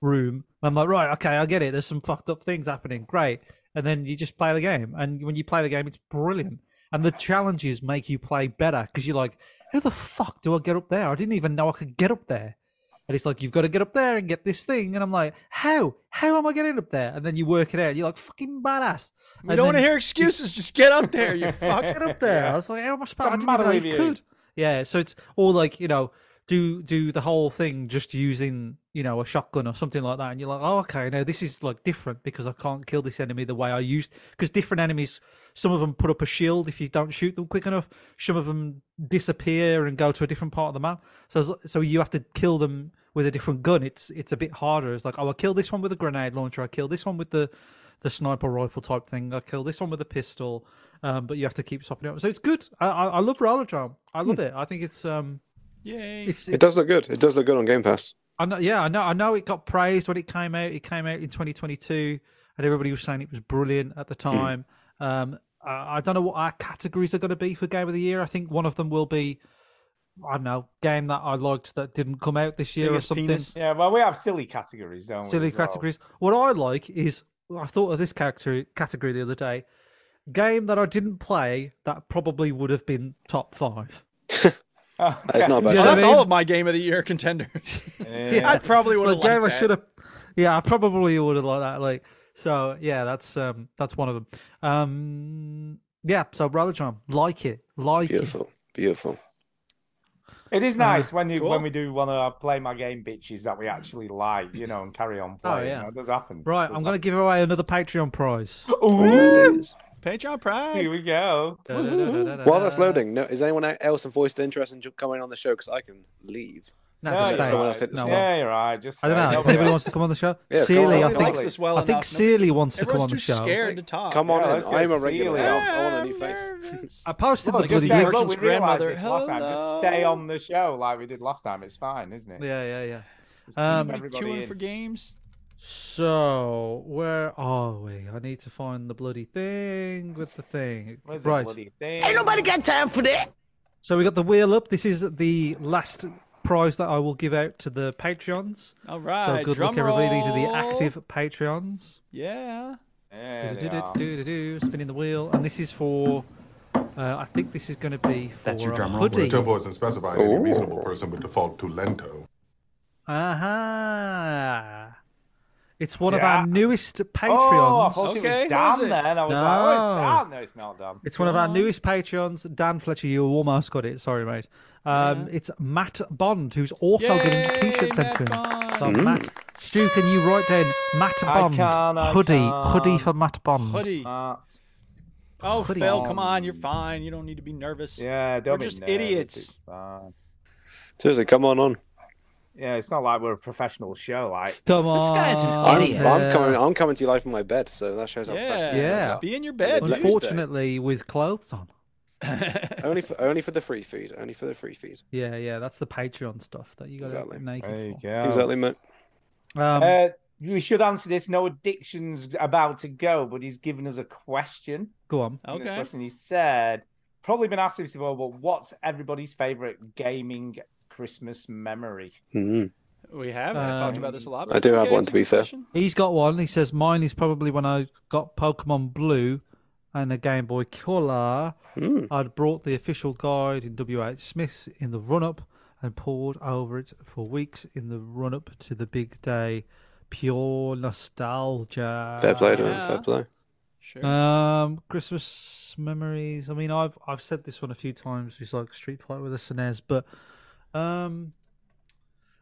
Speaker 5: room. And I'm like, right, okay, I get it. There's some fucked up things happening. Great. And then you just play the game. And when you play the game, it's brilliant. And the challenges make you play better because you're like, how the fuck do I get up there? I didn't even know I could get up there. And it's like, you've got to get up there and get this thing. And I'm like, how? How am I getting up there? And then you work it out. You're like, fucking badass.
Speaker 1: We don't want to hear excuses. Just get up there, you fuck.
Speaker 5: Get up there. I was like, how am I supposed I
Speaker 4: What's
Speaker 5: didn't
Speaker 4: the
Speaker 5: even know
Speaker 4: matter
Speaker 5: you
Speaker 4: with you?
Speaker 5: could. Yeah, so it's all like, you know, do do the whole thing just using, you know, a shotgun or something like that. And you're like, oh, okay, no, this is like different because I can't kill this enemy the way I used. Because different enemies, some of them put up a shield if you don't shoot them quick enough. Some of them disappear and go to a different part of the map. So it's- so you have to kill them with a different gun. It's it's a bit harder. It's like, oh, I kill this one with a grenade launcher. I kill this one with the the sniper rifle type thing. I kill this one with a pistol, um, but you have to keep swapping it up. So it's good. I, I, I love roller drum. I
Speaker 4: Hmm.
Speaker 5: love it. I think it's um,
Speaker 1: Yay.
Speaker 5: it's
Speaker 14: It does look good. It does look good on Game Pass.
Speaker 5: I know, yeah, I know. I know it got praised when it came out. It came out in 2022, and everybody was saying it was brilliant at the
Speaker 4: Hmm.
Speaker 5: time. Um, I, I don't know what our categories are going to be for Game of the Year. I think one of them will be I don't know game that I liked that didn't come out this year
Speaker 4: Biggest
Speaker 5: or something.
Speaker 4: penis. Yeah, well, we have silly categories, don't we?
Speaker 5: silly
Speaker 4: as well?
Speaker 5: categories. What I like is I thought of this character category the other day. Game that I didn't play that probably would have been top five.
Speaker 14: That's not a bad.
Speaker 5: Yeah,
Speaker 1: Well, that's
Speaker 5: I mean-
Speaker 1: all of my game of the year contenders. I
Speaker 5: Yeah.
Speaker 1: probably
Speaker 5: It's
Speaker 1: would have
Speaker 5: the game I
Speaker 1: liked
Speaker 5: should
Speaker 1: that.
Speaker 5: have. Yeah, I probably would have liked that. Like, so yeah, that's um, that's one of them. Um, yeah. So Rallytron, like it, like
Speaker 14: Beautiful, beautiful.
Speaker 4: It is
Speaker 5: Uh,
Speaker 4: nice when you
Speaker 5: cool.
Speaker 4: when we do want to play my game bitches that we actually like, you know, and carry on
Speaker 5: Oh,
Speaker 4: playing.
Speaker 5: yeah.
Speaker 4: that does happen.
Speaker 5: it. Right, I'm gonna give away another Patreon prize.
Speaker 1: Patreon prize.
Speaker 4: Here we go.
Speaker 14: While that's loading, no, is anyone else voiced interest in ju- coming on the show? Because I can leave.
Speaker 5: No,
Speaker 4: Yeah,
Speaker 5: just
Speaker 4: you're
Speaker 5: stay.
Speaker 14: Someone else
Speaker 4: right.
Speaker 14: hit the
Speaker 5: No,
Speaker 14: slot.
Speaker 5: well,
Speaker 4: Yeah, you're right. Just
Speaker 5: I don't know. If
Speaker 4: nobody
Speaker 5: anybody wants to come on the show,
Speaker 14: Yeah, come
Speaker 5: Seely,
Speaker 14: on,
Speaker 5: I
Speaker 14: come
Speaker 5: think
Speaker 14: on.
Speaker 1: Likes us well
Speaker 5: I think
Speaker 1: enough.
Speaker 5: Seely wants to come
Speaker 1: Everyone's
Speaker 5: on the
Speaker 1: too
Speaker 5: show.
Speaker 1: scared to talk.
Speaker 14: Come on
Speaker 4: Yeah,
Speaker 14: in.
Speaker 4: let's go
Speaker 14: I'm a
Speaker 4: see
Speaker 14: regular.
Speaker 4: you.
Speaker 14: I want a new face.
Speaker 5: I posted the
Speaker 4: Well, just say,
Speaker 5: bloody link.
Speaker 4: look, we
Speaker 1: Merchant's
Speaker 4: realised
Speaker 1: grandmother.
Speaker 4: this last time. Just stay on the show like we did last time. It's fine, isn't it?
Speaker 5: Yeah, yeah, yeah.
Speaker 4: Just keep
Speaker 5: Um,
Speaker 1: Everybody
Speaker 4: everybody
Speaker 1: queuing
Speaker 4: in.
Speaker 1: for games.
Speaker 5: So where are we? I need to find the bloody thing with the thing.
Speaker 4: Where's the
Speaker 5: right.
Speaker 4: bloody thing?
Speaker 7: got time for that.
Speaker 5: So we got the wheel up. This is the last prize that I will give out to the Patreons.
Speaker 1: All right.
Speaker 5: so good
Speaker 1: drum
Speaker 5: luck, everybody. These are the
Speaker 1: roll.
Speaker 5: active Patreons.
Speaker 1: Yeah.
Speaker 4: There they are.
Speaker 5: Do-do-do-do-do-do, Spinning the wheel, and this is for. Uh, I think this is going to be for That's your drum roll. hoodie.
Speaker 15: Turbo isn't specified. Any reasonable person would default to Lento.
Speaker 5: Aha! It's one of
Speaker 4: Yeah.
Speaker 5: our newest
Speaker 4: Oh, I
Speaker 5: Patreons.
Speaker 4: thought
Speaker 1: Okay,
Speaker 4: it was
Speaker 1: was
Speaker 4: Dan
Speaker 1: it?
Speaker 4: then. I was like, oh, it's
Speaker 5: No.
Speaker 4: Dan. No, it's not Dan.
Speaker 5: It's one of our newest patrons, Dan Fletcher. You almost got it. Sorry, mate. Um, It's Matt Bond, who's also getting a t-shirt sent to him. So Matt, Stu, can you write down Matt
Speaker 4: Mm. I
Speaker 5: Bond
Speaker 4: can, I
Speaker 5: hoodie hoodie
Speaker 4: can.
Speaker 5: for Matt Bond?
Speaker 1: Hoodie.
Speaker 4: Uh,
Speaker 1: Oh,
Speaker 5: hoodie.
Speaker 1: Phil, come on. You're fine. You don't need to be nervous.
Speaker 4: yeah, don't
Speaker 1: We're
Speaker 4: be
Speaker 1: just
Speaker 4: nervous,
Speaker 1: idiots.
Speaker 4: it's fine.
Speaker 14: Seriously, come on on.
Speaker 4: Yeah, it's not like we're a professional show. Like,
Speaker 5: Come on, uh,
Speaker 7: guy's an
Speaker 14: I'm,
Speaker 7: idiot.
Speaker 14: I'm coming. I'm coming to you live from my bed, so that shows how
Speaker 1: Yeah.
Speaker 14: professional.
Speaker 5: Yeah.
Speaker 1: Just be in your bed. dude.
Speaker 5: Unfortunately, with clothes on.
Speaker 14: only for only for the free feed. Only for the free feed.
Speaker 5: Yeah, yeah, that's the Patreon stuff that you got to
Speaker 14: Exactly.
Speaker 5: get naked
Speaker 4: there you
Speaker 5: for.
Speaker 4: go.
Speaker 14: Exactly, mate.
Speaker 5: Um,
Speaker 4: Uh, we should answer this. No addiction's about to go, but he's given us a question.
Speaker 5: go on.
Speaker 4: In this
Speaker 1: Okay.
Speaker 4: question, he said, probably been asked this before, but what's everybody's favorite gaming Christmas memory?
Speaker 14: Mhm.
Speaker 1: We have. I've talked about this a lot.
Speaker 14: I do have
Speaker 1: Okay,
Speaker 14: one,
Speaker 1: it's
Speaker 14: to
Speaker 1: a
Speaker 14: be
Speaker 1: good
Speaker 14: fair.
Speaker 1: question.
Speaker 5: He's got one. He says mine is probably when I got Pokemon Blue and a Game Boy Color.
Speaker 14: Mm.
Speaker 5: I'd brought the official guide in WH Smith's in the run up and pored over it for weeks in the run up to the big day. Pure nostalgia.
Speaker 14: Fair play to him.
Speaker 1: yeah.
Speaker 14: Fair play.
Speaker 1: Sure.
Speaker 5: Um, Christmas memories. I mean, I've I've said this one a few times. It's like Street Fighter with a SNES, but um,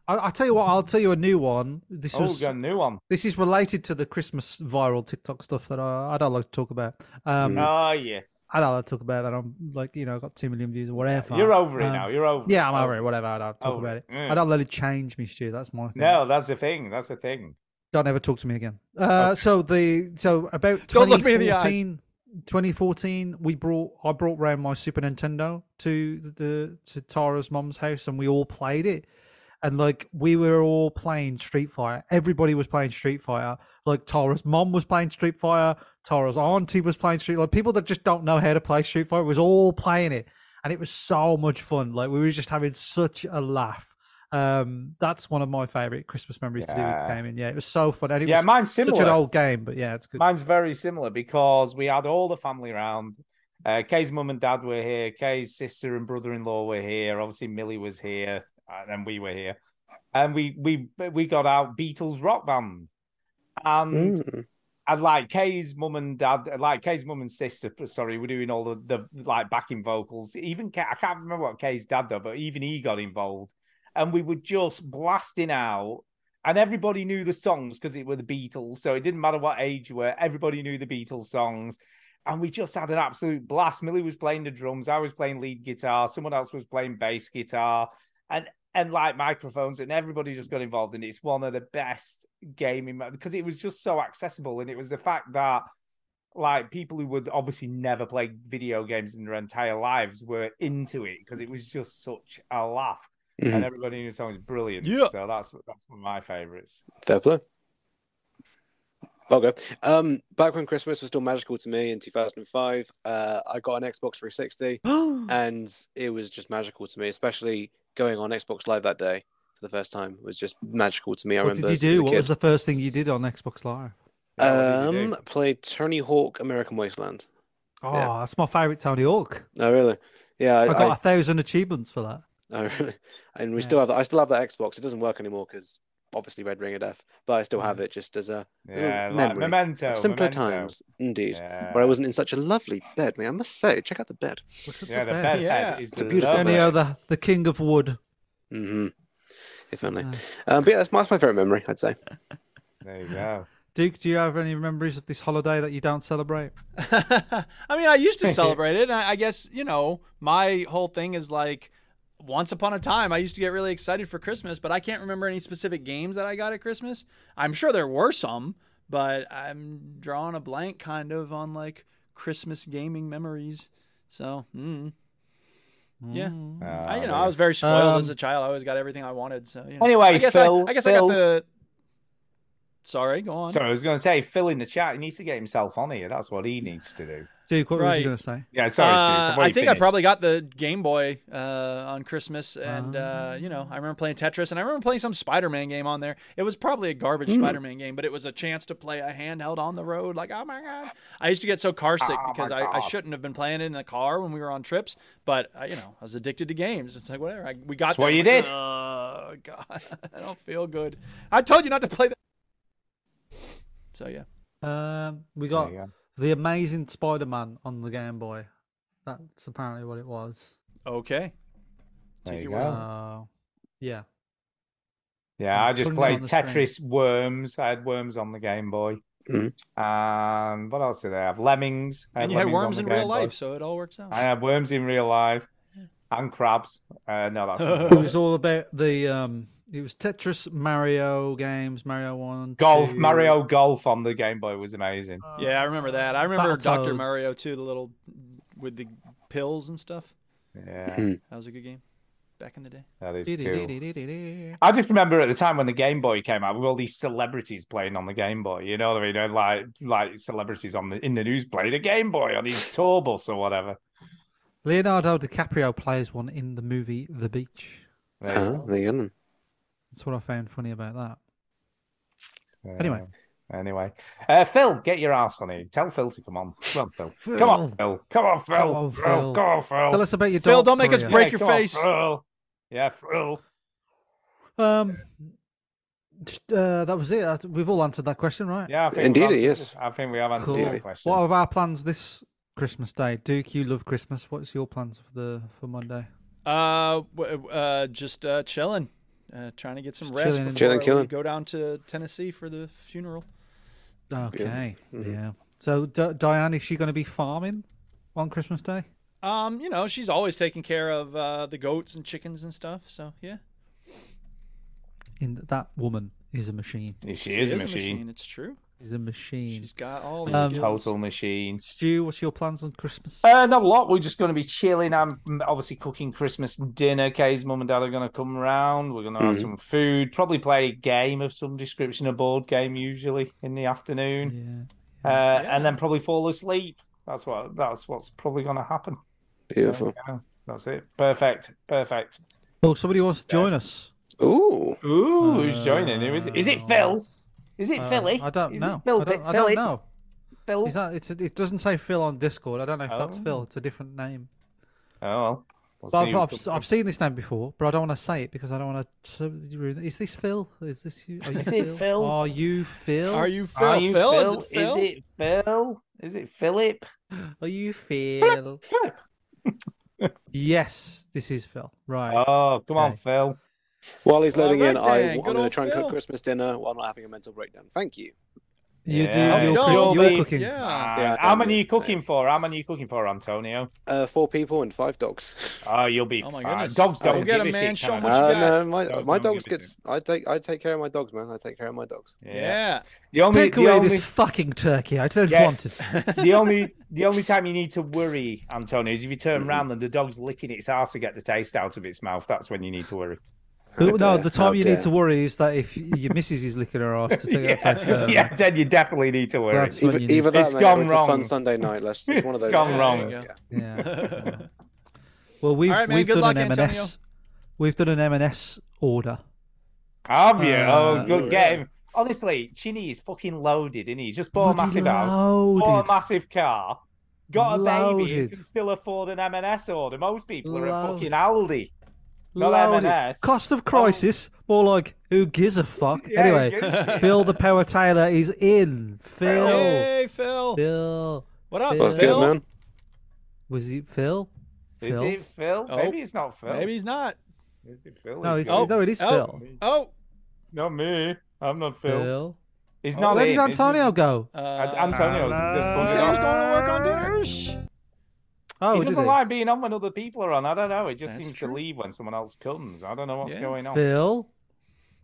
Speaker 5: I, I'll tell you what. I'll tell you a new one. This
Speaker 4: Oh,
Speaker 5: was
Speaker 4: we got a new one.
Speaker 5: this is related to the Christmas viral TikTok stuff that I, I don't like to talk about. Um,
Speaker 4: Oh, yeah.
Speaker 5: I don't like to talk about that. I'm like, you know, I've got two million views or whatever.
Speaker 4: You're over it
Speaker 5: Um,
Speaker 4: now. You're over
Speaker 5: Yeah,
Speaker 4: it. Oh.
Speaker 5: I'm over it. Whatever. I don't talk
Speaker 4: Over
Speaker 5: about
Speaker 4: it,
Speaker 5: it.
Speaker 4: yeah.
Speaker 5: I don't let it change me, Stu. That's my thing.
Speaker 4: No, that's the thing. That's the thing.
Speaker 5: Don't ever talk to me again. Uh, So the so about
Speaker 1: Don't look me in the eyes.
Speaker 5: 2014 2014, we brought I brought round my Super Nintendo to the to Tara's mom's house, and we all played it. And like we were all playing Street Fighter. Everybody was playing Street Fighter. Like Tara's mom was playing Street Fighter. Tara's auntie was playing Street. Like people that just don't know how to play Street Fighter was all playing it, and it was so much fun. Like we were just having such a laugh. Um, that's one of my favorite Christmas memories to do with
Speaker 4: Yeah.
Speaker 5: gaming. Yeah, it was so fun. And it
Speaker 4: Yeah,
Speaker 5: was
Speaker 4: mine's
Speaker 5: such an
Speaker 4: similar.
Speaker 5: old game, but yeah, it's good.
Speaker 4: Mine's very similar because we had all the family around. Uh, Kay's mum and dad were here. Kay's sister and brother-in-law were here. Obviously, Millie was here, and then we were here. And we we we got out Beatles rock band,
Speaker 5: Hmm.
Speaker 4: and
Speaker 14: Mm.
Speaker 4: and like Kay's mum and dad, like Kay's mum and sister. Sorry, we're doing all the, the like backing vocals. Even Kay, I can't remember what Kay's dad did, but even he got involved, and we were just blasting out. And everybody knew the songs because it were the Beatles, so it didn't matter what age you were. Everybody knew the Beatles songs, and we just had an absolute blast. Millie was playing the drums, I was playing lead guitar, someone else was playing bass guitar, and and like microphones, and everybody just got involved. And it's one of the best gaming because it was just so accessible, and it was the fact that like people who would obviously never play video games in their entire lives were into it because it was just such a laugh. And
Speaker 14: Mhm.
Speaker 4: everybody knew the song was brilliant.
Speaker 1: Yeah.
Speaker 4: So that's that's one of my favorites.
Speaker 14: Fair play. I'll go. Um, back when Christmas was still magical to me in 2005, uh, I got an Xbox 360, and it was just magical to me. Especially going on Xbox Live that day for the first time was just magical to me. I
Speaker 5: what
Speaker 14: remember.
Speaker 5: did you
Speaker 14: as
Speaker 5: do?
Speaker 14: a
Speaker 5: What
Speaker 14: kid.
Speaker 5: was the first thing you did on Xbox Live?
Speaker 4: Yeah, what did you
Speaker 14: um, played Tony Hawk American Wasteland.
Speaker 5: Oh, that's my favorite Tony Hawk.
Speaker 14: Oh, really? Yeah,
Speaker 5: I,
Speaker 14: I,
Speaker 5: got a thousand achievements for that.
Speaker 14: I- oh, really? and we still have. that- I still have that Xbox. It doesn't work anymore because obviously Red Ring of Death, but I still have
Speaker 5: Mm-hmm.
Speaker 14: it just as a little
Speaker 4: Yeah, like
Speaker 14: memory. of
Speaker 4: memento,
Speaker 14: simpler
Speaker 4: Oh, memento.
Speaker 14: times, indeed. Where I wasn't in such a lovely bed. Man, I must say, check out the bed.
Speaker 4: Yeah, the
Speaker 5: bed?
Speaker 4: bed
Speaker 5: Yeah.
Speaker 4: head is
Speaker 14: It's a beautiful
Speaker 4: lovely.
Speaker 14: bed.
Speaker 5: Antonio, the, the king of wood.
Speaker 14: Mm-hmm. If only.
Speaker 5: Ah.
Speaker 14: Um, but yeah, that's my, that's my favorite memory. I'd say.
Speaker 4: There you go.
Speaker 5: Duke, do you have any memories of this holiday that you don't celebrate?
Speaker 1: I mean, I used to celebrate it. And I I guess, you know, my whole thing is like once upon a time, I used to get really excited for Christmas, but I can't remember any specific games that I got at Christmas. I'm sure there were some, but I'm drawing a blank kind of on like Christmas gaming memories. So, mm. Yeah,
Speaker 5: Mm.
Speaker 4: Uh, Ah, Oh,
Speaker 1: I, you know, I was very spoiled as
Speaker 5: Um,
Speaker 1: a child. I always got everything I wanted. So you know.
Speaker 4: Anyway,
Speaker 1: I guess I-
Speaker 4: Phil-
Speaker 1: I, guess I
Speaker 4: Phil-
Speaker 1: got the. Sorry, go on.
Speaker 4: Sorry, I was going to say, Phil in the chat, he needs to get himself on here. That's what he needs to do.
Speaker 5: Duke, what were
Speaker 1: Right.
Speaker 5: you going to say?
Speaker 4: Yeah, sorry, Duke.
Speaker 1: Uh,
Speaker 4: I've
Speaker 1: I
Speaker 4: already
Speaker 1: think I
Speaker 4: finished.
Speaker 1: probably got the Game Boy uh, on Christmas, and
Speaker 4: Ah.
Speaker 1: uh, you know, I remember playing Tetris, and I remember playing some Spider-Man game on there. It was probably a garbage
Speaker 4: Hmm.
Speaker 1: Spider-Man game, but it was a chance to play a handheld on the road. Like, oh my god! I used to get so car sick
Speaker 6: Oh, my
Speaker 1: because I, I
Speaker 6: God.
Speaker 1: shouldn't have been playing it in the car when we were on trips, but uh, you know, I was addicted to games. It's like whatever. I, we got
Speaker 4: That's what
Speaker 1: there,
Speaker 4: you
Speaker 1: I'm like,
Speaker 4: did.
Speaker 1: Oh god, I don't feel good. I told you not to play that. So yeah.
Speaker 5: Um, we
Speaker 4: There
Speaker 5: got
Speaker 4: you go.
Speaker 5: the Amazing Spider-Man on the Game Boy. That's apparently what it was.
Speaker 1: Okay.
Speaker 4: There you
Speaker 1: Tiki
Speaker 4: go.
Speaker 1: Worm.
Speaker 5: Uh, yeah.
Speaker 4: Yeah, I just
Speaker 5: Putting it
Speaker 4: played
Speaker 5: on the screen.
Speaker 4: Tetris Worms. I had Worms on the Game Boy. Um, what else did I have? Lemmings. I
Speaker 1: And you
Speaker 4: had
Speaker 1: had
Speaker 4: Lemmings on
Speaker 1: worms
Speaker 4: the
Speaker 1: in real
Speaker 4: Game Boy.
Speaker 1: life, so it all works out.
Speaker 4: I had worms in real life and crabs. Uh, no, that's something
Speaker 5: it
Speaker 4: else.
Speaker 5: was all about the um. It was Tetris, Mario games, Mario One,
Speaker 4: golf.
Speaker 5: two.
Speaker 4: Mario golf on the Game Boy was amazing.
Speaker 1: Yeah, I remember that. I remember
Speaker 5: Battletoads.
Speaker 1: Doctor Mario too, the little with the pills and stuff.
Speaker 4: Yeah,
Speaker 1: That was a good game back in the day.
Speaker 4: that is cool.
Speaker 5: Dee-dee-dee-dee-dee-dee.
Speaker 4: I just remember at the time when the Game Boy came out, with all these celebrities playing on the Game Boy. You know what I mean? And like like celebrities on the in the news playing a Game Boy on his tour bus or whatever.
Speaker 5: Leonardo DiCaprio plays one in the movie The Beach.
Speaker 4: There you
Speaker 14: Ah,
Speaker 4: go.
Speaker 14: there you go then.
Speaker 5: That's what I found funny about that.
Speaker 4: Uh,
Speaker 5: Anyway,
Speaker 4: Anyway, uh, Phil, get your ass on here. Tell Phil to come on. Come on, Phil. Come on, Phil. Come on, Phil.
Speaker 5: Come on,
Speaker 4: Phil.
Speaker 5: Phil.
Speaker 4: Come on, Phil.
Speaker 5: tell us about your
Speaker 1: Phil,
Speaker 5: dog
Speaker 1: don't make us
Speaker 5: career.
Speaker 1: break your
Speaker 4: come on,
Speaker 1: face.
Speaker 4: Phil. Yeah, Phil.
Speaker 5: Um, just, uh, that was it. That's- We've all answered that question, right?
Speaker 4: Yeah, I think we've
Speaker 14: Indeed,
Speaker 4: answered-
Speaker 14: yes.
Speaker 4: I think we have answered
Speaker 5: Cool.
Speaker 4: that question.
Speaker 5: What are our plans this Christmas Day? Duke, you love Christmas. What's your plans for the for Monday?
Speaker 1: Uh, w- uh just uh, chilling, uh, trying to get some
Speaker 5: Just
Speaker 1: rest
Speaker 5: chilling and-
Speaker 1: before
Speaker 14: Chilling,
Speaker 1: we
Speaker 14: killing.
Speaker 1: go down to Tennessee for the funeral.
Speaker 5: Okay, yeah. So D- Diane, is she going to be farming on Christmas Day?
Speaker 1: Um, you know, she's always taking care of uh, the goats and chickens and stuff. So yeah,
Speaker 5: In that woman is a machine.
Speaker 4: Yeah, she is a
Speaker 1: It
Speaker 4: machine.
Speaker 1: It's true.
Speaker 5: Is a machine.
Speaker 1: She's got all
Speaker 5: Um,
Speaker 1: the
Speaker 4: She's a
Speaker 1: skills.
Speaker 4: Total machine.
Speaker 5: Stu, what's your plans on Christmas?
Speaker 4: Uh, not a lot. We're just going to be chilling. I'm mm, obviously cooking Christmas dinner. Kay's mum and dad are going to come round. We're going to have
Speaker 14: Mhm.
Speaker 4: some food. Probably play a game of some description, a board game usually in the afternoon,
Speaker 5: yeah.
Speaker 4: uh, and then probably fall asleep. That's what. That's what's probably going to happen.
Speaker 14: Beautiful.
Speaker 4: Yeah, that's it. Perfect. Perfect.
Speaker 5: Oh, somebody wants to join us.
Speaker 14: Ooh.
Speaker 4: Ooh, who's joining? Who is it? Is it Phil? Is it
Speaker 5: Uh,
Speaker 4: Philly?
Speaker 5: I don't
Speaker 4: Is
Speaker 5: know.
Speaker 4: It Phil,
Speaker 5: I don't, I
Speaker 4: Philly?
Speaker 5: don't know.
Speaker 4: Phil?
Speaker 5: Is that, it's, it doesn't say Phil on Discord. I don't know if that's
Speaker 4: Oh.
Speaker 5: Phil. It's a different name.
Speaker 4: Oh, well. We'll
Speaker 5: But
Speaker 4: see
Speaker 5: I've,
Speaker 4: who
Speaker 5: I've,
Speaker 4: comes
Speaker 5: s-
Speaker 4: in.
Speaker 5: I've seen this name before, but I don't want to say it because I don't want to ruin it. Is this Phil? Is this you? Are you
Speaker 4: Is it Phil?
Speaker 5: Are you Phil?
Speaker 1: Are you Phil?
Speaker 4: Are you
Speaker 1: Phil?
Speaker 4: Phil?
Speaker 1: Is it Phil?
Speaker 4: Is it Phil? Is it Philip?
Speaker 5: Are you Phil?
Speaker 4: Philip.
Speaker 5: yes, this is Phil. Right.
Speaker 4: Oh, come on,
Speaker 5: Okay.
Speaker 4: Phil.
Speaker 14: While he's loading
Speaker 1: All right
Speaker 14: in, I,
Speaker 1: then,
Speaker 14: am
Speaker 1: good
Speaker 14: going to
Speaker 1: old
Speaker 14: try and
Speaker 1: Phil.
Speaker 14: cook Christmas dinner while not having a mental breakdown. Thank you.
Speaker 5: You
Speaker 4: Yeah.
Speaker 5: do. You're,
Speaker 4: No,
Speaker 5: cook-
Speaker 4: you'll
Speaker 5: you're
Speaker 4: be-
Speaker 5: cooking.
Speaker 1: Yeah.
Speaker 4: Ah,
Speaker 14: Yeah,
Speaker 4: how
Speaker 14: don't
Speaker 4: many
Speaker 14: do
Speaker 4: are
Speaker 14: it.
Speaker 4: you cooking for? How many are you cooking for, Antonio?
Speaker 14: Uh, four people and five dogs.
Speaker 4: Oh, you'll be
Speaker 1: Oh my
Speaker 4: fine.
Speaker 1: goodness.
Speaker 4: Dogs
Speaker 1: Go
Speaker 4: don't
Speaker 1: get
Speaker 4: give
Speaker 1: 'em,
Speaker 4: a
Speaker 1: man.
Speaker 4: shit,
Speaker 1: Show
Speaker 4: can
Speaker 1: 'em
Speaker 4: they?
Speaker 1: what you
Speaker 14: Uh,
Speaker 1: got?
Speaker 14: no, my
Speaker 4: Dogs
Speaker 14: my
Speaker 4: don't
Speaker 14: dogs
Speaker 4: give a
Speaker 14: get. I take I take care of my dogs, man. I take care of my dogs.
Speaker 1: Yeah.
Speaker 4: The only
Speaker 5: Take
Speaker 4: the
Speaker 5: away
Speaker 4: only,
Speaker 5: this fucking turkey. I don't
Speaker 4: Yeah.
Speaker 5: want it.
Speaker 4: the only the only time you need to worry,
Speaker 1: Mm-hmm.
Speaker 4: Antonio, is if you turn round and the dog's licking its ass to get the taste out of its mouth. That's when you need to worry.
Speaker 5: The,
Speaker 14: How
Speaker 5: no,
Speaker 14: dare,
Speaker 5: the time
Speaker 14: how
Speaker 5: you
Speaker 14: dare.
Speaker 5: need to worry is that if your missus is licking her off to take
Speaker 4: yeah,
Speaker 5: that tax. further.
Speaker 4: yeah, then you definitely need to worry.
Speaker 5: That's what you need.
Speaker 14: Either that,
Speaker 4: it's
Speaker 14: mate, or
Speaker 4: gone
Speaker 14: it's
Speaker 4: wrong.
Speaker 14: a fun Sunday night. Let's, it's one
Speaker 4: It's
Speaker 14: of those.
Speaker 4: gone
Speaker 14: two,
Speaker 4: wrong.
Speaker 14: so,
Speaker 5: Yeah. Well, we've
Speaker 1: All right, man,
Speaker 5: we've
Speaker 1: good
Speaker 5: done
Speaker 1: luck,
Speaker 5: an
Speaker 1: Antonio.
Speaker 5: M&S. We've done an M&S order.
Speaker 4: Have you?
Speaker 5: Uh,
Speaker 4: oh, good game. Honestly, Chinny is fucking loaded, isn't he? He's just bought a
Speaker 5: Bloody
Speaker 4: massive house, bought
Speaker 5: loaded.
Speaker 4: a massive car, got a baby, and
Speaker 5: Loaded.
Speaker 4: can still afford an M&S order. Most people are at
Speaker 5: Loaded.
Speaker 4: fucking Aldi. Not
Speaker 5: Loaded.
Speaker 4: M&S.
Speaker 5: Cost of crisis, more like who gives a fuck.
Speaker 4: Yeah, who gives
Speaker 5: anyway,
Speaker 4: a-
Speaker 5: Phil the Power Taylor is in. Phil,
Speaker 1: Hey, Phil.
Speaker 5: Phil,
Speaker 1: What up,
Speaker 5: Phil.
Speaker 14: That's good, man.
Speaker 5: was it Phil?
Speaker 4: Is
Speaker 5: Phil?
Speaker 4: it Phil?
Speaker 1: Oh.
Speaker 4: Maybe it's not Phil.
Speaker 1: Maybe he's not.
Speaker 4: Is it Phil?
Speaker 5: No,
Speaker 4: Is
Speaker 5: it's,
Speaker 4: it-
Speaker 5: no, it is
Speaker 1: oh,
Speaker 5: Phil.
Speaker 1: Oh,
Speaker 4: Not me. I'm not Phil.
Speaker 5: Phil.
Speaker 4: He's
Speaker 5: Oh,
Speaker 4: not
Speaker 5: Where does
Speaker 4: in, is he?
Speaker 5: Antonio go?
Speaker 1: Uh,
Speaker 4: Ad- Antonio's just
Speaker 1: he
Speaker 4: buzzing
Speaker 1: said he was
Speaker 4: off.
Speaker 1: going to work on dinners.
Speaker 5: Oh,
Speaker 4: he
Speaker 5: did
Speaker 4: doesn't like being on when other people are on. I don't know. It just
Speaker 1: That's
Speaker 4: seems
Speaker 1: true.
Speaker 4: to leave when someone else comes. I don't know what's
Speaker 1: Yeah.
Speaker 4: going on.
Speaker 5: Phil.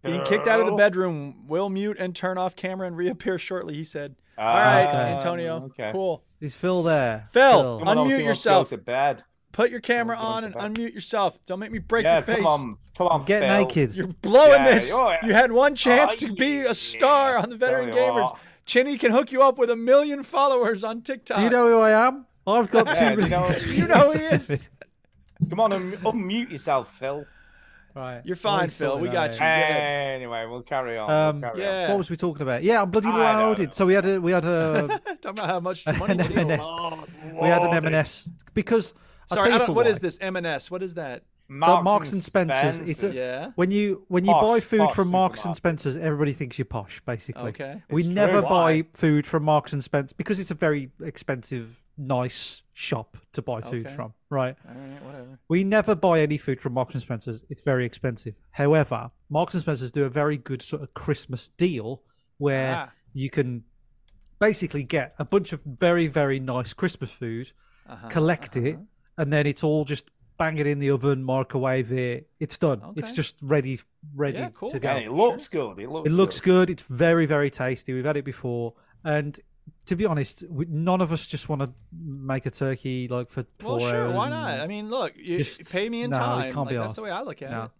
Speaker 1: Being kicked out of the
Speaker 4: Phil?
Speaker 1: bedroom. Will mute and turn off camera and reappear shortly, he said.
Speaker 4: Ah,
Speaker 1: All right,
Speaker 5: okay.
Speaker 1: Antonio.
Speaker 4: okay.
Speaker 1: Cool.
Speaker 5: Is Phil there?
Speaker 1: Phil.
Speaker 5: Phil.
Speaker 4: Someone else
Speaker 1: Unmute
Speaker 4: who wants
Speaker 1: yourself.
Speaker 4: To go to bed.
Speaker 1: Put your camera on
Speaker 4: Someone's
Speaker 1: and
Speaker 4: gonna
Speaker 1: unmute yourself. Don't make me break
Speaker 4: yeah,
Speaker 1: your face.
Speaker 4: come on, come on,
Speaker 5: Get
Speaker 4: Phil.
Speaker 5: naked.
Speaker 1: You're blowing
Speaker 4: Yeah,
Speaker 1: this.
Speaker 4: you're-
Speaker 1: You had one chance
Speaker 4: Oh,
Speaker 1: to be
Speaker 4: yeah. ah.
Speaker 1: a star on the Veteran
Speaker 4: Tell you
Speaker 1: Gamers.
Speaker 4: what.
Speaker 1: Chinny can hook you up with a million followers on TikTok.
Speaker 5: Do you know who I am? I've got
Speaker 4: Yeah,
Speaker 5: two.
Speaker 4: do you know-
Speaker 5: million-
Speaker 1: You know who he is.
Speaker 4: Come on, un- unmute yourself, Phil.
Speaker 5: Right.
Speaker 1: You're fine,
Speaker 5: Always
Speaker 1: Phil.
Speaker 5: thought
Speaker 1: We
Speaker 5: about
Speaker 1: got
Speaker 5: it.
Speaker 1: you.
Speaker 4: Anyway, we'll carry on.
Speaker 5: Um,
Speaker 4: we'll carry on.
Speaker 1: Yeah.
Speaker 5: What was we talking about? Yeah, I'm bloody
Speaker 4: I don't know.
Speaker 5: loaded. So we had a we had a
Speaker 1: Talking about how much money.
Speaker 5: an
Speaker 1: we owe.
Speaker 5: M&S. We had an M&S because I'll
Speaker 1: Sorry, I
Speaker 5: tell you
Speaker 1: don't,
Speaker 5: for
Speaker 1: what
Speaker 5: why.
Speaker 1: is this M&S? What is that?
Speaker 5: So Marks and Spencers. It's a,
Speaker 1: Yeah.
Speaker 5: when you when you
Speaker 4: Posh,
Speaker 5: buy food
Speaker 4: posh
Speaker 5: from Marks and
Speaker 4: supermarket.
Speaker 5: Spencers, everybody thinks you're posh. Basically,
Speaker 1: Okay.
Speaker 5: we
Speaker 4: It's true.
Speaker 5: never
Speaker 4: Why?
Speaker 5: buy food from Marks and Spencers because it's a very expensive, nice shop to buy food
Speaker 1: Okay.
Speaker 5: from. Right.
Speaker 1: All right, whatever.
Speaker 5: We never buy any food from Marks and Spencers. It's very expensive. However, Marks and Spencers do a very good sort of Christmas deal where
Speaker 1: Ah.
Speaker 5: you can basically get a bunch of very very nice Christmas food,
Speaker 1: Ah, uh-huh.
Speaker 5: collect it, and then it's all just bang it in the oven, microwave it. It's done. It's
Speaker 1: Okay.
Speaker 5: just ready ready
Speaker 1: Yeah, cool.
Speaker 5: to go.
Speaker 4: Yeah, it looks good. It looks.
Speaker 5: It looks good. It's very, very tasty. We've had it before, and to be honest, we, none of us just want to make a turkey like for four
Speaker 1: Well, sure.
Speaker 5: hours
Speaker 1: Why
Speaker 5: and-
Speaker 1: not? I mean, look, you
Speaker 5: just-
Speaker 1: pay me in
Speaker 5: no, it
Speaker 1: time.
Speaker 5: can't be
Speaker 1: Like, that's the
Speaker 5: arsed.
Speaker 1: way I look at
Speaker 5: No.
Speaker 1: it.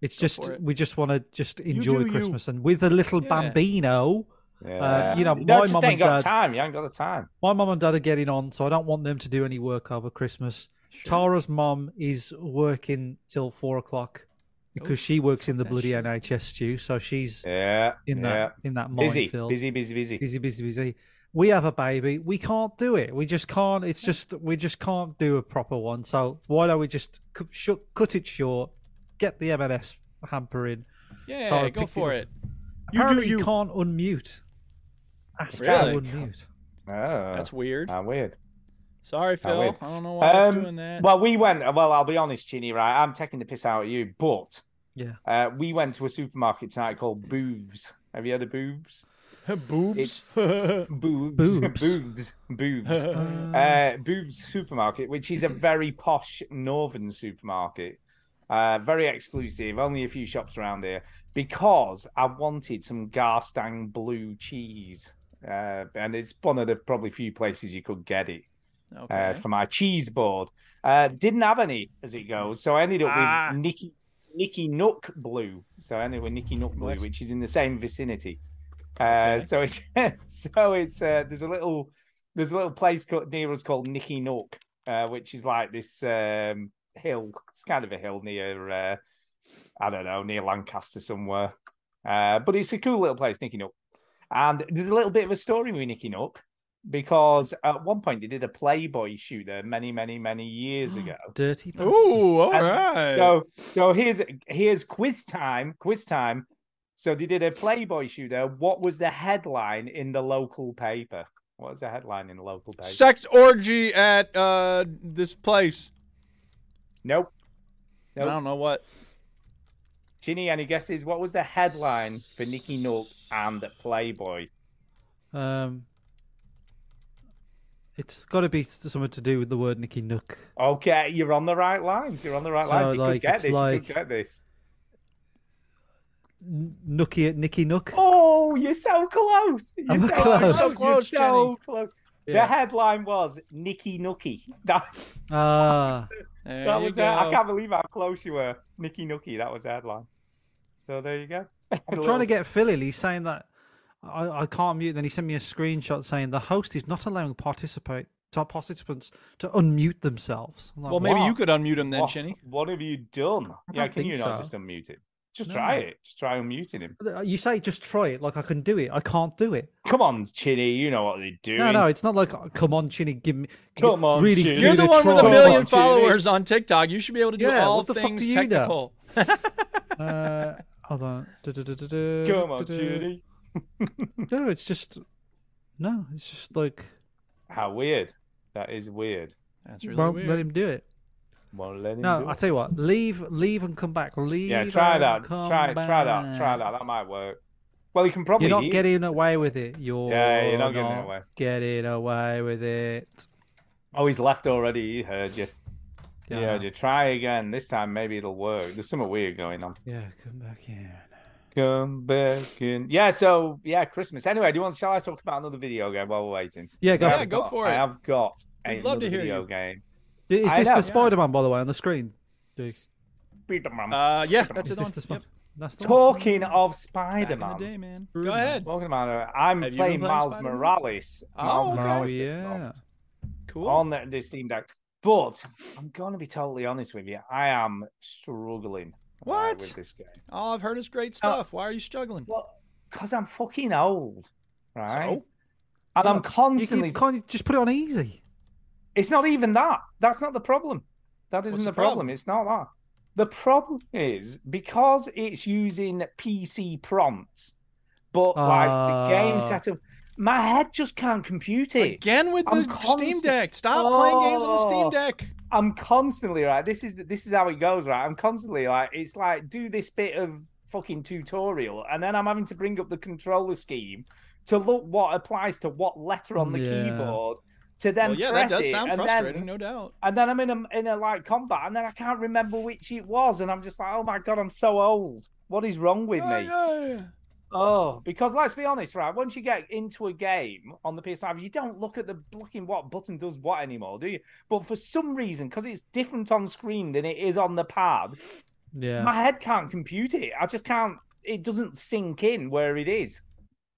Speaker 5: It's just
Speaker 1: for it.
Speaker 5: we just want to just enjoy
Speaker 1: do you.
Speaker 5: Christmas, and with a little
Speaker 1: Yeah.
Speaker 5: bambino,
Speaker 4: Yeah.
Speaker 5: uh, you know,
Speaker 4: You don't-
Speaker 5: my
Speaker 4: just
Speaker 5: mum
Speaker 4: ain't
Speaker 5: and
Speaker 4: got
Speaker 5: dad,
Speaker 4: time. You ain't got the time.
Speaker 5: my mum and dad are getting on, so I don't want them to do any work over Christmas. Tara's mum is working till four o'clock
Speaker 1: Oh,
Speaker 5: because she works in the bloody NHS stew, so she's
Speaker 4: Yeah.
Speaker 5: in
Speaker 4: yeah.
Speaker 5: that in that
Speaker 4: Busy,
Speaker 5: minefield.
Speaker 4: busy, busy, busy.
Speaker 5: busy, busy, busy. We have a baby. We can't do it. We just can't. It's just we just can't do a proper one. So why don't we just cut, shut, cut it short? Get the M&S hamper in.
Speaker 1: Yeah,
Speaker 5: Tara
Speaker 1: go
Speaker 5: picked
Speaker 1: for
Speaker 5: up.
Speaker 1: it.
Speaker 5: Apparently you, can't unmute. Ask
Speaker 1: Really?
Speaker 5: to unmute.
Speaker 4: Oh,
Speaker 1: That's weird.
Speaker 4: ah, weird.
Speaker 1: Sorry,
Speaker 4: Ah,
Speaker 1: Phil.
Speaker 4: weird.
Speaker 1: I don't know why it's
Speaker 4: Um,
Speaker 1: doing that.
Speaker 4: Well, we went. Well, I'll be honest, Chinny. Right, I'm taking the piss out of you, but
Speaker 5: Yeah.
Speaker 4: uh, we went to a supermarket tonight called Booves. Have you heard of Booves?
Speaker 1: Boobs.
Speaker 4: Booves,
Speaker 5: Boobs.
Speaker 4: Booves, Booves,
Speaker 5: Um,
Speaker 4: uh, Booves supermarket, which is a very posh northern supermarket, uh, very exclusive, only a few shops around here. Because I wanted some Garstang blue cheese, uh, and it's one of the probably few places you could get it uh,
Speaker 1: okay.
Speaker 4: for my cheese board. Uh, didn't have any as it goes, so I ended up with Nicky Nicky Nook Blue. So anyway, Nicky Nook Blue,
Speaker 1: What?
Speaker 4: which is in the same vicinity. Uh,
Speaker 1: Okay.
Speaker 4: So it's so it's uh, there's a little there's a little place called, near us called Nicky Nook, uh, which is like this um, hill. It's kind of a hill near uh, I don't know near Lancaster somewhere, uh, but it's a cool little place, Nicky Nook. And there's a little bit of a story with Nicky Nook because at one point they did a Playboy shoot there many, many, many years ago.
Speaker 5: Dirty.
Speaker 1: Ooh, all
Speaker 4: Uh, And
Speaker 1: right.
Speaker 4: So, so here's here's quiz time. Quiz time. So they did a Playboy shoot there. What was the headline in the local paper? What was the headline in the local paper?
Speaker 1: Sex orgy at uh, this place.
Speaker 4: nope. Nope.
Speaker 1: I don't know what.
Speaker 4: Ginny, any guesses? What was the headline for Nicky Nook and Playboy?
Speaker 5: bastard. Um, it's got to be something to do with the word Nicky Nook.
Speaker 4: Okay, you're on the right lines. You're on the right
Speaker 5: So,
Speaker 4: lines. You
Speaker 5: like,
Speaker 4: could get
Speaker 5: it's
Speaker 4: this.
Speaker 5: like-
Speaker 4: You could get this.
Speaker 5: N- Nookie at Nicky Nook.
Speaker 4: Oh, you're so close. You're
Speaker 5: I'm
Speaker 4: so
Speaker 5: close.
Speaker 4: You're so
Speaker 1: So close,
Speaker 4: close. You're so close.
Speaker 5: Yeah.
Speaker 4: The headline was Nicky Nookie. That,
Speaker 5: Ah,
Speaker 1: There
Speaker 4: that
Speaker 1: you
Speaker 4: was
Speaker 1: go.
Speaker 4: it. I can't believe how close you were. Nicky Nookie, that was the headline. So there you go.
Speaker 5: I'm trying to get Phil. He's saying that I, I can't mute. Then he sent me a screenshot saying the host is not allowing participate to participants to unmute themselves. I'm like,
Speaker 1: well, maybe
Speaker 5: "What?"
Speaker 1: you could unmute him then,
Speaker 4: What?
Speaker 1: Chinny.
Speaker 4: What have you done? yeah,
Speaker 5: don't
Speaker 4: can you
Speaker 5: think
Speaker 4: not
Speaker 5: so.
Speaker 4: just unmute it? Just
Speaker 5: No.
Speaker 4: try it. Just try unmuting him.
Speaker 5: You say just try it. Like I can do it. I can't do it.
Speaker 4: Come on, Chinny, you know what they do.
Speaker 5: No, no, it's not like "Oh, come on, Chinny, give me. give-
Speaker 4: Come on,
Speaker 5: really,
Speaker 4: Chinny."
Speaker 5: give
Speaker 1: You're
Speaker 5: me
Speaker 1: the one with a
Speaker 5: try."
Speaker 1: million followers on TikTok. You should be able to do
Speaker 5: Yeah,
Speaker 1: all
Speaker 5: what the fuck
Speaker 1: things
Speaker 5: do you know?
Speaker 1: technical.
Speaker 5: Uh, hold on. Du-du-du-du-du,
Speaker 4: Come on,
Speaker 5: du-du.
Speaker 4: Chinny.
Speaker 5: No, it's just no. It's just like
Speaker 4: How weird. That is weird.
Speaker 1: That's
Speaker 5: won't let him do it.
Speaker 4: Won't let him do
Speaker 5: No, I
Speaker 4: it.
Speaker 5: tell you what. Leave, leave, and come back. Leave.
Speaker 4: Yeah, try
Speaker 5: and
Speaker 4: that.
Speaker 5: come
Speaker 4: Try try that. Try
Speaker 5: back.
Speaker 4: that. That might work. Well, you can probably
Speaker 5: You're not
Speaker 4: hear-
Speaker 5: getting away with it. You're
Speaker 4: Yeah, you're not getting it away.
Speaker 5: getting away with it.
Speaker 4: Oh, he's left already. He heard you.
Speaker 5: Yeah,
Speaker 4: Yeah,
Speaker 5: I
Speaker 4: you try again. This time maybe it'll work. There's something weird going on.
Speaker 5: Yeah, come back in.
Speaker 4: Come back in. Yeah, so yeah, Christmas. Anyway, do you want? Shall I talk about another video game while we're waiting?
Speaker 5: Yeah, go
Speaker 4: I
Speaker 5: for
Speaker 4: have
Speaker 5: it.
Speaker 1: Yeah, go
Speaker 4: got-
Speaker 1: for
Speaker 4: I
Speaker 1: it.
Speaker 4: have got
Speaker 1: We'd love
Speaker 4: another
Speaker 1: to hear
Speaker 4: video
Speaker 1: you.
Speaker 4: game.
Speaker 5: Is
Speaker 4: I
Speaker 5: this
Speaker 4: know,
Speaker 5: the
Speaker 4: yeah.
Speaker 5: Spider-Man, by the way, on the screen? Duke? Is
Speaker 4: Spider-Man.
Speaker 1: Uh, yeah, that's
Speaker 5: this
Speaker 1: it. On.
Speaker 5: the Spider- That's the one.
Speaker 4: Talking of
Speaker 1: Back in the
Speaker 4: Spider-Man.
Speaker 1: day, man. Go ahead.
Speaker 4: Talking about uh, I'm
Speaker 1: Have you been
Speaker 4: playing
Speaker 1: playing
Speaker 4: Miles
Speaker 1: Spider-Man?
Speaker 4: Morales.
Speaker 1: Oh,
Speaker 4: Miles
Speaker 1: okay.
Speaker 5: Oh
Speaker 4: Morales at the
Speaker 5: yeah.
Speaker 4: moment
Speaker 1: Cool.
Speaker 4: on the, the Steam Deck. But I'm going to be totally honest with you. I am struggling. uh,
Speaker 1: What?
Speaker 4: with this game?
Speaker 1: Oh, I've heard it's great stuff. Why are you struggling?
Speaker 4: Well, because I'm fucking old, right?
Speaker 1: So?
Speaker 4: And I'm
Speaker 5: You
Speaker 4: constantly.
Speaker 5: can, can't you just put it on easy.
Speaker 4: It's not even that. That's not the problem. That isn't
Speaker 1: the
Speaker 4: the, problem.
Speaker 1: problem?
Speaker 4: It's not that. The problem is because it's using PC prompts, but like the game
Speaker 5: Ah.
Speaker 4: setup, my head just can't compute it.
Speaker 1: Again with the
Speaker 4: I'm
Speaker 1: Steam
Speaker 4: constant-
Speaker 1: Deck. Stop playing games on the Steam
Speaker 4: Oh.
Speaker 1: Deck.
Speaker 4: I'm constantly right. This is this is how it goes, right? I'm constantly like, it's like do this bit of fucking tutorial, and then I'm having to bring up the controller scheme to look what applies to what letter on the
Speaker 5: Yeah.
Speaker 4: keyboard to then
Speaker 1: Well, yeah, that
Speaker 4: press
Speaker 1: does
Speaker 4: it,
Speaker 1: sound
Speaker 4: and
Speaker 1: frustrating,
Speaker 4: then
Speaker 1: no doubt.
Speaker 4: and then I'm in a in a like combat, and then I can't remember which it was, and I'm just like, oh my god, I'm so old. What is wrong with me? Oh, because let's be honest, right? Once you get into a game on the PS5, you don't look at the looking what button does what anymore, do you? But for some reason, because it's different on screen than it is on the pad,
Speaker 5: Yeah.
Speaker 4: my head can't compute it. I just can't. It doesn't sink in where it is.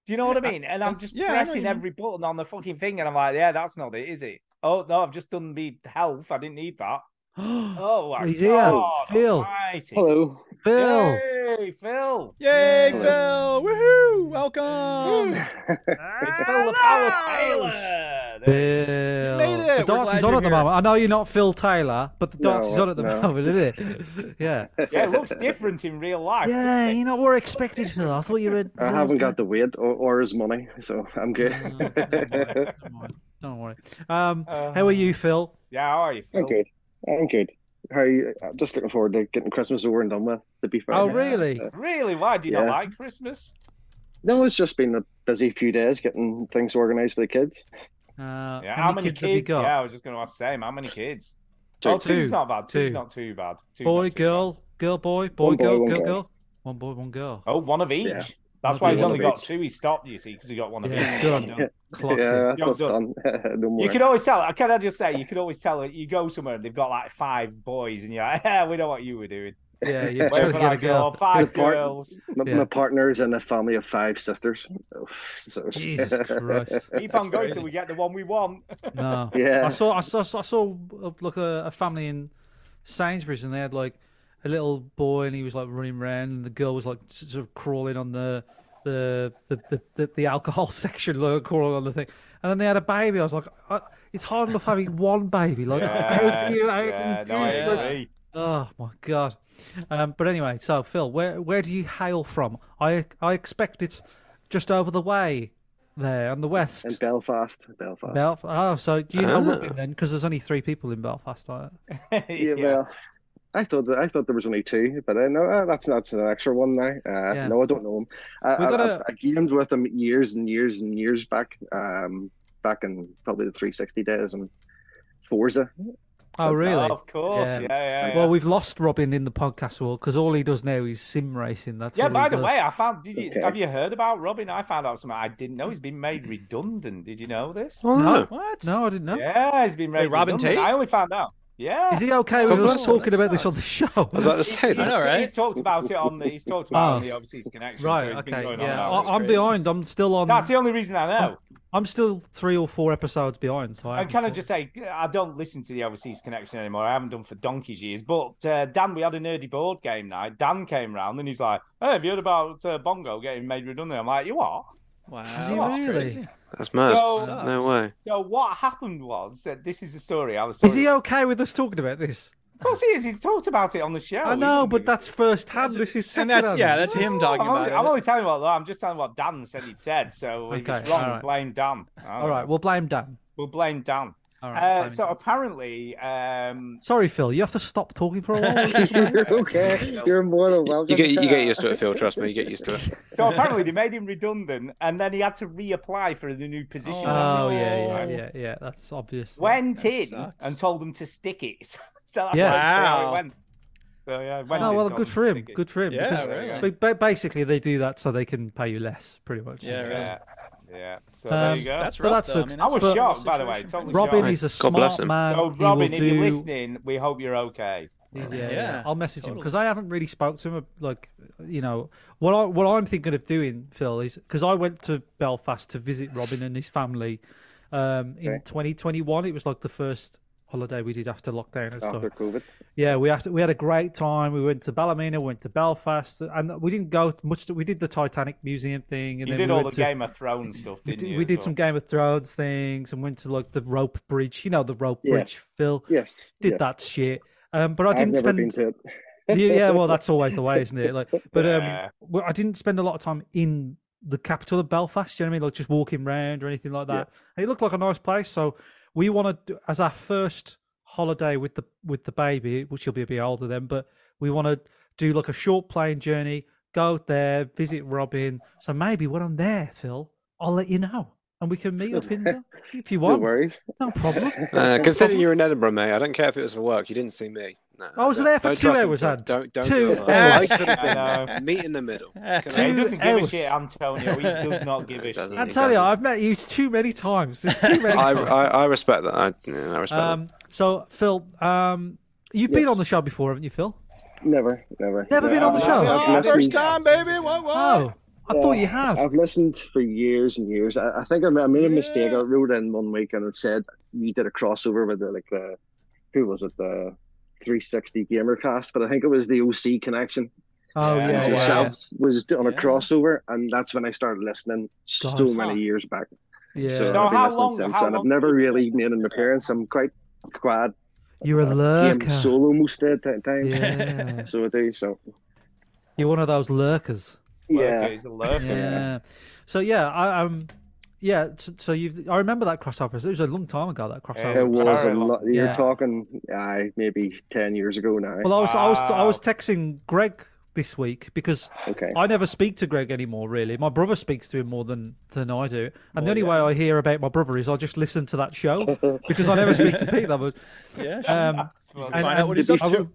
Speaker 4: Do you know what I mean? And I'm just
Speaker 1: yeah, I know what you
Speaker 4: pressing
Speaker 1: mean.
Speaker 4: every button on the fucking thing, and I'm like, yeah, that's not it, is it? Oh no, I've just done the health. I didn't need that. Oh my
Speaker 5: Oh, yeah,
Speaker 4: god,
Speaker 5: Phil.
Speaker 4: almighty.
Speaker 10: Hello.
Speaker 5: Phil.
Speaker 4: Yay, Phil.
Speaker 1: Yay,
Speaker 10: Hello.
Speaker 1: Phil. Woohoo. Welcome.
Speaker 4: It's Phil the Power Taylor.
Speaker 5: Phil.
Speaker 1: made it. We're
Speaker 5: The darts
Speaker 1: glad
Speaker 5: is on
Speaker 1: you're
Speaker 5: at the
Speaker 1: here.
Speaker 5: moment. I know you're not Phil Taylor, but the darts is
Speaker 10: No,
Speaker 5: on at the
Speaker 10: no.
Speaker 5: moment, isn't it? yeah.
Speaker 4: Yeah, it looks different in real life. doesn't
Speaker 5: Yeah,
Speaker 4: it?
Speaker 5: you know, we're expected Phil. I thought you were.
Speaker 10: I haven't got the weight or, or his money, so I'm good.
Speaker 1: Mm.
Speaker 5: Don't worry. Don't worry. Um, how
Speaker 4: Uh,
Speaker 5: are you, Phil?
Speaker 4: Yeah, how are you,
Speaker 10: I'm
Speaker 4: Phil?
Speaker 10: good. I'm good. How you, I'm just looking forward to getting Christmas over and done with, to be fair.
Speaker 5: Oh, really?
Speaker 4: Really? Why do you not
Speaker 10: Yeah.
Speaker 4: like Christmas?
Speaker 10: No, it's just been a busy few days getting things organised for the kids.
Speaker 5: Uh,
Speaker 4: Yeah, how many,
Speaker 5: have you
Speaker 4: kids?
Speaker 5: got?
Speaker 4: Yeah, I was just going to ask the same. How many kids?
Speaker 10: Two.
Speaker 4: Oh, two's
Speaker 5: Two.
Speaker 4: not bad. Two's
Speaker 5: Two.
Speaker 4: not too bad. Two's
Speaker 5: boy,
Speaker 4: not too
Speaker 5: girl, girl, boy, boy,
Speaker 10: One boy,
Speaker 5: girl,
Speaker 10: one
Speaker 5: girl,
Speaker 10: girl.
Speaker 5: girl. One boy, one girl.
Speaker 4: bad. Oh, one of each.
Speaker 10: Yeah.
Speaker 4: That's
Speaker 5: Must
Speaker 4: why
Speaker 5: be
Speaker 4: he's
Speaker 10: one
Speaker 4: only
Speaker 10: of
Speaker 4: got
Speaker 10: each.
Speaker 4: two. He stopped, you see, because he got one of
Speaker 5: Yeah,
Speaker 4: each.
Speaker 5: done.
Speaker 4: Done.
Speaker 5: Clocked
Speaker 10: yeah,
Speaker 5: it.
Speaker 10: that's
Speaker 4: Job
Speaker 10: what's done.
Speaker 4: done.
Speaker 10: no more.
Speaker 4: You can always tell. Can I just say, you can always tell that you go somewhere and they've got like five boys, and you're like, yeah, we know what you were doing.
Speaker 5: Yeah, you're
Speaker 4: Wait for
Speaker 5: trying to get a
Speaker 4: that girl,
Speaker 5: girl.
Speaker 4: five
Speaker 10: The part-
Speaker 4: girls.
Speaker 10: my,
Speaker 5: yeah.
Speaker 10: my partner's in a family of five sisters. So-
Speaker 5: Jesus Christ.
Speaker 4: Keep on going till we get the one we want.
Speaker 5: No.
Speaker 10: Yeah.
Speaker 5: I saw, I saw, I saw uh, like a, a family in Sainsbury's, and they had like a little boy, and he was like running around, and the girl was like s- sort of crawling on the the the the, the, the alcohol section, like, crawling on the thing, and then they had a baby. I was like, I, it's hard enough having one baby. Like, how
Speaker 4: Yeah,
Speaker 5: can you, how
Speaker 4: yeah,
Speaker 5: can
Speaker 4: no,
Speaker 5: you
Speaker 4: I
Speaker 5: do that?
Speaker 4: agree.
Speaker 5: Oh my god! Um, but anyway, so Phil, where where do you hail from? I I expect it's just over the way there on the west.
Speaker 10: In Belfast. Belfast.
Speaker 5: Belf- oh, so do you know
Speaker 14: Ah.
Speaker 10: Uh.
Speaker 5: Rugby then? Because there's only three people in Belfast. Aren't there?
Speaker 10: yeah, well, I thought that, I thought there was only two, but I know uh, that's that's an extra one now. Uh,
Speaker 5: Yeah.
Speaker 10: No, I don't know Uh, him. I,
Speaker 5: We've
Speaker 10: I,
Speaker 5: got
Speaker 10: I-
Speaker 5: a-
Speaker 10: I gamed with him years and years and years back, um, back in probably the 360 days and Forza. uh,
Speaker 5: Oh, really?
Speaker 4: Of course.
Speaker 5: Yeah.
Speaker 4: Yeah, yeah. yeah.
Speaker 5: Well, we've lost Robin in the podcast world because all he does now is sim racing. That's
Speaker 4: Yeah,
Speaker 5: all he
Speaker 4: by the
Speaker 5: does.
Speaker 4: way, I found. Did you
Speaker 10: Okay.
Speaker 4: have you heard about Robin? I found out something I didn't know. He's been made redundant. Did you know this?
Speaker 14: Oh, no.
Speaker 1: What?
Speaker 5: no, I didn't know.
Speaker 4: Yeah, he's been made.
Speaker 1: Wait, Robin
Speaker 4: redundant.
Speaker 1: Tate?
Speaker 4: I only found out. Yeah.
Speaker 5: Is he okay with us talking about this on the show? I
Speaker 14: was about to say
Speaker 4: He's,
Speaker 14: that.
Speaker 4: he's talked about it on the. He's talked about it on the overseas connection. so
Speaker 5: Oh. Right.
Speaker 4: it's been
Speaker 5: okay.
Speaker 4: going on
Speaker 5: Yeah. Oh,
Speaker 4: now.
Speaker 5: I, I'm behind. I'm still on.
Speaker 4: That's the only reason I know.
Speaker 5: I'm, I'm still three or four episodes behind. So I
Speaker 4: And
Speaker 5: haven't
Speaker 4: can I
Speaker 5: caught-
Speaker 4: just say, I don't listen to the Overseas Connection anymore. I haven't done for donkey's years. But uh, Dan, we had a nerdy board game night. Dan came round and he's like, "Hey, have you heard about uh, Bongo getting made redundant?" I'm like, "You what?"
Speaker 1: Wow,
Speaker 5: Is he really?
Speaker 14: That's mad.
Speaker 4: So-
Speaker 14: no way.
Speaker 4: So what happened was that this is the story I was.
Speaker 5: Is
Speaker 4: Talking
Speaker 5: he okay with us talking about this?
Speaker 4: Of course he is. He's talked about it on the show.
Speaker 5: I know, but that's first hand. This is
Speaker 1: And
Speaker 5: second
Speaker 1: that's
Speaker 5: hand.
Speaker 1: yeah, that's him talking
Speaker 4: I'm
Speaker 1: about
Speaker 4: only, I'm
Speaker 1: it.
Speaker 4: only telling you what I'm just telling you what Dan said he'd said. So if
Speaker 5: Okay,
Speaker 4: it's wrong,
Speaker 5: all right.
Speaker 4: blame Dan. I don't
Speaker 5: All
Speaker 4: know.
Speaker 5: right, we'll blame Dan.
Speaker 4: we'll blame Dan.
Speaker 5: All right,
Speaker 4: uh,
Speaker 5: blame
Speaker 4: so apparently, um,
Speaker 5: Sorry, Phil. You have to stop talking for a
Speaker 1: Oh,
Speaker 5: while.
Speaker 10: You're okay. You're more than welcome.
Speaker 14: You get you get used to it, Phil. Trust me, you get used to it.
Speaker 4: So apparently they made him redundant, and then he had to reapply for the new position.
Speaker 5: oh yeah, yeah, yeah, yeah. That's obvious.
Speaker 4: Went
Speaker 5: That
Speaker 4: in
Speaker 5: sucks.
Speaker 4: and told him to stick it. so that's
Speaker 5: Yeah.
Speaker 4: yeah. how it
Speaker 1: Wow.
Speaker 4: went. So yeah, went
Speaker 5: Oh
Speaker 4: in,
Speaker 5: well,
Speaker 4: told
Speaker 5: good
Speaker 4: him
Speaker 5: for
Speaker 4: to
Speaker 5: him.
Speaker 4: stick it.
Speaker 5: Good for him.
Speaker 1: Yeah,
Speaker 5: because
Speaker 1: really.
Speaker 5: ba- ba- basically they do that so they can pay you less, pretty much.
Speaker 1: Yeah, really.
Speaker 4: Yeah, yeah. So
Speaker 5: Um,
Speaker 4: there you go.
Speaker 1: That's
Speaker 5: So
Speaker 1: rough.
Speaker 5: that's
Speaker 1: though.
Speaker 5: a-
Speaker 1: I mean,
Speaker 4: I
Speaker 1: that's
Speaker 4: was
Speaker 1: a rough
Speaker 4: shocked, by the
Speaker 1: situation
Speaker 4: way,
Speaker 1: for him.
Speaker 4: totally
Speaker 5: Robin
Speaker 4: Right.
Speaker 5: is a
Speaker 14: God bless
Speaker 5: smart
Speaker 14: him.
Speaker 5: man.
Speaker 4: so
Speaker 5: He will
Speaker 4: Robin, if
Speaker 5: do-
Speaker 4: you're listening, we hope you're okay.
Speaker 5: Yeah, yeah.
Speaker 1: Yeah,
Speaker 5: I'll message him
Speaker 1: totally.
Speaker 5: because I haven't really spoke to him. uh, Like, you know, what I what I'm thinking of doing, Phil, is because I went to Belfast to visit Robin and his family um, in 2021. It was like the first holiday we did after lockdown and stuff.
Speaker 10: after COVID.
Speaker 5: Yeah, we had we had a great time. We went to Ballymena, went to Belfast, and we didn't go much. To, we did the Titanic Museum thing, and
Speaker 4: You did
Speaker 5: then we
Speaker 4: all the
Speaker 5: went to-
Speaker 4: Game of Thrones stuff,
Speaker 5: we
Speaker 4: didn't
Speaker 5: did,
Speaker 4: you?
Speaker 5: we
Speaker 4: as
Speaker 5: did
Speaker 4: well?
Speaker 5: some Game of Thrones things and went to like the rope bridge. You know the rope
Speaker 10: Yeah.
Speaker 5: bridge, Phil.
Speaker 10: Yes.
Speaker 5: Did
Speaker 10: yes.
Speaker 5: that shit. Um, but I
Speaker 10: I've
Speaker 5: didn't
Speaker 10: never
Speaker 5: spend.
Speaker 10: been to it.
Speaker 5: yeah, yeah, well, that's always the way, isn't it? Like, but
Speaker 4: Yeah.
Speaker 5: um, well, I didn't spend a lot of time in the capital of Belfast. You know what I mean? Like just walking around or anything like that.
Speaker 10: Yeah.
Speaker 5: And it looked like a nice place. So we want to, as our first holiday with the with the baby, which she'll be a bit older then, but we want to do like a short plane journey, go there, visit Robin. So maybe when I'm there, Phil, I'll let you know, and we can meet up in there if you
Speaker 10: No
Speaker 5: want.
Speaker 10: worries.
Speaker 5: No problem.
Speaker 14: Uh, consider you're in Edinburgh, mate. I don't care if it was for work. You didn't see me. No,
Speaker 5: I was
Speaker 14: don't-
Speaker 5: there for
Speaker 14: don't
Speaker 5: two
Speaker 14: trust him,
Speaker 5: hours,
Speaker 14: Phil.
Speaker 5: Ant.
Speaker 14: Don't, don't
Speaker 5: Two
Speaker 14: do it. I
Speaker 5: hours.
Speaker 14: could have been
Speaker 4: I
Speaker 14: there. Meet in the middle. Can
Speaker 4: Yeah,
Speaker 14: I-
Speaker 4: he
Speaker 5: Two
Speaker 4: doesn't give a
Speaker 5: hours.
Speaker 4: shit, Antonio. He does not give a
Speaker 14: He
Speaker 4: shit.
Speaker 14: doesn't.
Speaker 5: I
Speaker 14: He
Speaker 5: tell you,
Speaker 14: doesn't.
Speaker 5: I've met you too many times. There's too many
Speaker 14: I,
Speaker 5: times.
Speaker 14: I, I respect that. I, yeah, I respect
Speaker 5: Um, so Phil, um, you've been
Speaker 10: Yes.
Speaker 5: on the show before, haven't you, Phil?
Speaker 10: Never, never.
Speaker 5: Never been on the show?
Speaker 10: I've
Speaker 1: Oh, first
Speaker 10: listened-
Speaker 1: time, baby. What? What?
Speaker 5: Oh, I thought you
Speaker 10: Yeah,
Speaker 5: had.
Speaker 10: I've listened for years and years. I, I think I ma- I made a mistake. I
Speaker 1: Yeah.
Speaker 10: wrote in one week and it said you did a crossover with the, like the who was it the 360 Gamercast, but I think it was the OC connection.
Speaker 5: oh
Speaker 4: Yeah,
Speaker 5: yeah, yeah,
Speaker 10: and
Speaker 5: yeah,
Speaker 10: yourself was on a
Speaker 1: Yeah.
Speaker 10: crossover, and that's when I started listening
Speaker 5: God.
Speaker 10: so many years back.
Speaker 5: yeah.
Speaker 10: So
Speaker 4: So
Speaker 10: I've been
Speaker 4: how
Speaker 10: listening
Speaker 4: long-
Speaker 10: since,
Speaker 4: how
Speaker 10: and I've
Speaker 4: long
Speaker 10: never
Speaker 4: have you
Speaker 10: really
Speaker 4: been
Speaker 10: made an
Speaker 4: listening?
Speaker 10: appearance. I'm quite glad.
Speaker 5: You're a
Speaker 10: I'm
Speaker 5: lurker.
Speaker 10: solo most of the time,
Speaker 5: Yeah.
Speaker 10: so I do. So
Speaker 5: You're one of those lurkers.
Speaker 4: Lurker,
Speaker 10: yeah,
Speaker 4: He's a lurker.
Speaker 5: Yeah. So yeah, I um, yeah. So, so you've I remember that crossover. It was a long time ago that crossover.
Speaker 4: Yeah,
Speaker 10: it was a
Speaker 4: Sorry,
Speaker 10: lot. You're
Speaker 5: yeah.
Speaker 10: talking, aye, maybe ten years ago now.
Speaker 5: Well, I was I was I was
Speaker 4: Wow.
Speaker 5: texting Greg this week because
Speaker 10: Okay.
Speaker 5: I never speak to Greg anymore, really. My brother speaks to him more than, than I do. And the only way I hear about my brother is I just listen to that show because I never speak to Pete that much.
Speaker 1: Yeah. sure.
Speaker 5: Um,
Speaker 1: Find out what he's
Speaker 5: I
Speaker 1: up
Speaker 5: w-
Speaker 1: to.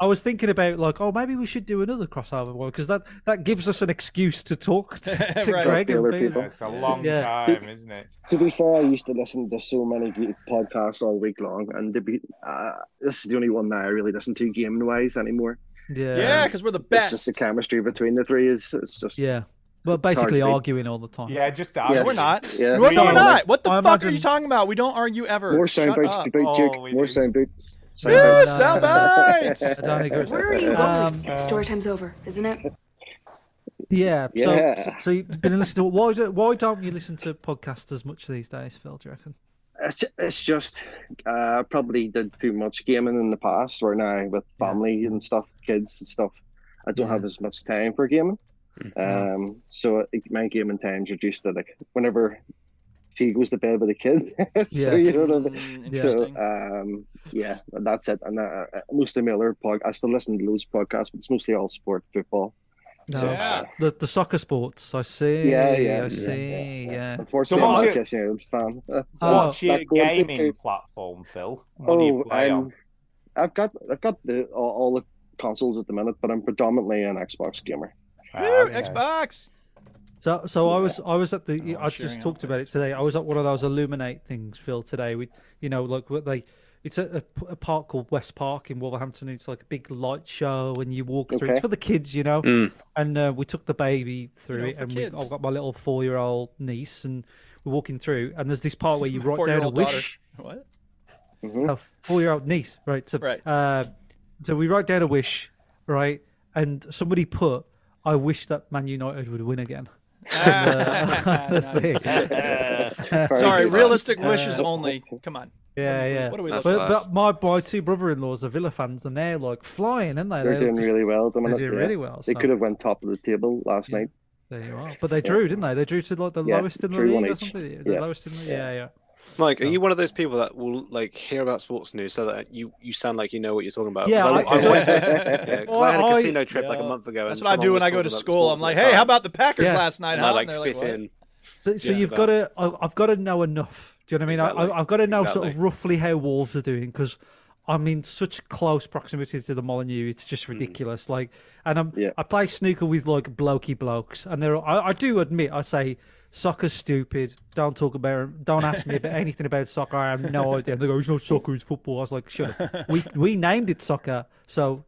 Speaker 5: I was thinking about, like, oh, maybe we should do another crossover one because that, that gives us an excuse to talk to, to
Speaker 1: Right.
Speaker 5: Greg
Speaker 10: Talk to
Speaker 5: and
Speaker 10: other
Speaker 5: Pete.
Speaker 10: people.
Speaker 4: It's a long
Speaker 5: Yeah.
Speaker 4: time, isn't it?
Speaker 10: to be fair, I used to listen to so many g- podcasts all week long, and to be uh, this is the only one that I really listen to gaming wise anymore.
Speaker 5: Yeah.
Speaker 1: Yeah, because we're the
Speaker 10: It's just
Speaker 1: best.
Speaker 10: the chemistry between the three is it's just
Speaker 5: Yeah. Well,
Speaker 10: It's hard to
Speaker 5: basically
Speaker 10: beat.
Speaker 5: arguing all the time.
Speaker 4: Yeah, just
Speaker 10: Yes.
Speaker 1: We're not.
Speaker 10: Yeah.
Speaker 1: No, we're
Speaker 4: We-
Speaker 1: not. What the
Speaker 5: I
Speaker 1: fuck are
Speaker 5: imagine-
Speaker 1: you talking about? We don't argue ever.
Speaker 10: more
Speaker 1: Shut
Speaker 10: soundbites
Speaker 1: up.
Speaker 10: to boot, Duke.
Speaker 4: Oh, we
Speaker 10: more
Speaker 4: do.
Speaker 10: soundbites.
Speaker 1: Yeah,
Speaker 10: soundbites.
Speaker 5: I
Speaker 1: soundbites.
Speaker 5: don't think it was-
Speaker 9: Where are you
Speaker 5: Um,
Speaker 9: going? Story time's over, isn't it?
Speaker 5: Yeah. So, so,
Speaker 10: Yeah.
Speaker 5: so you've been listening to why do, why don't you listen to podcasts as much these days, Phil? Do you reckon?
Speaker 10: It's, it's just uh, probably did too much gaming in the past. Where now with family and stuff, kids and stuff, I don't have as much time for gaming. Um, so it, my gaming time's reduced to like whenever she goes to bed with the kid.
Speaker 5: Yeah.
Speaker 10: so you know what I mean?
Speaker 1: Mm,
Speaker 10: So
Speaker 1: Interesting.
Speaker 10: um, yeah, that's it. And uh, uh, most of my other pod, I still listen to loads of podcasts, but it's mostly all sport football.
Speaker 5: No.
Speaker 10: So,
Speaker 1: Yeah.
Speaker 10: uh,
Speaker 5: The the soccer sports. I see. I
Speaker 10: Yeah, yeah, yeah,
Speaker 5: see.
Speaker 10: yeah.
Speaker 5: Yeah.
Speaker 10: unfortunately,
Speaker 4: Someone
Speaker 10: I'm not a
Speaker 4: should-
Speaker 10: Chelsea United fan. That's-
Speaker 5: Oh,
Speaker 10: that's
Speaker 4: What's your
Speaker 10: not going to
Speaker 4: gaming platform, Phil? What do you
Speaker 10: Oh,
Speaker 4: play
Speaker 10: I'm,
Speaker 4: on?
Speaker 10: I've got I've got the all, all the consoles at the minute, but I'm predominantly an Xbox gamer.
Speaker 1: Woo,
Speaker 4: Ah, okay.
Speaker 1: Xbox.
Speaker 5: So so I was I was at the
Speaker 1: Oh,
Speaker 5: I
Speaker 1: cheering
Speaker 5: just talked
Speaker 1: up
Speaker 5: about it today. I was at one of those illuminate things, Phil. Today with you know like what they It's a, a, a park called West Park in Wolverhampton. It's like a big light show, and you walk through.
Speaker 14: Okay.
Speaker 5: It's for the kids, you know.
Speaker 14: Mm.
Speaker 5: And uh, we took the baby through
Speaker 14: know,
Speaker 5: it,
Speaker 14: for
Speaker 5: and
Speaker 14: kids.
Speaker 5: we, I've got my little four-year-old niece, and we're walking through. And there's this part where you write down a
Speaker 1: Four-year-old daughter.
Speaker 5: wish.
Speaker 1: What?
Speaker 5: A four-year-old niece, right? So,
Speaker 1: Right.
Speaker 5: Uh, so we wrote down a wish, right? And somebody put, "I wish that Man United would win again."
Speaker 1: Sorry, Ah, realistic
Speaker 5: Uh,
Speaker 1: wishes only. Come on.
Speaker 5: Yeah, yeah.
Speaker 1: Um, What are we
Speaker 5: but,
Speaker 1: listening to?
Speaker 5: but my my two brother-in-laws are Villa fans, and they're like flying, aren't they?
Speaker 10: They're doing
Speaker 5: just-
Speaker 10: really well. at the
Speaker 5: They're
Speaker 10: minute,
Speaker 5: doing
Speaker 10: yeah.
Speaker 5: really well.
Speaker 10: They
Speaker 5: so-
Speaker 10: could have went top of the table last night.
Speaker 5: There you are. But they
Speaker 10: Yeah.
Speaker 5: drew, didn't they? They drew to like the
Speaker 10: Yeah,
Speaker 5: lowest in the
Speaker 10: drew one
Speaker 5: league or
Speaker 10: each.
Speaker 5: something. The
Speaker 10: Yeah.
Speaker 5: lowest in the yeah, yeah.
Speaker 14: Mike, are you one of those people that will like hear about sports news so that you, you sound like you know what you're talking about? 'Cause
Speaker 5: Yeah, I-
Speaker 14: I, I went to- yeah, 'cause I had a
Speaker 5: I-
Speaker 14: casino trip like a month ago.
Speaker 1: That's
Speaker 14: and
Speaker 1: what I
Speaker 14: someone
Speaker 1: do
Speaker 14: was
Speaker 1: when I go
Speaker 14: talking
Speaker 1: to
Speaker 14: about the
Speaker 1: school.
Speaker 14: sports
Speaker 1: I'm like,
Speaker 14: at the
Speaker 1: hey,
Speaker 14: time."
Speaker 1: how about the Packers
Speaker 5: Yeah.
Speaker 1: last night?
Speaker 14: And
Speaker 1: huh?
Speaker 14: I
Speaker 1: And
Speaker 14: like
Speaker 1: they're
Speaker 14: fit
Speaker 1: "What?"
Speaker 14: in.
Speaker 5: So, so
Speaker 14: Just
Speaker 5: you've got
Speaker 14: about.
Speaker 5: to. I've got to know enough. Do you know what I mean? I, I've got to know sort of
Speaker 14: Exactly.
Speaker 5: roughly how Wolves are doing because I'm in such close proximity to the Molyneux. It's
Speaker 14: Hmm.
Speaker 5: just ridiculous. Like, and I'm I play snooker with like blokey blokes, and they're. I, I do admit, I say soccer's stupid. Don't talk about. Don't ask me about anything about soccer. I have no idea. And they go, it's not soccer, it's football. I was like, sure. We we named it soccer, so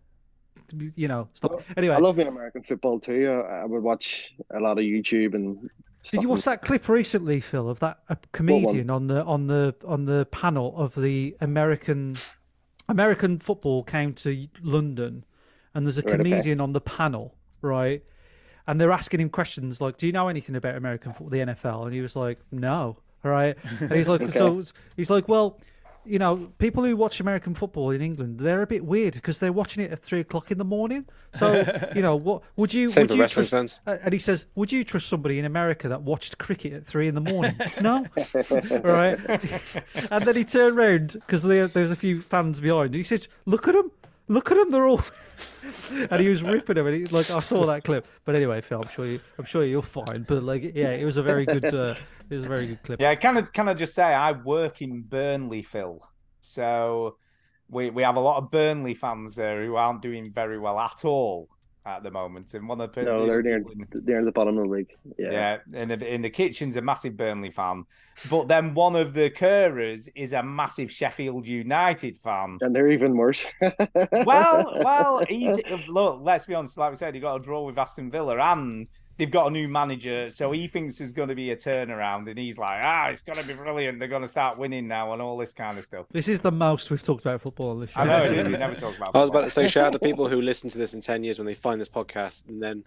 Speaker 5: you know, stop. Anyway,
Speaker 10: I love me American football too. I, I would watch a lot of YouTube and.
Speaker 5: Did you watch that clip recently, Phil, of that a
Speaker 10: one?
Speaker 5: comedian on the on the on the panel of the American American football came to London, and there's a
Speaker 6: Right, okay.
Speaker 5: comedian on the panel, right? And they're asking him questions like, "Do you know anything about American football, the NFL?" And he was like, "No." All right. And he's like,
Speaker 6: Okay.
Speaker 5: "So he's like, well." You know, people who watch American football in England, they're a bit weird because they're watching it at three o'clock in the morning. So, you know, what would you
Speaker 14: Same
Speaker 5: would
Speaker 14: for
Speaker 5: you
Speaker 14: wrestling
Speaker 5: trust,
Speaker 14: fans.
Speaker 5: uh, And he says, "Would you trust somebody in America that watched cricket at three in the morning?" no, right? and then he turned round because there, there's a few fans behind. And he says, "Look at them, look at them. They're all." and he was ripping them. And he, like I saw that clip. But anyway, Phil, I'm sure you, I'm sure you're fine. But like, yeah, it was a very good, uh, it was a very good clip.
Speaker 4: Yeah, can I can I just say I work in Burnley, Phil. So we we have a lot of Burnley fans there who aren't doing very well at all at the moment. And one of the
Speaker 10: No, they're near, they're in the bottom of the league. Yeah.
Speaker 4: yeah, in the in the kitchen's a massive Burnley fan, but then one of the curers is a massive Sheffield United fan.
Speaker 10: And they're even worse.
Speaker 4: Well, well, he's look. Let's be honest. Like we said, he got a draw with Aston Villa, and they've got a new manager, so he thinks there's going to be a turnaround, and he's like, ah, it's going to be brilliant. They're going to start winning now, and all this kind of stuff.
Speaker 5: This is the most we've talked about football on this show.
Speaker 4: I know it is. We never talk about.
Speaker 14: I was about to say,
Speaker 4: football.
Speaker 14: shout out to people who listen to this in ten years when they find this podcast, and then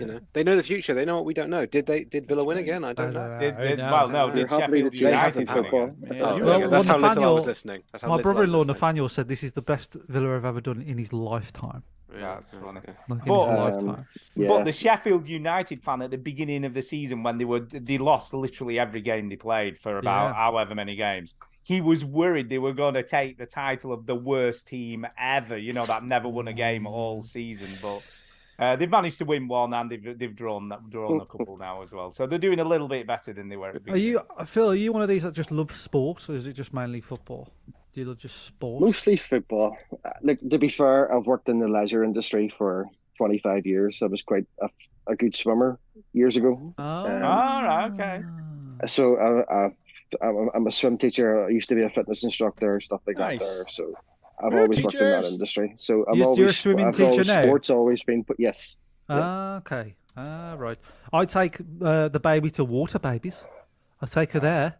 Speaker 14: you know they know the future. They know what we don't know. Did they? Did Villa win again? I don't know.
Speaker 4: Did- did- well, no, did Sheffield
Speaker 14: They have the
Speaker 4: United
Speaker 14: power.
Speaker 4: win
Speaker 14: Oh,
Speaker 4: again?
Speaker 14: there you
Speaker 5: Well,
Speaker 14: go. That's how little I was
Speaker 5: Nathaniel-
Speaker 14: listening. That's how
Speaker 5: my
Speaker 14: little I was
Speaker 5: brother-in-law
Speaker 14: listening.
Speaker 5: Nathaniel said this is the best Villa have ever done in his lifetime.
Speaker 14: Yeah,
Speaker 4: That's funny.
Speaker 5: Like in his
Speaker 4: But, um,
Speaker 5: lifetime.
Speaker 4: but the Sheffield United fan at the beginning of the season when they were they lost literally every game they played for about
Speaker 5: Yeah.
Speaker 4: however many games. He was worried they were going to take the title of the worst team ever. You know that never won a game all season, but. Uh, they've managed to win one and they've they've drawn drawn a couple now as well, so they're doing a little bit better than they were. At the
Speaker 5: Are
Speaker 4: beginning.
Speaker 5: you Phil? Are you one of these that just love sports, or is it just mainly football? Do you love just sports?
Speaker 10: Mostly football. Uh, Look, to be fair, I've worked in the leisure industry for 25 years. I was quite a, a good swimmer years ago.
Speaker 5: Ah.
Speaker 10: Um,
Speaker 4: All Ah, right, okay.
Speaker 10: So I, I've, I'm, I'm a swim teacher. I used to be a fitness instructor, stuff like
Speaker 5: Nice.
Speaker 10: that. There, so I've
Speaker 5: You're
Speaker 10: always worked in that
Speaker 5: teachers.
Speaker 10: industry. So I'm
Speaker 5: You're- you're a
Speaker 10: always
Speaker 5: swimming
Speaker 10: I've
Speaker 5: teacher
Speaker 10: always,
Speaker 5: now?
Speaker 10: Sports always been put. Yes.
Speaker 5: Ah, okay. Ah, right. I take uh, the baby to water babies. I take her there.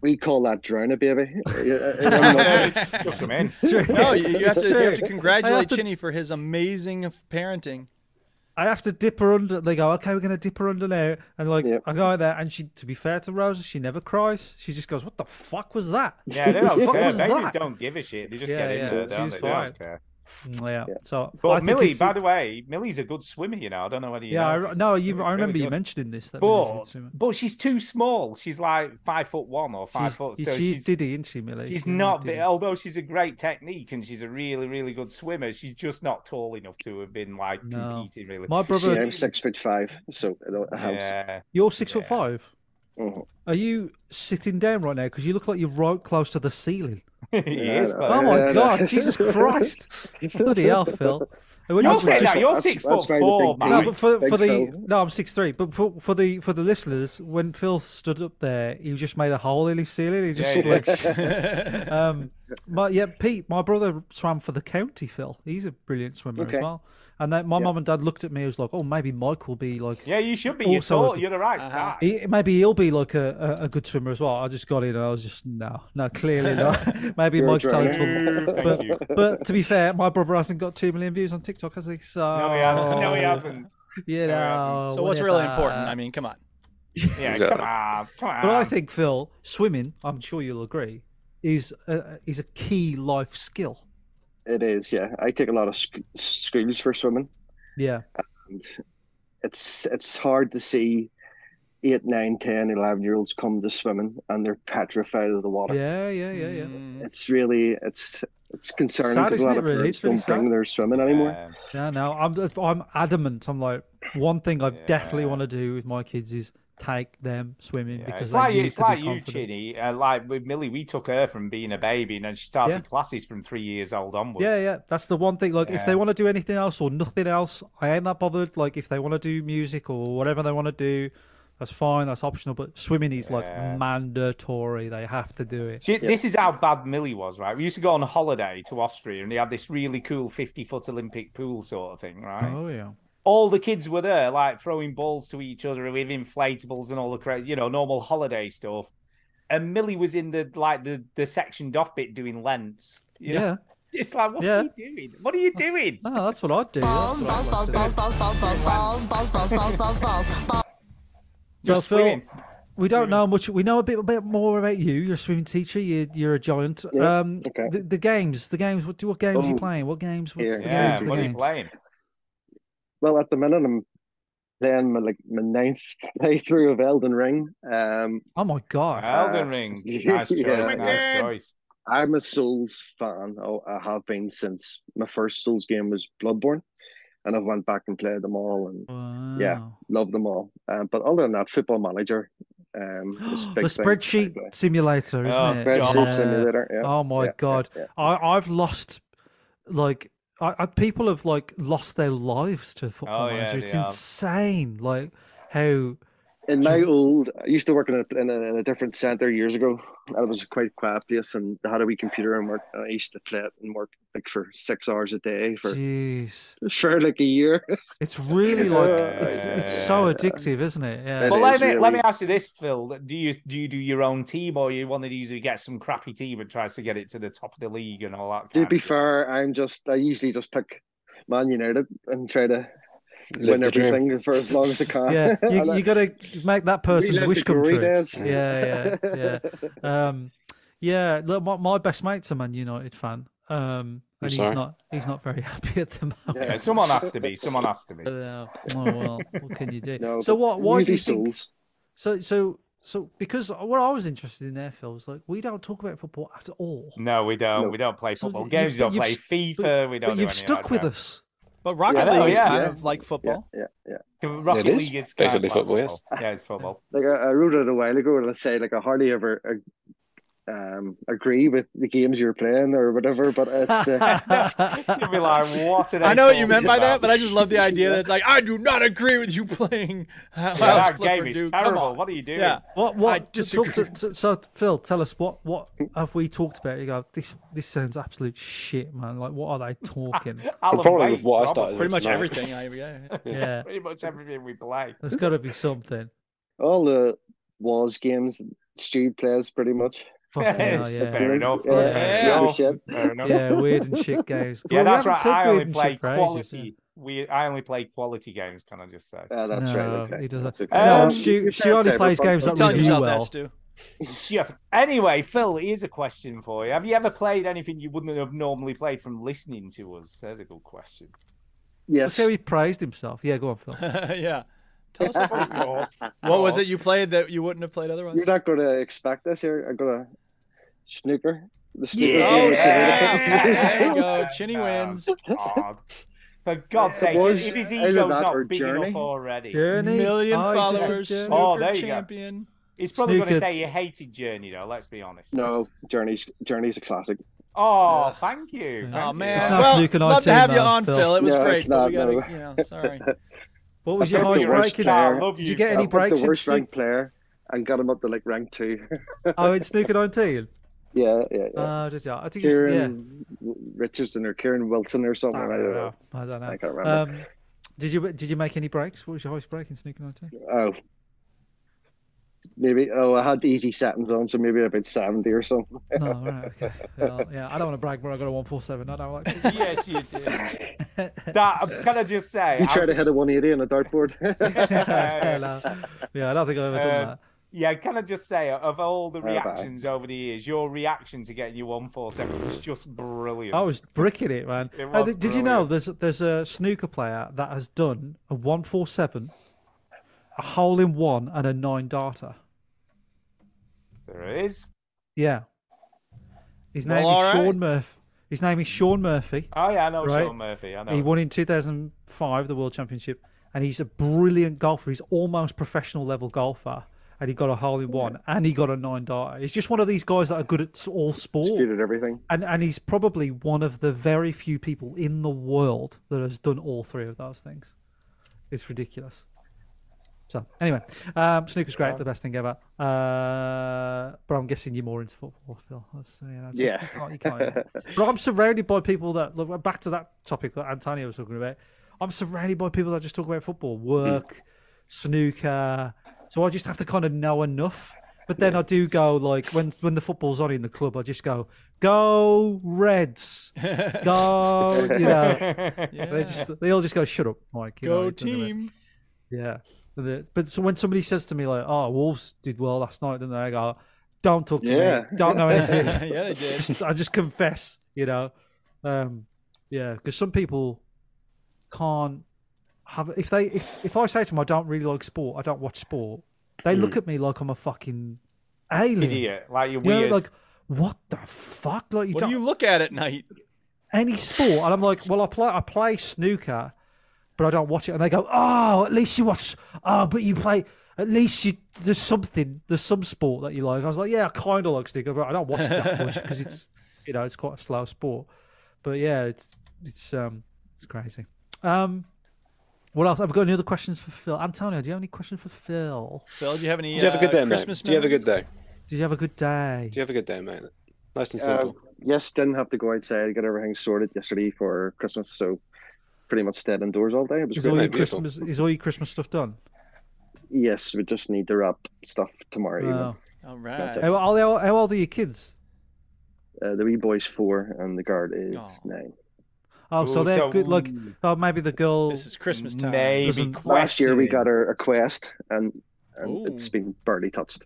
Speaker 10: We call that drowner, baby.
Speaker 1: No, you, you have
Speaker 5: It's
Speaker 1: to, you have
Speaker 5: true.
Speaker 1: to congratulate
Speaker 5: I have to-
Speaker 1: Chinny for his amazing of parenting.
Speaker 5: I have to dip her under. They go, okay, we're gonna dip her under now, and like I go out there, and she, to be fair to Rosa, she never cries. She just goes, "What the fuck was that?
Speaker 4: Yeah, they don't
Speaker 5: What
Speaker 4: care.
Speaker 5: was
Speaker 4: Babies
Speaker 5: that?"
Speaker 4: don't give a shit. They just
Speaker 5: Yeah,
Speaker 4: get in
Speaker 5: yeah,
Speaker 4: there, don't
Speaker 5: she's
Speaker 4: they? They don't
Speaker 5: fine.
Speaker 4: care.
Speaker 5: Yeah. So,
Speaker 4: But
Speaker 5: I think
Speaker 4: Millie,
Speaker 5: it's-
Speaker 4: by the way, Millie's a good swimmer. You know, I don't know whether you
Speaker 5: yeah, I,
Speaker 4: know.
Speaker 5: re-
Speaker 4: this.
Speaker 5: no, you. I
Speaker 4: Really
Speaker 5: remember you
Speaker 4: good.
Speaker 5: mentioned this. That
Speaker 4: But but she's too small. She's like five foot one or five
Speaker 5: she's,
Speaker 4: foot.
Speaker 5: she's,
Speaker 4: So she's
Speaker 5: diddy, isn't she, Millie?
Speaker 4: she's
Speaker 5: Yeah,
Speaker 4: not.
Speaker 5: diddy.
Speaker 4: big- Although she's a great technique and she's a really really good swimmer, she's just not tall enough to have been like competing. Really,
Speaker 5: My brother-
Speaker 10: See, I'm six foot five, so it all- it helps.
Speaker 4: Yeah.
Speaker 5: You're six foot five. Are you sitting down right now? Because you look like you're right close to the ceiling.
Speaker 4: He is
Speaker 5: Oh my
Speaker 4: close.
Speaker 5: God, Jesus Christ! Bloody hell, Phil. Well,
Speaker 4: You're
Speaker 5: you-
Speaker 4: saying
Speaker 5: just-
Speaker 4: that you're six foot four, man.
Speaker 5: No, but for, for the no, I'm six three. But for, for the for the listeners, when Phil stood up there, he just made a hole in his ceiling. He just
Speaker 4: Yeah, he
Speaker 5: like,
Speaker 4: did.
Speaker 5: um, but yeah, Pete, my brother swam for the county. Phil, he's a brilliant swimmer
Speaker 4: Okay.
Speaker 5: as well. And then my mum and dad looked at me. I was like, oh, maybe Mike will be like.
Speaker 4: Yeah, you should be. You're
Speaker 5: also a
Speaker 4: tall.
Speaker 5: good-
Speaker 4: You're the
Speaker 10: Uh-huh.
Speaker 4: right size.
Speaker 5: He, maybe he'll be like a, a, a good swimmer as well. I just got in and I was just no, no, clearly not. maybe
Speaker 4: You're a
Speaker 5: Mike's
Speaker 4: drone.
Speaker 5: talent's for
Speaker 4: No, thank
Speaker 5: but,
Speaker 4: you.
Speaker 5: but to be fair, my brother hasn't got two million views on TikTok, has he? So
Speaker 4: No, he hasn't. No, he hasn't.
Speaker 5: You
Speaker 4: No, he
Speaker 5: know.
Speaker 4: hasn't.
Speaker 1: So what's
Speaker 5: uh,
Speaker 1: really important? I mean, come on.
Speaker 4: Yeah,
Speaker 5: Exactly.
Speaker 4: come on, come on.
Speaker 5: But I think Phil, swimming, I'm sure you'll agree, is a, is a key life skill.
Speaker 10: It is, yeah. I take a lot of sc- schools for swimming.
Speaker 5: Yeah.
Speaker 10: and it's it's hard to see eight, nine, 10, 11 year olds come to swimming and they're petrified of the water.
Speaker 5: Yeah, yeah, yeah,
Speaker 4: Mm.
Speaker 5: yeah.
Speaker 1: Mm,
Speaker 10: It's really it's it's concerning
Speaker 5: Sad,
Speaker 10: because a
Speaker 5: isn't
Speaker 10: lot
Speaker 5: it,
Speaker 10: of
Speaker 5: really?
Speaker 10: parents
Speaker 5: It's really
Speaker 10: don't bring
Speaker 5: sad.
Speaker 10: their swimming anymore.
Speaker 4: Um,
Speaker 5: No, no, I'm I'm adamant. I'm like one thing I definitely want to do with my kids is take them swimming
Speaker 4: Yeah,
Speaker 5: because
Speaker 4: it's
Speaker 5: they
Speaker 4: like
Speaker 5: need
Speaker 4: it's
Speaker 5: to be
Speaker 4: like you,
Speaker 5: confident.
Speaker 4: Chinny. Uh, like with Millie, we took her from being a baby, and then she started
Speaker 5: Yeah.
Speaker 4: classes from three years old onwards.
Speaker 5: Yeah, yeah. That's the one thing. Like, if they
Speaker 4: Yeah.
Speaker 5: want to do anything else or nothing else, I ain't that bothered. Like, if they want to do music or whatever they want to do, that's fine. That's optional. But swimming is like mandatory. They have to do it.
Speaker 4: She, This is how bad Millie was, right? We used to go on holiday to Austria, and they had this really cool fifty-foot Olympic pool sort of thing, right?
Speaker 5: Oh yeah.
Speaker 4: All the kids were there, like throwing balls to each other with inflatables and all the cra- you know normal holiday stuff. And Millie was in the like the the sectioned off bit doing lengths. You know? It's like, what
Speaker 5: Yeah.
Speaker 4: are you doing? What are you doing?
Speaker 5: No, that's what I'd do. That's what I'd like to do.
Speaker 7: balls, balls, balls, balls, balls, balls, balls, balls, balls, balls.
Speaker 5: Well,
Speaker 4: Just
Speaker 5: Phil,
Speaker 4: swimming.
Speaker 5: we don't know much. We know a bit, a bit more about you. You're a swimming teacher. You're, you're a giant.
Speaker 10: Yeah,
Speaker 5: um,
Speaker 10: okay.
Speaker 5: the, the games, the games. What do what games are you
Speaker 10: Oh,
Speaker 5: playing? What games? What's
Speaker 10: yeah.
Speaker 5: the
Speaker 10: Yeah,
Speaker 5: games? the
Speaker 10: what are you
Speaker 5: games?
Speaker 4: playing?
Speaker 10: Well, at the minute, I'm playing my like my ninth playthrough of Elden Ring. Um,
Speaker 5: Oh my god!
Speaker 4: Elden Ring. Nice choice.
Speaker 10: Uh, yeah.
Speaker 4: Nice choice.
Speaker 10: I'm a Souls fan. Oh, I have been since my first Souls game was Bloodborne, and I went back and played them all, and yeah, love them all. Um, but other than that, Football Manager, um, is a
Speaker 5: the
Speaker 10: big thing.
Speaker 5: spreadsheet simulator, isn't
Speaker 10: Oh,
Speaker 5: it?
Speaker 10: spreadsheet simulator, yeah,
Speaker 5: Oh my
Speaker 10: yeah, yeah,
Speaker 5: god, I I've lost like I, I people have like lost their lives to football
Speaker 10: Oh, yeah,
Speaker 5: manager. it's
Speaker 10: they have.
Speaker 5: insane, like how
Speaker 10: In my old, I used to work in a, in a, in a different center years ago. and It was quite quiet place, and they had a wee computer and work. And I used to play it and work like for six hours a day for
Speaker 5: jeez.
Speaker 10: for like a year.
Speaker 5: It's really like
Speaker 10: Yeah,
Speaker 5: it's
Speaker 10: yeah,
Speaker 5: it's
Speaker 10: yeah,
Speaker 5: so
Speaker 10: yeah.
Speaker 5: addictive, isn't it? Yeah.
Speaker 4: But let me let me ask you this, Phil. Do you do you do your own team or you want to usually get some crappy team and tries to get it to the top of the league and all that
Speaker 10: To
Speaker 4: kind
Speaker 10: be fair, I'm just I usually just pick Man United and try to
Speaker 14: Live
Speaker 10: win
Speaker 14: the dream.
Speaker 10: everything for as long as I can.
Speaker 5: Yeah,
Speaker 10: And
Speaker 5: you,
Speaker 10: I-
Speaker 5: you got to make that person's
Speaker 10: Relive
Speaker 5: wish
Speaker 10: the
Speaker 5: come
Speaker 10: glory
Speaker 5: true.
Speaker 10: days.
Speaker 5: Yeah, yeah, yeah. Um, yeah. Look, my, my best mate's a Man United fan, um, and he's
Speaker 4: sorry.
Speaker 5: not he's not very happy at the moment.
Speaker 4: Yeah, someone has to be. Someone has to be.
Speaker 5: Uh, oh, well, what can you do?
Speaker 4: No,
Speaker 5: so
Speaker 4: but
Speaker 5: what? Why do
Speaker 4: usually
Speaker 5: you think?
Speaker 10: Souls.
Speaker 5: So so so because what I was interested in there, Phil, was like we don't talk about football at all.
Speaker 4: No, we don't. We don't play
Speaker 5: So
Speaker 4: football
Speaker 5: you-
Speaker 4: games. We
Speaker 5: but
Speaker 4: don't
Speaker 5: you've
Speaker 4: play
Speaker 5: st-
Speaker 4: FIFA.
Speaker 5: but-
Speaker 4: we don't.
Speaker 5: but
Speaker 4: do
Speaker 5: you've
Speaker 4: any of
Speaker 5: stuck
Speaker 4: that
Speaker 5: with
Speaker 4: crap.
Speaker 5: us.
Speaker 1: But Rocket
Speaker 4: Yeah,
Speaker 1: League is
Speaker 4: yeah.
Speaker 1: kind of like football.
Speaker 10: oh, Yeah, yeah.
Speaker 4: Rocket
Speaker 10: It is
Speaker 4: League is kind of
Speaker 10: basically
Speaker 4: like
Speaker 10: football, yes.
Speaker 4: Yeah, it's football.
Speaker 10: like I, I wrote it a while ago, and I say like I hardly ever uh, um, agree with the games you're playing or whatever. But it's, uh,
Speaker 4: You'll be like, what? are
Speaker 1: I
Speaker 4: they
Speaker 1: know what you
Speaker 4: talking
Speaker 1: meant by
Speaker 4: about?
Speaker 1: that, but I just love the idea that it's like I do not agree with you playing. House
Speaker 4: Yeah, that
Speaker 1: Flipper
Speaker 4: game is
Speaker 1: Dude. Come
Speaker 4: terrible.
Speaker 1: on.
Speaker 4: What are you doing?
Speaker 1: Yeah.
Speaker 5: What?
Speaker 1: I
Speaker 5: What? to talk
Speaker 1: disagree.
Speaker 5: to, so, so, Phil, tell us what what have we talked about? You go, this this sounds absolute shit, man. Like, what are they talking?
Speaker 4: Alan Probably with Wake, what I Robert. started
Speaker 1: Pretty
Speaker 4: with
Speaker 1: much
Speaker 4: tonight.
Speaker 1: everything. I, yeah.
Speaker 5: Yeah.
Speaker 4: Pretty much everything we play.
Speaker 5: There's got to be something.
Speaker 10: all the walls games, that Stu plays pretty much.
Speaker 5: Fucking hell, yeah.
Speaker 10: Like,
Speaker 5: Fair
Speaker 4: enough,
Speaker 10: yeah,
Speaker 4: fair
Speaker 10: yeah,
Speaker 4: enough,
Speaker 10: shit.
Speaker 4: fair enough.
Speaker 5: Yeah, weird and shit games.
Speaker 4: Yeah,
Speaker 5: Well, we
Speaker 4: that's
Speaker 5: haven't
Speaker 4: right.
Speaker 5: said
Speaker 4: I
Speaker 5: weird
Speaker 4: only
Speaker 5: and
Speaker 4: play
Speaker 5: shit for ages,
Speaker 4: quality. We I only play quality games. Can I just say?
Speaker 10: Yeah, Ah, that's right.
Speaker 5: No,
Speaker 10: Okay.
Speaker 5: he doesn't.
Speaker 10: That's okay.
Speaker 5: No,
Speaker 4: Um,
Speaker 5: Stu,
Speaker 4: you
Speaker 5: Stu
Speaker 4: can't
Speaker 5: only
Speaker 4: say
Speaker 5: plays
Speaker 4: we're
Speaker 5: games
Speaker 4: both-
Speaker 5: that
Speaker 4: Tell
Speaker 5: review
Speaker 4: yourself
Speaker 5: well.
Speaker 4: that, Stu. Shut up. Anyway, Phil, here's a question for you. Have you ever played anything you wouldn't have normally played from listening to us? There's a good question.
Speaker 10: Yes.
Speaker 5: how he praised himself. Yeah, go on, Phil.
Speaker 1: yeah. Tell us about
Speaker 4: yours.
Speaker 1: What was it you played that you wouldn't have played otherwise?
Speaker 10: You're not going to expect this. You're I'm going to snooker. The snooker.
Speaker 1: Oh,
Speaker 10: game.
Speaker 1: yeah. there you go. Chinny wins.
Speaker 4: Oh, God. For God's sake,
Speaker 10: was
Speaker 4: if his
Speaker 10: either
Speaker 4: ego's
Speaker 10: that
Speaker 4: not
Speaker 10: or
Speaker 4: big
Speaker 10: Journey.
Speaker 4: enough already.
Speaker 5: Journey?
Speaker 1: Million
Speaker 5: Oh, he just said
Speaker 1: followers.
Speaker 5: Journey.
Speaker 1: Snooker
Speaker 4: Oh, there you go.
Speaker 1: champion.
Speaker 4: He's probably going to
Speaker 10: Snooker.
Speaker 4: say he hated Journey, though. Let's be honest.
Speaker 10: No, Journey's Journey's a classic.
Speaker 4: Oh, thank you.
Speaker 1: Oh
Speaker 4: thank
Speaker 1: man,
Speaker 4: you.
Speaker 1: well, love to have you on, Phil. It was
Speaker 10: No,
Speaker 1: great.
Speaker 10: it's
Speaker 1: but we
Speaker 10: not,
Speaker 1: gotta,
Speaker 10: no.
Speaker 1: you know, sorry.
Speaker 5: What was
Speaker 10: I
Speaker 5: your
Speaker 10: picked
Speaker 5: highest
Speaker 10: the worst
Speaker 5: break? In,
Speaker 10: player.
Speaker 5: did you get any
Speaker 10: I picked
Speaker 5: breaks
Speaker 10: The
Speaker 5: in
Speaker 10: worst
Speaker 5: Snook?
Speaker 10: ranked player and got him up to like rank two.
Speaker 5: Oh, in Snooker 19?
Speaker 10: yeah, yeah, yeah.
Speaker 5: Uh, did you? I think it's, yeah.
Speaker 10: Kieran Richardson or Kieran Wilson or something. I don't, know.
Speaker 5: I don't know.
Speaker 10: I can't remember.
Speaker 5: Um, did you did you make any breaks? What was your highest break in Snooker 19?
Speaker 10: oh, maybe. Oh, I had easy settings on, so maybe about seventy or something.
Speaker 5: No, all right, okay. Well, yeah, I don't want to brag, but I got a 147. I don't like to.
Speaker 4: yes, you did. That, can I just say?
Speaker 10: You
Speaker 4: I
Speaker 10: try
Speaker 4: was-
Speaker 10: to hit a one eighty on a dartboard.
Speaker 5: Fair enough. Yeah, I don't think I've ever done
Speaker 4: Um,
Speaker 5: that.
Speaker 4: yeah, can I just say, of all the
Speaker 10: Bye-bye.
Speaker 4: reactions over the years, your reaction to getting your 147 was just brilliant.
Speaker 5: I was bricking it, man.
Speaker 4: It
Speaker 5: Oh,
Speaker 4: was
Speaker 5: did did you know there's there's a snooker player that has done a 147, a hole in one, and a nine darter?
Speaker 4: There it is.
Speaker 5: Yeah. His
Speaker 4: Well,
Speaker 5: name
Speaker 4: all
Speaker 5: is
Speaker 4: right.
Speaker 5: Sean Murphy. His name is Sean Murphy.
Speaker 4: Oh, yeah, I know
Speaker 5: right?
Speaker 4: Sean Murphy. I know.
Speaker 5: He won in 2005 the World Championship, and he's a brilliant golfer. He's almost professional level golfer, and he got a hole in one, and he got a nine dart. He's just one of these guys that are good at s- all sports,
Speaker 10: Good at everything.
Speaker 5: and and he's probably one of the very few people in the world that has done all three of those things. It's ridiculous. So anyway, um, snooker's great, the best thing ever. Uh, but I'm guessing you're more into football, Phil. That's, you know, that's- you
Speaker 10: Yeah.
Speaker 5: can't- you can't- but I'm surrounded by people that look back to that topic that Antonio was talking about. I'm surrounded by people that just talk about football,
Speaker 1: Hmm.
Speaker 5: work, snooker. So I just have to kind of know enough. But then I do go like when when the football's on in the club, I just go go Reds, go. You know, they just they all just go shut up, Mike. you know,
Speaker 1: Go
Speaker 5: it doesn't matter."
Speaker 1: team.
Speaker 5: Yeah. But the- But so when somebody says to me like, "Oh, Wolves did well last night," didn't they? I go, "Don't talk to
Speaker 10: Yeah.
Speaker 5: me. Don't know anything."
Speaker 1: Yeah, they did.
Speaker 5: Just- I just confess, you know. Um, yeah, because some people can't have if they if, if I say to them I don't really like sport, I don't watch sport. They look at me like I'm a fucking alien.
Speaker 4: Idiot. Like, you're
Speaker 5: You know,
Speaker 4: weird.
Speaker 5: like what the fuck? Like you
Speaker 1: What do
Speaker 5: don't
Speaker 1: you look at at night?
Speaker 5: any sport, and I'm like, well, I play I play snooker, but I don't watch it. And they go, oh, at least you watch. Oh, but you play. At least you there's something there's some sport that you like. I was like, yeah, I kind of like snooker, but I don't watch it that much because it's you know it's quite a slow sport. But yeah, it's it's um it's crazy. Um, what else? Have we got any other questions for Phil? Antonio, do you have any questions for Phil?
Speaker 1: Phil, do you have any?
Speaker 14: you have a good
Speaker 1: uh,
Speaker 14: day,
Speaker 1: Christmas
Speaker 14: mate? Do you have a
Speaker 1: memories?
Speaker 14: good day?
Speaker 5: Did you have a good day?
Speaker 14: Do you have a good day, mate? Nice and
Speaker 10: Uh,
Speaker 14: simple.
Speaker 10: yes, didn't have to go outside. Got everything sorted yesterday for Christmas, so pretty much stayed indoors all day. It was
Speaker 5: Is
Speaker 10: great.
Speaker 5: all your
Speaker 14: mate, beautiful.
Speaker 5: Christmas is all your Christmas stuff done?
Speaker 10: Yes, we just need to wrap stuff tomorrow
Speaker 5: Wow.
Speaker 1: All
Speaker 10: That's
Speaker 1: right.
Speaker 10: it.
Speaker 5: Oh. How, how, how old are your kids?
Speaker 10: evening. Uh, the wee boy's four and the guard is nine.
Speaker 5: Oh, so
Speaker 4: Ooh,
Speaker 5: they're
Speaker 4: so-
Speaker 5: good. Like, oh, maybe the girl.
Speaker 1: This is Christmas time.
Speaker 4: Maybe
Speaker 5: Doesn't-
Speaker 4: question.
Speaker 10: Last year we got her a quest and, and
Speaker 1: Ooh.
Speaker 10: Um, it's been barely touched.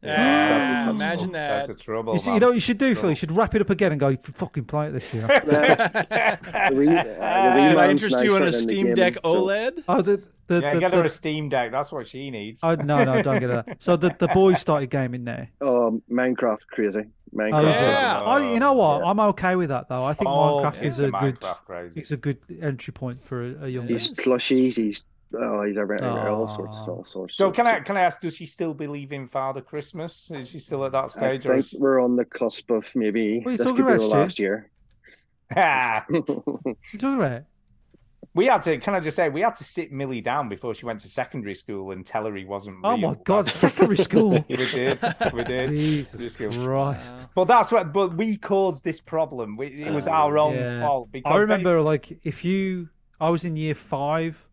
Speaker 4: That's the
Speaker 1: Yeah,
Speaker 4: trouble.
Speaker 1: imagine
Speaker 4: That's
Speaker 1: that.
Speaker 4: the trouble.
Speaker 5: You, see- you
Speaker 4: man.
Speaker 5: know what you should do, Phil?
Speaker 4: Trouble.
Speaker 5: You should wrap it up again and go, "You fucking play it this year.
Speaker 10: The wee- uh, the wee
Speaker 1: Did I
Speaker 10: man's
Speaker 1: interest
Speaker 10: now
Speaker 1: you in a
Speaker 10: starting the
Speaker 1: Steam
Speaker 10: gaming,
Speaker 1: Deck
Speaker 10: so-
Speaker 1: OLED?
Speaker 5: oh, the, the,
Speaker 4: Yeah,
Speaker 5: the,
Speaker 4: get
Speaker 5: the-
Speaker 4: her a Steam Deck. That's what she needs.
Speaker 5: oh, no, no, don't get her that. So the, the boys started gaming now.
Speaker 10: Oh, Minecraft crazy.
Speaker 5: Oh,
Speaker 10: Minecraft.
Speaker 5: is it?
Speaker 1: Yeah.
Speaker 5: Oh, you know what? I'm okay with that, though. I think
Speaker 4: Oh,
Speaker 5: Minecraft is
Speaker 4: yeah,
Speaker 5: a good
Speaker 4: Minecraft crazy.
Speaker 5: it's a good entry point for a, a young
Speaker 10: He's
Speaker 5: person.
Speaker 10: plushies. He's oh, he's everything, all sorts,
Speaker 5: Aw.
Speaker 10: all sorts.
Speaker 4: So
Speaker 10: all
Speaker 4: can I
Speaker 10: sorts.
Speaker 4: can I ask? Does she still believe in Father Christmas? Is she still at that
Speaker 10: I
Speaker 4: stage? or
Speaker 10: think
Speaker 4: is...
Speaker 10: we're on the cusp of maybe
Speaker 5: What are you
Speaker 10: this could
Speaker 5: talking
Speaker 10: be
Speaker 5: about,
Speaker 10: the
Speaker 5: Stu?
Speaker 10: last year.
Speaker 4: Ah,
Speaker 5: You talking about it?
Speaker 4: we had to. Can I just say we had to sit Millie down before she went to secondary school and tell her he wasn't.
Speaker 5: Oh,
Speaker 4: real.
Speaker 5: my God. Secondary school.
Speaker 4: we did, we did.
Speaker 5: Jesus
Speaker 4: Just go-
Speaker 5: Christ.
Speaker 4: But that's what. But we caused this problem. We, it was our own
Speaker 5: Ah, Yeah.
Speaker 4: fault. Because
Speaker 5: I remember, like, if you, I was in year five,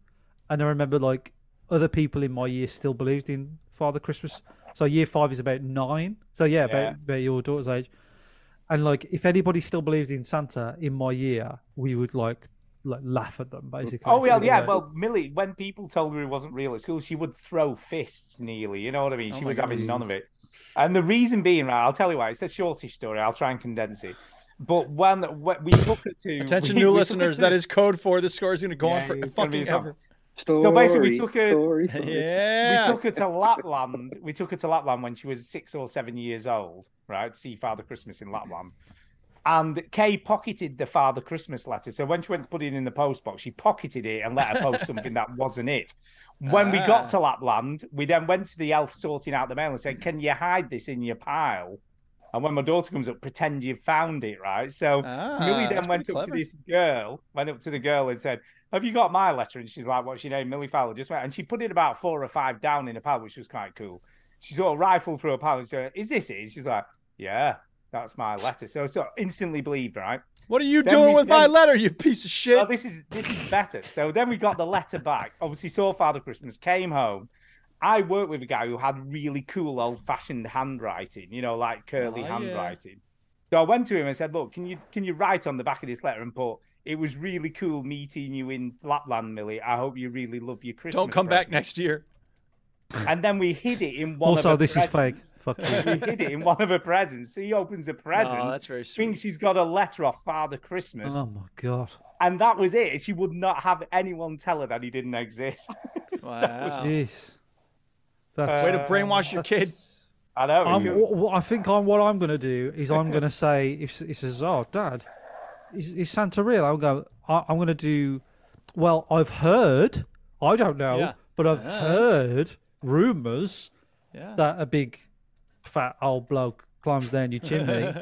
Speaker 5: and I remember, like, other people in my year still believed in Father Christmas. So year five is about nine. So yeah,
Speaker 4: Yeah.
Speaker 5: About, about your daughter's age. And like, if anybody still believed in Santa in my year, we would like, like laugh at them basically.
Speaker 4: Oh well,
Speaker 5: We
Speaker 4: yeah.
Speaker 5: were-
Speaker 4: Well, Millie, when people told her he wasn't real at school, she would throw fists nearly. You know what I mean?
Speaker 1: Oh
Speaker 4: she
Speaker 1: my
Speaker 4: was having none of it. And the reason being, right, I'll tell you why. It's a shortish story. I'll try and condense it. But when, when we took her to
Speaker 1: Attention,
Speaker 4: we-
Speaker 1: new
Speaker 4: we took her
Speaker 1: listeners.
Speaker 4: to-
Speaker 1: That is code for this score is going to go
Speaker 4: Yeah,
Speaker 1: on for
Speaker 4: it's gonna be
Speaker 1: fucking ever.
Speaker 4: something.
Speaker 10: Story,
Speaker 4: basically, we took a-
Speaker 10: story, story.
Speaker 1: Yeah.
Speaker 4: We took her to Lapland. We took her to Lapland when she was six or seven years old, right? To see Father Christmas in Lapland. And Kay pocketed the Father Christmas letter. So when she went to put it in the postbox, she pocketed it and let her post something that wasn't it. When we
Speaker 1: Ah.
Speaker 4: got to Lapland, we then went to the elf sorting out the mail and said, Can you hide this in your pile? And when my daughter comes up, pretend you found it, right? So
Speaker 1: Ah,
Speaker 4: Millie then
Speaker 1: that's
Speaker 4: went
Speaker 1: pretty
Speaker 4: up to
Speaker 1: clever.
Speaker 4: this girl, went up to the girl and said, Have you got my letter? And she's like, What's your name? Millie Fowler just went. And she put it about four or five down in a pile, which was quite cool. She sort of rifled through a pile and said, Is this it? And she's like, Yeah, that's my letter. So so instantly believed, right?
Speaker 1: What are you
Speaker 4: Then
Speaker 1: doing
Speaker 4: we-
Speaker 1: with my
Speaker 4: then-
Speaker 1: letter, you piece of shit?
Speaker 4: Well, this is this is better. So then we got the letter back. Obviously, saw Father Christmas, came home. I worked with a guy who had really cool old fashioned handwriting, you know, like curly
Speaker 1: Oh, yeah.
Speaker 4: handwriting. So I went to him and said, Look, can you can you write on the back of this letter and put it was really cool meeting you in Lapland, Millie. I hope you really love your Christmas.
Speaker 1: Don't come back
Speaker 4: present."
Speaker 1: next year.
Speaker 4: And then we hid it in one of
Speaker 5: Also,
Speaker 4: her
Speaker 5: this is
Speaker 4: presents.
Speaker 5: fake. Fuck you.
Speaker 4: We hid it in one of her presents. So he opens a present.
Speaker 1: Oh, that's very
Speaker 4: Thinks she's got a letter off Father Christmas.
Speaker 5: Oh my god.
Speaker 4: And that was it. She would not have anyone tell her that he didn't exist. That was-
Speaker 1: Wow.
Speaker 5: Jeez. That's
Speaker 1: Way to brainwash your kid.
Speaker 4: I know. it's
Speaker 5: I'm,
Speaker 4: good.
Speaker 5: what, what I think I'm what I'm going to do is I'm going to say if he says, "Oh, Dad, is, is Santa real?" I'll go. I, I'm going to do. Well, I've heard. I don't know,
Speaker 1: Yeah.
Speaker 5: but I've
Speaker 1: Yeah.
Speaker 5: heard rumors
Speaker 1: Yeah.
Speaker 5: that a big fat old bloke climbs down your chimney,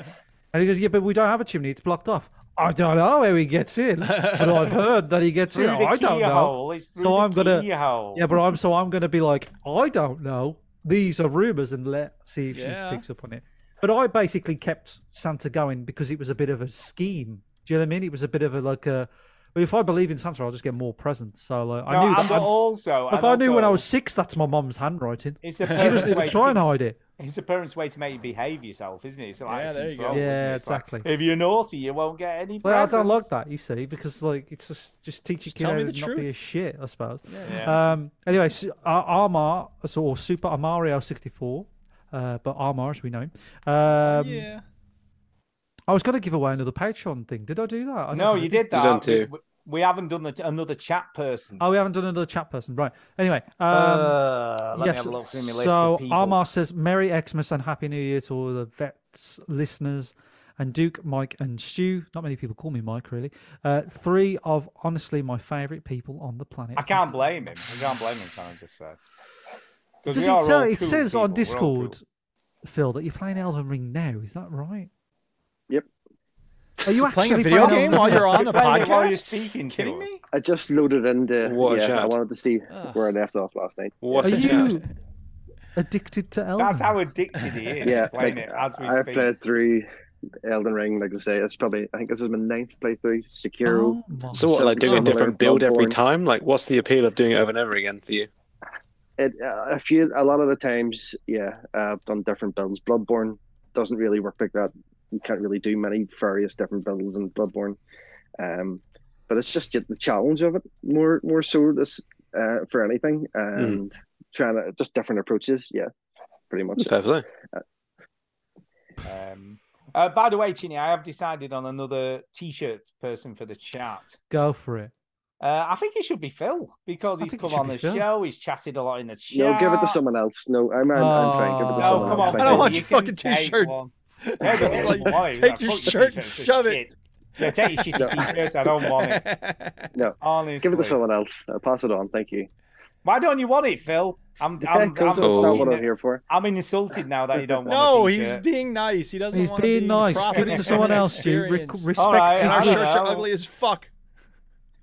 Speaker 5: and he goes, "Yeah, but we don't have a chimney; it's blocked off." I don't know how he gets in, but I've heard that he gets in.
Speaker 4: Through the
Speaker 5: I don't know.
Speaker 4: keyhole. It's through
Speaker 5: So
Speaker 4: the
Speaker 5: I'm gonna,
Speaker 4: keyhole.
Speaker 5: yeah, but I'm so I'm gonna be like, I don't know. These are rumors, and let see if
Speaker 1: Yeah.
Speaker 5: she picks up on it. But I basically kept Santa going because it was a bit of a scheme. Do you know what I mean? It was a bit of a like a. But if I believe in Santa, I'll just get more presents. So like,
Speaker 4: No,
Speaker 5: I knew.
Speaker 4: and
Speaker 5: That, I,
Speaker 4: also,
Speaker 5: if
Speaker 4: and
Speaker 5: I knew when I
Speaker 4: also,
Speaker 5: was six, that's my mum's handwriting.
Speaker 4: It's a
Speaker 5: she was
Speaker 4: perfect way to
Speaker 5: trying to
Speaker 4: keep-
Speaker 5: hide it.
Speaker 4: It's a parent's way to make you behave yourself, isn't it? It's like
Speaker 1: Yeah, there you go.
Speaker 4: control,
Speaker 5: Yeah,
Speaker 4: isn't it? It's like,
Speaker 5: exactly.
Speaker 4: if you're naughty, you won't get any
Speaker 5: Well, I
Speaker 4: presents.
Speaker 5: don't like that, you see, because like it's just just teach your kid
Speaker 1: tell
Speaker 5: how
Speaker 1: me
Speaker 5: to
Speaker 1: the
Speaker 5: not be a
Speaker 1: truth.
Speaker 5: shit, I suppose.
Speaker 4: Yeah.
Speaker 5: Um. Anyway, so, uh, Armar so, or Super Mario sixty four, uh, but Armar as we know him. Um,
Speaker 1: yeah.
Speaker 5: I was going to give away another Patreon thing. Did I do that? I don't
Speaker 4: No,
Speaker 5: think I
Speaker 4: you did that.
Speaker 14: done
Speaker 4: We-
Speaker 14: too.
Speaker 4: We, we haven't done the, another chat person.
Speaker 5: Oh, we haven't done another chat person, right? Anyway. Um,
Speaker 4: Uh, let me
Speaker 5: yes.
Speaker 4: have a look through my list
Speaker 5: so
Speaker 4: of people.
Speaker 5: Armar says, "Merry Xmas and Happy New Year to all the vets listeners." And Duke, Mike, and Stu. Not many people call me Mike, really. Uh, three of honestly my favourite people on the planet.
Speaker 4: I can't blame him. I can't blame him. Can I just say? 'Cause
Speaker 5: Does
Speaker 4: we
Speaker 5: it
Speaker 4: are
Speaker 5: tell?
Speaker 4: all
Speaker 5: It
Speaker 4: cool
Speaker 5: says
Speaker 4: people, we're
Speaker 5: on
Speaker 4: all cool.
Speaker 5: Discord, Phil, that you're playing Elden Ring now. Is that right?
Speaker 10: Yep.
Speaker 5: Are you
Speaker 1: playing a
Speaker 5: actually
Speaker 1: video
Speaker 5: playing
Speaker 1: game
Speaker 5: Elden
Speaker 1: while
Speaker 5: Ring?
Speaker 1: you're on a
Speaker 4: Playing it while you're
Speaker 1: podcast?
Speaker 4: speaking to
Speaker 1: Kidding
Speaker 4: us.
Speaker 1: me?
Speaker 10: I just loaded into.
Speaker 14: What a
Speaker 10: yeah, I
Speaker 14: chat.
Speaker 10: wanted to see
Speaker 1: Ugh.
Speaker 10: where I left off last night.
Speaker 14: What
Speaker 5: Are
Speaker 14: a
Speaker 5: you
Speaker 14: chat.
Speaker 5: addicted to Elden?
Speaker 4: That's
Speaker 5: Ring?
Speaker 4: how addicted he is.
Speaker 10: Yeah,
Speaker 4: he's playing
Speaker 10: like,
Speaker 4: it as we
Speaker 10: I've
Speaker 4: speak.
Speaker 10: played through Elden Ring. Like I say, it's probably I think this is my ninth playthrough. Sekiro.
Speaker 5: Oh my
Speaker 14: So what, like doing a
Speaker 10: Similar
Speaker 14: different build every
Speaker 10: Bloodborne.
Speaker 14: time? Like, what's the appeal of doing it over and over again for you?
Speaker 10: It uh, a few a lot of the times, yeah, uh, I've done different builds. Bloodborne doesn't really work like that. You can't really do many various different builds in Bloodborne. Um, but it's just the challenge of it more more so this uh, for anything and trying to just different approaches. Yeah, pretty much.
Speaker 14: Fair play.
Speaker 4: Um, uh, by the way, Chini, I have decided on another T-shirt person for the chat.
Speaker 5: Go for it.
Speaker 4: Uh, I think it should be Phil because
Speaker 5: I
Speaker 4: he's
Speaker 5: think it
Speaker 4: come
Speaker 5: should
Speaker 4: on
Speaker 5: be
Speaker 4: the
Speaker 5: Phil.
Speaker 4: show. He's chatted a lot in the chat.
Speaker 10: No, give it to someone else. No, I'm I'm, I'm fine. Give it
Speaker 5: Oh,
Speaker 4: No,
Speaker 10: to someone
Speaker 4: come
Speaker 10: else.
Speaker 4: on.
Speaker 10: thank
Speaker 1: I don't
Speaker 4: Phil,
Speaker 10: you.
Speaker 1: want
Speaker 4: you
Speaker 1: your
Speaker 4: can
Speaker 1: fucking
Speaker 4: take
Speaker 1: t-shirt.
Speaker 4: one. Yeah, just
Speaker 1: It's like,
Speaker 4: why?
Speaker 1: take
Speaker 4: Fuck
Speaker 1: your
Speaker 4: the
Speaker 1: shirt and
Speaker 4: t-shirts, it's
Speaker 1: shove it.
Speaker 4: shit. Yeah, take your shitty T-shirts. I don't want it.
Speaker 10: No,
Speaker 4: Honestly,
Speaker 10: give it to someone else. I'll pass it on. Thank you.
Speaker 4: Why don't you want it, Phil? I'm, I'm, I'm,
Speaker 10: Because that's not what I'm
Speaker 4: I'm,
Speaker 10: here for.
Speaker 4: insulted now that you don't want.
Speaker 1: No,
Speaker 4: a
Speaker 1: he's
Speaker 4: t-shirt.
Speaker 1: being nice. He doesn't
Speaker 5: He's
Speaker 1: want
Speaker 5: being
Speaker 1: to be
Speaker 5: nice.
Speaker 1: profiting
Speaker 5: Give it to
Speaker 1: from
Speaker 5: someone
Speaker 1: his
Speaker 5: else, dude. Re-
Speaker 1: experience.
Speaker 5: respect
Speaker 4: All right,
Speaker 5: his
Speaker 1: And our
Speaker 4: I don't
Speaker 5: shit.
Speaker 1: shirts are
Speaker 4: know.
Speaker 1: ugly as fuck.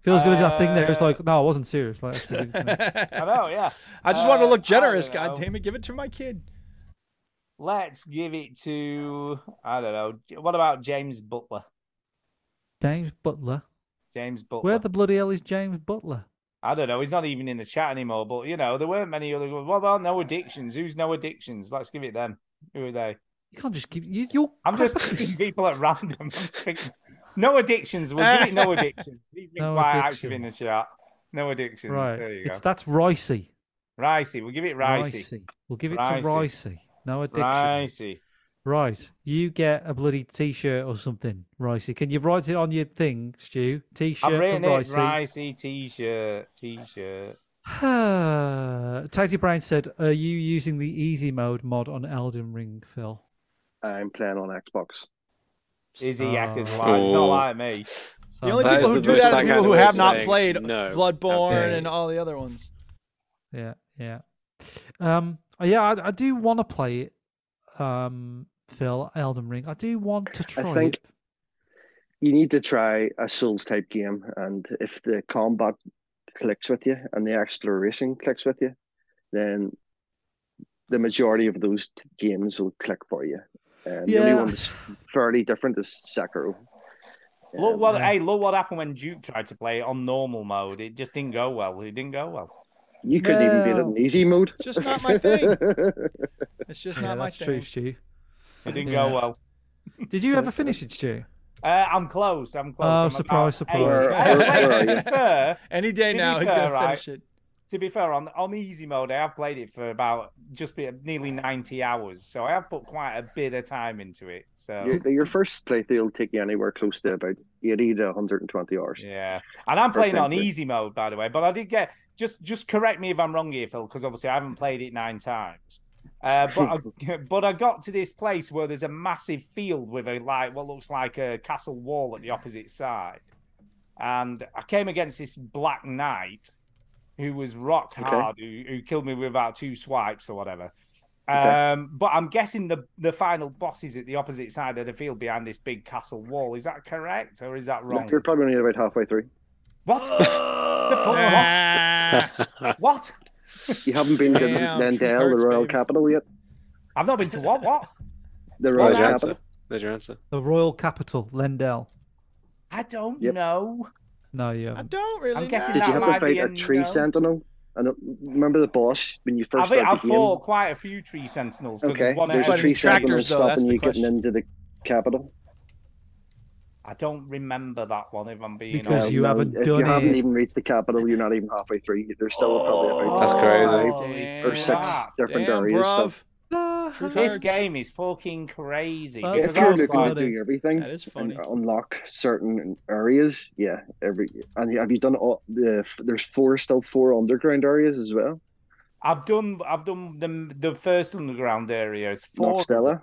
Speaker 5: Phil's gonna do that thing there. It's
Speaker 4: Uh,
Speaker 5: like, no, I wasn't serious. Like, actually, give it to me.
Speaker 4: I know. Yeah.
Speaker 1: I just want to
Speaker 4: Uh,
Speaker 1: look
Speaker 4: I don't
Speaker 1: generous.
Speaker 4: know.
Speaker 1: God damn it, give it to my kid.
Speaker 4: Let's give it to I don't know. J- What about James Butler?
Speaker 5: James Butler.
Speaker 4: James Butler.
Speaker 5: Where the bloody hell is James Butler?
Speaker 4: I don't know. He's not even in the chat anymore. But you know, there weren't many other. What about no addictions? Who's no addictions? Let's give it them. Who are they?
Speaker 5: You can't just give you. You're
Speaker 4: I'm just picking people at random. I'm picking- no addictions. We'll give it no addictions. These people
Speaker 5: No
Speaker 4: are active in the chat. No addictions.
Speaker 5: right.
Speaker 4: There you go.
Speaker 5: It's that's Ricey.
Speaker 4: Ricey. We'll give it Ricey.
Speaker 5: Ricey. We'll give it
Speaker 4: Ricey.
Speaker 5: to Ricey. No addiction.
Speaker 4: Ricey.
Speaker 5: Right. You get a bloody t-shirt or something, Ricey. Can you write it on your thing, Stu? T-shirt
Speaker 4: I've
Speaker 5: for
Speaker 4: written it.
Speaker 5: Ricey.
Speaker 4: Ricey T-shirt. T-shirt.
Speaker 5: Tidy Brown said, "Are you using the easy mode mod on Elden Ring, Phil?"
Speaker 10: I'm playing on Xbox.
Speaker 4: Is he Yakker's
Speaker 5: Oh.
Speaker 4: live? It's not
Speaker 14: Oh.
Speaker 4: like me.
Speaker 1: The only
Speaker 14: That
Speaker 1: people who
Speaker 14: is the
Speaker 1: do
Speaker 14: most
Speaker 1: that are people
Speaker 14: backhanded
Speaker 1: who
Speaker 14: way
Speaker 1: have
Speaker 14: of
Speaker 1: not
Speaker 14: saying
Speaker 1: played
Speaker 4: Oh,
Speaker 14: no. How dare
Speaker 1: Bloodborne
Speaker 14: you.
Speaker 1: and all the other ones.
Speaker 5: Yeah, yeah, um, yeah. I, I do want to play it, um, Phil Elden Ring. I do want to try.
Speaker 10: I think
Speaker 5: it.
Speaker 10: you need to try a Souls type game, and if the combat clicks with you and the exploration clicks with you, then the majority of those t- games will click for you. Um, The only
Speaker 4: Yeah.
Speaker 10: one that's fairly different is Sekiro. Um,
Speaker 5: Um,
Speaker 4: Look what hey, look what happened when Duke tried to play it on normal mode. It just didn't go well. It didn't go well.
Speaker 10: You couldn't even beat it in easy mode.
Speaker 1: Just not my thing. It's just
Speaker 5: Yeah,
Speaker 1: not my
Speaker 5: that's true,
Speaker 1: thing.
Speaker 5: Stu.
Speaker 4: It didn't go
Speaker 5: Yeah.
Speaker 4: well.
Speaker 5: Did you ever finish it, Stu?
Speaker 4: Uh, I'm close. I'm close.
Speaker 5: Oh,
Speaker 4: I'm
Speaker 5: surprise,
Speaker 4: about eight.
Speaker 5: surprise. Where-
Speaker 4: Hey,
Speaker 5: where-
Speaker 4: to
Speaker 5: where
Speaker 4: be
Speaker 5: are you?
Speaker 4: fair,
Speaker 1: Any day
Speaker 4: to be
Speaker 1: now, he's gonna
Speaker 4: right,
Speaker 1: finish it.
Speaker 4: To be fair, on on easy mode, I have played it for about just be, nearly ninety hours, so I have put quite a bit of time into it. So
Speaker 10: Your, your first playthrough will take you anywhere close to about 80 to 120 hours.
Speaker 4: Yeah, And I'm
Speaker 10: First
Speaker 4: playing it on
Speaker 10: entry.
Speaker 4: easy mode, by the way. But I did get just just correct me if I'm wrong here, Phil, because obviously I haven't played it nine times. Uh, but I, but I got to this place where there's a massive field with a like what looks like a castle wall at the opposite side, and I came against this black knight who was rock
Speaker 13: Okay.
Speaker 4: hard, who, who killed me with about two swipes or whatever.
Speaker 13: Okay.
Speaker 4: Um, but I'm guessing the the final boss is at the opposite side of the field behind this big castle wall. Is that correct or is that wrong?
Speaker 10: You're probably only about halfway through.
Speaker 4: What? the fuck? What? what?
Speaker 10: You haven't been to
Speaker 4: Damn, truth
Speaker 10: Nandel,
Speaker 4: hurts,
Speaker 10: the royal capital, yet.
Speaker 4: I've not been to what? What?
Speaker 10: The royal
Speaker 14: There's your
Speaker 10: capital.
Speaker 14: answer. There's your answer.
Speaker 5: The royal capital, Lendell.
Speaker 4: I don't
Speaker 10: Yep.
Speaker 4: know.
Speaker 5: No, you haven't.
Speaker 1: Don't really.
Speaker 4: I'm guessing
Speaker 10: Did
Speaker 4: that
Speaker 10: you have
Speaker 4: might
Speaker 10: to fight
Speaker 4: be
Speaker 10: a
Speaker 4: no.
Speaker 10: tree sentinel? And uh, remember the boss when you
Speaker 4: I've,
Speaker 10: first started
Speaker 4: I've
Speaker 10: the game?
Speaker 4: fought quite a few tree sentinels. 'cause
Speaker 10: Okay,
Speaker 4: there's, one
Speaker 10: there's a
Speaker 4: enemy-
Speaker 10: tree sentinel stopping you getting into the capital.
Speaker 4: I don't remember that one if I'm being
Speaker 5: Because
Speaker 4: honest.
Speaker 5: you haven't
Speaker 10: Um, If
Speaker 5: done
Speaker 10: you haven't
Speaker 5: it.
Speaker 10: even reached the capital, you're not even halfway through. There's still probably about
Speaker 4: That's Oh,
Speaker 10: five
Speaker 4: crazy.
Speaker 10: or six
Speaker 4: Damn,
Speaker 10: different
Speaker 1: oh, damn,
Speaker 10: areas.
Speaker 1: bruv.
Speaker 10: So
Speaker 4: This game is fucking crazy.
Speaker 10: if
Speaker 4: because I
Speaker 10: you're
Speaker 4: was
Speaker 10: looking to
Speaker 4: like-
Speaker 10: do everything
Speaker 1: That is
Speaker 10: and unlock certain areas, yeah, every and have you done all the? There's four still four underground areas as well.
Speaker 4: I've done I've done the the first underground areas. Four of them.
Speaker 10: Noxtella.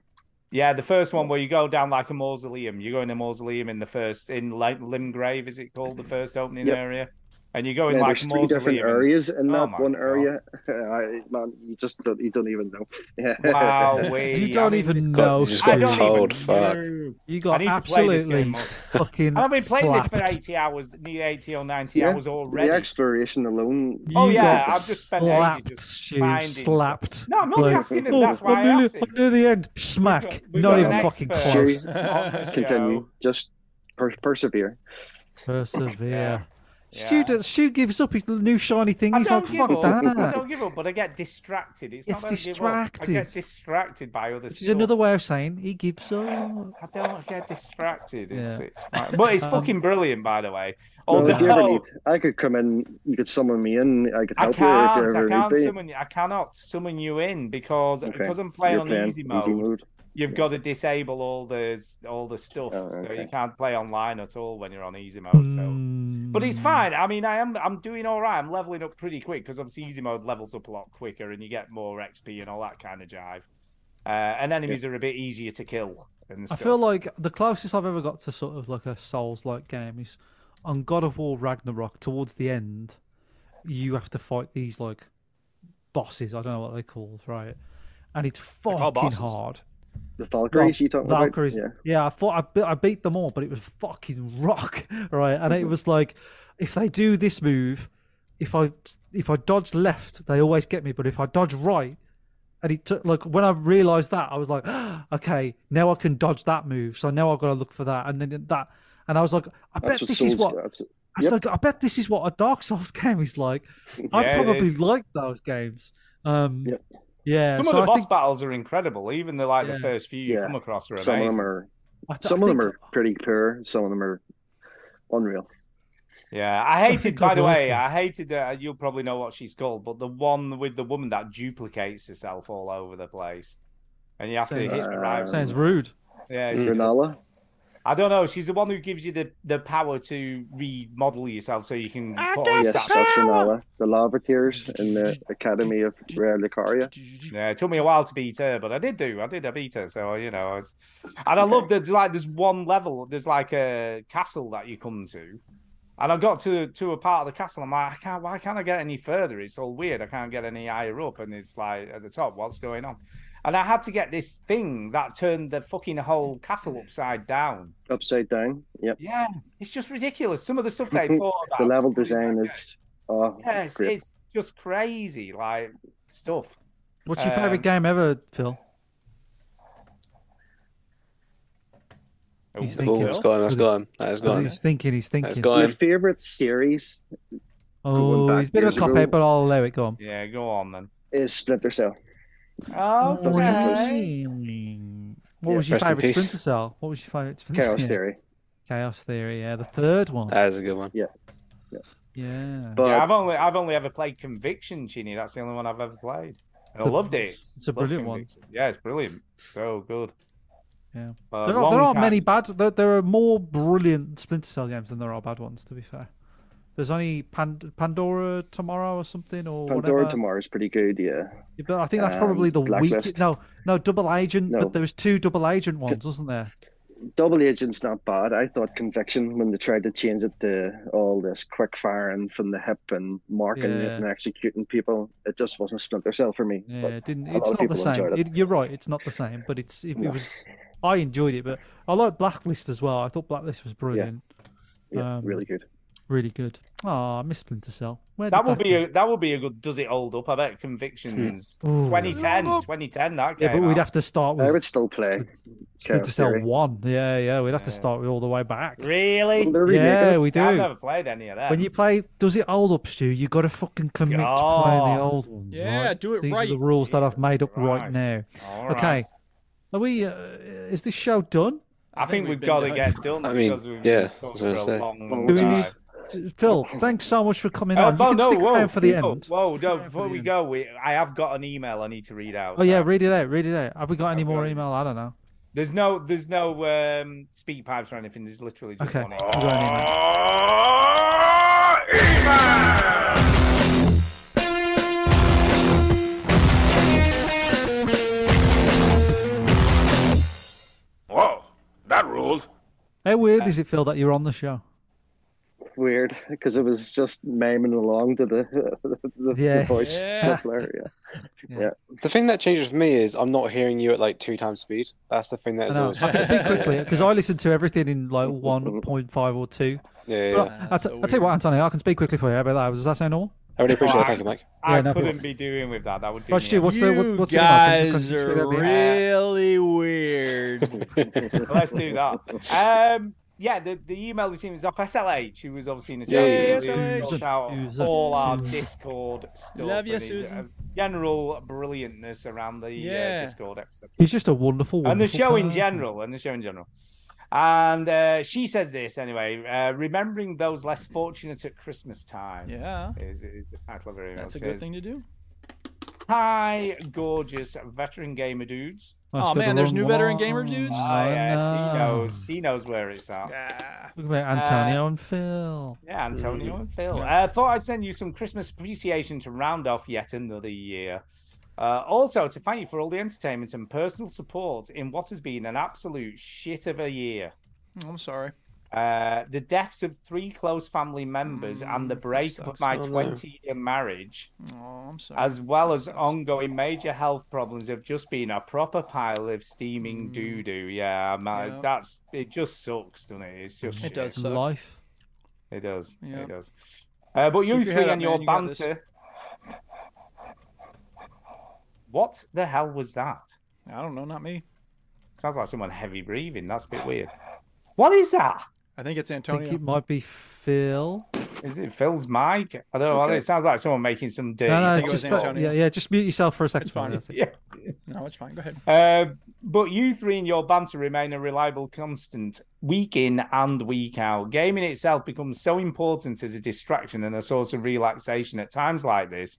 Speaker 4: Yeah, the first one where you go down like a mausoleum. You go in a mausoleum in the first in like Limgrave, is it called the first opening
Speaker 10: Yep.
Speaker 4: area? And you go in
Speaker 10: Yeah,
Speaker 4: like a
Speaker 10: there's three
Speaker 4: mausoleum.
Speaker 10: different areas in
Speaker 4: Oh
Speaker 10: that
Speaker 4: my
Speaker 10: one area. I, man, you just don't, you don't even know.
Speaker 4: Wowee.
Speaker 5: You don't
Speaker 4: I mean,
Speaker 5: even
Speaker 4: it's-
Speaker 5: know.
Speaker 14: You just got
Speaker 4: I don't
Speaker 14: told.
Speaker 4: even
Speaker 14: fuck.
Speaker 4: know.
Speaker 5: You
Speaker 4: I
Speaker 5: got
Speaker 4: need to play this game
Speaker 5: absolutely
Speaker 4: more.
Speaker 5: fucking.
Speaker 4: And I've been playing this for
Speaker 5: slapped.
Speaker 4: eighty hours, nearly eighty or ninety
Speaker 10: Yeah,
Speaker 4: hours already.
Speaker 10: The exploration alone.
Speaker 4: oh
Speaker 5: You
Speaker 4: yeah,
Speaker 5: got
Speaker 4: I've just spent
Speaker 5: slapped,
Speaker 4: ages just
Speaker 5: Stu,
Speaker 4: finding stuff.
Speaker 5: slapped.
Speaker 4: No, I'm not
Speaker 5: Like,
Speaker 4: asking him.
Speaker 5: "Oh,
Speaker 4: That's why I
Speaker 5: I'm nearly,
Speaker 4: asked him.
Speaker 5: I'm near the end. Smack.
Speaker 4: we've
Speaker 5: Not
Speaker 4: got
Speaker 5: even
Speaker 4: an
Speaker 5: fucking
Speaker 4: expert.
Speaker 5: close.
Speaker 10: Sure.
Speaker 4: On the
Speaker 10: Continue.
Speaker 4: show.
Speaker 10: Just per- persevere.
Speaker 5: Persevere.
Speaker 4: Yeah.
Speaker 5: Stu, does- Stu gives up his new shiny thing.
Speaker 4: I
Speaker 5: He's
Speaker 4: don't
Speaker 5: like,
Speaker 4: give
Speaker 5: fuck
Speaker 4: up. I
Speaker 5: that.
Speaker 4: don't give up, but I get distracted. It's,
Speaker 5: It's
Speaker 4: not that I give up. I
Speaker 5: distracted.
Speaker 4: get distracted by other
Speaker 5: This is
Speaker 4: stuff.
Speaker 5: another way of saying he gives up.
Speaker 4: I don't get distracted. It's,
Speaker 5: Yeah.
Speaker 4: it's fine. but it's
Speaker 5: Um,
Speaker 4: fucking brilliant, by Oh, the way.
Speaker 10: Well,
Speaker 4: Although
Speaker 10: if you ever need, I could come in. You could summon me in. I could
Speaker 4: I
Speaker 10: help you if you
Speaker 4: can't, I
Speaker 10: ever
Speaker 4: can't
Speaker 10: need be.
Speaker 4: summon you. I cannot summon you in because
Speaker 10: Okay,
Speaker 4: because I'm playing
Speaker 10: you're
Speaker 4: on
Speaker 10: playing
Speaker 4: easy mode. You've got to disable all the all the stuff,
Speaker 10: Oh,
Speaker 4: so you can't play online at all when you're on easy mode. Oh, So, but
Speaker 5: Hmm.
Speaker 10: Mm.
Speaker 4: it's fine. I mean, I am I'm doing all right. I'm leveling up pretty quick because obviously easy mode levels up a lot quicker, and you get more XP and all that kind of jive. Uh, and enemies are a bit easier to kill and
Speaker 5: I
Speaker 4: stuff.
Speaker 5: feel like the closest I've ever got to sort of like a Souls like game is on God of War Ragnarok towards the end. You have to fight these like bosses. I don't know what they're called, right? And it's fucking
Speaker 10: bosses.
Speaker 5: hard.
Speaker 10: The Valkyries
Speaker 5: Well,
Speaker 10: you talking
Speaker 5: Valkyries.
Speaker 10: about?
Speaker 5: Yeah. I thought I, be- I beat them all, but it was fucking rock, right? And
Speaker 10: Mm-hmm.
Speaker 5: it was like, if they do this move, if I if I dodge left, they always get me. But if I dodge right, and it took like when I realised that, I was like, okay, now I can dodge that move. So now I've got to look for that, and then that, and I was like, I
Speaker 10: That's
Speaker 5: bet
Speaker 10: what
Speaker 5: this
Speaker 10: Souls
Speaker 5: is what.
Speaker 10: that's it.
Speaker 5: I was like, I bet this is what a Dark Souls game is like.
Speaker 4: Yeah,
Speaker 5: I
Speaker 4: it
Speaker 5: probably
Speaker 4: is.
Speaker 5: like those games. Um, Yeah.
Speaker 4: Some
Speaker 5: so
Speaker 4: of the
Speaker 5: I
Speaker 4: boss
Speaker 5: think,
Speaker 4: battles are incredible. Even the like
Speaker 5: Yeah.
Speaker 4: the first few you come across are amazing.
Speaker 10: Some of them are.
Speaker 5: I th- I
Speaker 10: Some of them
Speaker 5: think-
Speaker 10: are pretty poor. Some of them are unreal.
Speaker 4: Yeah, I hated.
Speaker 10: think
Speaker 4: By
Speaker 10: I'd
Speaker 4: the
Speaker 10: like
Speaker 4: way,
Speaker 10: it.
Speaker 4: I hated that. You'll probably know what she's called, but the one with the woman that duplicates herself all over the place, and you have to hit the
Speaker 10: Um,
Speaker 4: right.
Speaker 5: sounds rude.
Speaker 4: Yeah, she does.
Speaker 10: Renala.
Speaker 4: I don't know. She's the one who gives you the, the power to remodel yourself so you can put all your
Speaker 10: Oh, Yes,
Speaker 4: stats.
Speaker 10: that's Renala. The lava tears in the Academy of Rare Lucaria.
Speaker 4: Yeah, it took me a while to beat her, but I did do. I did. I beat her. So you know, I was... and I love that. Like, there's one level. There's like a castle that you come to, and I got to to a part of the castle. I'm like, I can't. Why can't I get any further? It's all weird. I can't get any higher up, and it's like at the top. What's going on? and I had to get this thing that turned the fucking whole castle upside down.
Speaker 10: Upside down. Yep.
Speaker 4: Yeah, it's just ridiculous. Some of the stuff they thought about.
Speaker 10: the level design is. Oh,
Speaker 4: Yeah, it's,
Speaker 10: great.
Speaker 4: it's just crazy, like stuff.
Speaker 5: What's your
Speaker 4: Um,
Speaker 5: favorite game ever, Phil? He's
Speaker 14: Oh,
Speaker 5: thinking.
Speaker 14: that's gone. That's gone. That's
Speaker 5: Oh,
Speaker 14: gone.
Speaker 5: he's thinking. He's thinking.
Speaker 14: That's
Speaker 10: Your
Speaker 14: gone.
Speaker 10: favorite series
Speaker 5: Oh,
Speaker 10: back
Speaker 5: he's a bit of a
Speaker 10: years
Speaker 5: cop
Speaker 10: ago.
Speaker 5: out, but I'll allow it. Go on.
Speaker 4: Yeah, go on then.
Speaker 10: is Splinter Cell.
Speaker 4: Oh,
Speaker 10: Those are the
Speaker 5: What
Speaker 10: Yeah,
Speaker 5: was your
Speaker 14: rest in
Speaker 5: favorite
Speaker 14: peace.
Speaker 5: Splinter Cell? What was your favorite Splinter
Speaker 10: Chaos
Speaker 5: yeah.
Speaker 10: Theory.
Speaker 5: Chaos Theory. Yeah, the third one.
Speaker 14: That is a good one.
Speaker 10: Yeah.
Speaker 5: yeah.
Speaker 10: But-
Speaker 4: yeah, I've only I've only ever played Conviction, Chini. That's the only one I've ever played, and I
Speaker 5: But
Speaker 4: loved it.
Speaker 5: it's a
Speaker 4: Loved
Speaker 5: brilliant one.
Speaker 4: Conviction. Yeah, it's brilliant. So good.
Speaker 5: Yeah.
Speaker 10: Uh,
Speaker 4: But
Speaker 5: there are, there
Speaker 4: long
Speaker 5: are many
Speaker 4: time-
Speaker 5: bad. There, there are more brilliant Splinter Cell games than there are bad ones. To be fair, there's only Pan- Pandora Tomorrow or something or
Speaker 10: Pandora
Speaker 5: whatever.
Speaker 10: Tomorrow is pretty good. Yeah.
Speaker 5: Yeah, But I think that's probably
Speaker 10: and
Speaker 5: the
Speaker 10: Blacklist.
Speaker 5: weakest. No, no, Double Agent.
Speaker 10: No.
Speaker 5: But there was two Double Agent ones, wasn't there?
Speaker 10: Double Agent's not bad. I thought Conviction when they tried to change it to all this quick firing from the hip and marking it
Speaker 5: Yeah.
Speaker 10: and executing people, it just wasn't Splinter Cell for me.
Speaker 5: Yeah,
Speaker 10: but
Speaker 5: it didn't.
Speaker 10: a lot
Speaker 5: It's
Speaker 10: of
Speaker 5: not the
Speaker 10: people
Speaker 5: same.
Speaker 10: enjoyed it.
Speaker 5: It- you're right. It's not the same. But it's it,
Speaker 10: No.
Speaker 5: it was. I enjoyed it, but I like Blacklist as well. I thought Blacklist was brilliant.
Speaker 10: yeah,
Speaker 5: um,
Speaker 10: really good.
Speaker 5: Really good. Ah, I miss Splinter Cell. Where
Speaker 4: That
Speaker 5: did
Speaker 4: would be
Speaker 5: go?
Speaker 4: a that would be a good. Does it hold up? I bet Convictions
Speaker 5: Ooh.
Speaker 4: 2010, 2010. That
Speaker 5: Yeah, but
Speaker 4: came
Speaker 5: we'd
Speaker 4: out.
Speaker 5: have to start
Speaker 10: I
Speaker 5: with
Speaker 10: would still play.
Speaker 5: Splinter
Speaker 10: Chaos
Speaker 5: Cell
Speaker 10: Theory.
Speaker 5: One. Yeah, yeah. We'd have to
Speaker 4: Yeah.
Speaker 5: start with all the way back.
Speaker 4: really.
Speaker 10: Well, they're remaking
Speaker 5: Yeah,
Speaker 10: it.
Speaker 5: we do.
Speaker 4: I've never played any of that.
Speaker 5: When you play, does it hold up, Stu? You got to fucking commit to playing
Speaker 4: God.
Speaker 5: the old ones.
Speaker 1: Yeah,
Speaker 5: right?
Speaker 1: do it
Speaker 5: These
Speaker 1: right.
Speaker 5: are the rules that I've made up right
Speaker 4: Christ.
Speaker 5: now.
Speaker 4: All right.
Speaker 5: Okay, are we? Uh, is this show done?
Speaker 4: I think
Speaker 1: we've
Speaker 4: we've
Speaker 1: been
Speaker 4: got to
Speaker 1: done.
Speaker 4: get done.
Speaker 14: I mean,
Speaker 4: because we've
Speaker 14: yeah,
Speaker 4: talked
Speaker 14: I was
Speaker 4: for
Speaker 14: gonna
Speaker 4: a
Speaker 14: say.
Speaker 4: long, long
Speaker 5: Do we
Speaker 4: time.
Speaker 5: need- Phil, thanks so much for coming
Speaker 4: Oh,
Speaker 5: on. You
Speaker 4: but
Speaker 5: can
Speaker 4: no,
Speaker 5: stick
Speaker 4: whoa,
Speaker 5: around for the
Speaker 4: whoa,
Speaker 5: end.
Speaker 4: Whoa,
Speaker 5: Stick
Speaker 4: no,
Speaker 5: around
Speaker 4: before
Speaker 5: for the
Speaker 4: we
Speaker 5: end.
Speaker 4: go, we, I have got an email I need to read out.
Speaker 5: Oh yeah,
Speaker 4: so-
Speaker 5: read it out. Read it out. Have we got any
Speaker 4: I've
Speaker 5: more
Speaker 4: got it.
Speaker 5: email? I don't know.
Speaker 4: There's no, there's no um, speed pipes or anything. There's literally just
Speaker 5: Okay.
Speaker 4: one.
Speaker 5: we got an email.
Speaker 2: Whoa, that ruled.
Speaker 5: How
Speaker 4: Uh,
Speaker 5: weird is it, Phil, that you're on the show?
Speaker 10: Weird, because it was just miming along to the, the, the
Speaker 5: Yeah.
Speaker 10: voice.
Speaker 1: Yeah.
Speaker 10: player, yeah.
Speaker 14: The thing that changes for me is I'm not hearing you at like two times speed. That's the thing that
Speaker 5: I
Speaker 14: is
Speaker 5: know.
Speaker 14: always.
Speaker 5: I have to speak quickly because I listen to everything in like 1.5 or 2.
Speaker 14: Yeah, yeah.
Speaker 5: But
Speaker 14: yeah.
Speaker 5: I- I t- I'll tell you what, Antonio, I can speak quickly for you. How about that? Does that sound normal?
Speaker 14: I really appreciate
Speaker 4: Oh,
Speaker 14: it. Thank you, Mike.
Speaker 4: I
Speaker 5: Yeah, no,
Speaker 4: couldn't be doing with that. That would do.
Speaker 5: Right, Stu,
Speaker 4: me
Speaker 5: what's
Speaker 1: you
Speaker 5: the what, what's the email? Can
Speaker 1: guys
Speaker 5: you-
Speaker 1: are
Speaker 5: can you-
Speaker 1: really weird.
Speaker 4: in. Let's do that. Um, yeah, the, the email the team is off SLH, who was obviously in the chat.
Speaker 14: Yeah,
Speaker 4: He
Speaker 14: yeah,
Speaker 1: yeah.
Speaker 4: sorts
Speaker 5: Susan,
Speaker 4: out
Speaker 5: Susan,
Speaker 4: all our
Speaker 5: Susan.
Speaker 4: Discord stuff.
Speaker 1: Love you,
Speaker 4: and his, uh,
Speaker 1: Susan.
Speaker 4: General brilliantness around the
Speaker 1: Yeah.
Speaker 4: uh, Discord episode.
Speaker 5: He's just a wonderful,
Speaker 4: and the
Speaker 5: wonderful
Speaker 4: show in
Speaker 5: person.
Speaker 4: general and the show in general and uh, she says this anyway uh, remembering those less fortunate at christmas time
Speaker 1: yeah,
Speaker 4: is, is the title of her email
Speaker 1: that's a
Speaker 4: It
Speaker 1: good
Speaker 4: says,
Speaker 1: thing to do.
Speaker 4: hi gorgeous veteran gamer dudes
Speaker 5: I
Speaker 1: Aw,
Speaker 5: said the
Speaker 1: man, there's
Speaker 5: wrong
Speaker 1: new veteran
Speaker 5: one.
Speaker 1: gamer dudes?
Speaker 4: oh,
Speaker 5: I
Speaker 4: yes
Speaker 5: know.
Speaker 4: she knows Uh, she knows where it's at
Speaker 5: Look about Antonio and Phil.
Speaker 4: yeah antonio and phil uh, thought i'd send you some christmas appreciation to round off yet another year uh, also to thank you for all the entertainment and personal support in what has been an absolute shit of a year
Speaker 1: Oh, I'm sorry.
Speaker 4: Uh, the deaths of three close family members and the breakup of my
Speaker 14: Oh, no.
Speaker 4: 20 year marriage,
Speaker 1: Oh, I'm sorry.
Speaker 4: as well as ongoing major health problems, have just been a proper pile of steaming doo doo. Yeah, man,
Speaker 1: Mm. Yeah.
Speaker 4: that's it, just sucks, doesn't it? It's just,
Speaker 1: It
Speaker 4: shit.
Speaker 1: does. So-
Speaker 5: Life.
Speaker 4: it does,
Speaker 1: Yeah.
Speaker 4: it does. Uh, but you
Speaker 1: your
Speaker 4: three
Speaker 1: head up,
Speaker 4: and your
Speaker 1: man, you got this.
Speaker 4: banter. What the hell was that?
Speaker 1: I don't know, not me.
Speaker 4: Sounds like someone heavy breathing. That's a bit weird. What is that?
Speaker 1: I think it's
Speaker 5: I think
Speaker 1: Antonio.
Speaker 5: it might be Phil.
Speaker 4: Is it Phil's mic? I don't know.
Speaker 10: Okay.
Speaker 4: It sounds like someone making some dirty.
Speaker 5: No, no,
Speaker 1: think it was
Speaker 5: just, uh,
Speaker 1: Antonio.
Speaker 5: yeah, yeah, just mute yourself for a second.
Speaker 1: It's fine.
Speaker 5: That's it.
Speaker 4: yeah.
Speaker 1: No, it's fine. Go ahead.
Speaker 4: Uh, but you three and your banter remain a reliable constant week in and week out. Gaming itself becomes so important as a distraction and a source of relaxation at times like this.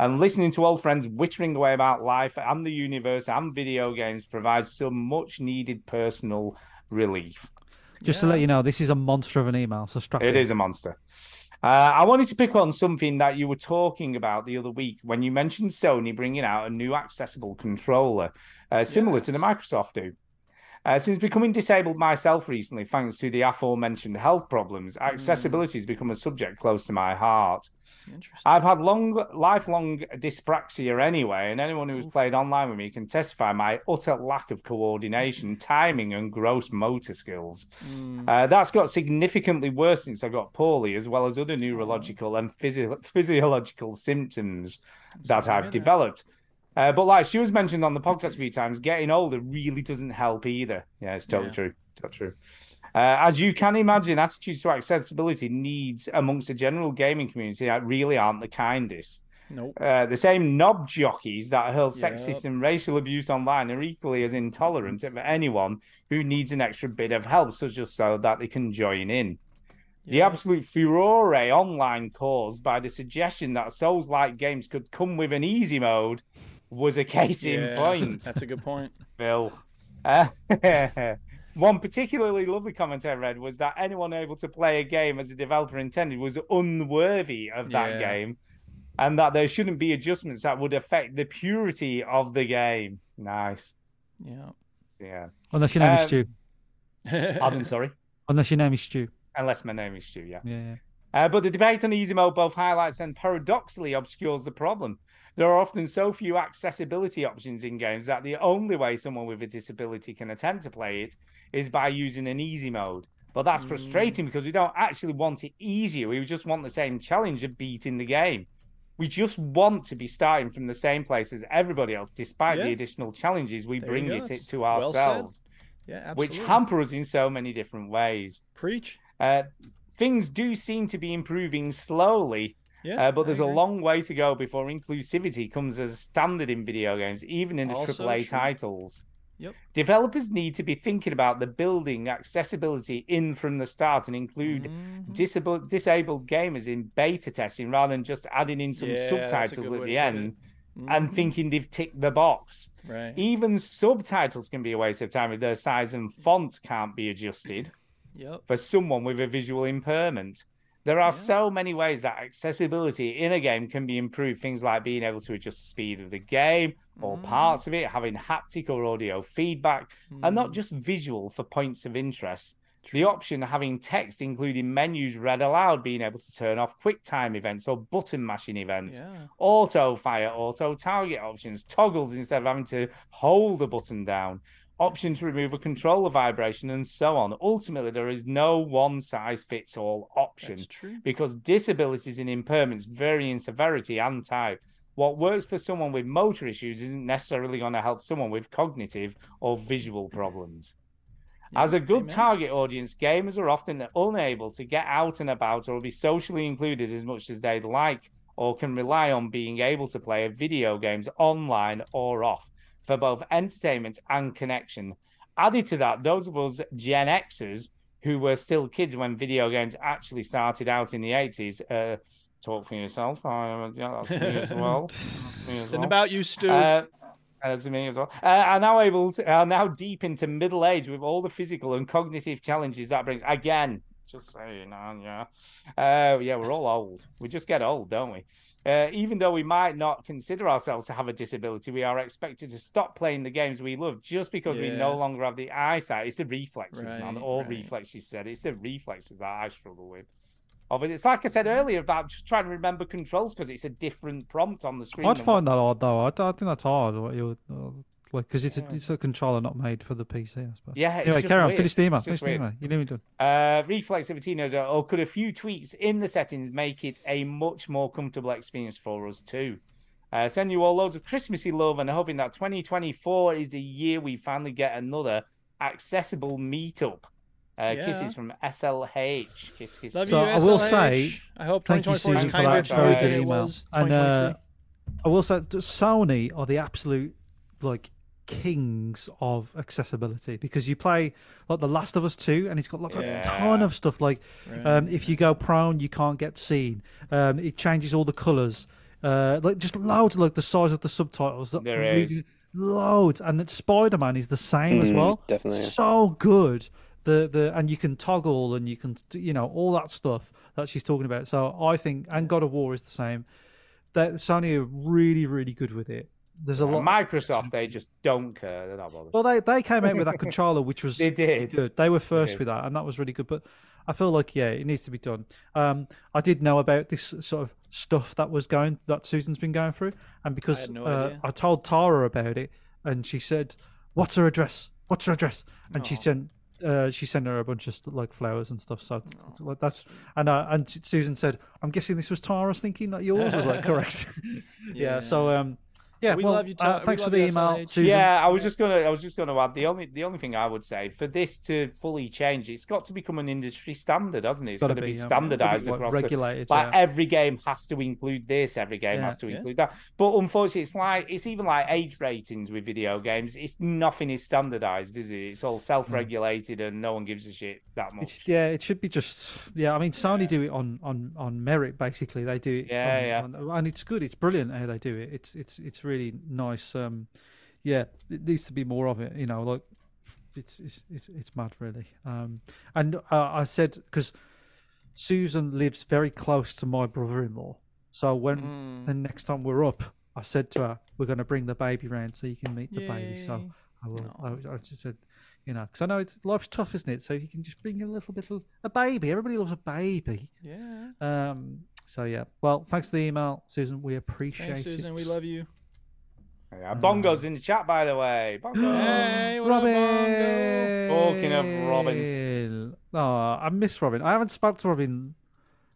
Speaker 4: And listening to old friends wittering away about life and the universe and video games provides some much needed personal relief.
Speaker 5: Just to let you know, this is a monster of an email, so strap
Speaker 4: It
Speaker 5: in.
Speaker 4: is a monster. Uh, I wanted to pick on something that you were talking about the other week when you mentioned Sony bringing out a new accessible controller, uh, similar to the Microsoft do. Uh, since becoming disabled myself recently, thanks to the aforementioned health problems, accessibility has become a subject close to my heart. I've had long, lifelong dyspraxia anyway, and anyone who's played online with me can testify my utter lack of coordination, timing, and gross motor skills.
Speaker 1: Hmm.
Speaker 16: Mm.
Speaker 4: Uh, that's got significantly worse since I got poorly, as well as other neurological and physio- physiological symptoms that I've developed. Uh, but like she was mentioned on the podcast a few times, getting older really doesn't help either. Yeah, it's totally
Speaker 16: Yeah.
Speaker 4: true. Totally true. Uh, as you can imagine, attitudes to accessibility needs amongst the general gaming community uh, really aren't the kindest.
Speaker 1: Nope.
Speaker 4: Uh, the same knob jockeys that hurl sexist
Speaker 1: Yep.
Speaker 4: and racial abuse online are equally as intolerant of anyone who needs an extra bit of help, such as so that they can join in. The absolute furore online caused by the suggestion that Souls like games could come with an easy mode was a case in
Speaker 1: Yeah,
Speaker 4: point.
Speaker 1: That's a good point.
Speaker 4: Bill. Uh, one particularly lovely comment I read was that anyone able to play a game as a developer intended was unworthy of that
Speaker 1: Yeah.
Speaker 4: game, and that there shouldn't be adjustments that would affect the purity of the game. Nice.
Speaker 1: Yeah.
Speaker 4: Yeah.
Speaker 5: Unless your name is
Speaker 4: Um,
Speaker 5: Stu.
Speaker 4: Pardon, sorry.
Speaker 5: Unless your name is Stu.
Speaker 4: Unless my name is Stu, yeah.
Speaker 5: Yeah. yeah.
Speaker 4: Uh, but the debate on easy mode both highlights and paradoxically obscures the problem. There are often so few accessibility options in games that the only way someone with a disability can attempt to play it is by using an easy mode. But that's
Speaker 1: Hmm.
Speaker 4: frustrating because we don't actually want it easier. We just want the same challenge of beating the game. We just want to be starting from the same place as everybody else, despite the
Speaker 1: Yeah.
Speaker 4: additional challenges we
Speaker 1: There you
Speaker 4: bring
Speaker 1: go.
Speaker 4: it
Speaker 1: It's
Speaker 4: to
Speaker 1: well said.
Speaker 4: ourselves
Speaker 1: Yeah,
Speaker 4: which
Speaker 1: absolutely.
Speaker 4: hamper us in so many different ways.
Speaker 1: Preach.
Speaker 4: Uh, things do seem to be improving slowly,
Speaker 1: Yeah,
Speaker 4: uh, but
Speaker 1: I
Speaker 4: there's a
Speaker 1: agree.
Speaker 4: long way to go before inclusivity comes as a standard in video games, even in the
Speaker 1: Also
Speaker 4: AAA
Speaker 1: true.
Speaker 4: titles.
Speaker 1: Yep.
Speaker 4: Developers need to be thinking about the building accessibility in from the start and include
Speaker 1: Mm-hmm.
Speaker 4: disab- disabled gamers in beta testing rather than just adding in some
Speaker 1: Yeah, that's a
Speaker 4: subtitles
Speaker 1: good
Speaker 4: at
Speaker 1: way
Speaker 4: the
Speaker 1: to put it.
Speaker 4: end and
Speaker 1: Mhm.
Speaker 4: e thinking they've ticked the box.
Speaker 1: Right.
Speaker 4: Even subtitles can be a waste of time if their size and font can't be adjusted
Speaker 1: Yep.
Speaker 4: for someone with a visual impairment. There are so many ways that accessibility in a game can be improved. Things like being able to adjust the speed of the game or
Speaker 1: Mm. Mm-hmm.
Speaker 4: parts of it, having haptic or audio feedback, and
Speaker 1: Mm.
Speaker 4: not just visual for points of interest. The option of having text, including menus read aloud, being able to turn off quick time events or button mashing events,
Speaker 1: Yeah.
Speaker 4: auto fire, auto target options, toggles instead of having to hold the button down, option to remove a controller vibration, and so on. Ultimately, there is no one size fits all option because disabilities and impairments vary in severity and type. What works for someone with motor issues isn't necessarily going to help someone with cognitive or visual problems. As a good target audience, gamers are often unable to get out and about or be socially included as much as they'd like or can rely on being able to play video games online or off for both entertainment and connection. Added to that, those of us Gen Xers who were still kids when video games actually started out in the 80s, uh, talk for yourself. I, yeah, that's me as well. That's me as
Speaker 1: It's an
Speaker 4: well.
Speaker 1: about you, Stu.
Speaker 4: Uh, as me as well. Uh, are now able to, are now deep into middle age with all the physical and cognitive challenges that brings. Again, just saying, uh, yeah, uh, yeah, we're all old. We just get old, don't we? Uh, even though we might not consider ourselves to have a disability, we are expected to stop playing the games we love just because we no
Speaker 1: Yeah.
Speaker 4: longer have the eyesight. It's the reflexes, man.
Speaker 1: Right,
Speaker 4: All
Speaker 1: right.
Speaker 4: reflexes said. It's the reflexes that I struggle with. Of it, it's like I said earlier about just trying to remember controls because it's a different prompt on the screen.
Speaker 5: I'd
Speaker 4: than
Speaker 5: find that odd though. I, I think that's hard. What you like because it's a, it's a controller not made for the PC, I suppose.
Speaker 4: Yeah, it's
Speaker 5: Anyway,
Speaker 4: just
Speaker 5: carry on.
Speaker 4: weird.
Speaker 5: Finish the email.
Speaker 4: It's just
Speaker 5: Finish the
Speaker 4: weird.
Speaker 5: email. You nearly done.
Speaker 4: Uh, reflexivity knows, or could a few tweaks in the settings make it a much more comfortable experience for us too? Uh, send you all loads of Christmassy love and hoping that 2024 is the year we finally get another accessible meetup. Uh,
Speaker 1: Yeah.
Speaker 4: Kisses from SLH. Kiss, kiss.
Speaker 1: Love
Speaker 4: kiss.
Speaker 5: So I will say,
Speaker 1: I hope
Speaker 5: thank
Speaker 1: 2024
Speaker 5: you,
Speaker 1: is
Speaker 5: Susan, for
Speaker 1: kinder
Speaker 5: that
Speaker 1: to us
Speaker 5: very good
Speaker 1: than it
Speaker 5: email.
Speaker 1: was
Speaker 5: And uh, I will say, t- Sony are the absolute like kings of accessibility because you play like The Last of Us Two, and it's got like a ton
Speaker 1: Yeah.
Speaker 5: of stuff. Like, um, if you go prone, you can't get seen. Um, it changes all the colors. Uh, like just loads, like the size of the subtitles. That
Speaker 4: There
Speaker 5: really-
Speaker 4: is.
Speaker 5: loads, and that Spider Man is the same as
Speaker 14: Mm,
Speaker 5: well.
Speaker 14: definitely, yeah.
Speaker 5: so good. The the and you can toggle and you can t- you know all that stuff that she's talking about. So I think and God of War is the same. That Sony are really really good with it. there's a lot.
Speaker 4: Microsoft, they just don't care. They're not bothered.
Speaker 5: Well, they, they came out with that controller, which was
Speaker 4: They did.
Speaker 5: good. They were first
Speaker 4: did.
Speaker 5: with that, and that was really good. But I feel like yeah, it needs to be done. Um, I did know about this sort of stuff that was going that Susan's been going through, and because
Speaker 1: had no
Speaker 5: uh,
Speaker 1: idea.
Speaker 5: I told Tara about it, and she said, "What's her address? What's her address?" And
Speaker 1: Oh.
Speaker 5: she sent. Uh, she sent her a bunch of st- like flowers and stuff. So it's- it's like that's and uh, and Susan said, "I'm guessing this was Tara's thinking, not yours." I was like, "Correct." yeah, So um, yeah.
Speaker 1: We
Speaker 5: well,
Speaker 1: love you,
Speaker 5: uh,
Speaker 1: Tara. We
Speaker 5: thanks for
Speaker 1: love
Speaker 5: the
Speaker 1: you,
Speaker 5: email,
Speaker 1: SLH.
Speaker 5: Susan.
Speaker 4: Yeah, I was just gonna. I was just gonna add the only the only thing I would say for this to fully change, it's got to become an industry standard, hasn't it? It's
Speaker 5: Gotta
Speaker 4: got to
Speaker 5: be,
Speaker 4: be,
Speaker 5: yeah.
Speaker 4: standardized
Speaker 5: Gotta be, like,
Speaker 4: across the-
Speaker 5: regulated,
Speaker 4: like
Speaker 5: yeah.
Speaker 4: every game has to include this, every game
Speaker 5: Yeah.
Speaker 4: has to
Speaker 5: Yeah.
Speaker 4: include that. But unfortunately, it's like it's even like age ratings with video games. It's nothing is standardized, is it? It's all self-regulated, and no one gives a shit that much.
Speaker 5: It's, yeah, it should be just yeah. I mean, Sony do it on on on merit basically. They do it.
Speaker 4: Yeah,
Speaker 5: on, yeah. On, and it's good. It's brilliant how they do it. It's it's it's really nice. Um, yeah, it needs to be more of it. You know, like it's it's it's, it's mad really. Um, and uh, I said because Susan lives very close to my brother-in-law, so when
Speaker 4: Mm.
Speaker 1: Mm.
Speaker 5: the next time we're up, I said to her, "We're going to bring the baby round so you can meet the baby." So I will. I, I just said, you know, because I know it's life's tough, isn't it? So if you can just bring a little bit of a baby. Everybody loves a baby.
Speaker 1: Yeah.
Speaker 5: Um. So yeah. Well, thanks for the email, Susan. We appreciate
Speaker 1: Thanks,
Speaker 5: it.
Speaker 1: Susan. We love you.
Speaker 4: Yeah, Bongo's in the chat, by the way. Bongo.
Speaker 1: Hey, what up,
Speaker 5: Robin.
Speaker 1: Bongo?
Speaker 4: Talking of Robin.
Speaker 5: Oh, I miss Robin. I haven't spoke to Robin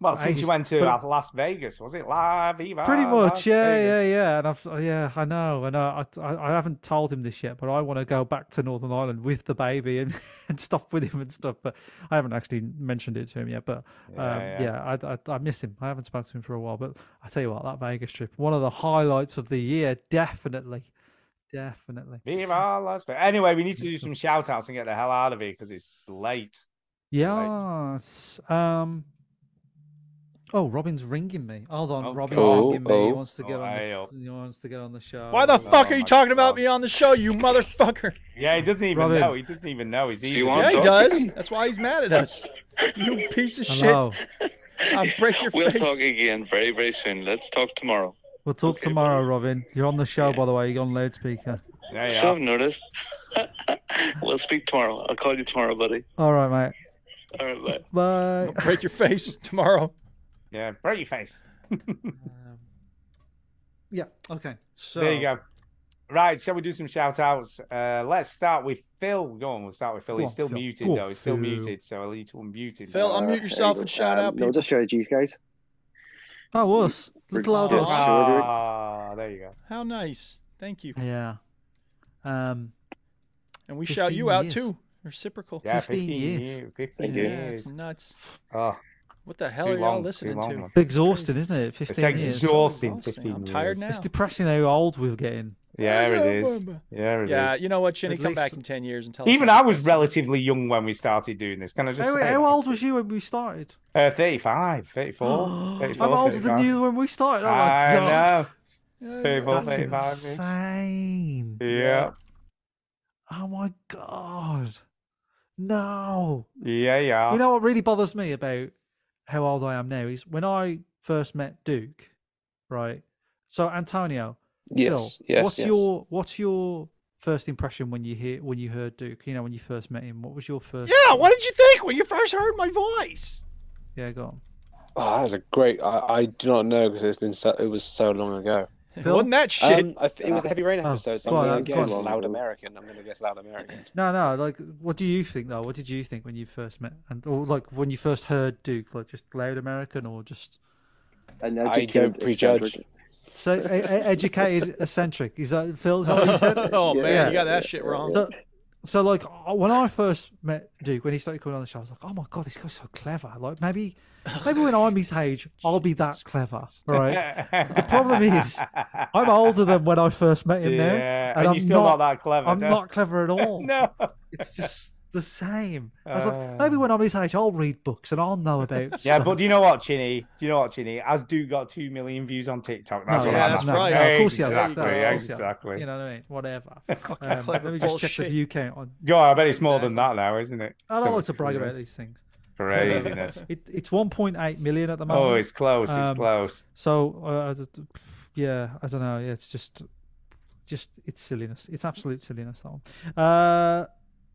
Speaker 4: Well, since
Speaker 5: Ages-
Speaker 4: you went to
Speaker 5: but-
Speaker 4: Las Vegas, was it live? Eva,
Speaker 5: pretty much
Speaker 4: Ah, Las
Speaker 5: yeah
Speaker 4: Vegas?
Speaker 5: yeah yeah and i've yeah i know and i know. I, I, I haven't told him this yet but i want to go back to northern ireland with the baby and, and stop with him and stuff but i haven't actually mentioned it to him yet but um,
Speaker 4: Yeah,
Speaker 5: yeah, I, I, I miss him i haven't spoken to him for a while but i tell you what that vegas trip one of the highlights of the year definitely definitely
Speaker 4: Viva Las Vegas. Anyway, we need to do some shout outs and get the hell out of here because it's late.
Speaker 5: yes um Oh, Robin's ringing me. Hold on,
Speaker 4: Oh,
Speaker 5: Robin's
Speaker 4: God.
Speaker 5: ringing me. he
Speaker 14: Oh,
Speaker 5: wants to
Speaker 4: oh.
Speaker 5: get on.
Speaker 4: Hey,
Speaker 5: The,
Speaker 4: oh.
Speaker 5: he wants to get on the show.
Speaker 1: Why the
Speaker 5: Hold on.
Speaker 1: fuck are you
Speaker 4: my
Speaker 1: talking about
Speaker 4: God.
Speaker 1: me on the show, you motherfucker?
Speaker 4: Yeah, he doesn't even
Speaker 5: Robin.
Speaker 4: know. He doesn't even know. He's easy.
Speaker 2: wants
Speaker 1: Yeah, he
Speaker 2: talking.
Speaker 1: does. That's why he's mad at us. You piece of
Speaker 5: Hello.
Speaker 1: shit. I'll break your
Speaker 2: We'll
Speaker 1: face.
Speaker 2: talk again very, very soon. Let's talk tomorrow.
Speaker 5: We'll talk
Speaker 2: Okay,
Speaker 5: tomorrow, Robin. You're on the show, by the way. You're on loudspeaker.
Speaker 4: There you
Speaker 2: So
Speaker 4: are.
Speaker 2: I've noticed. we'll speak tomorrow. I'll call you tomorrow, buddy.
Speaker 5: All right,
Speaker 2: All right, bye.
Speaker 5: mate. Bye.
Speaker 1: Break your face tomorrow.
Speaker 4: Yeah, break your face.
Speaker 5: Yeah. Okay. So
Speaker 4: There you go. Right, shall we do some shout outs? Uh, let's start with Phil. Go on, we'll start with Phil.
Speaker 5: Go
Speaker 4: He's
Speaker 5: on,
Speaker 4: still
Speaker 5: Phil.
Speaker 4: muted,
Speaker 5: Go on,
Speaker 4: though. He's still
Speaker 5: Phil.
Speaker 4: muted, so I'll need to unmute him.
Speaker 1: Phil,
Speaker 4: So-
Speaker 1: unmute yourself
Speaker 10: there you
Speaker 1: and
Speaker 10: go. Um,
Speaker 1: shout out
Speaker 10: No,
Speaker 1: people.
Speaker 10: just shout out to you guys.
Speaker 5: Oh, us. Little old
Speaker 10: Yeah.
Speaker 5: us.
Speaker 4: Ah, there you go.
Speaker 1: How nice. Thank you.
Speaker 5: Yeah. Um.
Speaker 1: And we shout
Speaker 5: 15
Speaker 1: you out
Speaker 5: years.
Speaker 1: too. Reciprocal.
Speaker 4: Yeah,
Speaker 5: 15
Speaker 4: 15,
Speaker 5: years.
Speaker 4: years. 15
Speaker 1: Yeah,
Speaker 4: years.
Speaker 1: it's nuts.
Speaker 4: Oh,
Speaker 1: What the
Speaker 4: it's
Speaker 1: hell
Speaker 4: too
Speaker 1: are y'all
Speaker 4: long, too
Speaker 1: listening
Speaker 4: long,
Speaker 1: to?
Speaker 4: man.
Speaker 5: It's exhausting, isn't it?
Speaker 4: It's
Speaker 5: Fifteen years.
Speaker 1: exhaust-
Speaker 4: exhausting.
Speaker 1: exhausting.
Speaker 4: 15
Speaker 1: I'm tired
Speaker 4: years.
Speaker 1: now.
Speaker 5: It's depressing how old we're getting.
Speaker 4: Yeah, it is. Yeah, it is.
Speaker 1: Yeah, you know what, Chinny?
Speaker 5: At
Speaker 1: Come back
Speaker 5: least-
Speaker 1: in 10 years and tell us.
Speaker 4: Even
Speaker 1: how
Speaker 4: I
Speaker 1: it
Speaker 4: was
Speaker 1: goes.
Speaker 4: relatively young when we started doing this. Can I just
Speaker 5: How,
Speaker 4: say?
Speaker 5: how old was you when we started?
Speaker 4: Uh, 35, 34, 34,
Speaker 5: I'm older than
Speaker 4: 35.
Speaker 5: you when we started. Oh my
Speaker 4: I
Speaker 5: god.
Speaker 4: know. 34,
Speaker 5: That's
Speaker 4: 35.
Speaker 5: insane.
Speaker 4: Yeah,
Speaker 5: Oh my god. No.
Speaker 4: yeah, yeah.
Speaker 5: You know what really bothers me about how old I am now is when I first met Duke, right? So Antonio, Phil,
Speaker 14: Yes, yes,
Speaker 5: what's
Speaker 14: yes.
Speaker 5: your what's your first impression when you hear when you heard Duke? You know, when you first met him, what was your first?
Speaker 1: Yeah, what did you think when you first heard my voice?
Speaker 5: Yeah, go on.
Speaker 14: Oh, that was a great. I, I do not know because it's been so. It was so long ago.
Speaker 5: Phil?
Speaker 1: Wasn't that shit?
Speaker 14: Um, I th- it was the Heavy Rain
Speaker 5: Oh,
Speaker 14: episode, so
Speaker 5: go
Speaker 14: I'm
Speaker 5: on,
Speaker 14: going
Speaker 5: um,
Speaker 14: to
Speaker 5: go
Speaker 14: guess
Speaker 5: on.
Speaker 14: Loud American. I'm going to guess Loud American.
Speaker 5: No, no. Like, what do you think though? What did you think when you first met and or like when you first heard Duke? Like, just loud American or just
Speaker 10: And uh,
Speaker 14: I don't
Speaker 10: educated,
Speaker 14: prejudge.
Speaker 10: eccentric.
Speaker 5: so e- e- educated eccentric? Is that Phil? Is that what you said?
Speaker 1: oh, man,
Speaker 5: Yeah.
Speaker 1: you got that shit wrong.
Speaker 5: So, so like I- when I first met Duke, when he started coming on the show, I was like, "Oh my god, this guy's so clever!" Like maybe, maybe when I'm his age, I'll be that clever, right?
Speaker 4: the
Speaker 5: problem is, I'm older than when I first met him now,
Speaker 4: Yeah, and,
Speaker 5: I'm
Speaker 4: you're still not, that clever.
Speaker 5: I'm
Speaker 4: no.
Speaker 5: not clever at all.
Speaker 4: No.
Speaker 5: It's just the same. I was
Speaker 4: Uh.
Speaker 5: like, maybe when I'm his age, I'll read books and I'll know about.
Speaker 4: Yeah,
Speaker 5: stuff."
Speaker 4: but do you know what, Chinny? Do you know what, Chinny? As Duke got two million views on TikTok. That's
Speaker 5: No,
Speaker 4: what
Speaker 1: yeah,
Speaker 4: I'm
Speaker 1: that's
Speaker 4: at.
Speaker 1: right.
Speaker 5: No, of course he has. No,
Speaker 4: Exactly.
Speaker 5: of course he has.
Speaker 4: exactly.
Speaker 5: you know what I mean? Whatever.
Speaker 1: Fucking
Speaker 5: Um, let
Speaker 1: clever
Speaker 5: me just check the
Speaker 1: bullshit.
Speaker 5: view count on.
Speaker 4: God, I bet it's more than that now, isn't it?
Speaker 5: I don't
Speaker 4: So
Speaker 5: like to brag
Speaker 4: much
Speaker 5: about these things.
Speaker 4: Craziness.
Speaker 5: It, it's 1.8 million at the moment.
Speaker 4: oh, it's close. It's
Speaker 5: Um,
Speaker 4: close.
Speaker 5: So, uh, I d- d- yeah, I don't know. Yeah, it's just just it's silliness. It's absolute silliness that one. Uh,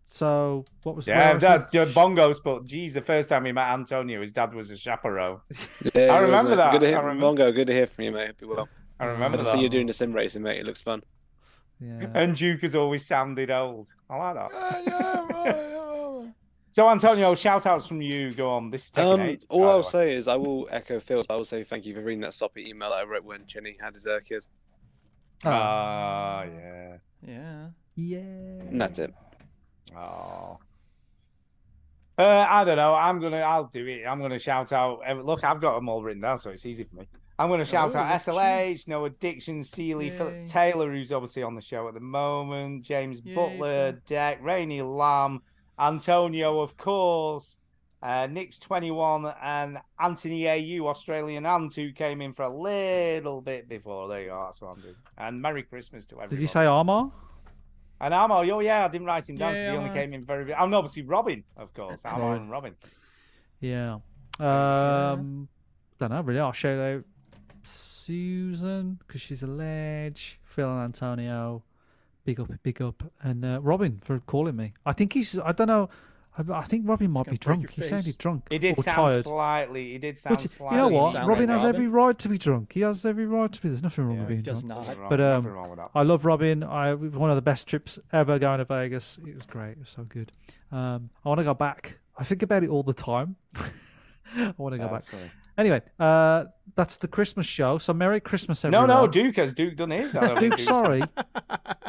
Speaker 5: so what was?
Speaker 4: Yeah,
Speaker 5: where was
Speaker 4: that's
Speaker 5: the-
Speaker 4: your bongos. But geez, the first time we met Antonio, his dad was a chaperone. I
Speaker 14: it was,
Speaker 4: remember
Speaker 14: mate.
Speaker 4: that.
Speaker 14: Good to hear,
Speaker 4: I remember.
Speaker 14: Mongo, good to hear from you, mate. Hope you well.
Speaker 4: I remember
Speaker 14: Good to
Speaker 4: that.
Speaker 14: Mm. see you doing the sim racing, mate. It looks fun.
Speaker 4: And Duke has always sounded old. I like that. so Antonio, shout outs from you. Go on. This is Tekken
Speaker 14: Um,
Speaker 4: eight,
Speaker 14: all
Speaker 4: by the
Speaker 14: I'll
Speaker 4: way.
Speaker 14: say is I will echo Phil's. But I will say thank you for reading that soppy email that I wrote when Chinny had his air kid.
Speaker 4: Ah, yeah.
Speaker 1: Yeah.
Speaker 5: Yeah.
Speaker 14: And that's it.
Speaker 4: Oh. Uh, I don't know. I'm gonna. I'll do it. I'm gonna shout out. eh, Look, I've got them all written down, so it's easy for me. I'm gonna shout
Speaker 6: Oh,
Speaker 4: out
Speaker 6: look at you.
Speaker 4: SLH, No Addiction, Sealy,
Speaker 6: Yay.
Speaker 4: Philip Taylor, who's obviously on the show at the moment, James
Speaker 6: Yay,
Speaker 4: Butler, Deck, Rainy Lamb, Antonio, of course, uh, Nick's 21, and Anthony AU, Australian Ant, who came in for a little bit before. There you go. That's what I'm doing. And Merry Christmas to everyone.
Speaker 5: Did you say Armor?
Speaker 4: And Amo, oh yeah, I didn't write him down
Speaker 6: Yeah,
Speaker 4: because he only
Speaker 6: Amar.
Speaker 4: came in very. bit. And obviously Robin, of course, Amo
Speaker 5: Robin.
Speaker 4: and Robin.
Speaker 5: Yeah. Um, don't know really. I'll shout out Susan because she's a ledge. Phil and Antonio, big up, big up, and uh, Robin for calling me. I think he's. I don't know. I, I think Robin might be drunk. He sounded drunk
Speaker 4: He did
Speaker 5: or
Speaker 4: sound
Speaker 5: tired.
Speaker 4: slightly. He did sound
Speaker 5: Which,
Speaker 4: slightly.
Speaker 5: you know what?
Speaker 4: drunk.
Speaker 5: Robin has every right to be drunk. He has every right to be. There's nothing wrong with being
Speaker 1: does
Speaker 5: drunk.
Speaker 1: not.
Speaker 4: Nothing wrong-
Speaker 5: But um,
Speaker 4: nothing wrong with that.
Speaker 5: I love Robin. I it was one of the best trips ever going to Vegas. It was great. It was so good. Um, I want to go back. I think about it all the time. I want to go back.
Speaker 4: That's funny.
Speaker 5: Anyway, uh, that's the Christmas show. So Merry Christmas,
Speaker 4: No,
Speaker 5: everyone.
Speaker 4: no, Duke has Duke done his. I don't think
Speaker 5: Duke,
Speaker 4: Duke's-
Speaker 5: sorry,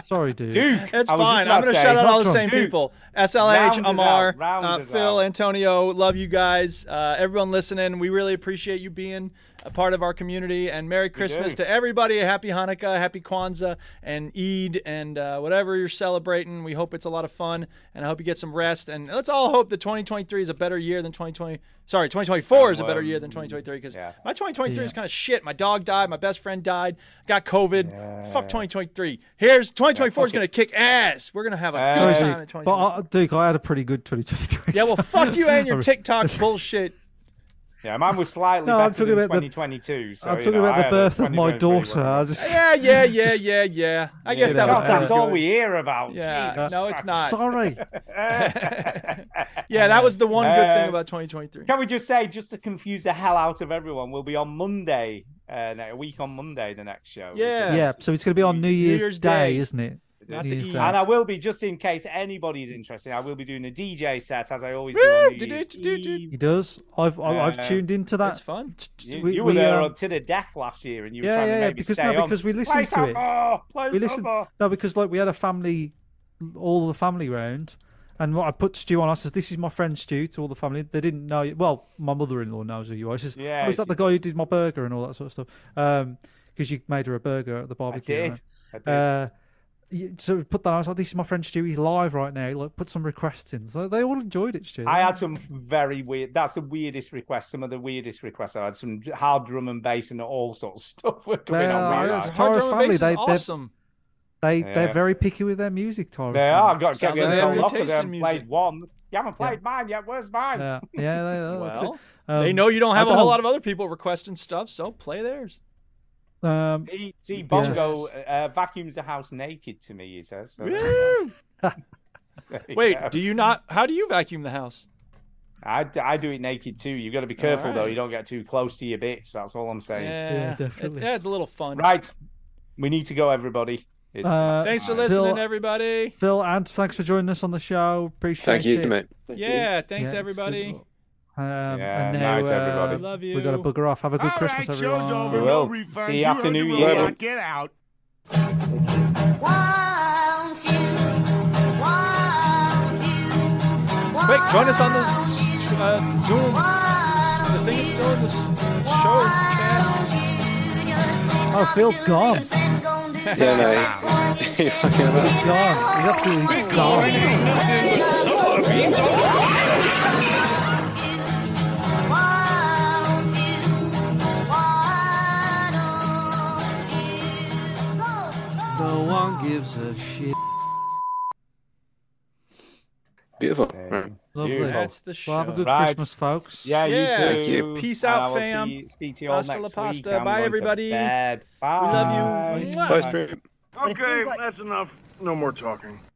Speaker 5: sorry, Duke.
Speaker 4: Duke.
Speaker 1: It's
Speaker 4: I was just
Speaker 1: fine.
Speaker 4: about
Speaker 1: I'm going to
Speaker 4: say,
Speaker 1: shout out all the
Speaker 5: Rob
Speaker 1: same
Speaker 4: Trump.
Speaker 1: people. SLH,
Speaker 4: Round us
Speaker 1: Amar,
Speaker 4: out, round
Speaker 1: uh,
Speaker 4: us
Speaker 1: Phil,
Speaker 4: out.
Speaker 1: Antonio. Love you guys. Uh, everyone listening. We really appreciate you being a part of our community. And Merry Christmas
Speaker 4: do.
Speaker 1: to everybody. Happy Hanukkah, Happy Kwanzaa, and Eid, and uh, whatever you're celebrating. We hope it's a lot of fun. And I hope you get some rest. And let's all hope that 2023 is a better year than 2020. Sorry, 2024 is a better year than 2023 because my 2023 is kind of shit. My dog died. My best friend died. Got COVID. Fuck 2023. Here's 2024 is going to kick ass. We're going to have a good
Speaker 5: Sorry,
Speaker 1: time in
Speaker 5: Duke. But
Speaker 1: 2024.
Speaker 5: uh, Duke, I had a pretty good 2023.
Speaker 1: Yeah, well,
Speaker 5: so-
Speaker 1: fuck you and your
Speaker 5: Sorry.
Speaker 1: TikTok bullshit.
Speaker 4: Yeah, mine was slightly
Speaker 5: No, I'm
Speaker 4: better
Speaker 5: talking
Speaker 4: than
Speaker 5: about the-
Speaker 4: 2022. So,
Speaker 5: I'm
Speaker 4: you
Speaker 5: talking
Speaker 4: know, I
Speaker 5: about the
Speaker 4: had a
Speaker 5: birth of my
Speaker 4: 2023
Speaker 5: daughter.
Speaker 4: one.
Speaker 5: I just
Speaker 1: Yeah, yeah, yeah, yeah, yeah. I guess
Speaker 5: you
Speaker 1: that
Speaker 5: know,
Speaker 1: was
Speaker 4: God,
Speaker 1: pretty
Speaker 4: that's all
Speaker 1: good.
Speaker 4: we hear about.
Speaker 1: Yeah,
Speaker 4: Jesus
Speaker 1: no, it's
Speaker 4: Christ.
Speaker 1: not.
Speaker 5: sorry.
Speaker 1: Yeah, that was the one good thing
Speaker 4: Uh,
Speaker 1: about 2023.
Speaker 4: Can we just say, just to confuse the hell out of everyone, we'll be on Monday, uh, ne- a week on Monday, the next show.
Speaker 1: Yeah.
Speaker 5: Yeah, so it's going to be on New Year's,
Speaker 1: Year's
Speaker 5: Day,
Speaker 1: Day.
Speaker 5: isn't it?
Speaker 1: That's
Speaker 5: New
Speaker 1: the
Speaker 5: Year's
Speaker 1: E.
Speaker 5: Day.
Speaker 4: And I will be, just in case anybody's interested, I will be doing a DJ set as I always do on New Year's Eve.
Speaker 5: He does. I've I- I've
Speaker 4: Uh,
Speaker 5: tuned into that.
Speaker 1: It's fun.
Speaker 5: T- t-
Speaker 4: You,
Speaker 5: we-
Speaker 4: you were
Speaker 5: we,
Speaker 4: there
Speaker 5: um,
Speaker 4: up to the death last year, and you were
Speaker 5: yeah,
Speaker 4: trying
Speaker 5: yeah,
Speaker 4: to
Speaker 5: yeah,
Speaker 4: maybe
Speaker 5: because-
Speaker 4: stay
Speaker 5: no,
Speaker 4: on.
Speaker 5: because we
Speaker 4: play
Speaker 5: listened to
Speaker 4: some
Speaker 5: it.
Speaker 4: More, play
Speaker 5: we
Speaker 4: some
Speaker 5: listened.
Speaker 4: more.
Speaker 5: No, because like we had a family, all the family round, and what I put Stu on. I says, "This is my friend Stu." To all the family, they didn't know. You. Well, my mother-in-law knows who you are. She says,
Speaker 4: Yeah,
Speaker 5: "Oh, is that
Speaker 4: she
Speaker 5: the guy who did my burger and all that sort of stuff?" Um, because you made her a burger at the
Speaker 4: I
Speaker 5: barbecue.
Speaker 4: did.
Speaker 5: right?
Speaker 4: I did.
Speaker 5: Uh, you- so we put that. I was like, "This is my friend Stu. He's live right now. Like, put some requests in." So they all enjoyed it, Stu.
Speaker 4: I had some very weird. That's the weirdest request. Some of the weirdest requests. I had some j- hard drum and bass and all sorts of stuff were coming
Speaker 5: Well,
Speaker 4: on.
Speaker 5: I
Speaker 4: my
Speaker 5: was
Speaker 4: life.
Speaker 5: Tara's
Speaker 1: Hard drum and
Speaker 5: family,
Speaker 1: bass is
Speaker 5: they- they're-
Speaker 1: awesome.
Speaker 5: They
Speaker 4: Yeah.
Speaker 5: they're very picky with their music, Taurus.
Speaker 4: They are. I got
Speaker 1: Sounds
Speaker 4: kept
Speaker 1: like
Speaker 4: getting
Speaker 1: they have
Speaker 4: told
Speaker 1: good
Speaker 4: off because
Speaker 1: taste
Speaker 4: I
Speaker 1: in
Speaker 4: haven't played
Speaker 1: music.
Speaker 4: one. You haven't played mine yet. Where's mine?
Speaker 5: Yeah, yeah, they- that's it. Um,
Speaker 1: Well, they know you don't have a whole lot of other people requesting stuff, so play theirs.
Speaker 5: of. Um,
Speaker 4: He, see, E Bongo uh, vacuums the house naked to me. He says. So, there you
Speaker 1: Wait,
Speaker 4: go.
Speaker 1: do you not? How do you vacuum the house?
Speaker 4: I, d- I do it naked too. You've got to be careful though.
Speaker 1: right.
Speaker 4: You don't get too close to your bits. That's all I'm saying.
Speaker 1: Yeah, it-
Speaker 5: definitely.
Speaker 1: yeah, it's a little fun.
Speaker 4: Right, we need to go, everybody. It's
Speaker 5: Uh,
Speaker 1: Thanks for
Speaker 5: Phil-
Speaker 1: listening, everybody.
Speaker 5: Phil, and thanks for joining us on the show. Appreciate
Speaker 14: Thank you,
Speaker 5: it.
Speaker 14: mate.
Speaker 1: Yeah, thanks
Speaker 5: Yeah,
Speaker 1: everybody.
Speaker 5: Um,
Speaker 4: Yeah,
Speaker 5: and now,
Speaker 4: night, everybody.
Speaker 5: uh,
Speaker 1: Love
Speaker 5: we got to
Speaker 1: you.
Speaker 5: bugger off. Have a good
Speaker 11: All
Speaker 5: Christmas,
Speaker 11: right,
Speaker 5: everyone.
Speaker 11: show's over.
Speaker 4: We
Speaker 11: No
Speaker 4: will.
Speaker 11: refunds.
Speaker 4: See you
Speaker 11: you
Speaker 4: after
Speaker 11: heard
Speaker 4: New
Speaker 11: the
Speaker 4: Year.
Speaker 11: robot. Get out.
Speaker 9: Won't you? Won't you?
Speaker 1: Quick, join us on the s- uh, Zoom. S- The thing is still in the s- show chat.
Speaker 5: Oh, Phil's gone. He's
Speaker 14: Yeah, no. he- he fucking about.
Speaker 5: gone. He's absolutely gone.
Speaker 9: Won't you? Why don't you?
Speaker 7: No one gives a shit.
Speaker 14: Beautiful. Right.
Speaker 5: Lovely.
Speaker 4: Beautiful.
Speaker 1: That's the
Speaker 5: Well, have a
Speaker 1: show.
Speaker 5: good
Speaker 4: Right.
Speaker 5: Christmas, folks.
Speaker 4: Yeah, you
Speaker 1: Yeah.
Speaker 4: too.
Speaker 14: Thank you.
Speaker 1: Peace
Speaker 4: And
Speaker 1: out,
Speaker 4: I will see
Speaker 1: fam.
Speaker 4: you- speak to you all
Speaker 1: Hasta la
Speaker 4: next week.
Speaker 1: pasta.
Speaker 4: I'm
Speaker 1: Bye,
Speaker 4: going to
Speaker 1: everybody.
Speaker 4: bed. Bye.
Speaker 1: love you. Mwah.
Speaker 14: Bye, Spirit.
Speaker 10: Okay,
Speaker 17: like-
Speaker 10: that's enough. No more talking.